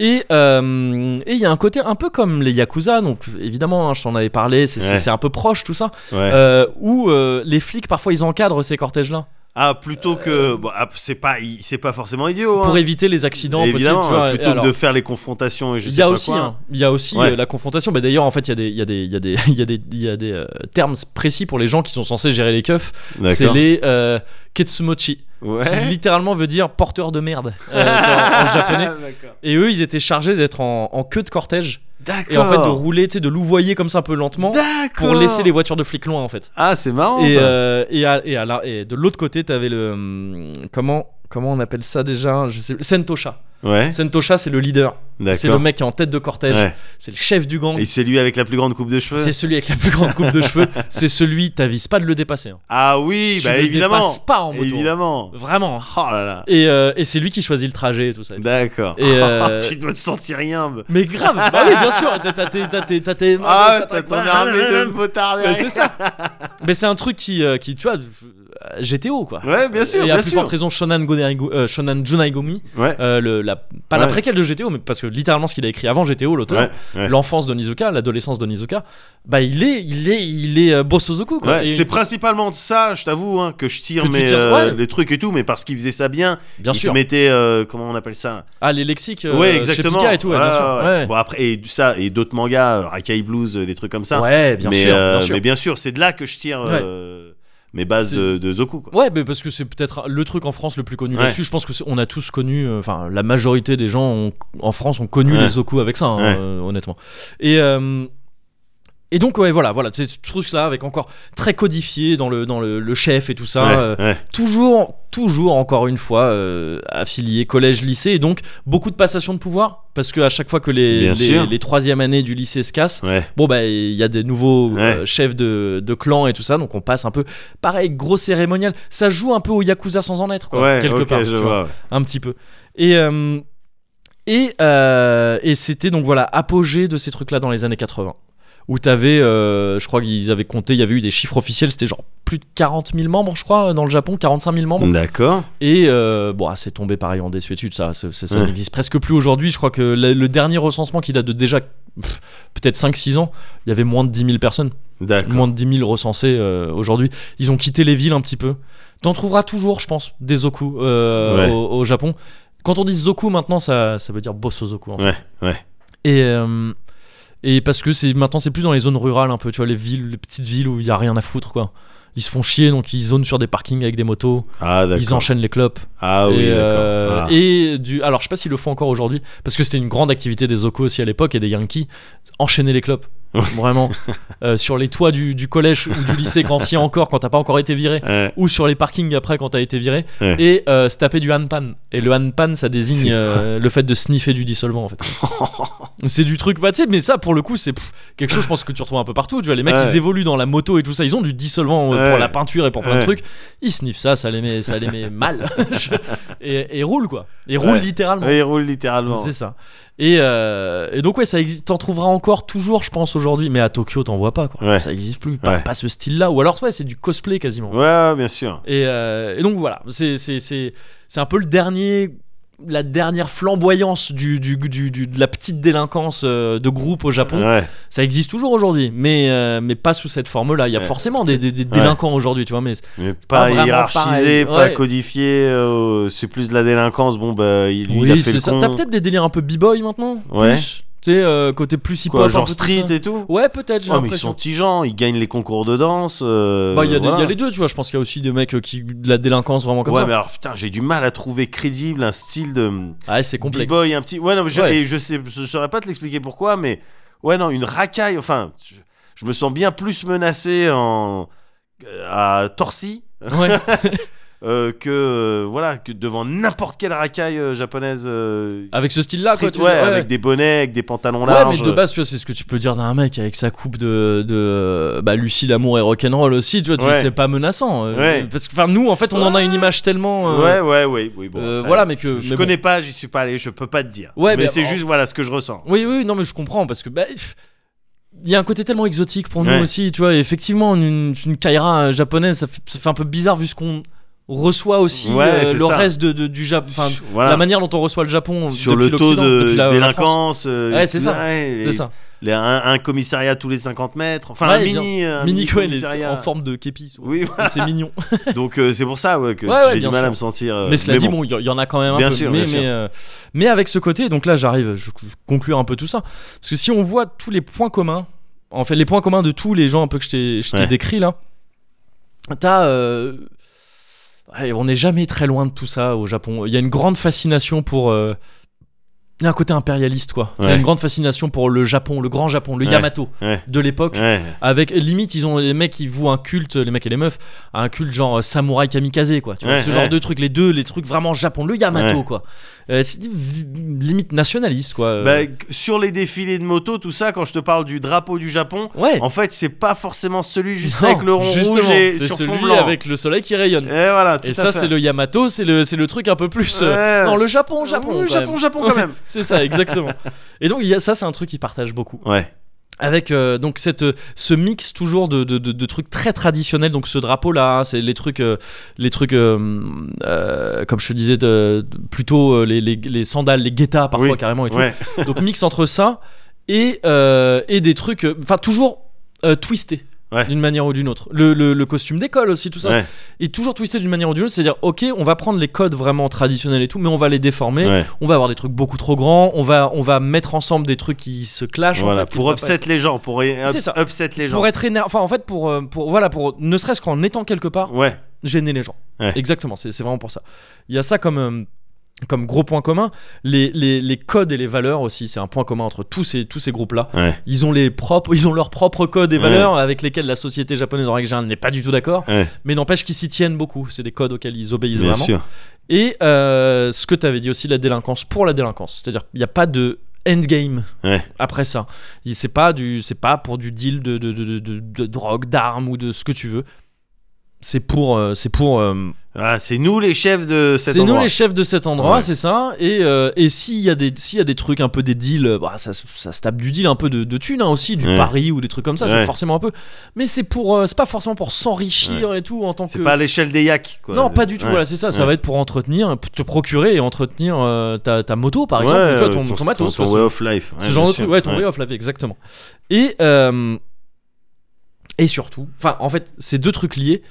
Speaker 2: et euh, et il y a un côté un peu comme les Yakuza, donc évidemment, hein, je t'en avais parlé, c'est c'est-
Speaker 6: Ouais.
Speaker 2: c'est un peu proche tout ça,
Speaker 6: Ouais.
Speaker 2: euh, où euh, les flics parfois ils encadrent ces cortèges-là.
Speaker 1: Ah, plutôt que. bon, ah, c'est pas, i- c'est pas forcément idiot. hein.
Speaker 2: euh, pour éviter les accidents
Speaker 1: Évidemment, euh,
Speaker 2: possibles. tu
Speaker 6: hein,
Speaker 2: vois. Et
Speaker 1: plutôt
Speaker 2: alors,
Speaker 1: que de faire les confrontations et je
Speaker 2: il
Speaker 1: sais
Speaker 2: y a
Speaker 1: pas
Speaker 2: aussi,
Speaker 1: quoi.
Speaker 2: hein, il y a aussi
Speaker 1: Ouais.
Speaker 2: euh, la confrontation. Bah, D'ailleurs, en fait, il y a des, il y a des, il y a des, il y a des, il y a des euh, termes précis pour les gens qui sont censés gérer les keufs. C'est
Speaker 1: D'accord.
Speaker 2: les euh, ketsumochi, qui
Speaker 1: Ouais.
Speaker 2: littéralement veut dire porteur de merde euh, en, en japonais.
Speaker 1: Ah, D'accord.
Speaker 2: Et eux, ils étaient chargés d'être en, en queue de cortège
Speaker 1: D'accord.
Speaker 2: et en fait de rouler, tu sais, de louvoyer comme ça un peu lentement
Speaker 1: D'accord.
Speaker 2: pour laisser les voitures de flics loin, en fait.
Speaker 1: Ah, c'est marrant.
Speaker 2: et,
Speaker 1: ça.
Speaker 2: euh, et, à- et à la- et de l'autre côté, t'avais le. hum, Comment, comment on appelle ça déjà Je sais, Sentosha.
Speaker 1: Ouais.
Speaker 2: Sentosha, c'est le leader.
Speaker 1: D'accord.
Speaker 2: C'est le mec qui est en tête de cortège.
Speaker 1: Ouais.
Speaker 2: C'est le chef du gang.
Speaker 1: Et c'est lui avec la plus grande coupe de cheveux.
Speaker 2: C'est celui avec la plus grande coupe de cheveux. C'est celui, t'avises pas de le dépasser. hein.
Speaker 1: Ah oui,
Speaker 2: Tu
Speaker 1: bah
Speaker 2: le
Speaker 1: évidemment.
Speaker 2: dépasses pas en moto. hein.
Speaker 1: Évidemment.
Speaker 2: Vraiment.
Speaker 1: Oh là là.
Speaker 2: Et, euh, et c'est lui qui choisit le trajet et tout ça.
Speaker 1: D'accord. Oh,
Speaker 2: Et, euh,
Speaker 1: tu dois te sentir rien. bah.
Speaker 2: Mais grave, bah oui, bien sûr. T'as- T'as tes- t'as tes- t'as tes.
Speaker 1: Ah,
Speaker 2: t'as-
Speaker 1: t'as ton
Speaker 2: voilà,
Speaker 1: armée
Speaker 2: blablabla.
Speaker 1: de potards
Speaker 2: Mais
Speaker 1: derrière.
Speaker 2: Bah, c'est ça. Mais c'est un truc qui, euh, qui, tu vois, euh, GTO quoi.
Speaker 1: Ouais, bien sûr,
Speaker 2: Et à
Speaker 1: bien
Speaker 2: plus forte
Speaker 1: sûr.
Speaker 2: raison Shonan, Gonerigo- euh, Shonan Junai Gomi,
Speaker 1: Ouais.
Speaker 2: euh, le- la, pas la
Speaker 1: Ouais.
Speaker 2: préquelle de GTO, mais parce que littéralement ce qu'il a écrit avant GTO, l'auteur,
Speaker 1: Ouais, ouais.
Speaker 2: l'enfance de Nizuka, l'adolescence de Nizuka, bah il est, il est, il est euh, Bosozoku quoi.
Speaker 1: Ouais,
Speaker 2: Et
Speaker 1: c'est principalement de ça, je t'avoue, hein, que je tire
Speaker 2: Que tu
Speaker 1: mes,
Speaker 2: tires,
Speaker 1: euh,
Speaker 2: ouais.
Speaker 1: les trucs et tout, mais parce qu'il faisait ça bien,
Speaker 2: bien
Speaker 1: il te
Speaker 2: sûr.
Speaker 1: mettait, euh, comment on appelle ça
Speaker 2: Ah les lexiques, euh,
Speaker 1: Ouais,
Speaker 2: chez
Speaker 1: exactement.
Speaker 2: Pika et tout, ouais,
Speaker 1: Ouais,
Speaker 2: bien sûr.
Speaker 1: ouais, ouais.
Speaker 2: Ouais,
Speaker 1: Bon, après, et ça, et d'autres mangas, euh, Rakai Blues, euh, des trucs comme ça.
Speaker 2: Ouais, bien
Speaker 1: mais,
Speaker 2: sûr,
Speaker 1: euh,
Speaker 2: bien sûr.
Speaker 1: mais bien sûr, c'est de là que je tire euh, mes bases
Speaker 2: C'est-
Speaker 1: de, de Zoku. Quoi.
Speaker 2: Ouais, mais parce que c'est peut-être le truc en France le plus connu
Speaker 1: Ouais.
Speaker 2: là-dessus. Je pense que c'est- on a tous connu, euh, enfin la majorité des gens ont- en France ont connu
Speaker 1: Ouais.
Speaker 2: les Zoku avec ça, hein,
Speaker 1: Ouais.
Speaker 2: euh, honnêtement. Et euh, et donc ouais, voilà, voilà, c'est ce truc-là avec encore très codifié dans le dans le, le chef et tout ça.
Speaker 1: Ouais,
Speaker 2: euh,
Speaker 1: ouais.
Speaker 2: toujours, toujours encore une fois euh, affilié collège-lycée et donc beaucoup de passation de pouvoir parce que à chaque fois que les
Speaker 1: Bien
Speaker 2: les,
Speaker 1: sûr.
Speaker 2: les troisième années du lycée se cassent,
Speaker 1: Ouais.
Speaker 2: bon bah il y a des nouveaux
Speaker 1: Ouais.
Speaker 2: euh, chefs de, de clan et tout ça donc on passe un peu pareil gros cérémonial ça joue un peu au yakuza sans en être quoi
Speaker 1: Ouais,
Speaker 2: quelque
Speaker 1: ok, je
Speaker 2: part tu vois,
Speaker 1: vois. ouais.
Speaker 2: un petit peu et euh, et, euh, et c'était donc voilà apogée de ces trucs là dans les années 80 où t'avais euh, je crois qu'ils avaient compté il y avait eu des chiffres officiels c'était genre plus de 40 000 membres je crois dans le Japon 45 000
Speaker 1: Mm.
Speaker 2: membres
Speaker 1: D'accord.
Speaker 2: et euh, bon, ah, c'est tombé pareil en désuétude, ça, ça, ça- ça
Speaker 1: Ouais.
Speaker 2: n'existe presque plus aujourd'hui. Je crois que le, le dernier recensement qui date de déjà pff, peut-être 5-6 ans, il y avait moins de 10 000 personnes,
Speaker 1: D'accord.
Speaker 2: moins de 10 000 recensés euh, aujourd'hui. Ils ont quitté les villes un petit peu. T'en trouveras toujours, je pense, des zoku euh,
Speaker 1: Ouais.
Speaker 2: au, au Japon. Quand on dit zoku maintenant, ça, ça veut dire bosozoku en fait.
Speaker 1: Ouais, ouais.
Speaker 2: Et, euh, et parce que c'est maintenant c'est plus dans les zones rurales un peu, tu vois, les villes, les petites villes où il y a rien à foutre quoi. Ils se font chier, donc ils zonent sur des parkings avec des motos,
Speaker 1: Ah,
Speaker 2: ils
Speaker 1: d'accord.
Speaker 2: enchaînent les clopes
Speaker 1: Ah oui,
Speaker 2: et, euh,
Speaker 1: d'accord. Ah.
Speaker 2: et du, alors je sais pas s'ils le font encore aujourd'hui, parce que c'était une grande activité des Zoko aussi à l'époque et des Yankees, enchaîner les clopes. Vraiment, Euh, sur les toits du, du collège ou du lycée quand il y a encore, quand t'as pas encore été viré,
Speaker 1: Ouais.
Speaker 2: ou sur les parkings après quand t'as été viré,
Speaker 1: Ouais.
Speaker 2: et euh, se taper du hanpan. Et le hanpan, ça désigne
Speaker 1: C'est
Speaker 2: euh, le fait de sniffer du dissolvant en fait. c'est du truc, bah, tu sais, mais ça pour le coup, c'est pff, quelque chose je pense que tu retrouves un peu partout. Tu vois, les mecs
Speaker 1: Ouais.
Speaker 2: ils évoluent dans la moto et tout ça, ils ont du dissolvant euh, pour
Speaker 1: Ouais.
Speaker 2: la peinture et pour plein de
Speaker 1: Ouais.
Speaker 2: trucs. Ils sniffent ça, ça les met, ça les met mal. Je- et, et roulent quoi. Ils roulent
Speaker 1: Ouais.
Speaker 2: littéralement.
Speaker 1: Ouais, il roule littéralement.
Speaker 2: C'est ça. Et, euh, et donc ouais, ça existe. T'en trouveras encore toujours, je pense aujourd'hui, mais à Tokyo, t'en vois pas quoi.
Speaker 1: Ouais.
Speaker 2: Ça existe plus. Pas,
Speaker 1: Ouais.
Speaker 2: pas ce style-là. Ou alors ouais, c'est du cosplay quasiment.
Speaker 1: Ouais, ouais, bien sûr.
Speaker 2: Et, euh, et donc voilà, c'est c'est- c'est- c'est un peu le dernier, la dernière flamboyance du, du, du- du- de la petite délinquance euh, de groupe au Japon.
Speaker 1: Ouais.
Speaker 2: Ça existe toujours aujourd'hui, mais, euh, mais pas sous cette forme-là. Il y a
Speaker 1: Ouais.
Speaker 2: forcément des, des- des délinquants aujourd'hui, tu vois, mais
Speaker 1: Mais
Speaker 2: pas
Speaker 1: pas,
Speaker 2: vraiment pareil,
Speaker 1: hiérarchisé, pas
Speaker 2: ouais.
Speaker 1: codifié, euh, c'est plus de la délinquance. Bon, bah, il, lui, il a
Speaker 2: oui,
Speaker 1: fait
Speaker 2: c'est
Speaker 1: le
Speaker 2: ça.
Speaker 1: con.
Speaker 2: T'as peut-être des délires un peu b-boy maintenant
Speaker 1: Ouais.
Speaker 2: plus. Tu sais, euh, côté plus hip-hop.
Speaker 1: Quoi,
Speaker 2: un
Speaker 1: genre
Speaker 2: peu tout
Speaker 1: street
Speaker 2: ça.
Speaker 1: et tout
Speaker 2: Ouais, peut-être, j'ai
Speaker 1: Ouais, mais ils
Speaker 2: l'impression.
Speaker 1: sont petits gens, ils gagnent les concours de danse. euh,
Speaker 2: Bah, il y, a des-
Speaker 1: voilà.
Speaker 2: il y a les deux, tu vois. Je pense qu'il y a aussi des mecs euh, qui. de la délinquance vraiment comme
Speaker 1: ouais,
Speaker 2: ça.
Speaker 1: mais alors putain, j'ai du mal à trouver crédible un style de
Speaker 2: Ah, Ouais, c'est complexe.
Speaker 1: b-boy un petit. Ouais, non, mais je,
Speaker 2: Ouais.
Speaker 1: Et je sais, je saurais pas te l'expliquer pourquoi, mais ouais, non, une racaille. Enfin, je, je me sens bien plus menacé en à Torcy
Speaker 2: Ouais.
Speaker 1: euh, que euh, voilà que devant n'importe quelle racaille euh, japonaise. euh,
Speaker 2: Avec ce style-là, Ah, quoi.
Speaker 1: street,
Speaker 2: tu
Speaker 1: ouais,
Speaker 2: vois,
Speaker 1: avec des bonnets, avec des pantalons
Speaker 2: Ouais, mais
Speaker 1: larges.
Speaker 2: de base, tu vois, c'est ce que tu peux dire d'un mec avec sa coupe de, de bah, Lucie Lamour et rock'n'roll aussi, tu vois, tu-
Speaker 1: Ouais.
Speaker 2: c'est pas menaçant. euh,
Speaker 1: Ouais.
Speaker 2: Parce que, enfin, nous, en fait, on en a une image tellement. euh,
Speaker 1: Ouais, ouais, ouais, oui, bon.
Speaker 2: euh,
Speaker 1: allez,
Speaker 2: voilà, mais
Speaker 1: Je,
Speaker 2: que-
Speaker 1: je
Speaker 2: mais
Speaker 1: connais pas, j'y suis pas allé, je peux pas te dire.
Speaker 2: Ouais,
Speaker 1: mais
Speaker 2: mais
Speaker 1: c'est
Speaker 2: en-
Speaker 1: juste voilà ce que je ressens.
Speaker 2: Oui, oui, non, mais je comprends parce que. bah, pff, il y a un côté tellement exotique pour nous
Speaker 1: Ouais.
Speaker 2: aussi, tu vois. et effectivement, une, une Kaira euh, japonaise, ça fait, ça fait un peu bizarre vu ce qu'on reçoit aussi
Speaker 1: Ouais,
Speaker 2: euh,
Speaker 1: c'est
Speaker 2: le
Speaker 1: ça.
Speaker 2: reste de, de- du Japon. Enfin,
Speaker 1: voilà.
Speaker 2: la manière dont on reçoit le Japon
Speaker 1: sur
Speaker 2: depuis
Speaker 1: le taux
Speaker 2: l'Occident,
Speaker 1: de
Speaker 2: depuis la- la France.
Speaker 1: délinquance. euh,
Speaker 2: Ouais, c'est
Speaker 1: tout
Speaker 2: ça.
Speaker 1: ouais, et-
Speaker 2: C'est ça.
Speaker 6: les- un, un commissariat tous les 50 mètres. Enfin, un
Speaker 2: Ouais, bien-
Speaker 6: mini, un
Speaker 2: Mini Coel est
Speaker 6: commissariat.
Speaker 2: en forme de képi. souvent.
Speaker 6: Oui,
Speaker 2: Et C'est mignon.
Speaker 6: donc euh, c'est pour ça ouais, que
Speaker 2: Ouais, ouais,
Speaker 6: j'ai
Speaker 2: bien
Speaker 6: du mal
Speaker 2: sûr.
Speaker 6: à me sentir. euh,
Speaker 2: mais cela dit,
Speaker 6: bon.
Speaker 2: bon, il y, y en a quand même un
Speaker 6: Bien
Speaker 2: peu.
Speaker 6: sûr,
Speaker 2: mais,
Speaker 6: bien sûr.
Speaker 2: mais, euh, mais avec ce côté, donc là, j'arrive, je je conclure un peu tout ça. Parce que si on voit tous les points communs, en fait, les points communs de tous les gens un peu que je t'ai je t'ai
Speaker 6: Ouais.
Speaker 2: décrit là, t'as. euh, ouais, on n'est jamais très loin de tout ça au Japon. Il y a une grande fascination pour. euh, il y a un côté impérialiste, quoi. Il y a
Speaker 6: Ouais.
Speaker 2: une grande fascination pour le Japon, le grand Japon, le
Speaker 6: Ouais.
Speaker 2: Yamato
Speaker 6: Ouais.
Speaker 2: de l'époque
Speaker 6: Ouais.
Speaker 2: avec limite ils ont les mecs ils vouent un culte les mecs et les meufs à un culte genre euh, samouraï kamikaze quoi tu vois
Speaker 6: Ouais,
Speaker 2: ce genre
Speaker 6: ouais.
Speaker 2: de trucs les deux les trucs vraiment japon le yamato
Speaker 6: Ouais.
Speaker 2: quoi Euh, c'est vi- limite nationaliste quoi Euh,
Speaker 6: Bah, g- sur les défilés de moto, tout ça, quand je te parle du drapeau du Japon,
Speaker 2: ouais
Speaker 6: en fait, c'est pas forcément celui juste
Speaker 2: Non,
Speaker 6: avec le rond
Speaker 2: justement,
Speaker 6: rouge et
Speaker 2: c'est
Speaker 6: sur
Speaker 2: celui
Speaker 6: fond blanc.
Speaker 2: avec le soleil qui rayonne
Speaker 6: Et voilà, tout
Speaker 2: et
Speaker 6: à
Speaker 2: ça
Speaker 6: fait.
Speaker 2: c'est le yamato c'est le c'est le truc un peu plus euh,
Speaker 6: Ouais.
Speaker 2: non le japon japon
Speaker 6: Oui,
Speaker 2: quand
Speaker 6: Japon,
Speaker 2: même.
Speaker 6: Japon quand même.
Speaker 2: c'est ça exactement et donc il y a ça c'est un truc qu'ils partagent beaucoup
Speaker 6: Ouais,
Speaker 2: avec euh, donc cette euh, ce mix toujours de, de, de- de trucs très traditionnels donc ce drapeau là c'est les trucs euh, les trucs euh, euh, comme je te disais de- de- plutôt euh, les, les, les sandales les guettas parfois
Speaker 6: Oui,
Speaker 2: carrément et tout
Speaker 6: ouais,
Speaker 2: donc mix entre ça et euh, et des trucs euh, enfin toujours euh, twisté
Speaker 6: Ouais.
Speaker 2: d'une manière ou d'une autre le, le, le costume d'école aussi tout ça
Speaker 6: Ouais.
Speaker 2: et toujours twisté d'une manière ou d'une autre c'est à dire ok on va prendre les codes vraiment traditionnels et tout mais on va les déformer
Speaker 6: ouais.
Speaker 2: on va avoir des trucs beaucoup trop grands on va on va mettre ensemble des trucs qui se clashent en fait,
Speaker 6: Voilà,
Speaker 2: qui
Speaker 6: pour
Speaker 2: devraient pas
Speaker 6: upset les gens, pour euh,
Speaker 2: C'est
Speaker 6: ups-
Speaker 2: ça.
Speaker 6: upset les gens.
Speaker 2: pour être éner- enfin en fait pour euh, pour voilà pour ne serait-ce qu'en étant quelque part
Speaker 6: Ouais,
Speaker 2: gêner les gens
Speaker 6: Ouais.
Speaker 2: exactement c'est c'est vraiment pour ça il y a ça comme euh, comme gros point commun, les, les, les codes et les valeurs aussi, c'est un point commun entre tous ces, tous ces groupes-là.
Speaker 6: Ouais.
Speaker 2: Ils ont les propres, ils ont leurs propres codes et
Speaker 6: Ouais.
Speaker 2: valeurs avec lesquels la société japonaise en règle générale n'est pas du tout d'accord,
Speaker 6: Ouais.
Speaker 2: mais n'empêche qu'ils s'y tiennent beaucoup. C'est des codes auxquels ils obéissent
Speaker 6: bien
Speaker 2: vraiment.
Speaker 6: sûr.
Speaker 2: Et euh, ce que tu avais dit aussi, la délinquance pour la délinquance. C'est-à-dire qu'il n'y a pas de endgame
Speaker 6: Ouais.
Speaker 2: après ça. Il- C'est pas, du, c'est pas pour du deal de, de, de, de- de- de drogue, d'armes ou de ce que tu veux. C'est pour. euh, c'est pour euh,
Speaker 6: Ah, c'est nous les chefs de cet
Speaker 2: c'est nous
Speaker 6: endroit.
Speaker 2: les chefs de cet endroit,
Speaker 6: Ouais.
Speaker 2: c'est ça. Et, euh, et s'il y, a des- s'il y a des trucs un peu des deals, euh, bah, ça, se- ça se tape du deal un peu de, de thunes hein, aussi, du
Speaker 6: Ouais.
Speaker 2: pari ou des trucs comme ça, tu
Speaker 6: Ouais.
Speaker 2: vois, forcément un peu. Mais c'est pour euh, c'est pas forcément pour s'enrichir et tout en tant
Speaker 6: C'est
Speaker 2: que.
Speaker 6: pas à l'échelle des yaks, quoi.
Speaker 2: Non, pas du tout.
Speaker 6: Ouais.
Speaker 2: Voilà, c'est ça. Ça
Speaker 6: Ouais.
Speaker 2: va être pour entretenir, pour te procurer et entretenir euh, ta, ta moto, par
Speaker 6: Ouais,
Speaker 2: exemple, ou, tu vois,
Speaker 6: euh,
Speaker 2: ton, ton matos,
Speaker 6: ton
Speaker 2: quoi,
Speaker 6: way
Speaker 2: ce-
Speaker 6: of life.
Speaker 2: ce, genre
Speaker 6: Ouais, bien
Speaker 2: de
Speaker 6: sûr.
Speaker 2: truc. Ouais, ton way of life, exactement. Et euh, et surtout, enfin, en fait, ces deux trucs liés.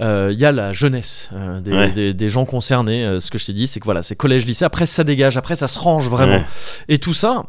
Speaker 2: euh, Il y a la jeunesse euh, des,
Speaker 6: Ouais.
Speaker 2: des- des gens concernés. euh, ce que je t'ai dit, c'est que voilà, c'est collège, lycée. Après, ça dégage. Après, ça se range vraiment.
Speaker 6: Ouais.
Speaker 2: Et tout ça,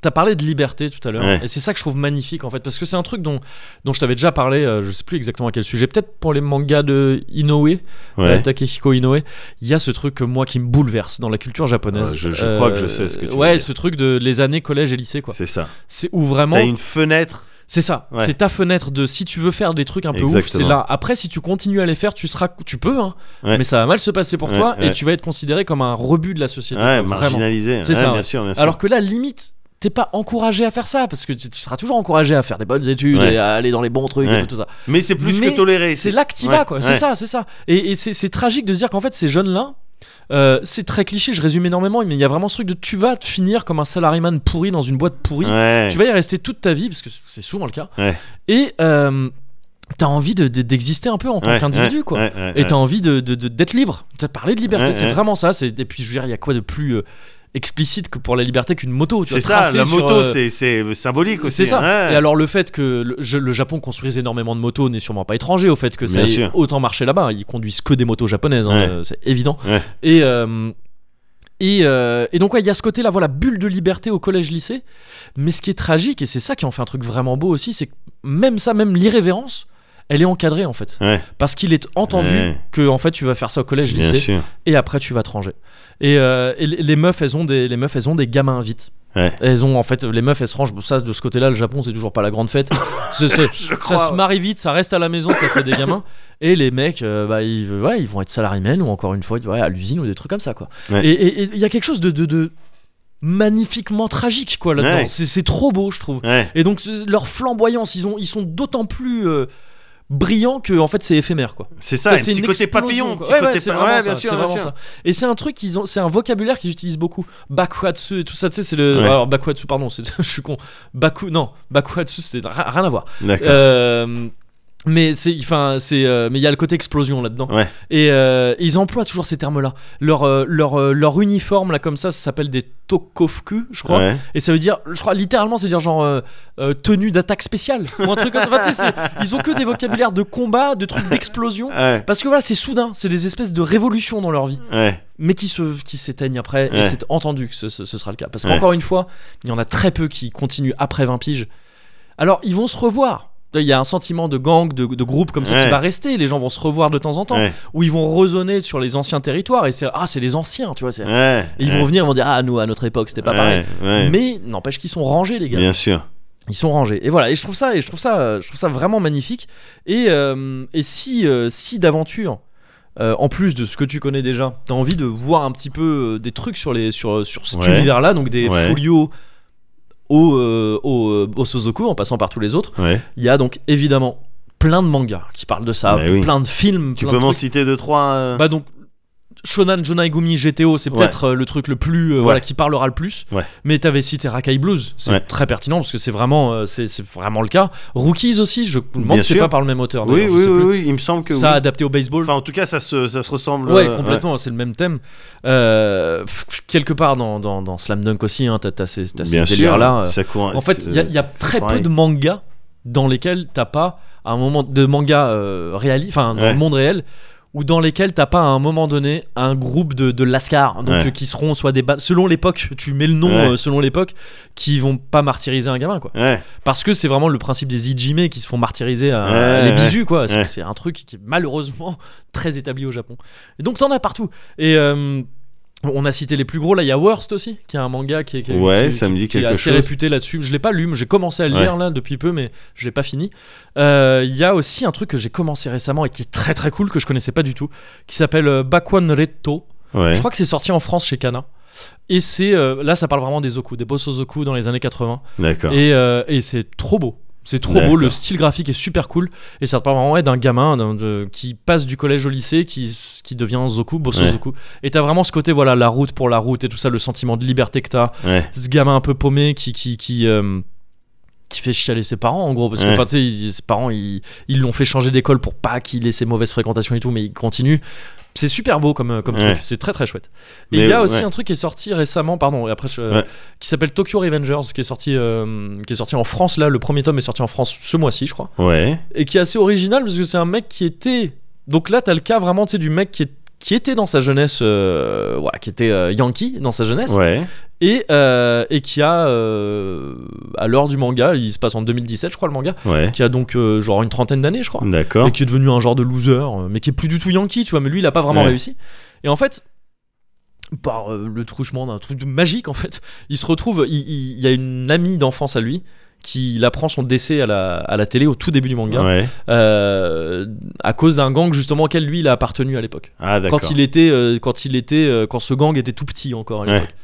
Speaker 2: t'as parlé de liberté tout à l'heure,
Speaker 6: Ouais.
Speaker 2: et c'est ça que je trouve magnifique en fait, parce que c'est un truc dont, dont je t'avais déjà parlé, euh, je sais plus exactement à quel sujet, peut-être pour les mangas de Inoue, euh,
Speaker 6: Ouais.
Speaker 2: Takehiko Inoue, il y a ce truc que moi qui me bouleverse dans la culture japonaise. Euh,
Speaker 6: Ah, je- je crois que je sais ce que tu veux
Speaker 2: Ouais,
Speaker 6: dire.
Speaker 2: ce truc de les années collège et lycée quoi.
Speaker 6: C'est ça.
Speaker 2: C'est où vraiment,
Speaker 6: T'as une fenêtre.
Speaker 2: c'est ça,
Speaker 6: Ouais.
Speaker 2: c'est ta fenêtre de si tu veux faire des trucs un peu ouf,
Speaker 6: Exactement.
Speaker 2: c'est là. Après, si tu continues à les faire, tu seras, tu peux, hein,
Speaker 6: Ouais.
Speaker 2: mais ça va mal se passer pour
Speaker 6: Ouais,
Speaker 2: toi et
Speaker 6: ouais.
Speaker 2: tu vas être considéré comme un rebut de la société.
Speaker 6: Ouais,
Speaker 2: quoi, vraiment.
Speaker 6: marginalisée.
Speaker 2: C'est
Speaker 6: Ouais,
Speaker 2: ça, ouais.
Speaker 6: Bien sûr, bien sûr.
Speaker 2: Alors que là, limite, t'es pas encouragé à faire ça parce que tu, tu seras toujours encouragé à faire des bonnes études
Speaker 6: Ouais.
Speaker 2: et à aller dans les bons trucs et
Speaker 6: Ouais.
Speaker 2: tout ça.
Speaker 6: Mais c'est plus
Speaker 2: Mais
Speaker 6: que toléré.
Speaker 2: C'est là que t'y vas,
Speaker 6: Ouais,
Speaker 2: quoi.
Speaker 6: ouais.
Speaker 2: C'est ça, c'est ça. Et, et c'est c'est tragique de se dire qu'en fait, ces jeunes-là. euh, c'est très cliché, je résume énormément, mais il y a vraiment ce truc de tu vas te finir comme un salaryman pourri dans une boîte pourrie,
Speaker 6: Ouais.
Speaker 2: tu vas y rester toute ta vie, parce que c'est souvent le cas,
Speaker 6: Ouais.
Speaker 2: et euh, t'as envie de- de- d'exister un peu en tant
Speaker 6: Ouais,
Speaker 2: qu'individu,
Speaker 6: ouais,
Speaker 2: quoi.
Speaker 6: ouais, ouais,
Speaker 2: Et
Speaker 6: ouais.
Speaker 2: t'as envie de, de- de- d'être libre. T'as parlé de liberté,
Speaker 6: Ouais,
Speaker 2: c'est
Speaker 6: ouais.
Speaker 2: vraiment ça. C'est, et puis, je veux dire, il y a quoi de plus euh, explicite que pour la liberté qu'une moto tu vois,
Speaker 6: C'est ça,
Speaker 2: tracée
Speaker 6: la
Speaker 2: sur,
Speaker 6: moto,
Speaker 2: euh,
Speaker 6: c'est c'est symbolique aussi.
Speaker 2: c'est ça.
Speaker 6: hein.
Speaker 2: Et alors le fait que le, je- le Japon construise énormément de motos n'est sûrement pas étranger au fait que ça
Speaker 6: Bien
Speaker 2: ait
Speaker 6: sûr.
Speaker 2: autant marché là-bas. Ils conduisent que des motos japonaises, hein,
Speaker 6: Ouais.
Speaker 2: euh, c'est évident.
Speaker 6: Ouais.
Speaker 2: Et euh, et, euh, et donc ouais, il y a ce côté-là, voilà, bulle de liberté au collège-lycée. Mais ce qui est tragique, et c'est ça qui en fait un truc vraiment beau aussi, c'est que même ça, même l'irrévérence, elle est encadrée en fait,
Speaker 6: Ouais.
Speaker 2: parce qu'il est entendu
Speaker 6: Ouais.
Speaker 2: que en fait tu vas faire ça au
Speaker 6: Bien
Speaker 2: collège-lycée
Speaker 6: sûr.
Speaker 2: et après tu vas te ranger. Et, euh, et les les meufs, elles ont des, les meufs, elles ont des gamins vite.
Speaker 6: Ouais.
Speaker 2: Elles ont en fait les meufs elles se rangent ça de ce côté-là le Japon c'est toujours pas la grande fête C'est- c'est-
Speaker 6: crois,
Speaker 2: ça se
Speaker 6: ouais.
Speaker 2: marie vite ça reste à la maison ça fait des gamins et les mecs euh, bah ils, ouais, ils vont être salariés ou encore une fois ouais, à l'usine ou des trucs comme ça quoi
Speaker 6: Ouais.
Speaker 2: et et- et il y a quelque chose de, de, de magnifiquement tragique quoi là-dedans
Speaker 6: Ouais.
Speaker 2: c'est c'est trop beau je trouve
Speaker 6: Ouais.
Speaker 2: et donc ce- leur flamboyance ils ont ils sont d'autant plus euh, brillants que en fait c'est éphémère quoi
Speaker 6: C'est ça, un
Speaker 2: c'est
Speaker 6: petit
Speaker 2: une
Speaker 6: côté
Speaker 2: explosion,
Speaker 6: papillon.
Speaker 2: quoi.
Speaker 6: petit
Speaker 2: Ouais,
Speaker 6: côté
Speaker 2: ouais, c'est
Speaker 6: pa-
Speaker 2: vraiment
Speaker 6: ouais,
Speaker 2: ça,
Speaker 6: bien
Speaker 2: c'est
Speaker 6: sûr, bien
Speaker 2: vraiment
Speaker 6: sûr.
Speaker 2: ça. Et c'est un truc qu'ils ont, c'est un vocabulaire qu'ils utilisent beaucoup. Bakuhatsu et tout ça, tu sais, c'est le.
Speaker 6: Ouais.
Speaker 2: Alors, bakuhatsu, pardon, c'est- je suis con. Baku, non, bakuhatsu, c'est ra- rien à voir.
Speaker 6: D'accord.
Speaker 2: Euh, Mais c'est, enfin, c'est, euh, mais il y a le côté explosion là-dedans.
Speaker 6: Ouais.
Speaker 2: Et euh, ils emploient toujours ces termes-là. Leur, euh, leur, euh, leur uniforme là comme ça, ça s'appelle des tokofku, je crois.
Speaker 6: Ouais.
Speaker 2: Et ça veut dire, je crois littéralement, ça veut dire genre euh, euh, tenue d'attaque spéciale ou un truc comme ça. Enfin, tu sais, c'est- ils ont que des vocabulaires de combat, de trucs d'explosion.
Speaker 6: Ouais.
Speaker 2: Parce que voilà, c'est soudain, c'est des espèces de révolutions dans leur vie,
Speaker 6: Ouais.
Speaker 2: mais qui se qui s'éteignent après. Et
Speaker 6: Ouais.
Speaker 2: c'est entendu que ce, ce- ce sera le cas. Parce
Speaker 6: Ouais.
Speaker 2: qu'encore une fois, il y en a très peu qui continuent après 20 piges. Alors ils vont se revoir. Il y a un sentiment de gang, de, de groupe comme ça qui
Speaker 6: Ouais.
Speaker 2: va rester. Les gens vont se revoir de temps en temps,
Speaker 6: Ouais.
Speaker 2: où ils vont resonner sur les anciens territoires. Et c'est ah, c'est les anciens, tu vois. c'est-
Speaker 6: Ouais.
Speaker 2: Et ils vont venir, ils vont dire ah nous à notre époque c'était pas pareil.
Speaker 6: Ouais.
Speaker 2: Mais n'empêche qu'ils sont rangés les gars.
Speaker 6: Bien sûr.
Speaker 2: Ils sont rangés. Et voilà, et je trouve ça, et je trouve ça, euh, je trouve ça vraiment magnifique. Et, euh, et si, euh, si d'aventure, euh, en plus de ce que tu connais déjà, t'as envie de voir un petit peu euh, des trucs sur, les, sur, euh, sur cet
Speaker 6: Ouais.
Speaker 2: univers-là, donc des
Speaker 6: Ouais.
Speaker 2: folios au, euh, au, euh, au Suzuku, en passant par tous les autres,
Speaker 6: Ouais.
Speaker 2: il y a donc évidemment plein de mangas qui parlent de ça,
Speaker 6: Bah oui.
Speaker 2: plein de films.
Speaker 6: Tu
Speaker 2: plein
Speaker 6: peux
Speaker 2: de
Speaker 6: m'en
Speaker 2: trucs.
Speaker 6: citer deux trois. euh,
Speaker 2: Bah donc Shonan Jonaigumi GTO, c'est peut-être euh, le truc le plus euh, voilà qui parlera le plus.
Speaker 6: Ouais.
Speaker 2: Mais t'avais cité Rakai Blues, c'est
Speaker 6: Ouais.
Speaker 2: très pertinent parce que c'est vraiment euh, c'est c'est vraiment le cas. Rookies aussi, je me demande
Speaker 6: Bien
Speaker 2: si c'est
Speaker 6: sûr.
Speaker 2: pas par le même auteur.
Speaker 6: Oui,
Speaker 2: d'ailleurs, je
Speaker 6: oui,
Speaker 2: sais
Speaker 6: oui,
Speaker 2: plus.
Speaker 6: oui, il me semble que
Speaker 2: Ça
Speaker 6: oui.
Speaker 2: adapté au baseball.
Speaker 6: Enfin, en tout cas, ça se, ça se ressemble.
Speaker 2: Ouais,
Speaker 6: euh,
Speaker 2: complètement, c'est le même thème. Euh, pff, quelque part dans, dans, dans Slam Dunk aussi, hein, t'as t'as ces, t'as ces
Speaker 6: Bien sûr.
Speaker 2: délires-là. euh.
Speaker 6: ça court-
Speaker 2: En fait,
Speaker 6: c'est- euh,
Speaker 2: il y a, il y a très peu
Speaker 6: pareil.
Speaker 2: de mangas dans lesquels t'as pas à un moment de manga euh, réali, enfin dans
Speaker 6: Ouais.
Speaker 2: le monde réel, ou dans lesquels t'as pas à un moment donné un groupe de, de lascars, donc
Speaker 6: Ouais.
Speaker 2: euh, qui seront soit des ba- selon l'époque, tu mets le nom
Speaker 6: Ouais.
Speaker 2: euh, selon l'époque, qui vont pas martyriser un gamin quoi,
Speaker 6: Ouais,
Speaker 2: parce que c'est vraiment le principe des Ijime qui se font martyriser à, à
Speaker 6: Ouais,
Speaker 2: les bisous quoi. C'est
Speaker 6: ouais.
Speaker 2: c'est un truc qui est malheureusement très établi au Japon. Et donc t'en as partout. Et euh, on a cité les plus gros là, il y a Worst aussi, qui est un manga qui est, qui est-
Speaker 6: Ouais,
Speaker 2: qui-
Speaker 6: ça me dit
Speaker 2: qui est
Speaker 6: quelque
Speaker 2: assez
Speaker 6: chose.
Speaker 2: réputé là-dessus. Je l'ai pas lu, mais j'ai commencé à le
Speaker 6: Ouais.
Speaker 2: lire là depuis peu, mais j'ai pas fini. Euh, Il y a aussi un truc que j'ai commencé récemment et qui est très très cool que je connaissais pas du tout, qui s'appelle euh, Bakwan Reto.
Speaker 6: ouais.
Speaker 2: Je crois que c'est sorti en France chez Kana. Et c'est euh, là, ça parle vraiment des oku, des boss oku dans les années 80.
Speaker 6: D'accord.
Speaker 2: Et, euh, et c'est trop beau. C'est trop beau,
Speaker 6: D'accord.
Speaker 2: le style graphique est super cool. Et ça te parle vraiment ouais, d'un gamin d'un- de- qui passe du collège au lycée, qui, qui devient Zoku, Bosso
Speaker 6: Ouais.
Speaker 2: Zoku. Et t'as vraiment ce côté, voilà, la route pour la route et tout ça, le sentiment de liberté que t'as.
Speaker 6: Ouais.
Speaker 2: Ce gamin un peu paumé qui. qui, qui euh, qui fait chialer ses parents en gros parce que
Speaker 6: Ouais.
Speaker 2: enfin, tu sais, il- ses parents ils ils l'ont fait changer d'école pour pas qu'il ait ses mauvaises fréquentations et tout mais il continue c'est super beau comme, euh, comme
Speaker 6: Ouais.
Speaker 2: truc c'est très très chouette et
Speaker 6: Mais
Speaker 2: il y a
Speaker 6: ouais.
Speaker 2: aussi un truc qui est sorti récemment pardon et après je-
Speaker 6: Ouais.
Speaker 2: qui s'appelle Tokyo Revengers qui est sorti euh, qui est sorti en France là le premier tome est sorti en France ce mois-ci je crois
Speaker 6: Ouais.
Speaker 2: et qui est assez original parce que c'est un mec qui était donc là t'as le cas vraiment tu sais, du mec qui est- qui était dans sa jeunesse euh, voilà qui était euh, yankee dans sa jeunesse
Speaker 6: Ouais.
Speaker 2: et, euh, et qui a euh, à l'heure du manga il se passe en 2017 je crois le manga
Speaker 6: Ouais.
Speaker 2: qui a donc euh, genre une trentaine d'années je crois
Speaker 6: D'accord.
Speaker 2: et qui est devenu un genre de loser, euh, mais qui est plus du tout Yankee, tu vois. Mais lui, il a pas vraiment
Speaker 6: Ouais.
Speaker 2: réussi. Et en fait, par euh, le truchement d'un truc de magique, en fait, il se retrouve. Il, il- il y a une amie d'enfance à lui qui il apprend son décès à la, à la télé au tout début du manga,
Speaker 6: Ouais.
Speaker 2: euh, à cause d'un gang justement auquel lui il a appartenu à l'époque.
Speaker 6: Ah, d'accord.
Speaker 2: Quand il était, euh, quand il était, euh, quand ce gang était tout petit encore à
Speaker 6: Ouais.
Speaker 2: l'époque.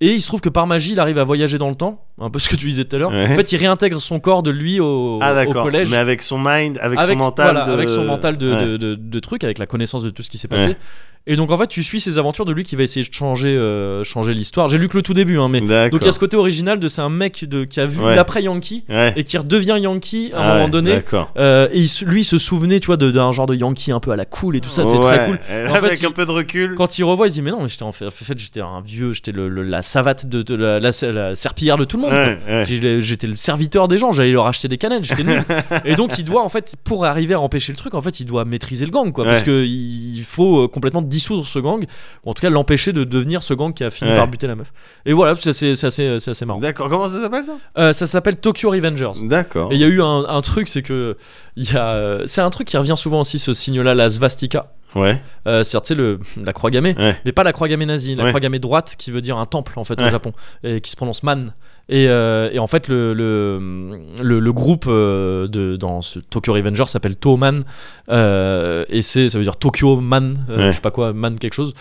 Speaker 2: Et il se trouve que par magie, il arrive à voyager dans le temps, un peu ce que tu disais tout à l'heure.
Speaker 6: Ouais.
Speaker 2: En fait, il réintègre son corps de lui au,
Speaker 6: Ah,
Speaker 2: au
Speaker 6: d'accord.
Speaker 2: collège
Speaker 6: Mais avec son mind, avec, son mental.
Speaker 2: voilà,
Speaker 6: de...
Speaker 2: avec son mental de,
Speaker 6: Ouais.
Speaker 2: de- de- de trucs, avec la connaissance de tout ce qui s'est passé.
Speaker 6: Ouais.
Speaker 2: Et donc en fait, tu suis ces aventures de lui qui va essayer de changer, euh, changer l'histoire. J'ai lu que le tout début, hein, mais
Speaker 6: D'accord.
Speaker 2: donc il y a ce côté original de c'est un mec de, qui a vu
Speaker 6: Ouais.
Speaker 2: l'après Yankee
Speaker 6: Ouais.
Speaker 2: et qui redevient Yankee à un
Speaker 6: Ah
Speaker 2: moment
Speaker 6: ouais,
Speaker 2: donné.
Speaker 6: D'accord.
Speaker 2: Euh, et il se- lui il se souvenait, tu vois, de- d'un genre de Yankee un peu à la cool et tout ça. C'est très
Speaker 6: Ouais.
Speaker 2: cool.
Speaker 6: Et
Speaker 2: Et en
Speaker 6: avec
Speaker 2: fait,
Speaker 6: un
Speaker 2: il-
Speaker 6: peu de recul.
Speaker 2: Quand il revoit, il se dit mais non, mais j'étais en fait, en fait, j'étais un vieux, j'étais le, le- la savate de, de la, la- la serpillière de tout le monde. quoi.
Speaker 6: Ouais, ouais.
Speaker 2: J'ai- J'étais le serviteur des gens, j'allais leur acheter des canettes, j'étais nul. et donc il doit en fait, pour arriver à empêcher le truc, en fait, il doit maîtriser le gang, quoi, parce
Speaker 6: Ouais.
Speaker 2: que il faut euh, complètement dissoudre ce gang, ou en tout cas l'empêcher de devenir ce gang qui a fini
Speaker 6: Ouais.
Speaker 2: par buter la meuf. Et voilà, c'est assez, c'est assez, c'est assez marrant.
Speaker 6: D'accord. Comment ça s'appelle ça
Speaker 2: Euh, ça s'appelle Tokyo Revengers.
Speaker 6: D'accord.
Speaker 2: Et il y a eu un, un truc, c'est que il y a, euh, c'est un truc qui revient souvent aussi, ce signe-là, la svastika.
Speaker 6: Ouais.
Speaker 2: Euh, c'est tu sais, le la croix gammée
Speaker 6: Ouais.
Speaker 2: mais pas la croix gammée nazie la
Speaker 6: Ouais.
Speaker 2: croix gammée droite qui veut dire un temple en fait au
Speaker 6: Ouais.
Speaker 2: Japon et qui se prononce man et, euh, et en fait le le, le, le groupe euh, de dans ce Tokyo Revenger s'appelle Toman euh, et c'est ça veut dire Tokyo Man euh,
Speaker 6: Ouais.
Speaker 2: je sais pas quoi man quelque chose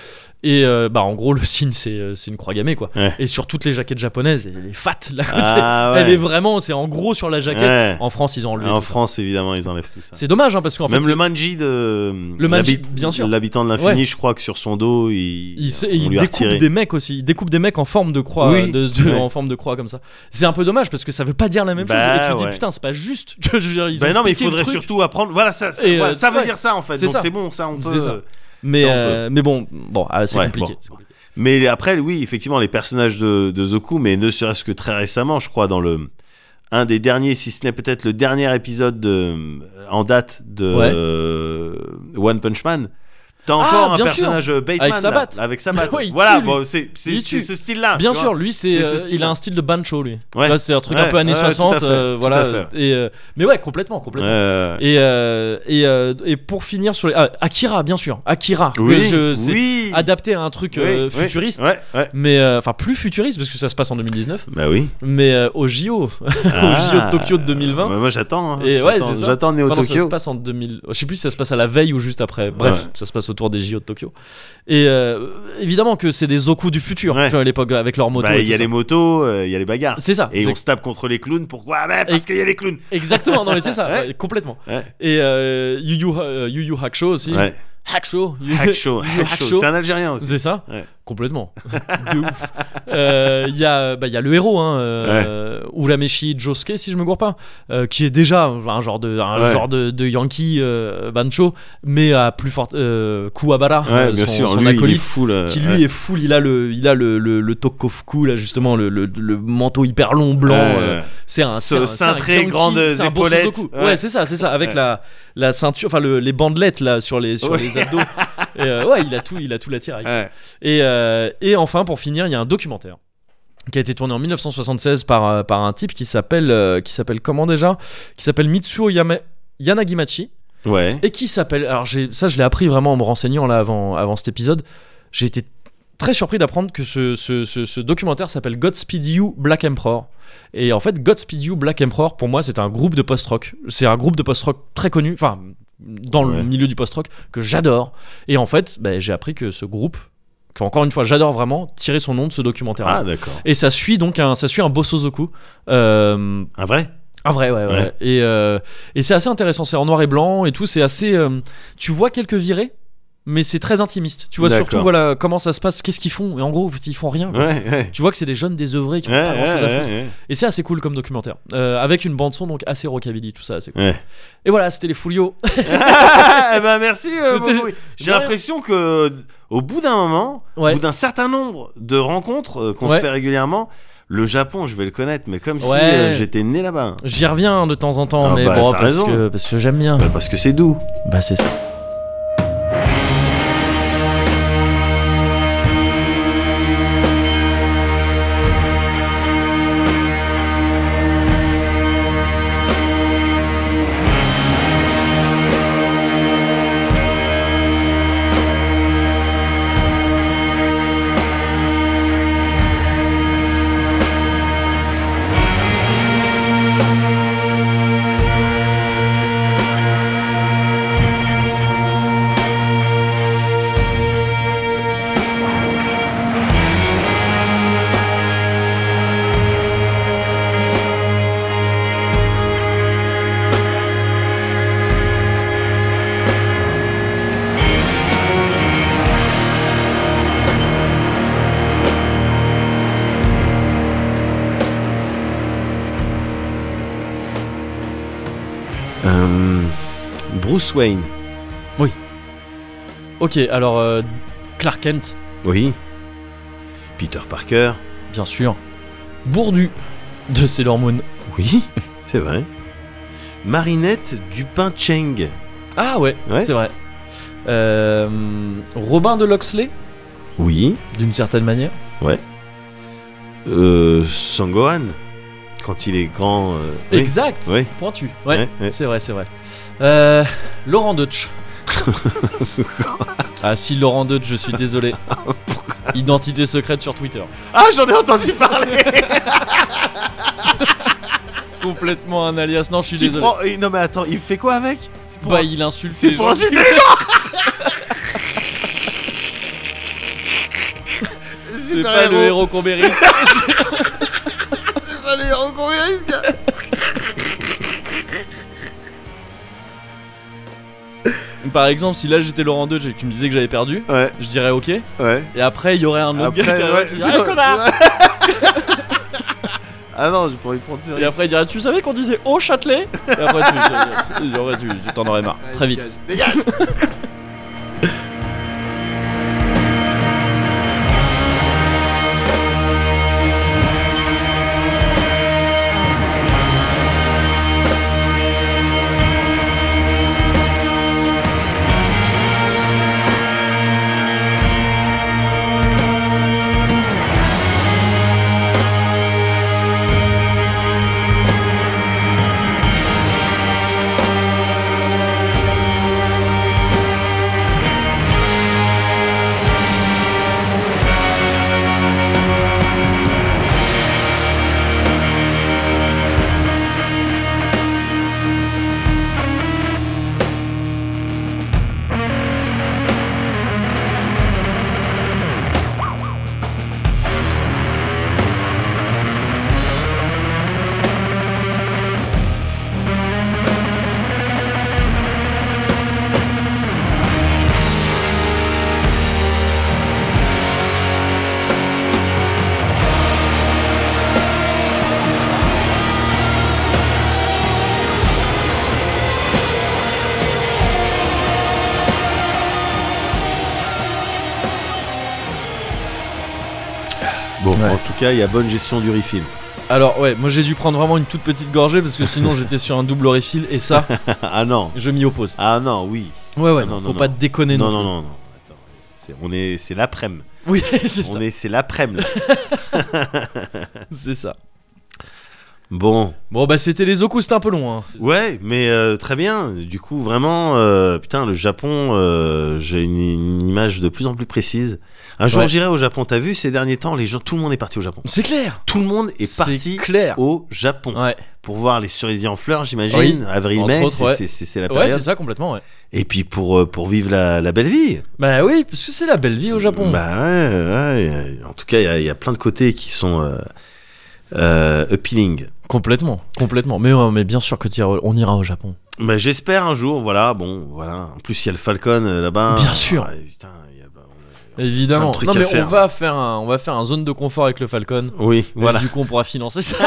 Speaker 2: et euh, bah en gros le signe c'est euh, c'est une croix gammée quoi
Speaker 6: Ouais.
Speaker 2: et sur toutes les jaquettes japonaises elle est fat là
Speaker 6: Ah,
Speaker 2: elle
Speaker 6: ouais.
Speaker 2: est vraiment c'est en gros sur la jaquette
Speaker 6: Ouais.
Speaker 2: en France ils ont enlevé
Speaker 6: En
Speaker 2: tout ça.
Speaker 6: France, évidemment, ils enlèvent tout ça.
Speaker 2: c'est dommage hein, parce qu'en fait
Speaker 6: Même
Speaker 2: c'est-
Speaker 6: le manji de
Speaker 2: Le manji,
Speaker 6: l'habit-
Speaker 2: bien sûr.
Speaker 6: l'habitant de l'infini, je crois que sur son dos, il,
Speaker 2: il, se-
Speaker 6: on
Speaker 2: il
Speaker 6: lui a
Speaker 2: découpe
Speaker 6: retiré.
Speaker 2: des mecs aussi. Il découpe des mecs en forme de croix, euh,
Speaker 6: Oui.
Speaker 2: de- de-
Speaker 6: Ouais.
Speaker 2: en forme de croix comme ça. C'est un peu dommage parce que ça veut pas dire la même
Speaker 1: Bah,
Speaker 2: chose. Et tu te dis,
Speaker 1: ouais.
Speaker 2: putain, c'est pas juste. Je veux dire, ils
Speaker 1: Bah
Speaker 2: ont
Speaker 1: non, mais il
Speaker 2: piqué le
Speaker 1: faudrait
Speaker 2: truc.
Speaker 1: surtout apprendre. Voilà, ça, ça,
Speaker 2: Et, euh,
Speaker 1: voilà, ça veut
Speaker 2: ouais.
Speaker 1: dire ça en fait.
Speaker 2: C'est
Speaker 1: Donc
Speaker 2: ça.
Speaker 1: c'est bon, ça on
Speaker 2: C'est
Speaker 1: peut.
Speaker 2: ça.
Speaker 1: euh,
Speaker 2: Mais,
Speaker 1: ça, on
Speaker 2: euh, mais bon, bon ah, c'est
Speaker 1: Ouais,
Speaker 2: compliqué.
Speaker 1: bon.
Speaker 2: c'est compliqué.
Speaker 1: Mais après, oui, effectivement, les personnages de, de Zoku, mais ne serait-ce que très récemment, je crois, dans le un des derniers, si ce n'est peut-être le dernier épisode de- euh, en date de
Speaker 2: Ouais.
Speaker 1: euh, One Punch Man. T'as
Speaker 2: Ah,
Speaker 1: encore un
Speaker 2: bien sûr.
Speaker 1: personnage euh, Bateman
Speaker 2: Avec sa
Speaker 1: là,
Speaker 2: batte.
Speaker 1: avec sa batte.
Speaker 2: Ouais, il
Speaker 1: voilà,
Speaker 2: tue, lui.
Speaker 1: bon, c'est c'est-
Speaker 2: Il
Speaker 1: c'est
Speaker 2: tue.
Speaker 1: ce style-là.
Speaker 2: Bien
Speaker 1: Ah, tu
Speaker 2: sûr,
Speaker 1: vois.
Speaker 2: lui, c'est,
Speaker 1: C'est ce
Speaker 2: euh, il
Speaker 1: style-là.
Speaker 2: a un style de bancho, lui.
Speaker 1: Ouais.
Speaker 2: Là, c'est un truc un
Speaker 1: Ouais,
Speaker 2: peu années
Speaker 1: ouais, tout à
Speaker 2: 60.
Speaker 1: fait,
Speaker 2: euh,
Speaker 1: tout
Speaker 2: voilà.
Speaker 1: à fait.
Speaker 2: Et, euh, mais ouais, complètement, complètement.
Speaker 1: Euh,
Speaker 2: Et, euh, et, euh, et pour finir sur les. ah, Akira, bien sûr. Akira. que
Speaker 1: oui,
Speaker 2: je- c'est
Speaker 1: oui,
Speaker 2: Adapté à un truc
Speaker 1: oui,
Speaker 2: euh,
Speaker 1: oui,
Speaker 2: futuriste.
Speaker 1: Ouais, ouais.
Speaker 2: Mais euh, enfin, plus futuriste parce que ça se passe en 2019.
Speaker 1: Bah oui.
Speaker 2: Mais euh, au JO.
Speaker 1: Ah,
Speaker 2: JO de Tokyo de 2020.
Speaker 1: bah moi j'attends. hein.
Speaker 2: Et ouais,
Speaker 1: J'attends-
Speaker 2: c'est ça.
Speaker 1: J'attends Néo
Speaker 2: Pardon, ça se
Speaker 1: Tokyo.
Speaker 2: passe en 2000. Je sais plus si ça se passe à la veille ou juste après. Bref,
Speaker 1: Ouais.
Speaker 2: ça se passe autour des JO de Tokyo. Et euh, évidemment que c'est des Zoku du futur
Speaker 1: Ouais.
Speaker 2: tu vois, à l'époque avec leurs motos.
Speaker 1: Bah,
Speaker 2: et
Speaker 1: il
Speaker 2: tout
Speaker 1: y a
Speaker 2: ça.
Speaker 1: les motos, euh, il y a les bagarres.
Speaker 2: C'est ça.
Speaker 1: Et
Speaker 2: c'est-
Speaker 1: on se tape contre les clowns. Pourquoi bah, Parce
Speaker 2: Et-
Speaker 1: qu'il y a les clowns.
Speaker 2: Exactement. Non mais c'est ça.
Speaker 1: Ouais.
Speaker 2: ouais, Complètement.
Speaker 1: Ouais.
Speaker 2: Et euh, Yu Yu, euh, Yu Yu Hakusho aussi.
Speaker 1: Ouais.
Speaker 2: Hakusho. Yu-
Speaker 1: Hackshaw,
Speaker 2: Yu Yu
Speaker 1: Hackshaw, c'est un Algérien aussi.
Speaker 2: C'est ça
Speaker 1: Ouais.
Speaker 2: Complètement. De ouf. Euh, Il y, a- bah, il y a le héros, hein, euh, Urameshi Josuke, si je me gourre pas, euh, qui est déjà un genre de, un
Speaker 1: Ouais.
Speaker 2: genre de, de Yankee euh, Bancho, mais à plus forte. euh, Kuwabara,
Speaker 1: Ouais,
Speaker 2: euh,
Speaker 1: bien
Speaker 2: son,
Speaker 1: sûr,
Speaker 2: son
Speaker 1: lui il est
Speaker 2: acolyte.
Speaker 1: fou euh, là.
Speaker 2: qui lui est full, il a le, il a le, le, le tokofuku là justement, le, le, le manteau hyper long blanc. euh, c'est
Speaker 1: Ce
Speaker 2: un c'est un- c'est un
Speaker 1: cintré,
Speaker 2: Yankee,
Speaker 1: grandes
Speaker 2: c'est un beau
Speaker 1: épaulettes,
Speaker 2: Suzuku. Ouais,
Speaker 1: ouais.
Speaker 2: c'est ça, c'est ça. Avec la, la ceinture, enfin le- les bandelettes là sur les sur
Speaker 1: Ouais.
Speaker 2: les abdos. Et, euh, ouais, il a tout, il a tout l'attirail.
Speaker 1: Ouais.
Speaker 2: Et, euh, et enfin, pour finir, il y a un documentaire qui a été tourné en 1976 par, euh, par un type qui s'appelle euh, qui s'appelle comment déjà Qui s'appelle Mitsuo Yama- Yanagimachi
Speaker 1: Ouais.
Speaker 2: et qui s'appelle. Alors j'ai- ça, je l'ai appris vraiment en me renseignant là avant avant cet épisode. J'ai été très surpris d'apprendre que ce, ce- ce- ce documentaire s'appelle Godspeed You Black Emperor. Et en fait, Godspeed You Black Emperor, pour moi, c'est un groupe de post-rock. C'est un groupe de post-rock très connu, enfin, dans le
Speaker 1: Ouais.
Speaker 2: milieu du post-rock, que j'adore. Et en fait, ben, j'ai appris que ce groupe, que encore une fois, j'adore vraiment, tirait son nom de ce documentaire.
Speaker 1: Ah d'accord.
Speaker 2: Et ça suit donc un, ça suit un Bosozoku. Euh,
Speaker 1: Un vrai
Speaker 2: ah vrai, ouais, ouais.
Speaker 1: Ouais.
Speaker 2: Et, euh, et c'est assez intéressant, c'est en noir et blanc et tout, c'est assez... euh, tu vois quelques virées, mais c'est très intimiste. Tu vois
Speaker 1: D'accord.
Speaker 2: surtout voilà, comment ça se passe, qu'est-ce qu'ils font, et en gros, ils font rien.
Speaker 1: Ouais, ouais.
Speaker 2: Tu vois que c'est des jeunes désœuvrés qui
Speaker 1: Ouais,
Speaker 2: ont pas grand-chose à
Speaker 1: ouais,
Speaker 2: foutre.
Speaker 1: ouais.
Speaker 2: Et c'est assez cool comme documentaire. Euh, avec une bande son donc assez rockabilly, tout ça, assez cool.
Speaker 1: Ouais.
Speaker 2: Et voilà, c'était les Foulios.
Speaker 1: Ah, eh ben merci. euh,
Speaker 2: C'était-
Speaker 1: Bobo. J'ai
Speaker 2: Ouais.
Speaker 1: l'impression que au bout d'un moment,
Speaker 2: Ouais.
Speaker 1: au bout d'un certain nombre de rencontres euh, qu'on
Speaker 2: Ouais.
Speaker 1: se fait régulièrement, le Japon, je vais le connaître, mais comme si
Speaker 2: Ouais.
Speaker 1: euh, j'étais né là-bas.
Speaker 2: J'y reviens de temps en temps,
Speaker 1: Ah
Speaker 2: mais
Speaker 1: bah,
Speaker 2: bon,
Speaker 1: t'as
Speaker 2: parce
Speaker 1: raison.
Speaker 2: que, parce que j'aime bien.
Speaker 1: Bah, parce que c'est doux.
Speaker 2: Bah c'est ça.
Speaker 1: Euh, Bruce Wayne.
Speaker 2: Ok, alors euh, Clark Kent,
Speaker 1: Oui. Peter Parker.
Speaker 2: bien sûr. Bourdu de Sailor Moon.
Speaker 1: Oui, c'est vrai. Marinette Dupin Cheng.
Speaker 2: Ah ouais,
Speaker 1: Ouais.
Speaker 2: c'est vrai. Euh, Robin de Loxley,
Speaker 1: Oui.
Speaker 2: d'une certaine manière.
Speaker 1: Euh, Sangohan. Quand il est grand. euh, oui.
Speaker 2: Exact.
Speaker 1: Oui.
Speaker 2: Pointu. Ouais.
Speaker 1: Ouais, ouais.
Speaker 2: C'est vrai, c'est vrai. Euh, Laurent Deutsch. ah si Laurent Deutsch, je suis désolé. Identité secrète sur Twitter.
Speaker 1: Ah, j'en ai entendu parler.
Speaker 2: Complètement un alias. Non, je suis
Speaker 1: Qui
Speaker 2: désolé.
Speaker 1: prend- eh, Non, mais attends, il fait quoi avec C'est pour,
Speaker 2: Bah il insulte.
Speaker 1: c'est
Speaker 2: les
Speaker 1: pour
Speaker 2: gens.
Speaker 1: insulter les gens
Speaker 2: C'est
Speaker 1: C'est
Speaker 2: pas le héros qu'on mérite.
Speaker 1: C'est pas le héros qu'on mérite, gars.
Speaker 2: Par exemple, si là j'étais Laurent Deutsch et que tu me disais que j'avais perdu,
Speaker 1: Ouais,
Speaker 2: je dirais ok. Et
Speaker 1: ouais.
Speaker 2: après il y aurait Ah, un autre
Speaker 1: Après,
Speaker 2: gars
Speaker 1: ouais,
Speaker 2: qui arriverait et qui dirait,
Speaker 1: c'est-
Speaker 2: Ah, connard
Speaker 1: Ah, Ah non, je pourrais prendre ce
Speaker 2: Et après, il dirait Tu savais qu'on disait au Châtelet Et après, tu, tu- tu- tu- tu t'en aurais marre. Très vite.
Speaker 1: Dégage Bon,
Speaker 2: Ouais.
Speaker 1: en tout cas, il y a bonne gestion du refill.
Speaker 2: Alors, ouais, moi j'ai dû prendre vraiment une toute petite gorgée parce que sinon j'étais sur un double refill et ça,
Speaker 1: ah non
Speaker 2: je m'y oppose.
Speaker 1: Ah non, oui
Speaker 2: Ouais, ouais,
Speaker 1: Ah,
Speaker 2: non,
Speaker 1: non,
Speaker 2: faut
Speaker 1: non,
Speaker 2: pas
Speaker 1: non.
Speaker 2: déconner.
Speaker 1: Non,
Speaker 2: plus.
Speaker 1: non, non, non. Attends, c'est- on est, c'est l'après-midi.
Speaker 2: Oui, c'est
Speaker 1: On
Speaker 2: ça.
Speaker 1: est, c'est l'après-midi. là.
Speaker 2: C'est ça.
Speaker 1: Bon,
Speaker 2: Bon, bah c'était les Oku, c'était un peu long. hein.
Speaker 1: ouais, mais euh, très bien. Du coup, vraiment, euh, putain, le Japon, euh, j'ai une, une image de plus en plus précise. Un jour,
Speaker 2: Ouais.
Speaker 1: j'irai au Japon. T'as vu, ces derniers temps, les gens, tout le monde est parti au Japon.
Speaker 2: C'est clair.
Speaker 1: Tout le monde est
Speaker 2: C'est
Speaker 1: parti
Speaker 2: clair.
Speaker 1: au Japon
Speaker 2: Ouais,
Speaker 1: pour voir les cerisiers en fleurs, j'imagine.
Speaker 2: Oui.
Speaker 1: Avril,
Speaker 2: Entre
Speaker 1: mai,
Speaker 2: autres,
Speaker 1: c'est
Speaker 2: ouais.
Speaker 1: c'est- c'est- c'est la
Speaker 2: ouais
Speaker 1: période.
Speaker 2: c'est ça complètement, ouais.
Speaker 1: Et puis pour, euh, pour vivre la, la belle vie.
Speaker 2: Bah oui, parce que c'est la belle vie au Japon.
Speaker 1: Bah ouais, ouais, ouais. En tout cas, il y a- il y, a plein de côtés qui sont euh, euh, appealing.
Speaker 2: Complètement, complètement. Mais, ouais, mais bien sûr que tu iras- on ira au Japon.
Speaker 1: Bah, J'espère un jour, voilà, bon, voilà. En plus, il y a le Falcon euh, là-bas.
Speaker 2: Bien sûr.
Speaker 1: Ah, putain, il y a- bah, on a- Plein
Speaker 2: Évidemment.
Speaker 1: de trucs
Speaker 2: Non
Speaker 1: à
Speaker 2: mais
Speaker 1: faire. hein.
Speaker 2: on va faire un, on va faire un zone de confort avec le Falcon.
Speaker 1: Oui,
Speaker 2: Et
Speaker 1: voilà.
Speaker 2: Du coup, on pourra financer ça.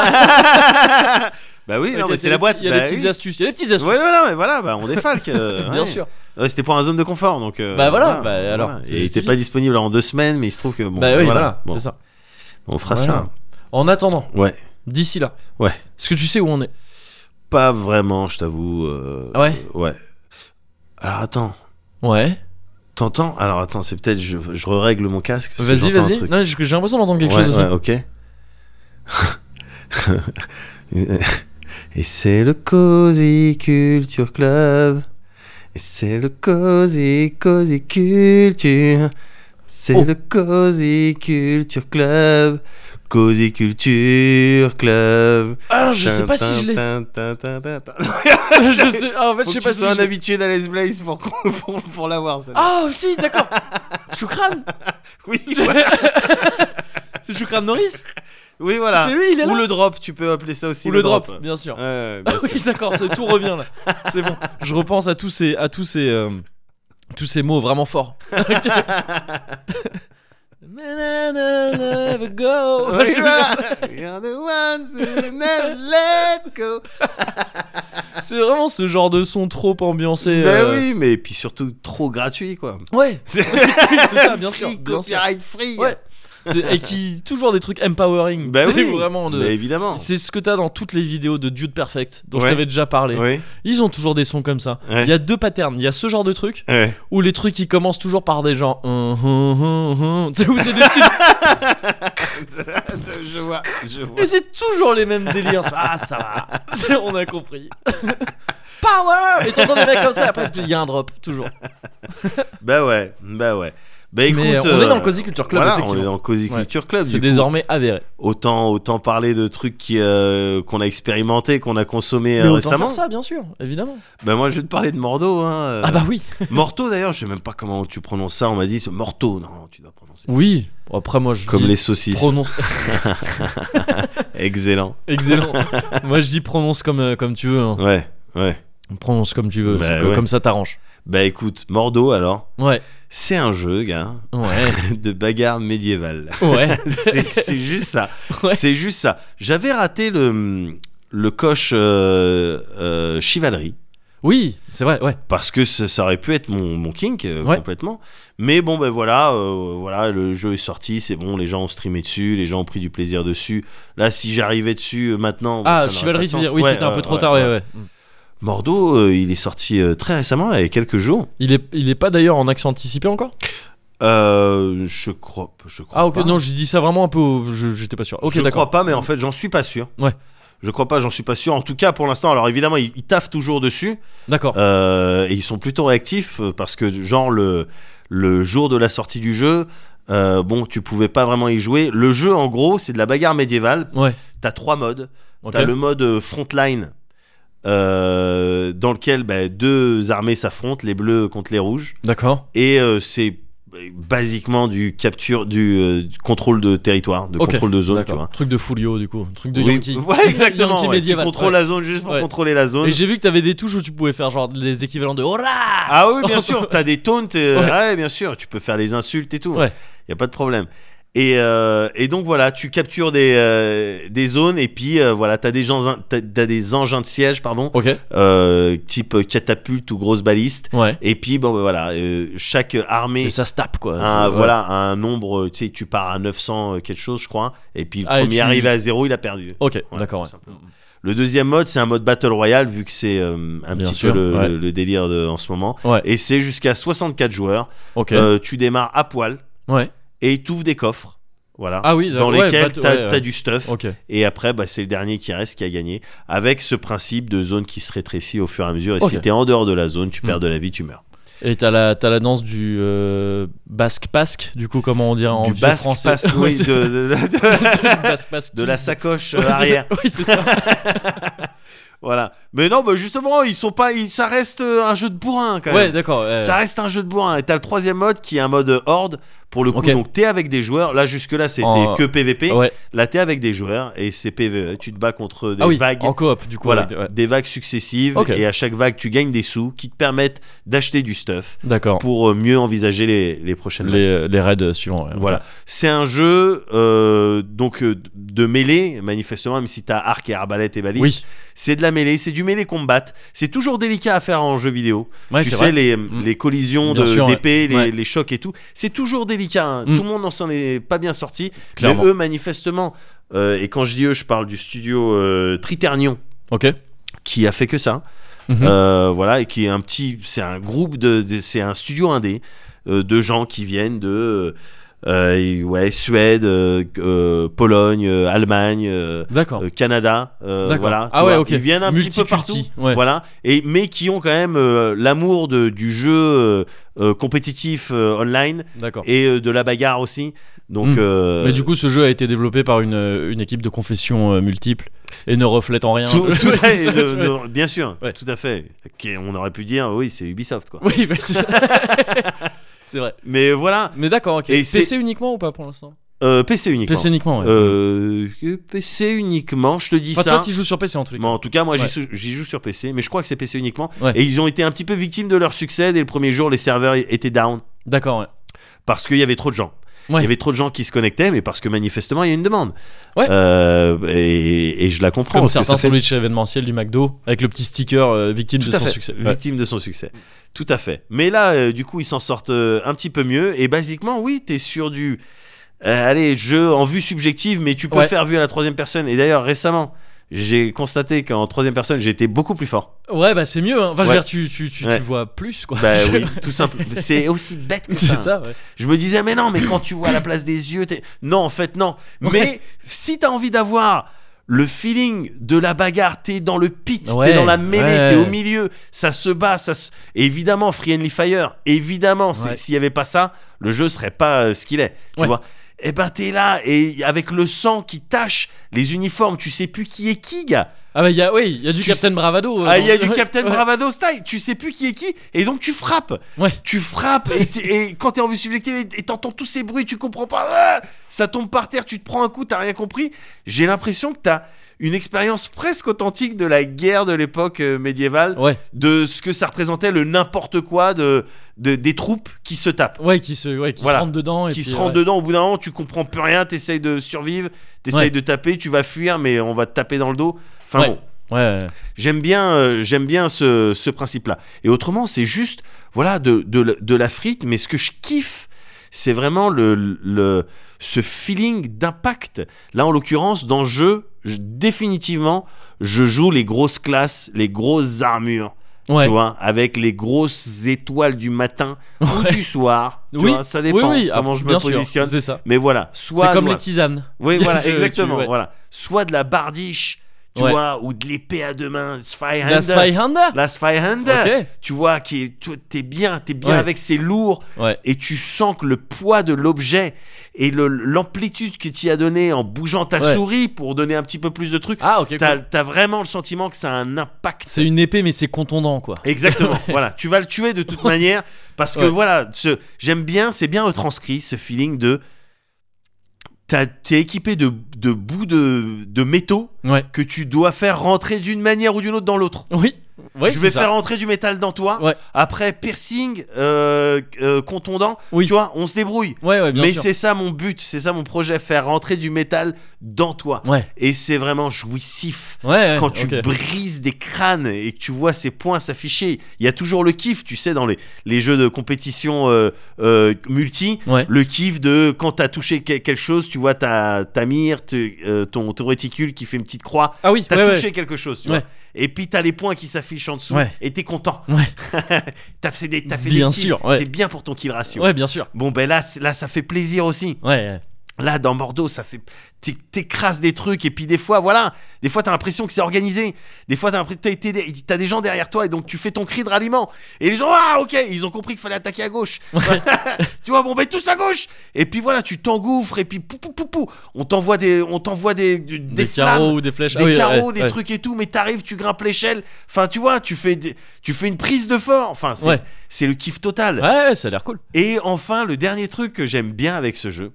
Speaker 1: bah oui, non,
Speaker 2: Il y a
Speaker 1: mais
Speaker 2: des-
Speaker 1: c'est la boîte.
Speaker 2: Il y a
Speaker 1: bah
Speaker 2: des petites
Speaker 1: oui.
Speaker 2: astuces. Il y a des petites astuces.
Speaker 1: Ouais, voilà, mais voilà, bah, on défalque. euh,
Speaker 2: Bien
Speaker 1: ouais.
Speaker 2: sûr.
Speaker 1: Ouais, c'était pour un zone de confort, donc. euh,
Speaker 2: Bah voilà, bah alors, c'est-
Speaker 1: Et il
Speaker 2: c'est
Speaker 1: était pas disponible en deux semaines, mais il se trouve que bon,
Speaker 2: bah oui, voilà,
Speaker 1: Bon,
Speaker 2: c'est ça.
Speaker 1: on fera
Speaker 2: Voilà.
Speaker 1: ça.
Speaker 2: En attendant,
Speaker 1: Ouais.
Speaker 2: d'ici là.
Speaker 1: Ouais.
Speaker 2: Est-ce que tu sais où on est
Speaker 1: Pas vraiment, je t'avoue. euh,
Speaker 2: Ah Ouais.
Speaker 1: euh, ouais. Alors attends, Euh,
Speaker 2: Ouais.
Speaker 1: t'entends Alors attends, c'est peut-être je, je règle mon casque. parce que
Speaker 2: Vas-y,
Speaker 1: j'entends un
Speaker 2: vas-y.
Speaker 1: truc.
Speaker 2: Non, j'ai j'ai l'impression d'entendre quelque
Speaker 1: ouais,
Speaker 2: chose aussi.
Speaker 1: ouais, ok. Et c'est le Cozy Culture Club. Et c'est le Cozy Cozy Culture. C'est
Speaker 2: Oh.
Speaker 1: le Cozy Culture Club. Cozy Culture Club.
Speaker 2: Ah, je sais pas si je l'ai.
Speaker 1: l'ai.
Speaker 2: je sais. ah, en
Speaker 1: Faut
Speaker 2: fait, je
Speaker 1: que tu
Speaker 2: sais pas si.
Speaker 1: sois
Speaker 2: je
Speaker 1: un
Speaker 2: l'ai.
Speaker 1: habitué d'Alice Blaze pour, qu'on- pour, pour l'avoir, celle-là.
Speaker 2: Ah aussi, d'accord. Choukran. Ah.
Speaker 1: Oui, voilà.
Speaker 2: C'est Choukran Norris.
Speaker 1: oui, voilà.
Speaker 2: C'est lui, il est là.
Speaker 1: Ou le drop, tu peux appeler ça aussi.
Speaker 2: Ou le drop, bien sûr.
Speaker 1: Ouais,
Speaker 2: Ah
Speaker 1: bien sûr.
Speaker 2: oui, d'accord, ce- tout revient là. C'est bon. Je repense à tous ces, à tous ces, euh, tous ces mots vraiment forts. Never go.
Speaker 1: Oui, voilà. You're the ones who never let go.
Speaker 2: C'est vraiment ce genre de son trop ambiancé.
Speaker 1: Bah
Speaker 2: euh,
Speaker 1: oui, mais puis surtout trop gratuit quoi.
Speaker 2: Ouais.
Speaker 1: C'est
Speaker 2: C'est ça, bien sûr.
Speaker 1: free,
Speaker 2: bien sûr.
Speaker 1: copyright free.
Speaker 2: Ouais. C'est- Et qui toujours des trucs empowering.
Speaker 1: Bah
Speaker 2: C'est
Speaker 1: oui.
Speaker 2: vraiment. de-
Speaker 1: Mais évidemment.
Speaker 2: C'est ce que t'as dans toutes les vidéos de Dude Perfect dont je
Speaker 1: Ouais.
Speaker 2: t'avais déjà parlé.
Speaker 1: Oui.
Speaker 2: Ils ont toujours des sons comme ça. Il
Speaker 1: Ouais.
Speaker 2: y a deux patterns. Il y a ce genre de truc
Speaker 1: Ouais.
Speaker 2: Ou les trucs qui commencent toujours par des gens. Hum, hum, hum, hum. Tu sais, où c'est des petits.
Speaker 1: Je vois, je vois.
Speaker 2: Et c'est toujours les mêmes délires. Ah, ça va. C'est- On a compris. Power Et t'entends des mecs comme ça, après il y a un drop, toujours.
Speaker 1: Bah ouais, bah ouais. Bah écoute,
Speaker 2: Mais on est
Speaker 1: euh,
Speaker 2: dans le Cozy Culture Club,
Speaker 1: Voilà, on est
Speaker 2: effectivement.
Speaker 1: dans le Cozy
Speaker 2: Ouais.
Speaker 1: Culture Club.
Speaker 2: C'est
Speaker 1: du coup.
Speaker 2: désormais avéré.
Speaker 1: Autant, autant parler de trucs qui, euh, qu'on a expérimenté, qu'on a consommé
Speaker 2: Mais
Speaker 1: euh,
Speaker 2: autant
Speaker 1: récemment.
Speaker 2: faire ça, bien sûr, évidemment.
Speaker 1: Bah moi je vais te parler de Mordo. Hein. euh.
Speaker 2: Ah bah oui.
Speaker 1: Morto d'ailleurs, je sais même pas comment tu prononces ça. On m'a dit c'est Morto. Non, tu dois prononcer. ça.
Speaker 2: Oui. Après, moi, je.
Speaker 1: Comme
Speaker 2: dis
Speaker 1: les saucisses.
Speaker 2: Prononce.
Speaker 1: Excellent.
Speaker 2: Excellent. moi, je dis prononce comme, euh, comme tu veux. hein.
Speaker 1: Ouais, ouais.
Speaker 2: Prononce comme tu veux.
Speaker 1: Bah
Speaker 2: c'est que-
Speaker 1: ouais.
Speaker 2: Comme ça t'arrange.
Speaker 1: Bah écoute, Mordo alors,
Speaker 2: Ouais,
Speaker 1: c'est un jeu, gars,
Speaker 2: ouais,
Speaker 1: de bagarre médiévale.
Speaker 2: ouais.
Speaker 1: c'est c'est juste ça.
Speaker 2: Ouais.
Speaker 1: C'est juste ça. J'avais raté le, le coche euh, euh, chivalry.
Speaker 2: Oui, c'est vrai, ouais.
Speaker 1: Parce que ça, ça aurait pu être mon, mon kink euh,
Speaker 2: Ouais.
Speaker 1: complètement. Mais bon, ben voilà, euh, voilà, le jeu est sorti, c'est bon, les gens ont streamé dessus, les gens ont pris du plaisir dessus. Là, si j'arrivais dessus euh, maintenant. bon, ça
Speaker 2: Ah,
Speaker 1: n'aurait
Speaker 2: Chivalry,
Speaker 1: pas de
Speaker 2: tu veux
Speaker 1: sens.
Speaker 2: dire Oui,
Speaker 1: Ouais,
Speaker 2: c'était un peu
Speaker 1: euh,
Speaker 2: trop tard, ouais, ouais.
Speaker 1: Mordo, euh, il est sorti euh, très récemment, là, il y a quelques jours.
Speaker 2: Il est, il est pas d'ailleurs en accent anticipé encore
Speaker 1: Euh, je crois, je crois
Speaker 2: Ah, ok,
Speaker 1: pas.
Speaker 2: non, je dis ça vraiment un peu. au- je- J'étais pas sûr. Ok,
Speaker 1: je
Speaker 2: d'accord.
Speaker 1: crois pas, mais en fait, j'en suis pas sûr.
Speaker 2: Ouais.
Speaker 1: Je crois pas, j'en suis pas sûr. En tout cas, pour l'instant, alors évidemment, ils, ils taffent toujours dessus
Speaker 2: D'accord.
Speaker 1: euh, et ils sont plutôt réactifs euh, parce que genre le le jour de la sortie du jeu. euh, bon, tu pouvais pas vraiment y jouer. Le jeu, en gros, c'est de la bagarre médiévale.
Speaker 2: Ouais.
Speaker 1: T'as trois modes.
Speaker 2: ok.
Speaker 1: T'as le mode euh, frontline, euh, dans lequel bah, deux armées s'affrontent, les bleus contre les rouges.
Speaker 2: D'accord.
Speaker 1: Et euh, c'est bah, basiquement du capture, du, euh, du contrôle de territoire, de
Speaker 2: Ok,
Speaker 1: contrôle de zone, tu
Speaker 2: D'accord.
Speaker 1: vois.
Speaker 2: Truc de Folio, du coup. Truc de
Speaker 1: Oui,
Speaker 2: Yankee.
Speaker 1: Ouais, exactement.
Speaker 2: Yankee
Speaker 1: ouais. Tu
Speaker 2: médiéval,
Speaker 1: contrôles
Speaker 2: ouais.
Speaker 1: la zone juste pour
Speaker 2: Ouais.
Speaker 1: contrôler la zone.
Speaker 2: Et j'ai vu que t'avais des touches où tu pouvais faire genre les équivalents de Hurrah
Speaker 1: Ah oui, bien sûr, t'as des taunts, euh,
Speaker 2: Ouais.
Speaker 1: ouais. bien sûr, tu peux faire les insultes et tout. hein.
Speaker 2: Ouais.
Speaker 1: Y a pas de problème. Et, euh, et donc voilà, tu captures des, euh, des zones et puis euh, voilà, t'as des, gens, t'as, t'as des engins de siège, pardon,
Speaker 2: Ok.
Speaker 1: euh, type catapulte ou grosse baliste.
Speaker 2: Ouais.
Speaker 1: Et puis bon, bah, voilà, euh, chaque armée
Speaker 2: Et ça se tape quoi.
Speaker 1: un,
Speaker 2: Ouais.
Speaker 1: Ah, voilà un nombre tu sais tu pars à 900 euh, quelque chose je crois et puis le
Speaker 2: Ah, et
Speaker 1: premier
Speaker 2: tu-
Speaker 1: arrivé à zéro il a perdu
Speaker 2: Ok,
Speaker 1: Voilà,
Speaker 2: d'accord.
Speaker 1: tout
Speaker 2: ouais.
Speaker 1: simplement. le deuxième mode c'est un mode battle royale vu que c'est euh, un
Speaker 2: Bien
Speaker 1: petit
Speaker 2: sûr,
Speaker 1: peu le,
Speaker 2: ouais.
Speaker 1: le- le délire de- en ce moment
Speaker 2: Ouais.
Speaker 1: et c'est jusqu'à 64 joueurs
Speaker 2: Ok.
Speaker 1: Euh, tu démarres à poil
Speaker 2: ouais.
Speaker 1: et tu ouvres des coffres voilà
Speaker 2: Ah oui,
Speaker 1: dans
Speaker 2: ouais,
Speaker 1: lesquels
Speaker 2: bat-
Speaker 1: t'as
Speaker 2: ouais, ouais.
Speaker 1: t'as du stuff
Speaker 2: Ok.
Speaker 1: et après bah, c'est le dernier qui reste qui a gagné avec ce principe de zone qui se rétrécit au fur et à mesure et
Speaker 2: Ok.
Speaker 1: si t'es en dehors de la zone tu
Speaker 2: Hmm.
Speaker 1: perds de la vie tu meurs
Speaker 2: Et t'as la, t'as la danse du euh, basque pasque, du coup, comment on dirait en
Speaker 1: du
Speaker 2: vieux
Speaker 1: basque
Speaker 2: français
Speaker 1: basque,
Speaker 2: Ouais,
Speaker 1: oui,
Speaker 2: c'est-
Speaker 1: de- de- de-
Speaker 2: du basque pasque.
Speaker 1: de la sacoche euh,
Speaker 2: Ouais, c'est ça.
Speaker 1: arrière
Speaker 2: Oui, c'est ça.
Speaker 1: Voilà. Mais non, bah justement, ils sont pas. ils- ça reste euh, un jeu de bourrin quand
Speaker 2: ouais, euh.
Speaker 1: même.
Speaker 2: d'accord. ouais.
Speaker 1: Ça reste un jeu de bourrin. Et t'as le troisième mode qui est un mode euh, horde. Pour le coup,
Speaker 2: Ok.
Speaker 1: donc t'es avec des joueurs. Là, jusque-là, c'était
Speaker 2: En-
Speaker 1: que PVP.
Speaker 2: Ouais.
Speaker 1: Là, t'es avec des joueurs et c'est PVE. Tu te bats contre des
Speaker 2: Ah oui,
Speaker 1: vagues.
Speaker 2: en coop, du coup.
Speaker 1: Voilà,
Speaker 2: avec- ouais.
Speaker 1: des vagues successives
Speaker 2: Ok.
Speaker 1: et à chaque vague tu gagnes des sous qui te permettent d'acheter du stuff
Speaker 2: D'accord.
Speaker 1: pour euh, mieux envisager les, les prochaines vagues.
Speaker 2: Les, les raids suivants. ouais.
Speaker 1: Voilà, c'est un jeu euh, donc euh, de mêlée manifestement même si t'as arc et arbalète et balise.
Speaker 2: Oui,
Speaker 1: C'est de la mêlée, c'est du mêlée combat. C'est toujours délicat à faire en jeu vidéo.
Speaker 2: ouais,
Speaker 1: tu
Speaker 2: c'est
Speaker 1: sais,
Speaker 2: vrai. Mm.
Speaker 1: les, les collisions
Speaker 2: Bien
Speaker 1: de-
Speaker 2: sûr, ouais.
Speaker 1: d'épées, les,
Speaker 2: Ouais.
Speaker 1: les chocs et tout. C'est toujours délicat. hein.
Speaker 2: Mm.
Speaker 1: Tout le monde n'en s'en est pas bien sorti.
Speaker 2: Clairement.
Speaker 1: Mais eux, manifestement, euh, et quand je dis eux, je parle du studio euh, Triternion
Speaker 2: Ok.
Speaker 1: qui a fait que ça.
Speaker 2: Mhm.
Speaker 1: Euh, voilà, et qui est un petit. C'est un groupe de. de- c'est un studio indé euh, de gens qui viennent de. euh, et- ouais, Suède, euh, euh, Pologne, euh, Allemagne. euh,
Speaker 2: D'accord.
Speaker 1: euh, Canada, euh,
Speaker 2: D'accord.
Speaker 1: voilà.
Speaker 2: Ah
Speaker 1: tu
Speaker 2: ouais,
Speaker 1: vois.
Speaker 2: ok.
Speaker 1: Ils viennent un petit peu partout,
Speaker 2: Multiculti, ouais.
Speaker 1: voilà. Et mais qui ont quand même euh, l'amour de- du jeu euh, euh, compétitif euh, online
Speaker 2: D'accord.
Speaker 1: et euh, de la bagarre aussi. Donc,
Speaker 2: Mm.
Speaker 1: euh,
Speaker 2: Mais du coup, ce jeu a été développé par une, euh, une équipe de confessions euh, multiples et ne reflète en rien.
Speaker 1: tout- tout
Speaker 2: Ouais,
Speaker 1: à
Speaker 2: c'est
Speaker 1: fait,
Speaker 2: ça,
Speaker 1: de-
Speaker 2: ouais.
Speaker 1: de- bien sûr,
Speaker 2: Ouais.
Speaker 1: tout à fait. Ok, on aurait pu dire, oui, c'est Ubisoft, quoi.
Speaker 2: Oui, bah, c'est ça. c'est vrai.
Speaker 1: Mais voilà,
Speaker 2: Mais d'accord, ok.
Speaker 1: Et
Speaker 2: PC
Speaker 1: c'est-
Speaker 2: uniquement ou pas pour l'instant
Speaker 1: euh, PC uniquement.
Speaker 2: PC uniquement, ouais.
Speaker 1: Euh, que PC uniquement, je te dis
Speaker 2: Enfin,
Speaker 1: ça.
Speaker 2: toi, tu joues sur PC en tout
Speaker 1: Mais
Speaker 2: cas.
Speaker 1: en tout cas, moi, j'y
Speaker 2: Ouais.
Speaker 1: sou- j'y joue sur PC, mais je crois que c'est PC uniquement.
Speaker 2: Ouais.
Speaker 1: Et ils ont été un petit peu victimes de leur succès. Dès le premier jour, les serveurs étaient down.
Speaker 2: D'accord, ouais.
Speaker 1: parce qu'il y avait trop de gens.
Speaker 2: Ouais.
Speaker 1: Il y avait trop de gens qui se connectaient, mais parce que manifestement il y a une demande.
Speaker 2: Ouais.
Speaker 1: Euh, et, et je la comprends.
Speaker 2: Comme
Speaker 1: parce que
Speaker 2: certains
Speaker 1: ça fait
Speaker 2: sandwichs événementiels du McDo avec le petit sticker euh, victime
Speaker 1: tout
Speaker 2: de
Speaker 1: à
Speaker 2: son
Speaker 1: fait
Speaker 2: succès. Ouais.
Speaker 1: victime de son succès. Tout à fait. Mais là, euh, du coup, ils s'en sortent euh, un petit peu mieux. Et basiquement, oui, t'es sur du. euh, allez, jeu en vue subjective, mais tu peux
Speaker 2: Ouais.
Speaker 1: faire vue à la troisième personne. Et d'ailleurs, récemment, j'ai constaté qu'en troisième personne, j'étais beaucoup plus fort.
Speaker 2: Ouais, bah c'est mieux. hein. Enfin, je veux
Speaker 1: Ouais.
Speaker 2: dire, tu, tu, tu, tu
Speaker 1: Ouais.
Speaker 2: vois plus, quoi.
Speaker 1: Bah
Speaker 2: Je-
Speaker 1: oui, tout simple. C'est aussi bête que ça.
Speaker 2: c'est
Speaker 1: hein.
Speaker 2: ça, ouais.
Speaker 1: Je me disais, mais non, mais quand tu vois à la place des yeux, t'es... Non, en fait, non.
Speaker 2: Ouais.
Speaker 1: Mais si t'as envie d'avoir le feeling de la bagarre, t'es dans le pit,
Speaker 2: Ouais,
Speaker 1: t'es dans la mêlée,
Speaker 2: ouais.
Speaker 1: t'es au milieu, ça se bat, ça se... Évidemment, Free Only Fire, évidemment, c'est-
Speaker 2: Ouais.
Speaker 1: s'il n'y avait pas ça, le jeu serait pas euh, ce qu'il est, tu
Speaker 2: Ouais.
Speaker 1: vois et ben t'es là et avec le sang qui tache les uniformes, tu sais plus qui est qui, gars.
Speaker 2: Ah, bah, il y a, oui, il y a du
Speaker 1: Tu
Speaker 2: Captain Bravado. euh,
Speaker 1: Ah, il y a
Speaker 2: dans-
Speaker 1: du Captain
Speaker 2: Ouais.
Speaker 1: Bravado style, tu sais plus qui est qui, et donc tu frappes
Speaker 2: Ouais.
Speaker 1: tu frappes et, tu- et quand t'es en vue subjective et et t'entends tous ces bruits, tu comprends pas, ah, ça tombe par terre, tu te prends un coup, t'as rien compris. J'ai l'impression que t'as une expérience presque authentique de la guerre de l'époque euh, médiévale,
Speaker 2: Ouais,
Speaker 1: de ce que ça représentait le n'importe quoi de, de- des troupes qui se tapent,
Speaker 2: ouais, qui se, ouais, qui
Speaker 1: Voilà.
Speaker 2: se rentrent dedans. Et
Speaker 1: qui
Speaker 2: puis, euh,
Speaker 1: se rendent
Speaker 2: ouais.
Speaker 1: dedans. Au bout d'un moment, tu comprends plus rien, t'essayes de survivre, t'essayes
Speaker 2: Ouais.
Speaker 1: de taper, tu vas fuir, mais on va te taper dans le dos. Enfin
Speaker 2: Ouais.
Speaker 1: bon,
Speaker 2: Ouais, ouais.
Speaker 1: J'aime bien, euh, j'aime bien ce, ce principe-là. Et autrement, c'est juste, voilà, de, de, la- de la frite, mais ce que je kiffe, c'est vraiment le, le, ce feeling d'impact. Là, en l'occurrence, dans le jeu, je- définitivement, je joue les grosses classes, les grosses armures,
Speaker 2: Ouais.
Speaker 1: tu vois, avec les grosses étoiles du matin ou
Speaker 2: Ouais.
Speaker 1: du soir. Tu
Speaker 2: Oui.
Speaker 1: vois, ça dépend
Speaker 2: oui, oui,
Speaker 1: comment
Speaker 2: ah,
Speaker 1: je me
Speaker 2: bien sûr,
Speaker 1: positionne.
Speaker 2: C'est ça.
Speaker 1: Mais voilà, soit.
Speaker 2: C'est comme
Speaker 1: voilà.
Speaker 2: les tisanes.
Speaker 1: Oui, voilà,
Speaker 2: Je- tu-
Speaker 1: exactement.
Speaker 2: ouais.
Speaker 1: Voilà. Soit de la bardiche, tu
Speaker 2: Ouais.
Speaker 1: vois, ou de l'épée à deux mains,
Speaker 2: La
Speaker 1: Spyhander.
Speaker 2: Spyhander
Speaker 1: La Spyhander.
Speaker 2: Ok.
Speaker 1: Tu vois, qui est, tu- t'es bien, t'es bien
Speaker 2: Ouais.
Speaker 1: avec, c'est lourd.
Speaker 2: Ouais.
Speaker 1: Et tu sens que le poids de l'objet et le- l'amplitude que tu as donné en bougeant ta
Speaker 2: Ouais.
Speaker 1: souris pour donner un petit peu plus de trucs,
Speaker 2: Ah, ok.
Speaker 1: t'as
Speaker 2: cool.
Speaker 1: t'as vraiment le sentiment que ça a un impact.
Speaker 2: C'est une épée, mais c'est contondant, quoi.
Speaker 1: Exactement. voilà, tu vas le tuer de toute manière parce que
Speaker 2: Ouais.
Speaker 1: voilà, ce- j'aime bien, c'est bien retranscrit ce feeling de t'as- t'es équipé de, de bouts de, de métaux
Speaker 2: Ouais.
Speaker 1: que tu dois faire rentrer d'une manière ou d'une autre dans l'autre.
Speaker 2: Oui. Oui,
Speaker 1: je
Speaker 2: c'est
Speaker 1: vais
Speaker 2: ça.
Speaker 1: faire rentrer du métal dans toi.
Speaker 2: Ouais.
Speaker 1: Après piercing, euh, euh, contondant.
Speaker 2: Oui.
Speaker 1: Tu vois, on se débrouille.
Speaker 2: Ouais, ouais, bien
Speaker 1: Mais
Speaker 2: sûr.
Speaker 1: c'est ça mon but, c'est ça mon projet, faire rentrer du métal dans toi.
Speaker 2: Ouais.
Speaker 1: Et c'est vraiment jouissif
Speaker 2: Ouais, ouais,
Speaker 1: quand tu
Speaker 2: ok.
Speaker 1: brises des crânes et que tu vois ces points s'afficher, il y a toujours le kiff, tu sais, dans les, les jeux de compétition euh, euh, multi,
Speaker 2: Ouais.
Speaker 1: le kiff de quand t'as touché que- quelque chose, tu vois ta, ta mire, te- euh, ton, ton réticule qui fait une petite croix,
Speaker 2: Ah oui,
Speaker 1: t'as
Speaker 2: ouais,
Speaker 1: touché
Speaker 2: ouais.
Speaker 1: quelque chose, tu
Speaker 2: Ouais.
Speaker 1: vois. Et puis t'as les points qui s'affichent en dessous
Speaker 2: Ouais.
Speaker 1: et t'es content.
Speaker 2: Ouais.
Speaker 1: t'as fait des, t'as fait
Speaker 2: Bien
Speaker 1: des kills.
Speaker 2: sûr, ouais.
Speaker 1: c'est bien pour ton kill ratio.
Speaker 2: Ouais, bien sûr.
Speaker 1: Bon ben là, c'est- là ça fait plaisir aussi.
Speaker 2: Ouais, ouais.
Speaker 1: Là, dans Bordeaux, ça fait. t'é- T'écrases des trucs, et puis des fois, voilà. Des fois, t'as l'impression que c'est organisé. Des fois, t'as l'impression que t'as été- t'as des gens derrière toi, et donc tu fais ton cri de ralliement. Et les gens, ah, ok, ils ont compris qu'il fallait attaquer à gauche. tu vois, bon, ben tous à gauche. Et puis voilà, tu t'engouffres, et puis pou, pou, pou, pou. On t'envoie des, on t'envoie des, des,
Speaker 2: Des,
Speaker 1: flammes,
Speaker 2: carreaux ou des flèches.
Speaker 1: des
Speaker 2: Ah oui,
Speaker 1: carreaux,
Speaker 2: ouais,
Speaker 1: des
Speaker 2: ouais.
Speaker 1: trucs et tout, mais t'arrives, tu grimpes l'échelle. Enfin, tu vois, tu fais, des- tu fais une prise de fort. Enfin, c'est
Speaker 2: Ouais.
Speaker 1: c'est le kiff total.
Speaker 2: Ouais, ouais, ça a l'air cool.
Speaker 1: Et enfin, le dernier truc que j'aime bien avec ce jeu,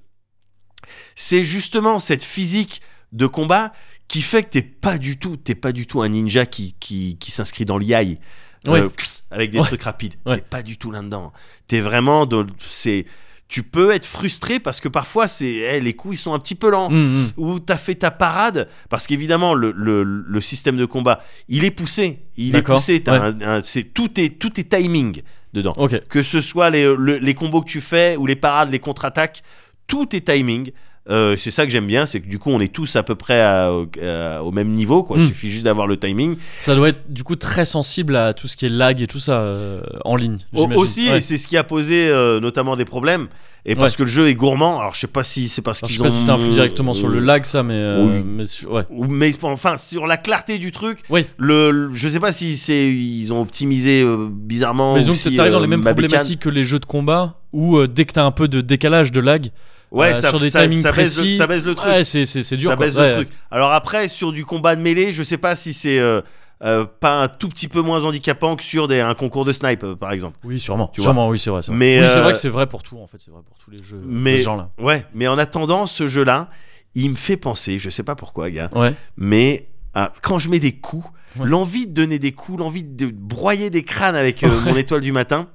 Speaker 1: c'est justement cette physique de combat qui fait que t'es pas du tout, t'es pas du tout un ninja qui, qui, qui s'inscrit dans l'IAI
Speaker 2: Ouais.
Speaker 1: Euh, avec des
Speaker 2: Ouais.
Speaker 1: trucs rapides.
Speaker 2: Ouais.
Speaker 1: T'es pas du tout là-dedans. T'es vraiment dans, le- c'est, tu peux être frustré parce que parfois c'est, eh, les coups ils sont un petit peu lents
Speaker 2: Mm, mm.
Speaker 1: où t'as fait ta parade parce qu'évidemment le, le- le système de combat il est poussé il est
Speaker 2: D'accord,
Speaker 1: poussé t'as
Speaker 2: ouais.
Speaker 1: un- un- c'est tout est tout est timing dedans
Speaker 2: Ok.
Speaker 1: que ce soit les, le- les combos que tu fais ou les parades, les contre-attaques, tout est timing. Euh, c'est ça que j'aime bien, c'est que du coup on est tous à peu près à- au- à- au même niveau, quoi.
Speaker 2: Mm.
Speaker 1: Il suffit juste d'avoir le timing.
Speaker 2: Ça doit être du coup très sensible à tout ce qui est lag et tout ça euh, en ligne.
Speaker 1: Au-
Speaker 2: j'imagine.
Speaker 1: aussi,
Speaker 2: Ouais.
Speaker 1: et c'est ce qui a posé euh, notamment des problèmes, et parce
Speaker 2: Ouais.
Speaker 1: que le jeu est gourmand. Alors je sais pas si c'est parce
Speaker 2: Alors,
Speaker 1: qu'ils
Speaker 2: je sais pas
Speaker 1: ont-
Speaker 2: si ça influe directement sur le lag, ça, mais. euh,
Speaker 1: Oui.
Speaker 2: mais sur- ouais.
Speaker 1: Ou- mais enfin sur la clarté du truc.
Speaker 2: Oui.
Speaker 1: Le, le- je sais pas si c'est ils ont optimisé euh, bizarrement.
Speaker 2: Mais
Speaker 1: ou
Speaker 2: donc,
Speaker 1: si,
Speaker 2: t'arrives dans
Speaker 1: euh,
Speaker 2: les mêmes
Speaker 1: ma bécane-
Speaker 2: problématiques que les jeux de combat où euh, dès que t'as un peu de décalage, de lag,
Speaker 1: Ouais,
Speaker 2: euh,
Speaker 1: ça,
Speaker 2: sur des
Speaker 1: ça-
Speaker 2: timings
Speaker 1: ça baisse le-
Speaker 2: précis.
Speaker 1: ça baisse le truc.
Speaker 2: ouais, c'est c'est- c'est dur.
Speaker 1: ça
Speaker 2: quoi.
Speaker 1: baisse
Speaker 2: Ouais,
Speaker 1: le truc. Alors après, sur du combat de mêlée, je sais pas si c'est euh, euh, pas un tout petit peu moins handicapant que sur des, un concours de snipe, euh, par exemple.
Speaker 2: Oui, sûrement.
Speaker 1: Tu
Speaker 2: sûrement, oui, c'est vrai. c'est vrai.
Speaker 1: Mais,
Speaker 2: oui, c'est
Speaker 1: euh,
Speaker 2: vrai que c'est vrai pour tout, en fait. C'est vrai pour tous les jeux
Speaker 1: mais-
Speaker 2: de ce genre-là.
Speaker 1: Ouais, mais en attendant, ce jeu-là, il me fait penser, je sais pas pourquoi, gars,
Speaker 2: Ouais.
Speaker 1: mais à- quand je mets des coups,
Speaker 2: Ouais.
Speaker 1: l'envie de donner des coups, l'envie de broyer des crânes avec euh, mon étoile du matin,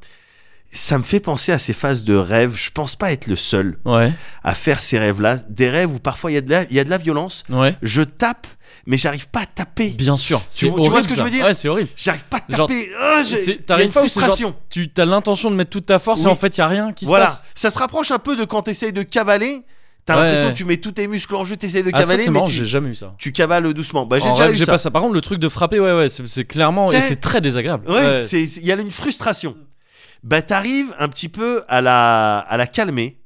Speaker 1: ça me fait penser à ces phases de rêve. Je pense pas être le seul
Speaker 2: Ouais.
Speaker 1: à faire ces rêves-là, des rêves où parfois il y, a de la- il y a de la violence.
Speaker 2: Ouais.
Speaker 1: Je tape, mais j'arrive pas à taper.
Speaker 2: Bien sûr.
Speaker 1: Tu
Speaker 2: C'est
Speaker 1: vois- tu vois ce
Speaker 2: horrible,
Speaker 1: que je
Speaker 2: ça.
Speaker 1: veux dire
Speaker 2: Ouais, c'est horrible.
Speaker 1: J'arrive pas à
Speaker 2: Genre,
Speaker 1: taper. Ah, j'ai-
Speaker 2: c'est-
Speaker 1: il y a
Speaker 2: t'arrives
Speaker 1: une
Speaker 2: pas ou c'est genre-
Speaker 1: frustration.
Speaker 2: Tu as l'intention de mettre toute ta force
Speaker 1: Oui.
Speaker 2: et en fait, il y a rien qui se
Speaker 1: voilà,
Speaker 2: passe.
Speaker 1: ça se rapproche un peu de quand t'essayes de cavaler. T'as
Speaker 2: Ouais,
Speaker 1: l'impression
Speaker 2: ouais.
Speaker 1: que tu mets tous tes muscles en jeu, t'essayes de
Speaker 2: Ah, ça,
Speaker 1: cavaler,
Speaker 2: c'est
Speaker 1: mais
Speaker 2: marrant, j'ai
Speaker 1: tu,
Speaker 2: jamais eu ça.
Speaker 1: tu cavales doucement. Bah, j'ai
Speaker 2: En
Speaker 1: déjà
Speaker 2: rêve,
Speaker 1: eu
Speaker 2: j'ai
Speaker 1: ça.
Speaker 2: pas ça. Par contre, le truc de frapper, ouais, ouais, c'est c'est clairement
Speaker 1: T'sais-
Speaker 2: et c'est très désagréable.
Speaker 1: Ouais, c'est- c'est- il y a une frustration. Bah, t'arrives un petit peu à la, à la calmer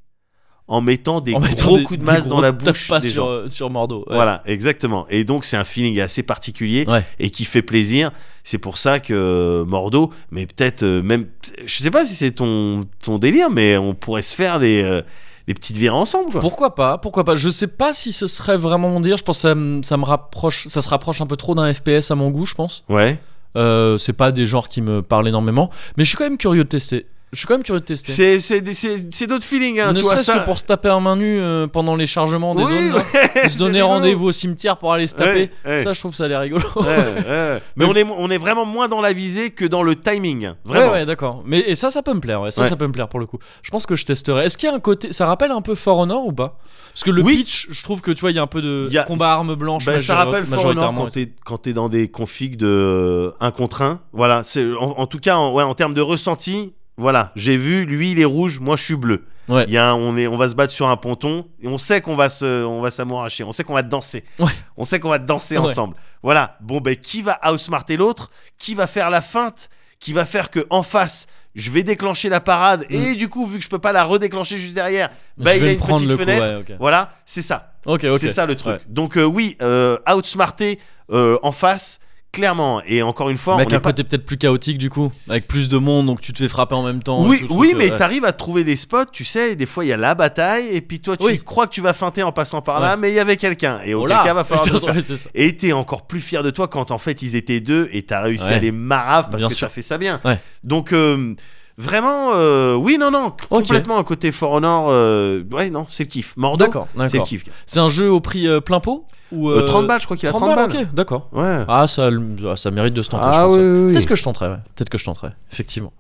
Speaker 1: en mettant des
Speaker 2: En mettant
Speaker 1: gros
Speaker 2: des-
Speaker 1: coups de
Speaker 2: des
Speaker 1: masse
Speaker 2: gros
Speaker 1: dans la
Speaker 2: tapasses
Speaker 1: bouche des
Speaker 2: sur,
Speaker 1: gens.
Speaker 2: euh, sur Mordo. ouais.
Speaker 1: Voilà, exactement. Et donc, c'est un feeling assez particulier
Speaker 2: Ouais.
Speaker 1: et qui fait plaisir. C'est pour ça que euh, Mordo, mais peut-être euh, même. Je sais pas si c'est ton, ton délire, mais on pourrait se faire des, euh, des petites virées ensemble, quoi.
Speaker 2: Pourquoi pas Pourquoi pas Je sais pas si ce serait vraiment mon dire. Je pense que ça, me- ça me rapproche, ça se rapproche un peu trop d'un FPS à mon goût, je pense.
Speaker 1: Ouais.
Speaker 2: Euh, c'est pas des genres qui me parlent énormément, mais je suis quand même curieux de tester. Je suis quand même curieux de tester.
Speaker 1: C'est, c'est, des- c'est, c'est d'autres feelings, hein,
Speaker 2: ne
Speaker 1: tu vois
Speaker 2: serait-ce
Speaker 1: ça.
Speaker 2: que pour se taper à main nue euh, pendant les chargements des
Speaker 1: Oui,
Speaker 2: zones, là,
Speaker 1: ouais,
Speaker 2: hein. se
Speaker 1: c'est
Speaker 2: donner
Speaker 1: rigolo.
Speaker 2: rendez-vous au cimetière pour aller se taper.
Speaker 1: Ouais, ouais.
Speaker 2: Ça, je trouve ça a l'air rigolo.
Speaker 1: Ouais, ouais. Mais on est, mo- on est vraiment moins dans la visée que dans le timing. hein. Vraiment.
Speaker 2: Ouais, ouais, d'accord. Mais et ça, ça peut me plaire. ouais. Ça,
Speaker 1: Ouais.
Speaker 2: ça peut me plaire pour le coup. Je pense que je testerai. Est-ce qu'il y a un côté. Ça rappelle un peu For Honor ou pas Parce que le
Speaker 1: Oui.
Speaker 2: pitch, je trouve que tu vois, il y a un peu de
Speaker 1: Il y a-
Speaker 2: combat à armes blanches.
Speaker 1: Ben, ça
Speaker 2: majori-
Speaker 1: rappelle For Honor
Speaker 2: majoritairement.
Speaker 1: quand t'es quand t'es dans des configs de 1 contre 1 voilà c'est en, en tout cas en, ouais, en termes de ressenti voilà j'ai vu lui il est rouge moi je suis bleu
Speaker 2: Ouais.
Speaker 1: il y a un- on est on va se battre sur un ponton et on sait qu'on va se on va s'amouracher on sait qu'on va danser
Speaker 2: Ouais.
Speaker 1: on sait qu'on va danser
Speaker 2: Ouais.
Speaker 1: ensemble voilà bon ben qui va outsmarter l'autre qui va faire la feinte qui va faire que en face je vais déclencher la parade et du coup vu que je peux pas la redéclencher juste derrière ben,
Speaker 2: Mm.
Speaker 1: il
Speaker 2: je
Speaker 1: a
Speaker 2: vais
Speaker 1: une
Speaker 2: me prendre
Speaker 1: petite
Speaker 2: le coup.
Speaker 1: fenêtre
Speaker 2: ouais, ok.
Speaker 1: voilà c'est ça
Speaker 2: Ok, ok.
Speaker 1: c'est ça le truc.
Speaker 2: Ouais.
Speaker 1: Donc euh, oui, euh, outsmarter euh, en face, clairement. Et encore une fois,
Speaker 2: Mais avec
Speaker 1: on
Speaker 2: un
Speaker 1: n'est pas...
Speaker 2: côté peut-être plus chaotique du coup, avec plus de monde, donc tu te fais frapper en même temps.
Speaker 1: Oui,
Speaker 2: tout le
Speaker 1: oui,
Speaker 2: truc,
Speaker 1: mais
Speaker 2: ouais.
Speaker 1: t'arrives à trouver des spots, tu sais, des fois il y a la bataille, et puis toi tu
Speaker 2: Oui.
Speaker 1: crois que tu vas feinter en passant par là, mais il y avait quelqu'un, et
Speaker 2: Oh
Speaker 1: auquel
Speaker 2: là
Speaker 1: cas va falloir le faire.
Speaker 2: Ouais, c'est ça.
Speaker 1: Et t'es encore plus fier de toi quand en fait ils étaient deux, et t'as réussi
Speaker 2: Ouais.
Speaker 1: à les marave parce
Speaker 2: Bien
Speaker 1: que
Speaker 2: sûr.
Speaker 1: t'as fait ça bien.
Speaker 2: Ouais.
Speaker 1: Donc euh, vraiment, euh, oui, non, non, c-
Speaker 2: Ok.
Speaker 1: complètement un côté For Honor, euh, ouais, non, c'est le kiff. Mordo,
Speaker 2: D'accord,
Speaker 1: c'est le
Speaker 2: d'accord.
Speaker 1: kiff.
Speaker 2: C'est un jeu au prix euh, plein pot ou
Speaker 1: Euh,
Speaker 2: euh,
Speaker 1: 30 balles, je crois qu'il a
Speaker 2: 30 balles, ok, d'accord.
Speaker 1: Ouais.
Speaker 2: Ah ça, le- ah, ça mérite de se tenter. je
Speaker 1: Ah
Speaker 2: pense, hein.
Speaker 1: oui,
Speaker 2: ouais.
Speaker 1: oui, oui.
Speaker 2: Peut-être que je tenterai, ouais. peut-être que je tenterai, effectivement.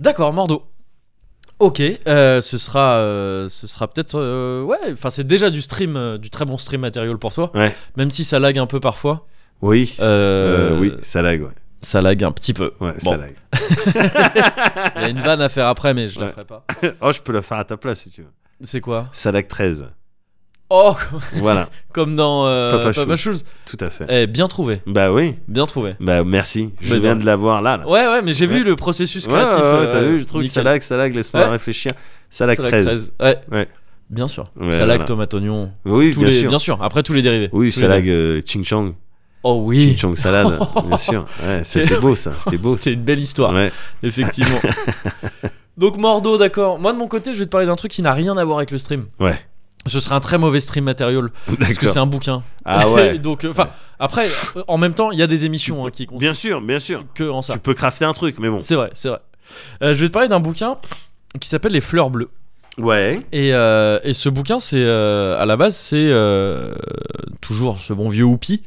Speaker 2: D'accord, Mordo. Ok, euh, ce sera, euh, ce sera peut-être, euh, ouais, enfin c'est déjà du stream, euh, du très bon stream matériel pour toi.
Speaker 1: Ouais.
Speaker 2: Même si ça lag un peu parfois,
Speaker 1: Oui.
Speaker 2: Euh,
Speaker 1: Euh, oui, ça lag, ouais.
Speaker 2: ça lag un petit peu.
Speaker 1: Ouais,
Speaker 2: Bon.
Speaker 1: ça lag.
Speaker 2: Il y a une vanne à faire après, mais je la
Speaker 1: Ouais.
Speaker 2: ferai pas.
Speaker 1: Oh, je peux le faire à ta place si tu veux.
Speaker 2: C'est quoi
Speaker 1: Ça lag 13.
Speaker 2: Oh,
Speaker 1: Voilà,
Speaker 2: comme dans euh, Papa,
Speaker 1: Papa
Speaker 2: Schultz.
Speaker 1: tout à fait.
Speaker 2: Eh, bien trouvé,
Speaker 1: Bah oui,
Speaker 2: bien trouvé.
Speaker 1: bah merci. Je
Speaker 2: Mais
Speaker 1: viens
Speaker 2: non.
Speaker 1: de l'avoir là. là.
Speaker 2: Ouais, ouais, mais j'ai
Speaker 1: Ouais.
Speaker 2: vu le processus
Speaker 1: Ouais, ouais, ouais,
Speaker 2: créatif. euh,
Speaker 1: t'as vu, je trouve que ça
Speaker 2: nickel.
Speaker 1: lag, ça lag, laisse-moi
Speaker 2: Ouais.
Speaker 1: réfléchir. Ça lag
Speaker 2: Ça lag
Speaker 1: 13.
Speaker 2: 13. Ouais.
Speaker 1: Ouais.
Speaker 2: Bien sûr.
Speaker 1: Ouais,
Speaker 2: ça lag,
Speaker 1: voilà.
Speaker 2: tomate, oignon.
Speaker 1: Oui,
Speaker 2: Tous
Speaker 1: bien
Speaker 2: les-
Speaker 1: sûr.
Speaker 2: bien sûr. Après tous les dérivés.
Speaker 1: Oui,
Speaker 2: Tous
Speaker 1: ça
Speaker 2: les
Speaker 1: lag
Speaker 2: dérivés.
Speaker 1: euh, Ching Chong.
Speaker 2: Oh
Speaker 1: Ching
Speaker 2: oui.
Speaker 1: Chong salade, bien sûr. Ouais, c'était beau ça, c'était beau. ça.
Speaker 2: C'est une belle histoire,
Speaker 1: Ouais.
Speaker 2: effectivement. Donc Mordo, d'accord. Moi de mon côté, je vais te parler d'un truc qui n'a rien à voir avec le stream.
Speaker 1: Ouais.
Speaker 2: Ce serait un très mauvais stream matériel parce que c'est
Speaker 1: D'accord.
Speaker 2: un bouquin.
Speaker 1: Ah ouais.
Speaker 2: Donc, enfin, après, euh, en même temps, il y a des émissions hein, qui consistent
Speaker 1: Bien sûr, bien sûr.
Speaker 2: que en ça.
Speaker 1: Tu peux crafter un truc, mais bon.
Speaker 2: C'est vrai, c'est vrai. Euh, je vais te parler d'un bouquin qui s'appelle Les Fleurs Bleues.
Speaker 1: Ouais.
Speaker 2: Et, euh, et ce bouquin, c'est euh, à la base, c'est euh, toujours ce bon vieux Whoopi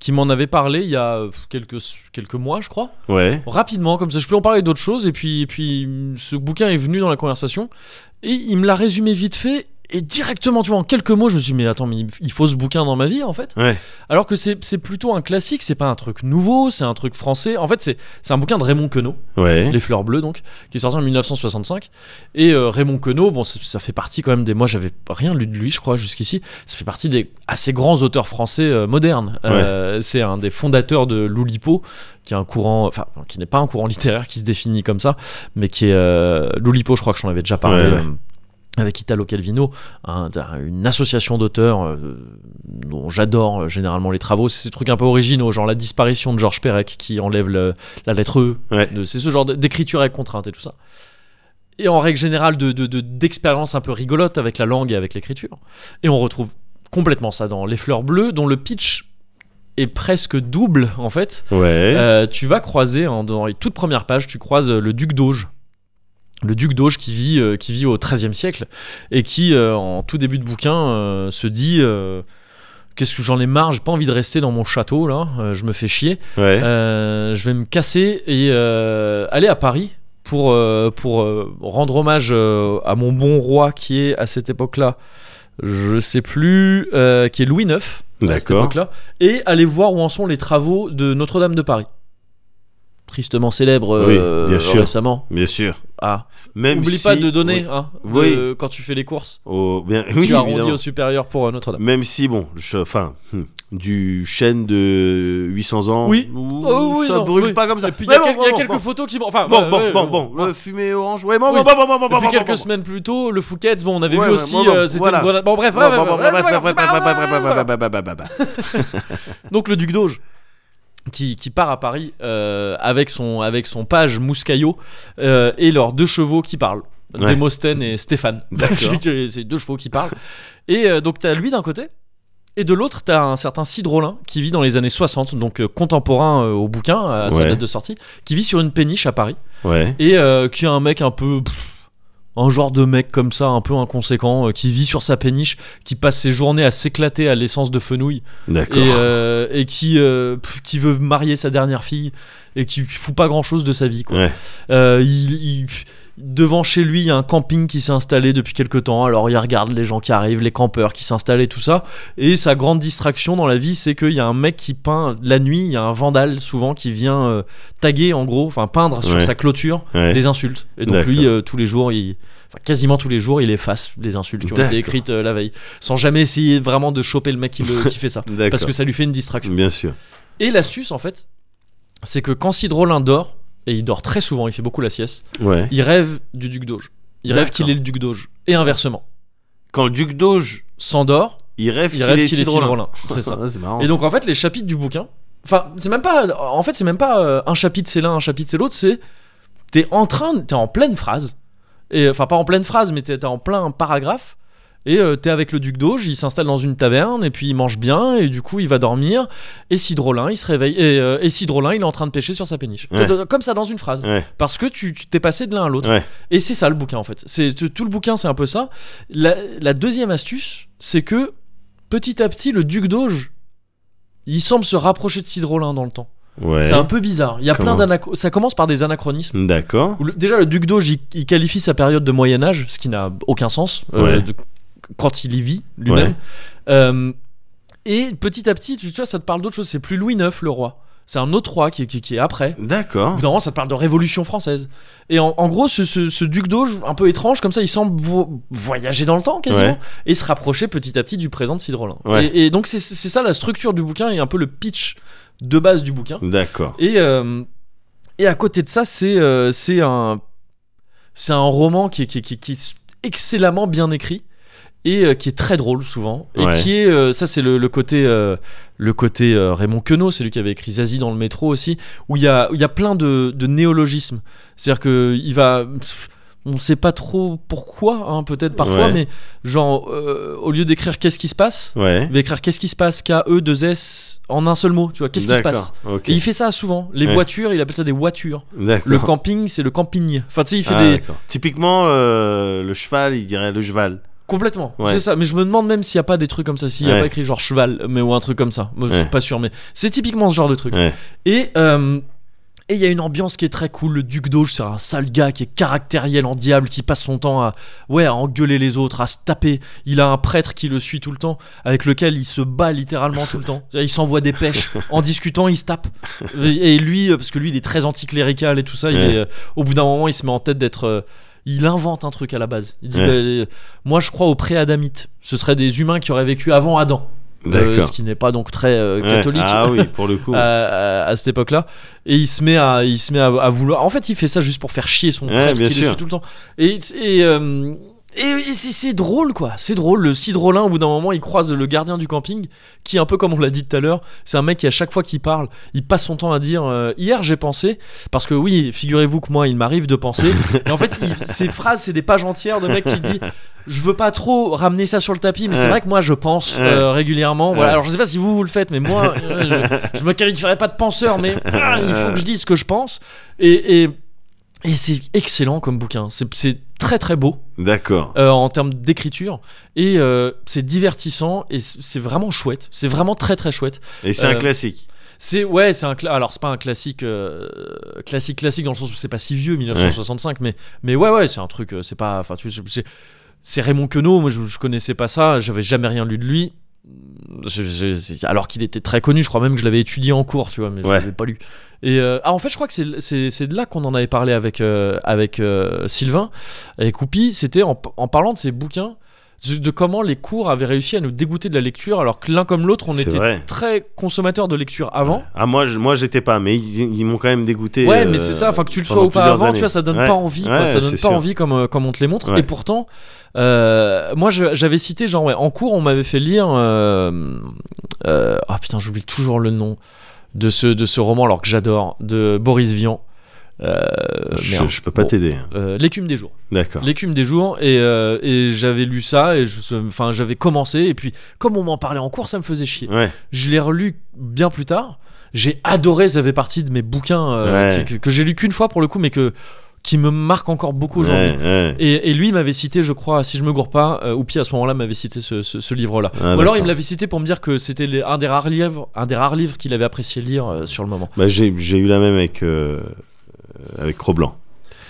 Speaker 2: qui m'en avait parlé il y a euh, quelques, quelques mois, je crois.
Speaker 1: Ouais.
Speaker 2: Rapidement, comme ça, je peux en parler d'autres choses. Et puis, et puis, ce bouquin est venu dans la conversation et il me l'a résumé vite fait. Et directement, tu vois, en quelques mots, je me suis dit, mais attends, mais il- il faut ce bouquin dans ma vie, en fait.
Speaker 1: Ouais.
Speaker 2: Alors que c'est c'est plutôt un classique, c'est pas un truc nouveau, c'est un truc français. En fait, c'est c'est un bouquin de Raymond Queneau.
Speaker 1: Ouais.
Speaker 2: Les Fleurs Bleues, donc, qui est sorti en 1965. Et euh, Raymond Queneau, bon, ça, ça fait partie quand même des. Moi, j'avais rien lu de lui, je crois, jusqu'ici. Ça fait partie des assez grands auteurs français euh, modernes. Euh, C'est un des fondateurs de l'Oulipo, qui est un courant. Enfin, qui n'est pas un courant littéraire qui se définit comme ça, mais qui est. euh, L'Oulipo, je crois que j'en avais déjà parlé.
Speaker 1: Ouais, ouais.
Speaker 2: euh, avec Italo Calvino, un- une association d'auteurs euh, dont j'adore euh, généralement les travaux. C'est ces trucs un peu originaux, genre la disparition de Georges Perec qui enlève le- la lettre E
Speaker 1: Ouais.
Speaker 2: de- C'est ce genre de- d'écriture avec contrainte et tout ça. Et en règle générale, de- de- de- d'expériences un peu rigolotes avec la langue et avec l'écriture. Et on retrouve complètement ça dans Les Fleurs Bleues, dont le pitch est presque double en fait.
Speaker 1: Ouais.
Speaker 2: Euh, tu vas croiser, en- dans les toutes premières pages, tu croises euh, le duc d'Auge. Le duc d'Auge qui vit, euh, qui vit au XIIIe siècle et qui, euh, en tout début de bouquin, euh, se dit euh, Qu'est-ce que j'en ai marre, j'ai pas envie de rester dans mon château là, euh, je me fais chier.
Speaker 1: Ouais.
Speaker 2: Euh, je vais me casser et euh, aller à Paris pour, euh, pour euh, rendre hommage euh, à mon bon roi qui est à cette époque-là, je sais plus, euh, qui est Louis IX à cette
Speaker 1: D'accord.
Speaker 2: époque-là, et aller voir où en sont les travaux de Notre-Dame de Paris. Tristement célèbre euh,
Speaker 1: Oui, bien sûr.
Speaker 2: récemment.
Speaker 1: Bien sûr.
Speaker 2: Ah.
Speaker 1: Même
Speaker 2: Oublie
Speaker 1: si-
Speaker 2: pas de donner hein,
Speaker 1: Oui.
Speaker 2: de- quand tu fais les courses.
Speaker 1: Oui. Oh, bien. Oui,
Speaker 2: tu arrondis
Speaker 1: évidemment.
Speaker 2: au supérieur pour euh, Notre-Dame.
Speaker 1: Même si, bon, je- enfin, hmm, du chêne de 800 ans,
Speaker 2: Oui.
Speaker 1: ouh,
Speaker 2: Oh oui,
Speaker 1: ça
Speaker 2: non,
Speaker 1: brûle
Speaker 2: oui.
Speaker 1: pas comme ça.
Speaker 2: Et puis il y a,
Speaker 1: Ouais,
Speaker 2: quel-
Speaker 1: bon,
Speaker 2: il y a
Speaker 1: bon,
Speaker 2: quelques
Speaker 1: bon,
Speaker 2: photos qui. m'ont- Enfin,
Speaker 1: Bon,
Speaker 2: ouais,
Speaker 1: bon,
Speaker 2: ouais,
Speaker 1: bon,
Speaker 2: ouais.
Speaker 1: bon, le fumé orange. Ouais, bon,
Speaker 2: Oui.
Speaker 1: bon, bon, bon, bon, bon, bon,
Speaker 2: Depuis
Speaker 1: bon,
Speaker 2: quelques
Speaker 1: bon,
Speaker 2: semaines plus tôt, le Fouquet's, bon, on avait
Speaker 1: Ouais,
Speaker 2: vu
Speaker 1: ouais,
Speaker 2: aussi,
Speaker 1: bon, bon,
Speaker 2: euh, c'était
Speaker 1: voilà.
Speaker 2: une bonne- Bon, bref,
Speaker 1: Bon,
Speaker 2: bref,
Speaker 1: bon, bon,
Speaker 2: bref,
Speaker 1: bref,
Speaker 2: bref,
Speaker 1: bref,
Speaker 2: bref,
Speaker 1: bref, bref,
Speaker 2: bref,
Speaker 1: bref,
Speaker 2: bref,
Speaker 1: bref, bref, bref, bref, bref.
Speaker 2: Donc le duc d'Auge, qui, qui part à Paris euh, avec, son, avec son page Mouscaillot euh, et leurs deux chevaux qui parlent.
Speaker 1: Ouais.
Speaker 2: Démosthène et Stéphane.
Speaker 1: D'accord.
Speaker 2: C'est deux chevaux qui parlent. Et euh, donc t'as lui d'un côté Et de l'autre, t'as un certain Sid Rollin qui vit dans les années 60, donc euh, contemporain euh, au bouquin, à sa
Speaker 6: Ouais.
Speaker 2: date de sortie, qui vit sur une péniche à Paris
Speaker 6: Ouais.
Speaker 2: et euh, qui est un mec un peu pff, un genre de mec comme ça un peu inconséquent euh, qui vit sur sa péniche qui passe ses journées à s'éclater à l'essence de fenouil
Speaker 6: D'accord.
Speaker 2: et, euh, et qui euh, pff, qui veut marier sa dernière fille et qui fout pas grand chose de sa vie quoi
Speaker 6: Ouais.
Speaker 2: Euh, il, il- devant chez lui il y a un camping qui s'est installé depuis quelque temps alors il regarde les gens qui arrivent les campeurs qui s'installent et tout ça et sa grande distraction dans la vie c'est qu'il y a un mec qui peint la nuit il y a un vandale souvent qui vient euh, taguer en gros enfin peindre sur
Speaker 6: Ouais.
Speaker 2: sa clôture
Speaker 6: Ouais.
Speaker 2: des insultes. Et donc
Speaker 6: D'accord.
Speaker 2: lui, euh, tous les jours, il, enfin, quasiment tous les jours, il efface les insultes qui ont
Speaker 6: D'accord.
Speaker 2: été écrites euh, la veille, sans jamais essayer vraiment de choper le mec qui, le- qui fait ça,
Speaker 6: D'accord.
Speaker 2: parce que ça lui fait une distraction.
Speaker 6: Bien sûr.
Speaker 2: Et l'astuce, en fait, c'est que quand Sid Rollin dort, et il dort très souvent, il fait beaucoup la sieste,
Speaker 6: Ouais.
Speaker 2: il rêve du duc d'Auge. Il rêve
Speaker 6: D'accord.
Speaker 2: qu'il est le duc d'Auge, et inversement.
Speaker 6: Quand le duc d'Auge,
Speaker 2: S'endort,
Speaker 6: il rêve
Speaker 2: il rêve qu'il est Sid
Speaker 6: Rollin.
Speaker 2: Rollin. C'est ça.
Speaker 6: Ah, C'est marrant.
Speaker 2: Et donc en fait les chapitres du bouquin, enfin c'est même pas, en fait c'est même pas euh, un chapitre c'est l'un, un chapitre c'est l'autre, c'est t'es en train, de- t'es en pleine phrase, et enfin pas en pleine phrase mais t'es t'es en plein paragraphe. Et euh, t'es avec le duc d'Auge, il s'installe dans une taverne et puis il mange bien et du coup il va dormir. Et Sidrolin, il se réveille et, euh, et Sidrolin, il est en train de pêcher sur sa péniche.
Speaker 6: Ouais.
Speaker 2: Comme- Comme ça dans une phrase.
Speaker 6: Ouais.
Speaker 2: Parce que tu tu t'es passé de l'un à l'autre.
Speaker 6: Ouais.
Speaker 2: Et c'est ça le bouquin en fait. C'est tout tout le bouquin c'est un peu ça. La, la deuxième astuce, c'est que petit à petit le duc d'Auge, il semble se rapprocher de Sidrolin dans le temps.
Speaker 6: Ouais.
Speaker 2: C'est un peu bizarre. Il y a
Speaker 6: Comment
Speaker 2: plein d'anachro- ça commence par des anachronismes.
Speaker 6: D'accord.
Speaker 2: Où le- déjà le duc d'Auge, il, il qualifie sa période de Moyen Âge, ce qui n'a aucun sens euh,
Speaker 6: Ouais.
Speaker 2: de- quand il y vit lui-même.
Speaker 6: Ouais.
Speaker 2: Euh, et petit à petit, tu, tu vois, ça te parle d'autre chose. C'est plus Louis IX le roi. C'est un autre roi qui- qui- qui est après. Au
Speaker 6: D'accord.
Speaker 2: bout d'un moment, ça te parle de Révolution française. Et en, en gros, ce, ce- ce duc d'Auge, un peu étrange, comme ça, il semble vo- voyager dans le temps quasiment
Speaker 6: Ouais.
Speaker 2: et se rapprocher petit à petit du présent de Sidrolin.
Speaker 6: Ouais.
Speaker 2: Et, et donc, c'est c'est ça la structure du bouquin et un peu le pitch de base du bouquin.
Speaker 6: D'accord.
Speaker 2: Et, euh, et à côté de ça, c'est euh, c'est un, c'est un roman qui est, qui, est- qui est- qui est excellemment bien écrit et euh, qui est très drôle souvent et
Speaker 6: Ouais.
Speaker 2: qui est euh, ça c'est le, le côté euh, le côté euh, Raymond Queneau c'est lui qui avait écrit Zazie dans le métro aussi où il y a où il y a plein de, de néologismes c'est à dire que il va on sait pas trop pourquoi hein, peut-être parfois
Speaker 6: Ouais.
Speaker 2: mais genre euh, au lieu d'écrire qu'est-ce qui se passe
Speaker 6: Ouais.
Speaker 2: il va écrire qu'est-ce qui se passe K E 2 S en un seul mot tu vois qu'est-ce qui se passe
Speaker 6: D'accord. Ok.
Speaker 2: et il fait ça souvent. Les
Speaker 6: Ouais.
Speaker 2: voitures, il appelle ça des voitures.
Speaker 6: D'accord.
Speaker 2: Le camping, c'est le camping. Enfin, tu sais, il fait
Speaker 6: Ah,
Speaker 2: des.
Speaker 6: d'accord. Typiquement, euh, le cheval, il dirait le cheval.
Speaker 2: Complètement.
Speaker 6: Ouais.
Speaker 2: C'est ça. Mais je me demande même s'il n'y a pas des trucs comme ça. S'il n'y a
Speaker 6: Ouais.
Speaker 2: pas écrit genre cheval, mais ou un truc comme ça. Moi, Je suis
Speaker 6: Ouais.
Speaker 2: pas sûr, mais c'est typiquement ce genre de truc.
Speaker 6: Ouais.
Speaker 2: Et. euh, Et il y a une ambiance qui est très cool. Le duc d'Auge, c'est un sale gars qui est caractériel en diable, qui passe son temps à, ouais, à engueuler les autres, à se taper. Il a un prêtre qui le suit tout le temps, avec lequel il se bat littéralement tout le temps. Il s'envoie des pêches. En discutant, il se tape. Et et lui, euh, parce que lui, il est très anticlérical et tout ça, il
Speaker 6: Ouais.
Speaker 2: est, euh, au bout d'un moment, il se met en tête d'être. euh, il invente un truc à la base. Il dit
Speaker 6: Ouais.
Speaker 2: bah, euh, Moi, je crois aux pré-adamites. Ce seraient des humains qui auraient vécu avant Adam. Euh,
Speaker 6: D'accord.
Speaker 2: ce qui n'est pas donc très euh,
Speaker 6: Ouais.
Speaker 2: catholique Euh,
Speaker 6: Ah oui, pour le coup.
Speaker 2: à, à- à cette époque-là. Et il se met à, il se met à, à vouloir. En fait, il fait ça juste pour faire chier son
Speaker 6: Ouais,
Speaker 2: prêtre
Speaker 6: bien
Speaker 2: qui le
Speaker 6: sûr.
Speaker 2: suit tout le temps. Et, et, euh, et- et c'est, c'est drôle, quoi. C'est drôle. Le Sidrolin, au bout d'un moment, il croise le gardien du camping, qui, un peu comme on l'a dit tout à l'heure, c'est un mec qui, à chaque fois qu'il parle, il passe son temps à dire euh, Hier, j'ai pensé. Parce que, oui, figurez-vous que moi, il m'arrive de penser. et en fait, il- ces phrases, c'est des pages entières de mec qui dit. Je veux pas trop ramener ça sur le tapis, mais c'est
Speaker 6: Ouais.
Speaker 2: vrai que moi je pense
Speaker 6: Ouais.
Speaker 2: euh, régulièrement. Voilà.
Speaker 6: Ouais.
Speaker 2: Alors je sais pas si vous vous le faites, mais moi euh, je- je me qualifierais pas de penseur, mais ah, il faut que je dise ce que je pense. Et, et, et c'est excellent comme bouquin. C'est- C'est très très beau
Speaker 6: D'accord.
Speaker 2: euh, en termes d'écriture. Et euh, c'est divertissant et c'est c'est vraiment chouette. C'est vraiment très très chouette.
Speaker 6: Et c'est un
Speaker 2: euh,
Speaker 6: classique.
Speaker 2: C'est ouais, c'est un cla- alors c'est pas un classique euh, classique classique dans le sens où c'est pas si vieux 1965 mais mais ouais ouais, c'est un truc euh, c'est pas enfin tu sais, c'est c'est Raymond Queneau, moi je, je connaissais pas ça, j'avais jamais rien lu de lui. Je- je- c'est- alors qu'il était très connu, je crois même que je l'avais étudié en cours, tu vois, mais je
Speaker 6: Ouais.
Speaker 2: l'avais pas lu. Et euh, ah, en fait, je crois que c'est- c'est c'est de là qu'on en avait parlé avec, euh, avec euh, Sylvain et Coupi. C'était en, en parlant de ces bouquins, de de comment les cours avaient réussi à nous dégoûter de la lecture, alors que l'un comme l'autre, on
Speaker 6: C'est
Speaker 2: était
Speaker 6: vrai.
Speaker 2: très consommateurs de lecture avant.
Speaker 6: Ah moi, je- moi j'étais pas, mais ils, ils m'ont quand même dégoûté.
Speaker 2: Ouais,
Speaker 6: euh,
Speaker 2: mais c'est ça. Enfin, que tu le sois
Speaker 6: pendant
Speaker 2: ou pas
Speaker 6: plusieurs
Speaker 2: avant,
Speaker 6: années.
Speaker 2: tu vois, ça donne
Speaker 6: Ouais.
Speaker 2: pas envie. quoi.
Speaker 6: Ouais,
Speaker 2: ça donne pas
Speaker 6: c'est sûr.
Speaker 2: envie comme, euh, comme on te les montre.
Speaker 6: Ouais.
Speaker 2: Et pourtant, euh, moi, je- j'avais cité, genre, ouais, en cours, on m'avait fait lire. euh, euh, Ah putain, j'oublie toujours le nom de ce, de ce roman, alors que j'adore, de Boris Vian. Euh,
Speaker 1: je,
Speaker 2: merde.
Speaker 1: je peux pas
Speaker 2: Bon,
Speaker 1: t'aider.
Speaker 2: euh, L'écume des jours.
Speaker 1: D'accord.
Speaker 2: L'écume des jours et, euh, et j'avais lu ça et je- enfin j'avais commencé et puis comme on m'en parlait en cours ça me faisait chier.
Speaker 1: Ouais.
Speaker 2: Je l'ai relu bien plus tard. J'ai adoré, ça fait partie de mes bouquins euh,
Speaker 1: Ouais.
Speaker 2: que, que- que j'ai lu qu'une fois pour le coup mais que qui me marque encore beaucoup aujourd'hui.
Speaker 1: Ouais, ouais.
Speaker 2: Et, et lui m'avait cité, je crois, si je me gourre pas, euh, Oupi à ce moment-là m'avait cité ce, ce- ce livre-là.
Speaker 1: Ah,
Speaker 2: Ou alors il
Speaker 1: d'accord.
Speaker 2: me l'avait cité pour me dire que c'était les- un des rares livres, un des rares livres qu'il avait apprécié lire euh, sur le moment.
Speaker 1: Bah, j'ai, j'ai eu la même avec, euh, euh, avec Cro-Blanc.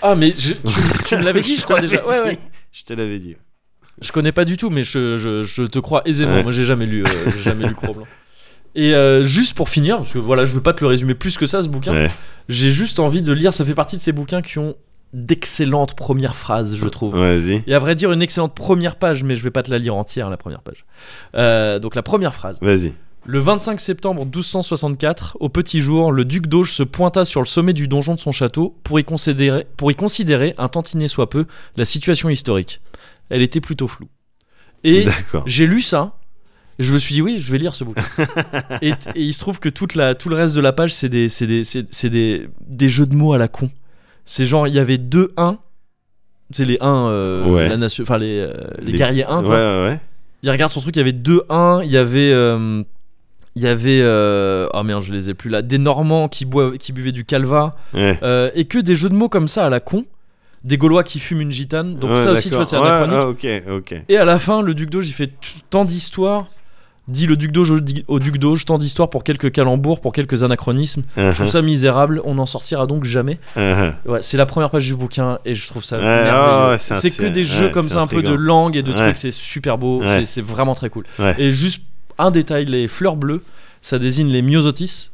Speaker 2: Ah mais je- tu, tu me l'avais dit, je crois déjà. Ouais, ouais.
Speaker 1: Je te l'avais dit.
Speaker 2: Je connais pas du tout, mais je, je- je te crois aisément.
Speaker 1: Ouais.
Speaker 2: Moi, j'ai jamais lu, euh, j'ai jamais lu Cro-Blanc. Et euh, juste pour finir, parce que voilà, je veux pas te le résumer plus que ça, ce bouquin.
Speaker 1: Ouais.
Speaker 2: J'ai juste envie de lire. Ça fait partie de ces bouquins qui ont d'excellentes premières phrases, je trouve.
Speaker 1: Vas-y.
Speaker 2: Et à vrai dire, une excellente première page, mais je vais pas te la lire entière, la première page. Euh, donc la première phrase.
Speaker 1: Vas-y.
Speaker 2: Le 25 septembre 1264, au petit jour, le duc d'Auge se pointa sur le sommet du donjon de son château pour y considérer, pour y considérer un tantinet soit peu, la situation historique. Elle était plutôt floue. Et
Speaker 1: D'accord.
Speaker 2: j'ai lu ça, et je me suis dit oui, je vais lire ce bouquin. et, et il se trouve que toute la, tout le reste de la page, c'est des, c'est des, c'est- c'est des, des jeux de mots à la con. C'est genre, il y avait deux 1, c'est les 1, euh,
Speaker 1: Ouais.
Speaker 2: la nation- enfin les, euh, les
Speaker 1: Les-
Speaker 2: guerriers 1.
Speaker 1: Ouais,
Speaker 2: quoi.
Speaker 1: ouais, ouais.
Speaker 2: Il regarde son truc, il y avait 2-1, il y avait. euh, il y avait. euh, oh merde, je les ai plus là. Des Normands qui, boivent- qui buvaient du calva.
Speaker 1: Ouais.
Speaker 2: euh, et que des jeux de mots comme ça à la con. Des Gaulois qui fument une gitane. Donc
Speaker 1: Ouais,
Speaker 2: ça aussi, tu vois,
Speaker 1: d'accord.
Speaker 2: c'est
Speaker 1: Ouais,
Speaker 2: anachronique.
Speaker 1: ah, ok, ok.
Speaker 2: Et à la fin, le duc d'Auge, il fait t- tant d'histoires. Dit le duc d'Auge au, di- au duc d'Auge, tant d'histoires pour quelques calembours, pour quelques anachronismes.
Speaker 1: Uh-huh,
Speaker 2: Je trouve ça misérable, on n'en sortira donc jamais.
Speaker 1: uh-huh.
Speaker 2: Ouais, c'est la première page du bouquin et je trouve ça
Speaker 1: Ouais, oh,
Speaker 2: merveilleux.
Speaker 1: ouais, ouais, c'est
Speaker 2: c'est que
Speaker 1: intriguant.
Speaker 2: des jeux
Speaker 1: Ouais,
Speaker 2: comme
Speaker 1: c'est
Speaker 2: ça, un peu de
Speaker 1: intriguant.
Speaker 2: langue et de
Speaker 1: Ouais.
Speaker 2: trucs, c'est super beau,
Speaker 1: Ouais.
Speaker 2: c'est- c'est vraiment très cool.
Speaker 1: Ouais.
Speaker 2: Et juste un détail, les fleurs bleues, ça désigne les myosotis,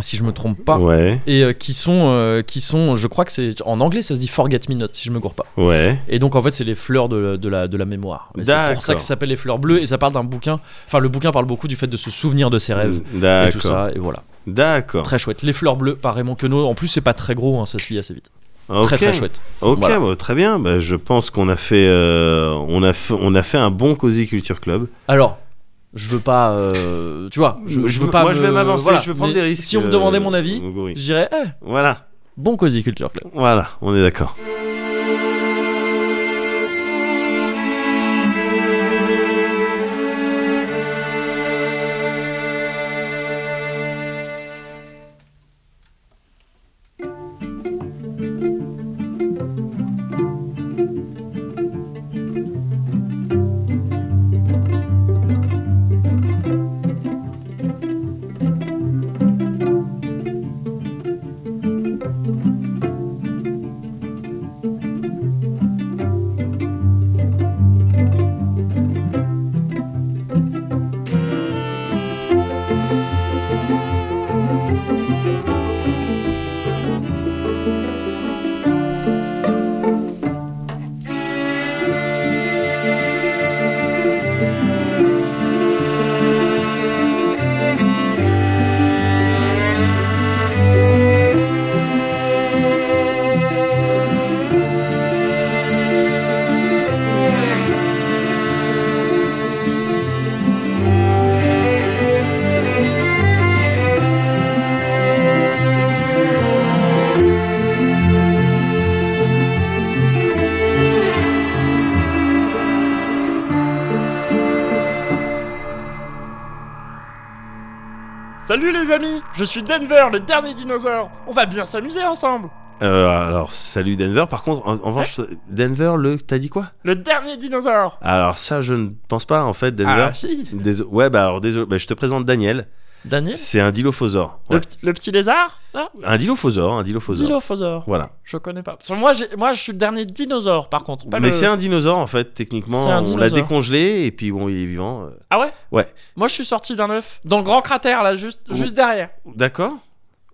Speaker 2: si je me trompe pas.
Speaker 1: Ouais,
Speaker 2: Et euh, qui sont, euh, qui sont, je crois que c'est en anglais, ça se dit forget me not, si je me gourre pas.
Speaker 1: ouais.
Speaker 2: Et donc en fait c'est les fleurs de, de la, de la mémoire. Et C'est pour
Speaker 1: D'accord.
Speaker 2: ça que ça s'appelle les fleurs bleues et ça parle d'un bouquin. Enfin le bouquin parle beaucoup du fait de se souvenir de ses rêves
Speaker 1: D'accord.
Speaker 2: et tout ça. Et voilà.
Speaker 1: D'accord.
Speaker 2: Très chouette. Les fleurs bleues par Raymond Queneau. En plus c'est pas très gros, hein, ça se lit assez vite. Très
Speaker 1: Ok.
Speaker 2: très chouette.
Speaker 1: Ok,
Speaker 2: Voilà.
Speaker 1: bah, très bien. Bah, je pense qu'on a fait, euh, on a fait, on a fait un bon cozy culture club.
Speaker 2: Alors je veux pas, euh, tu vois, je, je veux pas.
Speaker 1: Moi, je vais
Speaker 2: me-
Speaker 1: m'avancer.
Speaker 2: voilà.
Speaker 1: Je vais prendre
Speaker 2: Mais
Speaker 1: des risques.
Speaker 2: Si on me
Speaker 1: euh,
Speaker 2: demandait mon avis,
Speaker 1: Moguri.
Speaker 2: je dirais eh,
Speaker 1: Voilà,
Speaker 2: bon Cozy Culture Club.
Speaker 1: voilà. On est d'accord.
Speaker 7: Salut les amis, je suis Denver, le dernier dinosaure. On va bien s'amuser ensemble.
Speaker 1: Euh, alors, salut Denver. Par contre, en, en revanche, Denver, le, t'as dit quoi
Speaker 7: Le dernier dinosaure.
Speaker 1: Alors ça, je ne pense pas en fait, Denver.
Speaker 7: Ah si.
Speaker 1: Déso- Ouais, bah alors désolé, bah, je te présente Daniel.
Speaker 7: Daniel
Speaker 1: C'est un dilophosaure.
Speaker 7: le,
Speaker 1: Ouais.
Speaker 7: p- le petit lézard là
Speaker 1: Un dilophosaure, un dilophosaure.
Speaker 7: Dilophosaure.
Speaker 1: Voilà.
Speaker 7: Je connais pas. Parce que moi, j'ai- moi, je suis le dernier dinosaure par contre. pas
Speaker 1: Mais
Speaker 7: le-
Speaker 1: c'est un dinosaure en fait, techniquement.
Speaker 7: C'est un
Speaker 1: On l'a
Speaker 7: dinosaure.
Speaker 1: décongelé et puis bon, il est vivant. euh.
Speaker 7: Ah ouais
Speaker 1: Ouais.
Speaker 7: Moi, je suis sorti d'un œuf. Dans le grand cratère là, juste,
Speaker 1: Ouh.
Speaker 7: juste derrière.
Speaker 1: D'accord. Oh.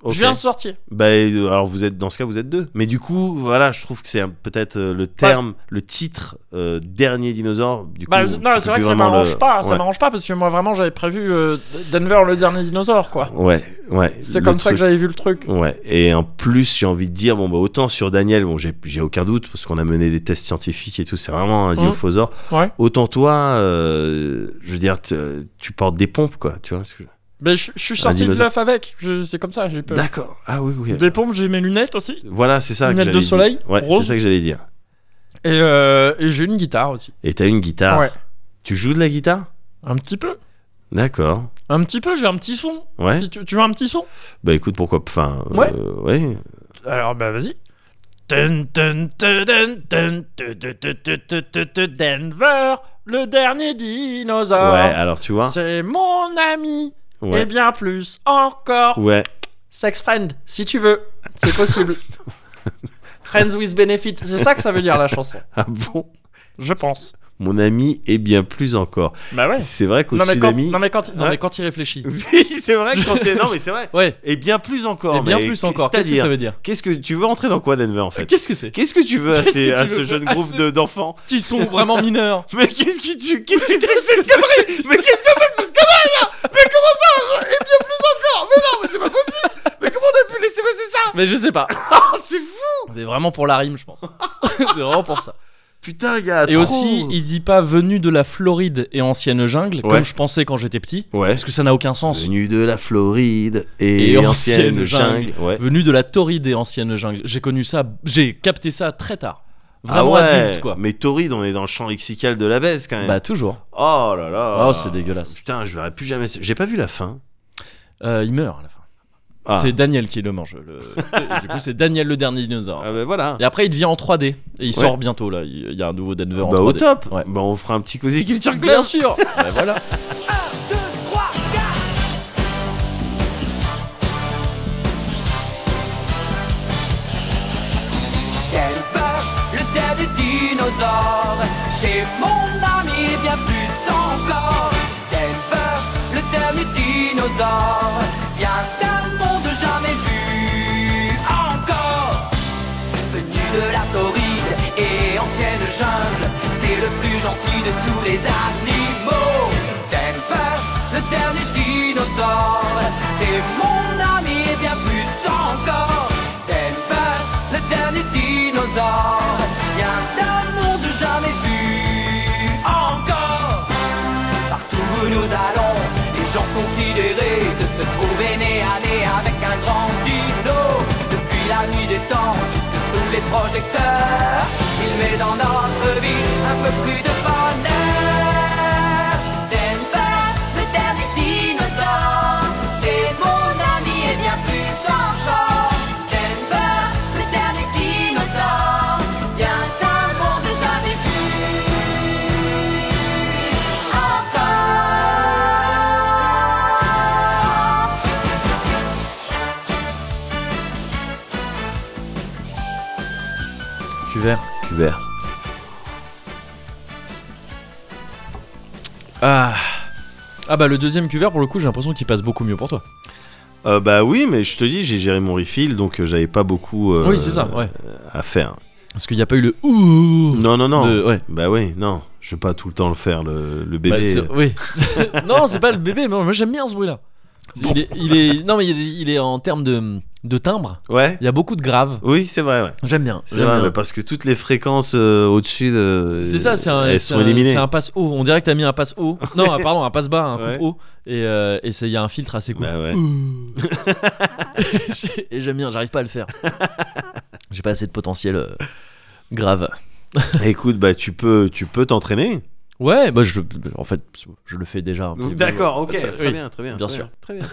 Speaker 1: Ok.
Speaker 7: Je viens de sortir.
Speaker 1: Bah, euh, alors vous êtes dans ce cas vous êtes deux. Mais du coup voilà, je trouve que c'est un- peut-être euh, le terme, le titre euh, dernier dinosaure. Du coup,
Speaker 7: Bah,
Speaker 1: on
Speaker 7: non,
Speaker 1: peut
Speaker 7: c'est vrai
Speaker 1: plus
Speaker 7: que ça
Speaker 1: vraiment
Speaker 7: m'arrange
Speaker 1: le-
Speaker 7: pas. Ça
Speaker 1: Ouais.
Speaker 7: m'arrange pas parce que moi, vraiment, j'avais prévu euh, Denver, le dernier dinosaure quoi.
Speaker 1: Ouais, ouais.
Speaker 7: C'est
Speaker 1: le
Speaker 7: comme ça que
Speaker 1: truc.
Speaker 7: j'avais vu le truc.
Speaker 1: Ouais, et en plus, j'ai envie de dire, bon, bah, autant sur Daniel, bon, j'ai j'ai aucun doute, parce qu'on a mené des tests scientifiques et tout, c'est vraiment un dilophosaure.
Speaker 7: Mhm. Ouais.
Speaker 1: euh, Autant toi, euh, je veux dire, t- tu portes des pompes, quoi, tu vois ce que je-
Speaker 8: Mais je, je suis
Speaker 1: Un
Speaker 8: sorti de
Speaker 1: dinosaure.
Speaker 8: l'œuf avec. Je- C'est comme ça, j'ai peur.
Speaker 1: D'accord. Ah oui, oui.
Speaker 8: Des pompes, j'ai mes lunettes aussi.
Speaker 1: Voilà, c'est ça que
Speaker 8: Lunettes
Speaker 1: j'allais
Speaker 8: de soleil,
Speaker 1: dire. Ouais, c'est
Speaker 8: rose.
Speaker 1: ça que j'allais dire.
Speaker 8: Et, euh, et j'ai une guitare aussi.
Speaker 1: Et t'as une guitare.
Speaker 8: Ouais.
Speaker 1: Tu joues de la guitare
Speaker 8: Un petit peu.
Speaker 1: D'accord.
Speaker 8: Un petit peu, j'ai un petit son.
Speaker 1: Ouais.
Speaker 8: Si tu, tu veux un petit son
Speaker 1: Bah écoute, pourquoi Enfin, euh,
Speaker 8: Ouais.
Speaker 1: ouais.
Speaker 8: Alors, bah vas-y. Dun, dun, dun, dun, dun, dun, dun, dun, dun, dun, dun, dun, Denver, le dernier
Speaker 2: Euh,
Speaker 8: dinosaure.
Speaker 1: Ouais, alors tu vois.
Speaker 8: C'est mon ami. Et
Speaker 1: Ouais.
Speaker 8: bien plus encore.
Speaker 1: Ouais.
Speaker 8: Sex friend, si tu veux. C'est possible. Friends with benefits. C'est ça que ça veut dire la chanson.
Speaker 1: Ah bon
Speaker 8: Je pense.
Speaker 1: Mon ami est bien plus encore.
Speaker 8: Bah ouais.
Speaker 1: C'est vrai qu'au
Speaker 8: Non mais, quand,
Speaker 1: tsunami.
Speaker 8: non, mais quand, non,
Speaker 1: Ouais.
Speaker 8: mais quand il réfléchit.
Speaker 1: Oui, c'est vrai que quand t'es. Non, mais c'est vrai.
Speaker 2: Ouais.
Speaker 1: Et bien plus encore.
Speaker 2: Et bien
Speaker 1: mais
Speaker 2: plus
Speaker 1: qu'est-
Speaker 2: encore. Qu'est-ce que ça
Speaker 1: C'est-à-dire.
Speaker 2: veut dire
Speaker 1: Qu'est-ce que tu veux rentrer dans quoi, Denver, en fait
Speaker 2: Qu'est-ce que c'est
Speaker 1: Qu'est-ce que tu veux à,
Speaker 2: Qu'est-ce
Speaker 1: ces-
Speaker 2: que tu
Speaker 1: à
Speaker 2: veux
Speaker 1: ce jeune
Speaker 2: à
Speaker 1: groupe
Speaker 2: ce-
Speaker 1: de- d'enfants
Speaker 2: Qui sont vraiment mineurs.
Speaker 1: Mais qu'est-ce qui tu Qu'est-ce que c'est que cette connerie Mais qu'est-ce que c'est que cette connerie là Mais comment ça Et bien plus encore Mais non, mais c'est pas possible Mais comment on a pu laisser passer ça
Speaker 2: Mais je sais pas.
Speaker 1: Ah, c'est fou
Speaker 2: C'est vraiment pour la rime, je pense. c'est vraiment pour ça.
Speaker 1: Putain, il y a
Speaker 2: Et aussi, il dit pas venu de la Floride et ancienne jungle,
Speaker 1: Ouais.
Speaker 2: comme je pensais quand j'étais petit,
Speaker 1: Ouais.
Speaker 2: parce que ça n'a aucun sens.
Speaker 1: Venu de la Floride et,
Speaker 2: Et
Speaker 1: ancienne,
Speaker 2: ancienne
Speaker 1: jungle. Ouais.
Speaker 2: Venu de la Tauride et ancienne jungle. J'ai connu ça, j'ai capté ça très tard. Vraiment
Speaker 1: ah ouais.
Speaker 2: adulte, quoi.
Speaker 1: Mais Tauride, on est dans le champ lexical de la baisse quand même.
Speaker 2: Bah, toujours.
Speaker 1: oh là là.
Speaker 2: Oh, c'est dégueulasse.
Speaker 1: Putain, je verrai plus jamais. ça. J'ai pas vu la fin.
Speaker 2: Euh, il meurt à la fin.
Speaker 1: Ah.
Speaker 2: C'est Daniel qui le mange. le- du coup, c'est Daniel le dernier dinosaure.
Speaker 1: Ah bah voilà.
Speaker 2: Et après, il devient en 3D. Et il
Speaker 1: Ouais.
Speaker 2: sort bientôt, là. Il il y a un nouveau Denver en
Speaker 1: Bah
Speaker 2: 3D.
Speaker 1: au top.
Speaker 2: Ouais.
Speaker 1: Bah on fera un petit cosy culture
Speaker 2: Bien
Speaker 1: club.
Speaker 2: sûr Bah, voilà.
Speaker 9: Denver, le dernier dinosaure. C'est mon ami, bien plus encore. Denver, le dernier dinosaure. Vient d'un monde jamais vu encore. Venu de la Floride et ancienne jungle, c'est le plus gentil de tous les animaux. Denver, le dernier dinosaure, c'est mon ami et bien plus encore. Denver, le dernier dinosaure, vient d'un monde jamais vu encore. Partout où nous allons, les gens sont sidérés de se trouver nez à nez avec un grand dino. Depuis la nuit des temps jusque sous les projecteurs, il met dans notre vie un peu plus de bonheur. Denver, le dernier dinosaure, c'est mon ami et bien plus encore. Denver, le dernier dinosaure, vient d'un monde jamais vu.
Speaker 2: Cuvert.
Speaker 1: Cuvert.
Speaker 2: Ah. Ah bah le deuxième cuvert pour le coup j'ai l'impression qu'il passe beaucoup mieux pour toi.
Speaker 1: Euh, bah oui, mais je te dis, j'ai géré mon refill, donc euh, j'avais pas beaucoup euh,
Speaker 2: oui c'est ça ouais.
Speaker 1: à faire.
Speaker 2: Parce qu'il n'y a pas eu le ouh
Speaker 1: Non, non, non.
Speaker 2: de ouais.
Speaker 1: Bah oui, non. Je veux pas tout le temps le faire, le, le
Speaker 2: Bah,
Speaker 1: bébé.
Speaker 2: c'est- oui. non c'est pas le bébé mais moi j'aime bien ce bruit là. Il est, il est- non mais il est, il est en termes de, de timbre
Speaker 1: ouais
Speaker 2: il y a beaucoup de graves.
Speaker 1: Oui, c'est vrai, ouais.
Speaker 2: J'aime bien.
Speaker 1: C'est
Speaker 2: j'aime
Speaker 1: vrai,
Speaker 2: bien.
Speaker 1: mais parce que toutes les fréquences euh, au-dessus de.
Speaker 2: C'est ça, c'est un,
Speaker 1: Elles
Speaker 2: c'est
Speaker 1: sont
Speaker 2: un-
Speaker 1: éliminées.
Speaker 2: c'est un passe haut. On dirait que t'as mis un passe haut. Non, ah, pardon, un passe bas, un
Speaker 1: Ouais.
Speaker 2: coupe haut. Et euh, et c'est- il y a un filtre assez cool.
Speaker 1: Bah ouais.
Speaker 2: et j'aime bien, j'arrive pas à le faire. J'ai pas assez de potentiel euh, grave.
Speaker 1: Écoute, bah tu peux tu peux t'entraîner.
Speaker 2: Ouais, bah je, en fait, je le fais déjà. Un, petit peu.
Speaker 1: D'accord, ok. Très
Speaker 2: oui,
Speaker 1: bien, très bien.
Speaker 2: bien
Speaker 1: très
Speaker 2: sûr.
Speaker 1: Très bien.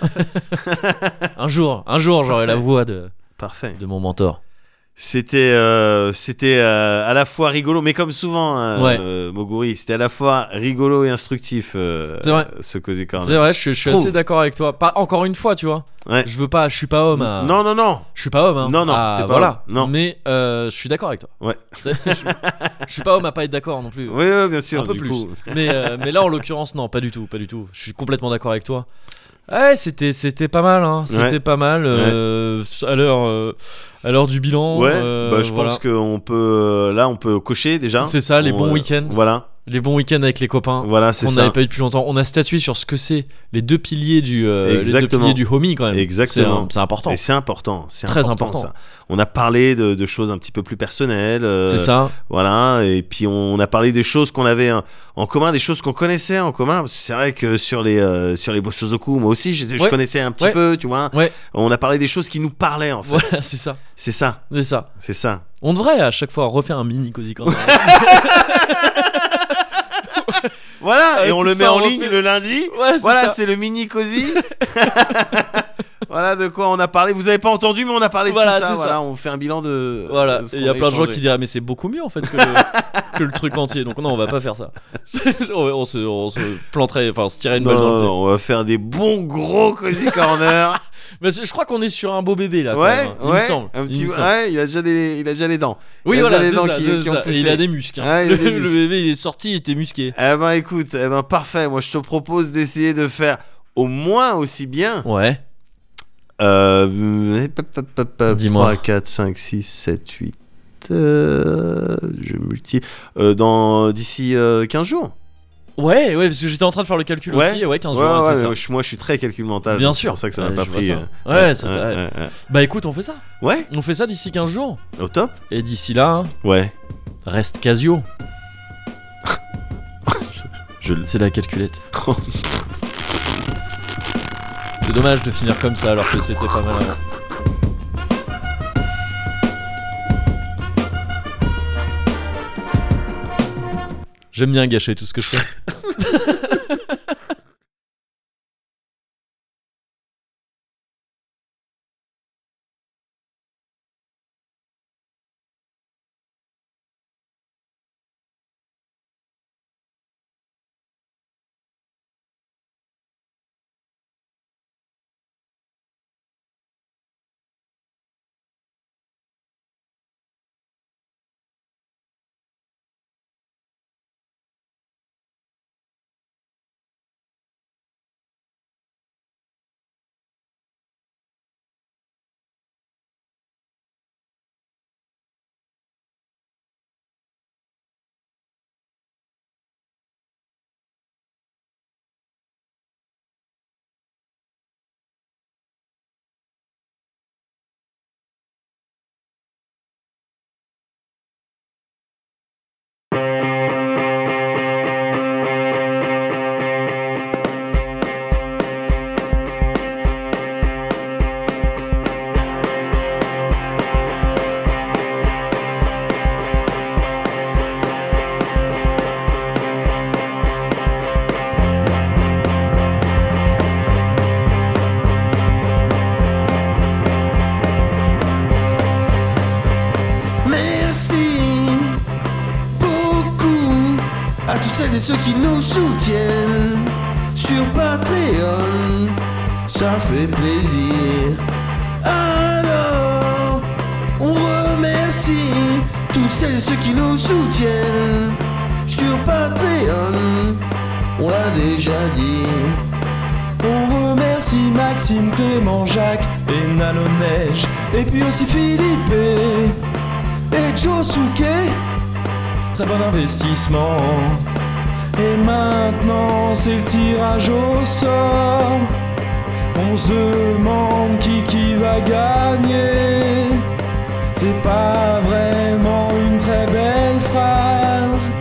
Speaker 2: Un jour, un jour, j'aurai la voix de,
Speaker 1: Parfait.
Speaker 2: de mon mentor.
Speaker 1: C'était euh, c'était euh, à la fois rigolo, mais comme souvent, hein,
Speaker 2: Ouais.
Speaker 1: euh, Moguri, c'était à la fois rigolo et instructif euh,
Speaker 2: C'est vrai.
Speaker 1: ce Cozy
Speaker 2: C'est
Speaker 1: Corner.
Speaker 2: vrai, je, je suis
Speaker 1: Ah Trouve.
Speaker 2: assez d'accord avec toi. Pas encore une fois, tu vois.
Speaker 1: Ouais.
Speaker 2: Je veux pas, je suis pas homme. à-
Speaker 1: Non, non, non.
Speaker 2: je suis pas homme. Hein,
Speaker 1: Non, non,
Speaker 2: à-
Speaker 1: t'es pas
Speaker 2: voilà.
Speaker 1: homme, non.
Speaker 2: Mais euh, je suis d'accord avec toi.
Speaker 1: Ouais.
Speaker 2: je, je suis pas homme à pas être d'accord non plus.
Speaker 1: Oui, oui, bien sûr.
Speaker 2: un peu
Speaker 1: du
Speaker 2: plus.
Speaker 1: coup.
Speaker 2: Mais, euh, mais là, en l'occurrence, non, pas du tout, pas du tout. Je suis complètement d'accord avec toi. Ouais, c'était c'était pas mal, hein. C'était
Speaker 1: Ouais.
Speaker 2: pas mal. euh, À l'heure euh, à l'heure du bilan.
Speaker 1: Ouais,
Speaker 2: euh,
Speaker 1: bah, je
Speaker 2: voilà.
Speaker 1: pense qu'on peut. euh, Là, on peut cocher déjà.
Speaker 2: C'est ça, les
Speaker 1: On,
Speaker 2: bons
Speaker 1: euh,
Speaker 2: week-ends.
Speaker 1: Voilà.
Speaker 2: Les bons week-ends avec les copains.
Speaker 1: Voilà, c'est
Speaker 2: On
Speaker 1: ça.
Speaker 2: n'avait pas eu depuis longtemps. On a statué sur ce que c'est les deux piliers du euh, les deux
Speaker 1: Exactement.
Speaker 2: piliers du homie quand même.
Speaker 1: Exactement.
Speaker 2: C'est, euh, C'est important.
Speaker 1: Et c'est important, c'est
Speaker 2: Très important.
Speaker 1: ça. On a parlé de, de choses un petit peu plus personnelles. euh,
Speaker 2: C'est ça.
Speaker 1: Voilà, et puis on a parlé des choses qu'on avait hein, en commun, des choses qu'on connaissait en commun. Parce que C'est vrai que sur les euh, sur les Boshozoku, moi aussi, je, je
Speaker 2: Ouais.
Speaker 1: connaissais un petit
Speaker 2: Ouais.
Speaker 1: peu, tu vois.
Speaker 2: Ouais.
Speaker 1: On a parlé des choses qui nous parlaient en fait.
Speaker 2: Voilà, c'est ça.
Speaker 1: C'est ça,
Speaker 2: C'est ça.
Speaker 1: c'est ça.
Speaker 2: On devrait à chaque fois refaire un mini Cozy Corner.
Speaker 1: Voilà,
Speaker 2: Avec
Speaker 1: et on
Speaker 2: toute
Speaker 1: le met
Speaker 2: fin,
Speaker 1: en
Speaker 2: on
Speaker 1: ligne
Speaker 2: refait-
Speaker 1: le lundi.
Speaker 2: ouais, Euh, c'est
Speaker 1: Voilà,
Speaker 2: ça.
Speaker 1: c'est le mini cosy. voilà de quoi on a parlé. Vous avez pas entendu, mais on a parlé de
Speaker 2: Voilà,
Speaker 1: tout ça.
Speaker 2: c'est ça.
Speaker 1: Voilà, on fait un bilan de.
Speaker 2: Voilà.
Speaker 1: de ce
Speaker 2: Et Il y a
Speaker 1: qu'on
Speaker 2: plein de gens
Speaker 1: échangé.
Speaker 2: qui diraient mais c'est beaucoup mieux en fait que le, que le truc entier. Donc non, on va pas faire ça. C'est- on, on se, on se planterait, enfin on se tirait une
Speaker 1: Non,
Speaker 2: balle dans
Speaker 1: non,
Speaker 2: le
Speaker 1: non, on va faire des bons gros cosy corner.
Speaker 2: pied. Mais c'est- je crois qu'on est sur un beau bébé là. quand
Speaker 1: ouais,
Speaker 2: même, hein.
Speaker 1: ouais.
Speaker 2: Il me semble.
Speaker 1: Un
Speaker 2: Il
Speaker 1: petit,
Speaker 2: me semble.
Speaker 1: ouais, il a déjà des, il a déjà les dents.
Speaker 2: Oui,
Speaker 1: Il a
Speaker 2: voilà,
Speaker 1: déjà
Speaker 2: c'est
Speaker 1: les dents
Speaker 2: ça,
Speaker 1: qui-
Speaker 2: c'est
Speaker 1: qui
Speaker 2: ça.
Speaker 1: ont poussé.
Speaker 2: Et il a des muscles. hein.
Speaker 1: Ah, il a
Speaker 2: le,
Speaker 1: des muscles.
Speaker 2: le bébé, il est sorti, il était musqué.
Speaker 1: Eh ben écoute, eh ben parfait. Moi, je te propose d'essayer de faire au moins aussi bien.
Speaker 2: Ouais.
Speaker 1: Euh,
Speaker 2: Dis-moi.
Speaker 1: 3, 4, 5, 6, 7, 8. euh, je multi. euh, dans d'ici euh, 15 jours.
Speaker 2: Ouais, ouais, parce que j'étais en train de faire le calcul
Speaker 1: Ouais.
Speaker 2: aussi. Ouais, 15
Speaker 1: Ouais,
Speaker 2: jours, hein,
Speaker 1: ouais,
Speaker 2: c'est
Speaker 1: mais
Speaker 2: ça.
Speaker 1: moi, je- Moi, je suis très calcul mental.
Speaker 2: Bien
Speaker 1: donc
Speaker 2: sûr.
Speaker 1: C'est pour ça que ça
Speaker 2: Ouais,
Speaker 1: m'a pas
Speaker 2: je vois
Speaker 1: pris.
Speaker 2: ça.
Speaker 1: euh,
Speaker 2: Ouais, c'est ça, ouais.
Speaker 1: ouais, ouais.
Speaker 2: Bah écoute, on fait ça.
Speaker 1: Ouais,
Speaker 2: On fait ça d'ici 15 jours.
Speaker 1: au top.
Speaker 2: Et d'ici là, hein,
Speaker 1: Ouais,
Speaker 2: reste casio.
Speaker 1: je le.
Speaker 2: C'est la calculette. C'est dommage de finir comme ça alors que c'était pas mal avant. J'aime bien gâcher tout ce que je fais.
Speaker 5: Merci beaucoup à toutes celles et ceux qui nous soutiennent sur Patreon. Ça fait plaisir. Alors, on remercie toutes celles et ceux qui nous soutiennent sur Patreon. On l'a déjà dit.
Speaker 10: On remercie Maxime, Clément, Jacques et Nano Neige. Et puis aussi Philippe et, et Josuke. Très bon investissement. Et maintenant, c'est le tirage au sort. On se demande qui qui va gagner. C'est pas vraiment une très belle phrase.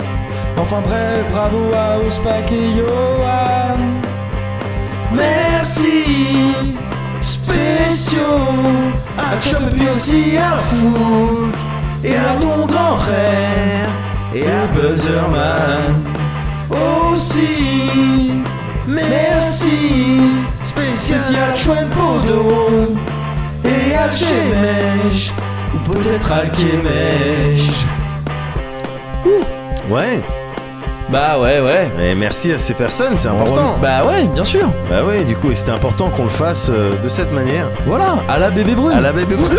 Speaker 10: Enfin bref, bravo à Ospak et Johan.
Speaker 5: Merci spéciaux à Chop et puis aussi à Fou et à ton grand frère et à Buzzerman aussi. Merci spécial à Chouette Podo et à Chemesh ou peut-être à Kemesh.
Speaker 1: Ouais.
Speaker 2: Bah ouais, ouais.
Speaker 1: Et merci à ces personnes, c'est important.
Speaker 2: Bah ouais, bien sûr.
Speaker 1: Bah ouais, du coup, et c'était important qu'on le fasse euh, de cette manière.
Speaker 2: Voilà, à la bébé brune.
Speaker 1: À la bébé brûlée.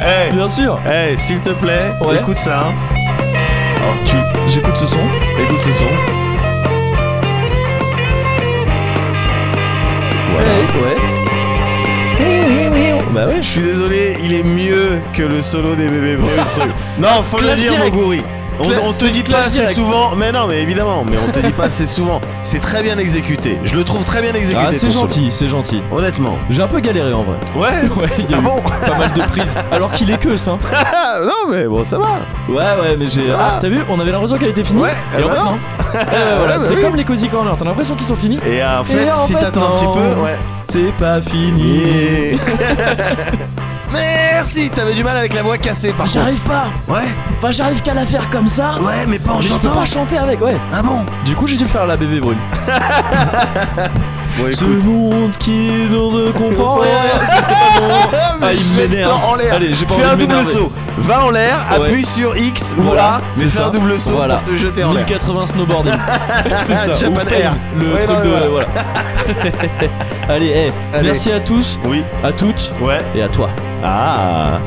Speaker 1: hey,
Speaker 2: Bien sûr.
Speaker 1: hey, s'il te plaît,
Speaker 2: Ouais.
Speaker 1: écoute ça.
Speaker 6: hein.
Speaker 1: Alors, tu, j'écoute ce son. Écoute ce son. Voilà.
Speaker 2: Ouais. Bah ouais.
Speaker 6: Je suis désolé, il est mieux que le solo des bébés bruns. truc. Non, faut
Speaker 11: Clash
Speaker 6: le dire,
Speaker 11: direct.
Speaker 6: Moguri. On,
Speaker 11: Cla-
Speaker 6: on te
Speaker 11: c'est
Speaker 6: dit pas
Speaker 11: clash
Speaker 6: assez
Speaker 11: direct.
Speaker 6: souvent, mais non, mais évidemment, mais on te dit pas assez souvent. C'est très bien exécuté. Je le trouve très bien exécuté.
Speaker 2: Ah, c'est
Speaker 6: ton solo.
Speaker 2: gentil, c'est gentil.
Speaker 6: Honnêtement.
Speaker 2: J'ai un peu galéré en vrai.
Speaker 6: Ouais.
Speaker 2: Ouais, il y a
Speaker 6: Ah
Speaker 2: eu
Speaker 6: bon
Speaker 2: pas mal de prises. Alors qu'il est que ça.
Speaker 6: Ah, Non, mais bon, ça va.
Speaker 2: Ouais, ouais, mais j'ai. Ah, t'as vu, on avait l'impression qu'elle était finie.
Speaker 6: Ouais,
Speaker 2: et
Speaker 6: eh
Speaker 2: en
Speaker 6: ben
Speaker 2: fait,
Speaker 6: non.
Speaker 2: non. Eh ben voilà,
Speaker 6: Ouais, bah
Speaker 2: c'est
Speaker 6: oui.
Speaker 2: comme les Cozy Corner, t'as l'impression qu'ils sont finis.
Speaker 6: Et euh, en fait,
Speaker 2: en
Speaker 6: si
Speaker 2: fait,
Speaker 6: t'attends un petit
Speaker 2: non.
Speaker 6: peu, ouais.
Speaker 2: C'est pas fini.
Speaker 6: Et- Merci, t'avais du mal avec la voix cassée par contre.
Speaker 2: J'arrive pas.
Speaker 6: Ouais,
Speaker 2: Enfin, j'arrive qu'à la faire comme ça.
Speaker 6: ouais, mais pas en
Speaker 2: mais je peux
Speaker 6: chantant.
Speaker 2: pas chanter avec, ouais.
Speaker 6: Ah bon
Speaker 2: Du coup, j'ai dû le faire à la bébé brune.
Speaker 6: Bon,
Speaker 2: Ce
Speaker 6: écoute.
Speaker 2: monde qui ne comprend rien.
Speaker 6: Ah, mais
Speaker 2: Ah, il
Speaker 6: je jette
Speaker 2: m'énerve.
Speaker 6: en l'air.
Speaker 2: Allez, j'ai pas
Speaker 6: fais
Speaker 2: envie
Speaker 6: un
Speaker 2: de
Speaker 6: double
Speaker 2: m'énerver.
Speaker 6: saut. Va en l'air,
Speaker 2: Ouais.
Speaker 6: appuie sur X ou
Speaker 2: Voilà,
Speaker 6: A, mais
Speaker 2: c'est
Speaker 6: fais
Speaker 2: ça.
Speaker 6: Ah, un double saut
Speaker 2: Voilà.
Speaker 6: pour te jeter en l'air.
Speaker 2: 1080 snowboarding. C'est ça.
Speaker 6: Japan
Speaker 2: Ou prenne
Speaker 6: Air.
Speaker 2: Le
Speaker 6: Ouais,
Speaker 2: truc
Speaker 6: non,
Speaker 2: de.
Speaker 6: mais voilà.
Speaker 2: Voilà. Allez, eh,
Speaker 6: Allez.
Speaker 2: merci à tous,
Speaker 6: Oui,
Speaker 2: à toutes
Speaker 6: ouais.
Speaker 2: et à toi.
Speaker 6: Ah,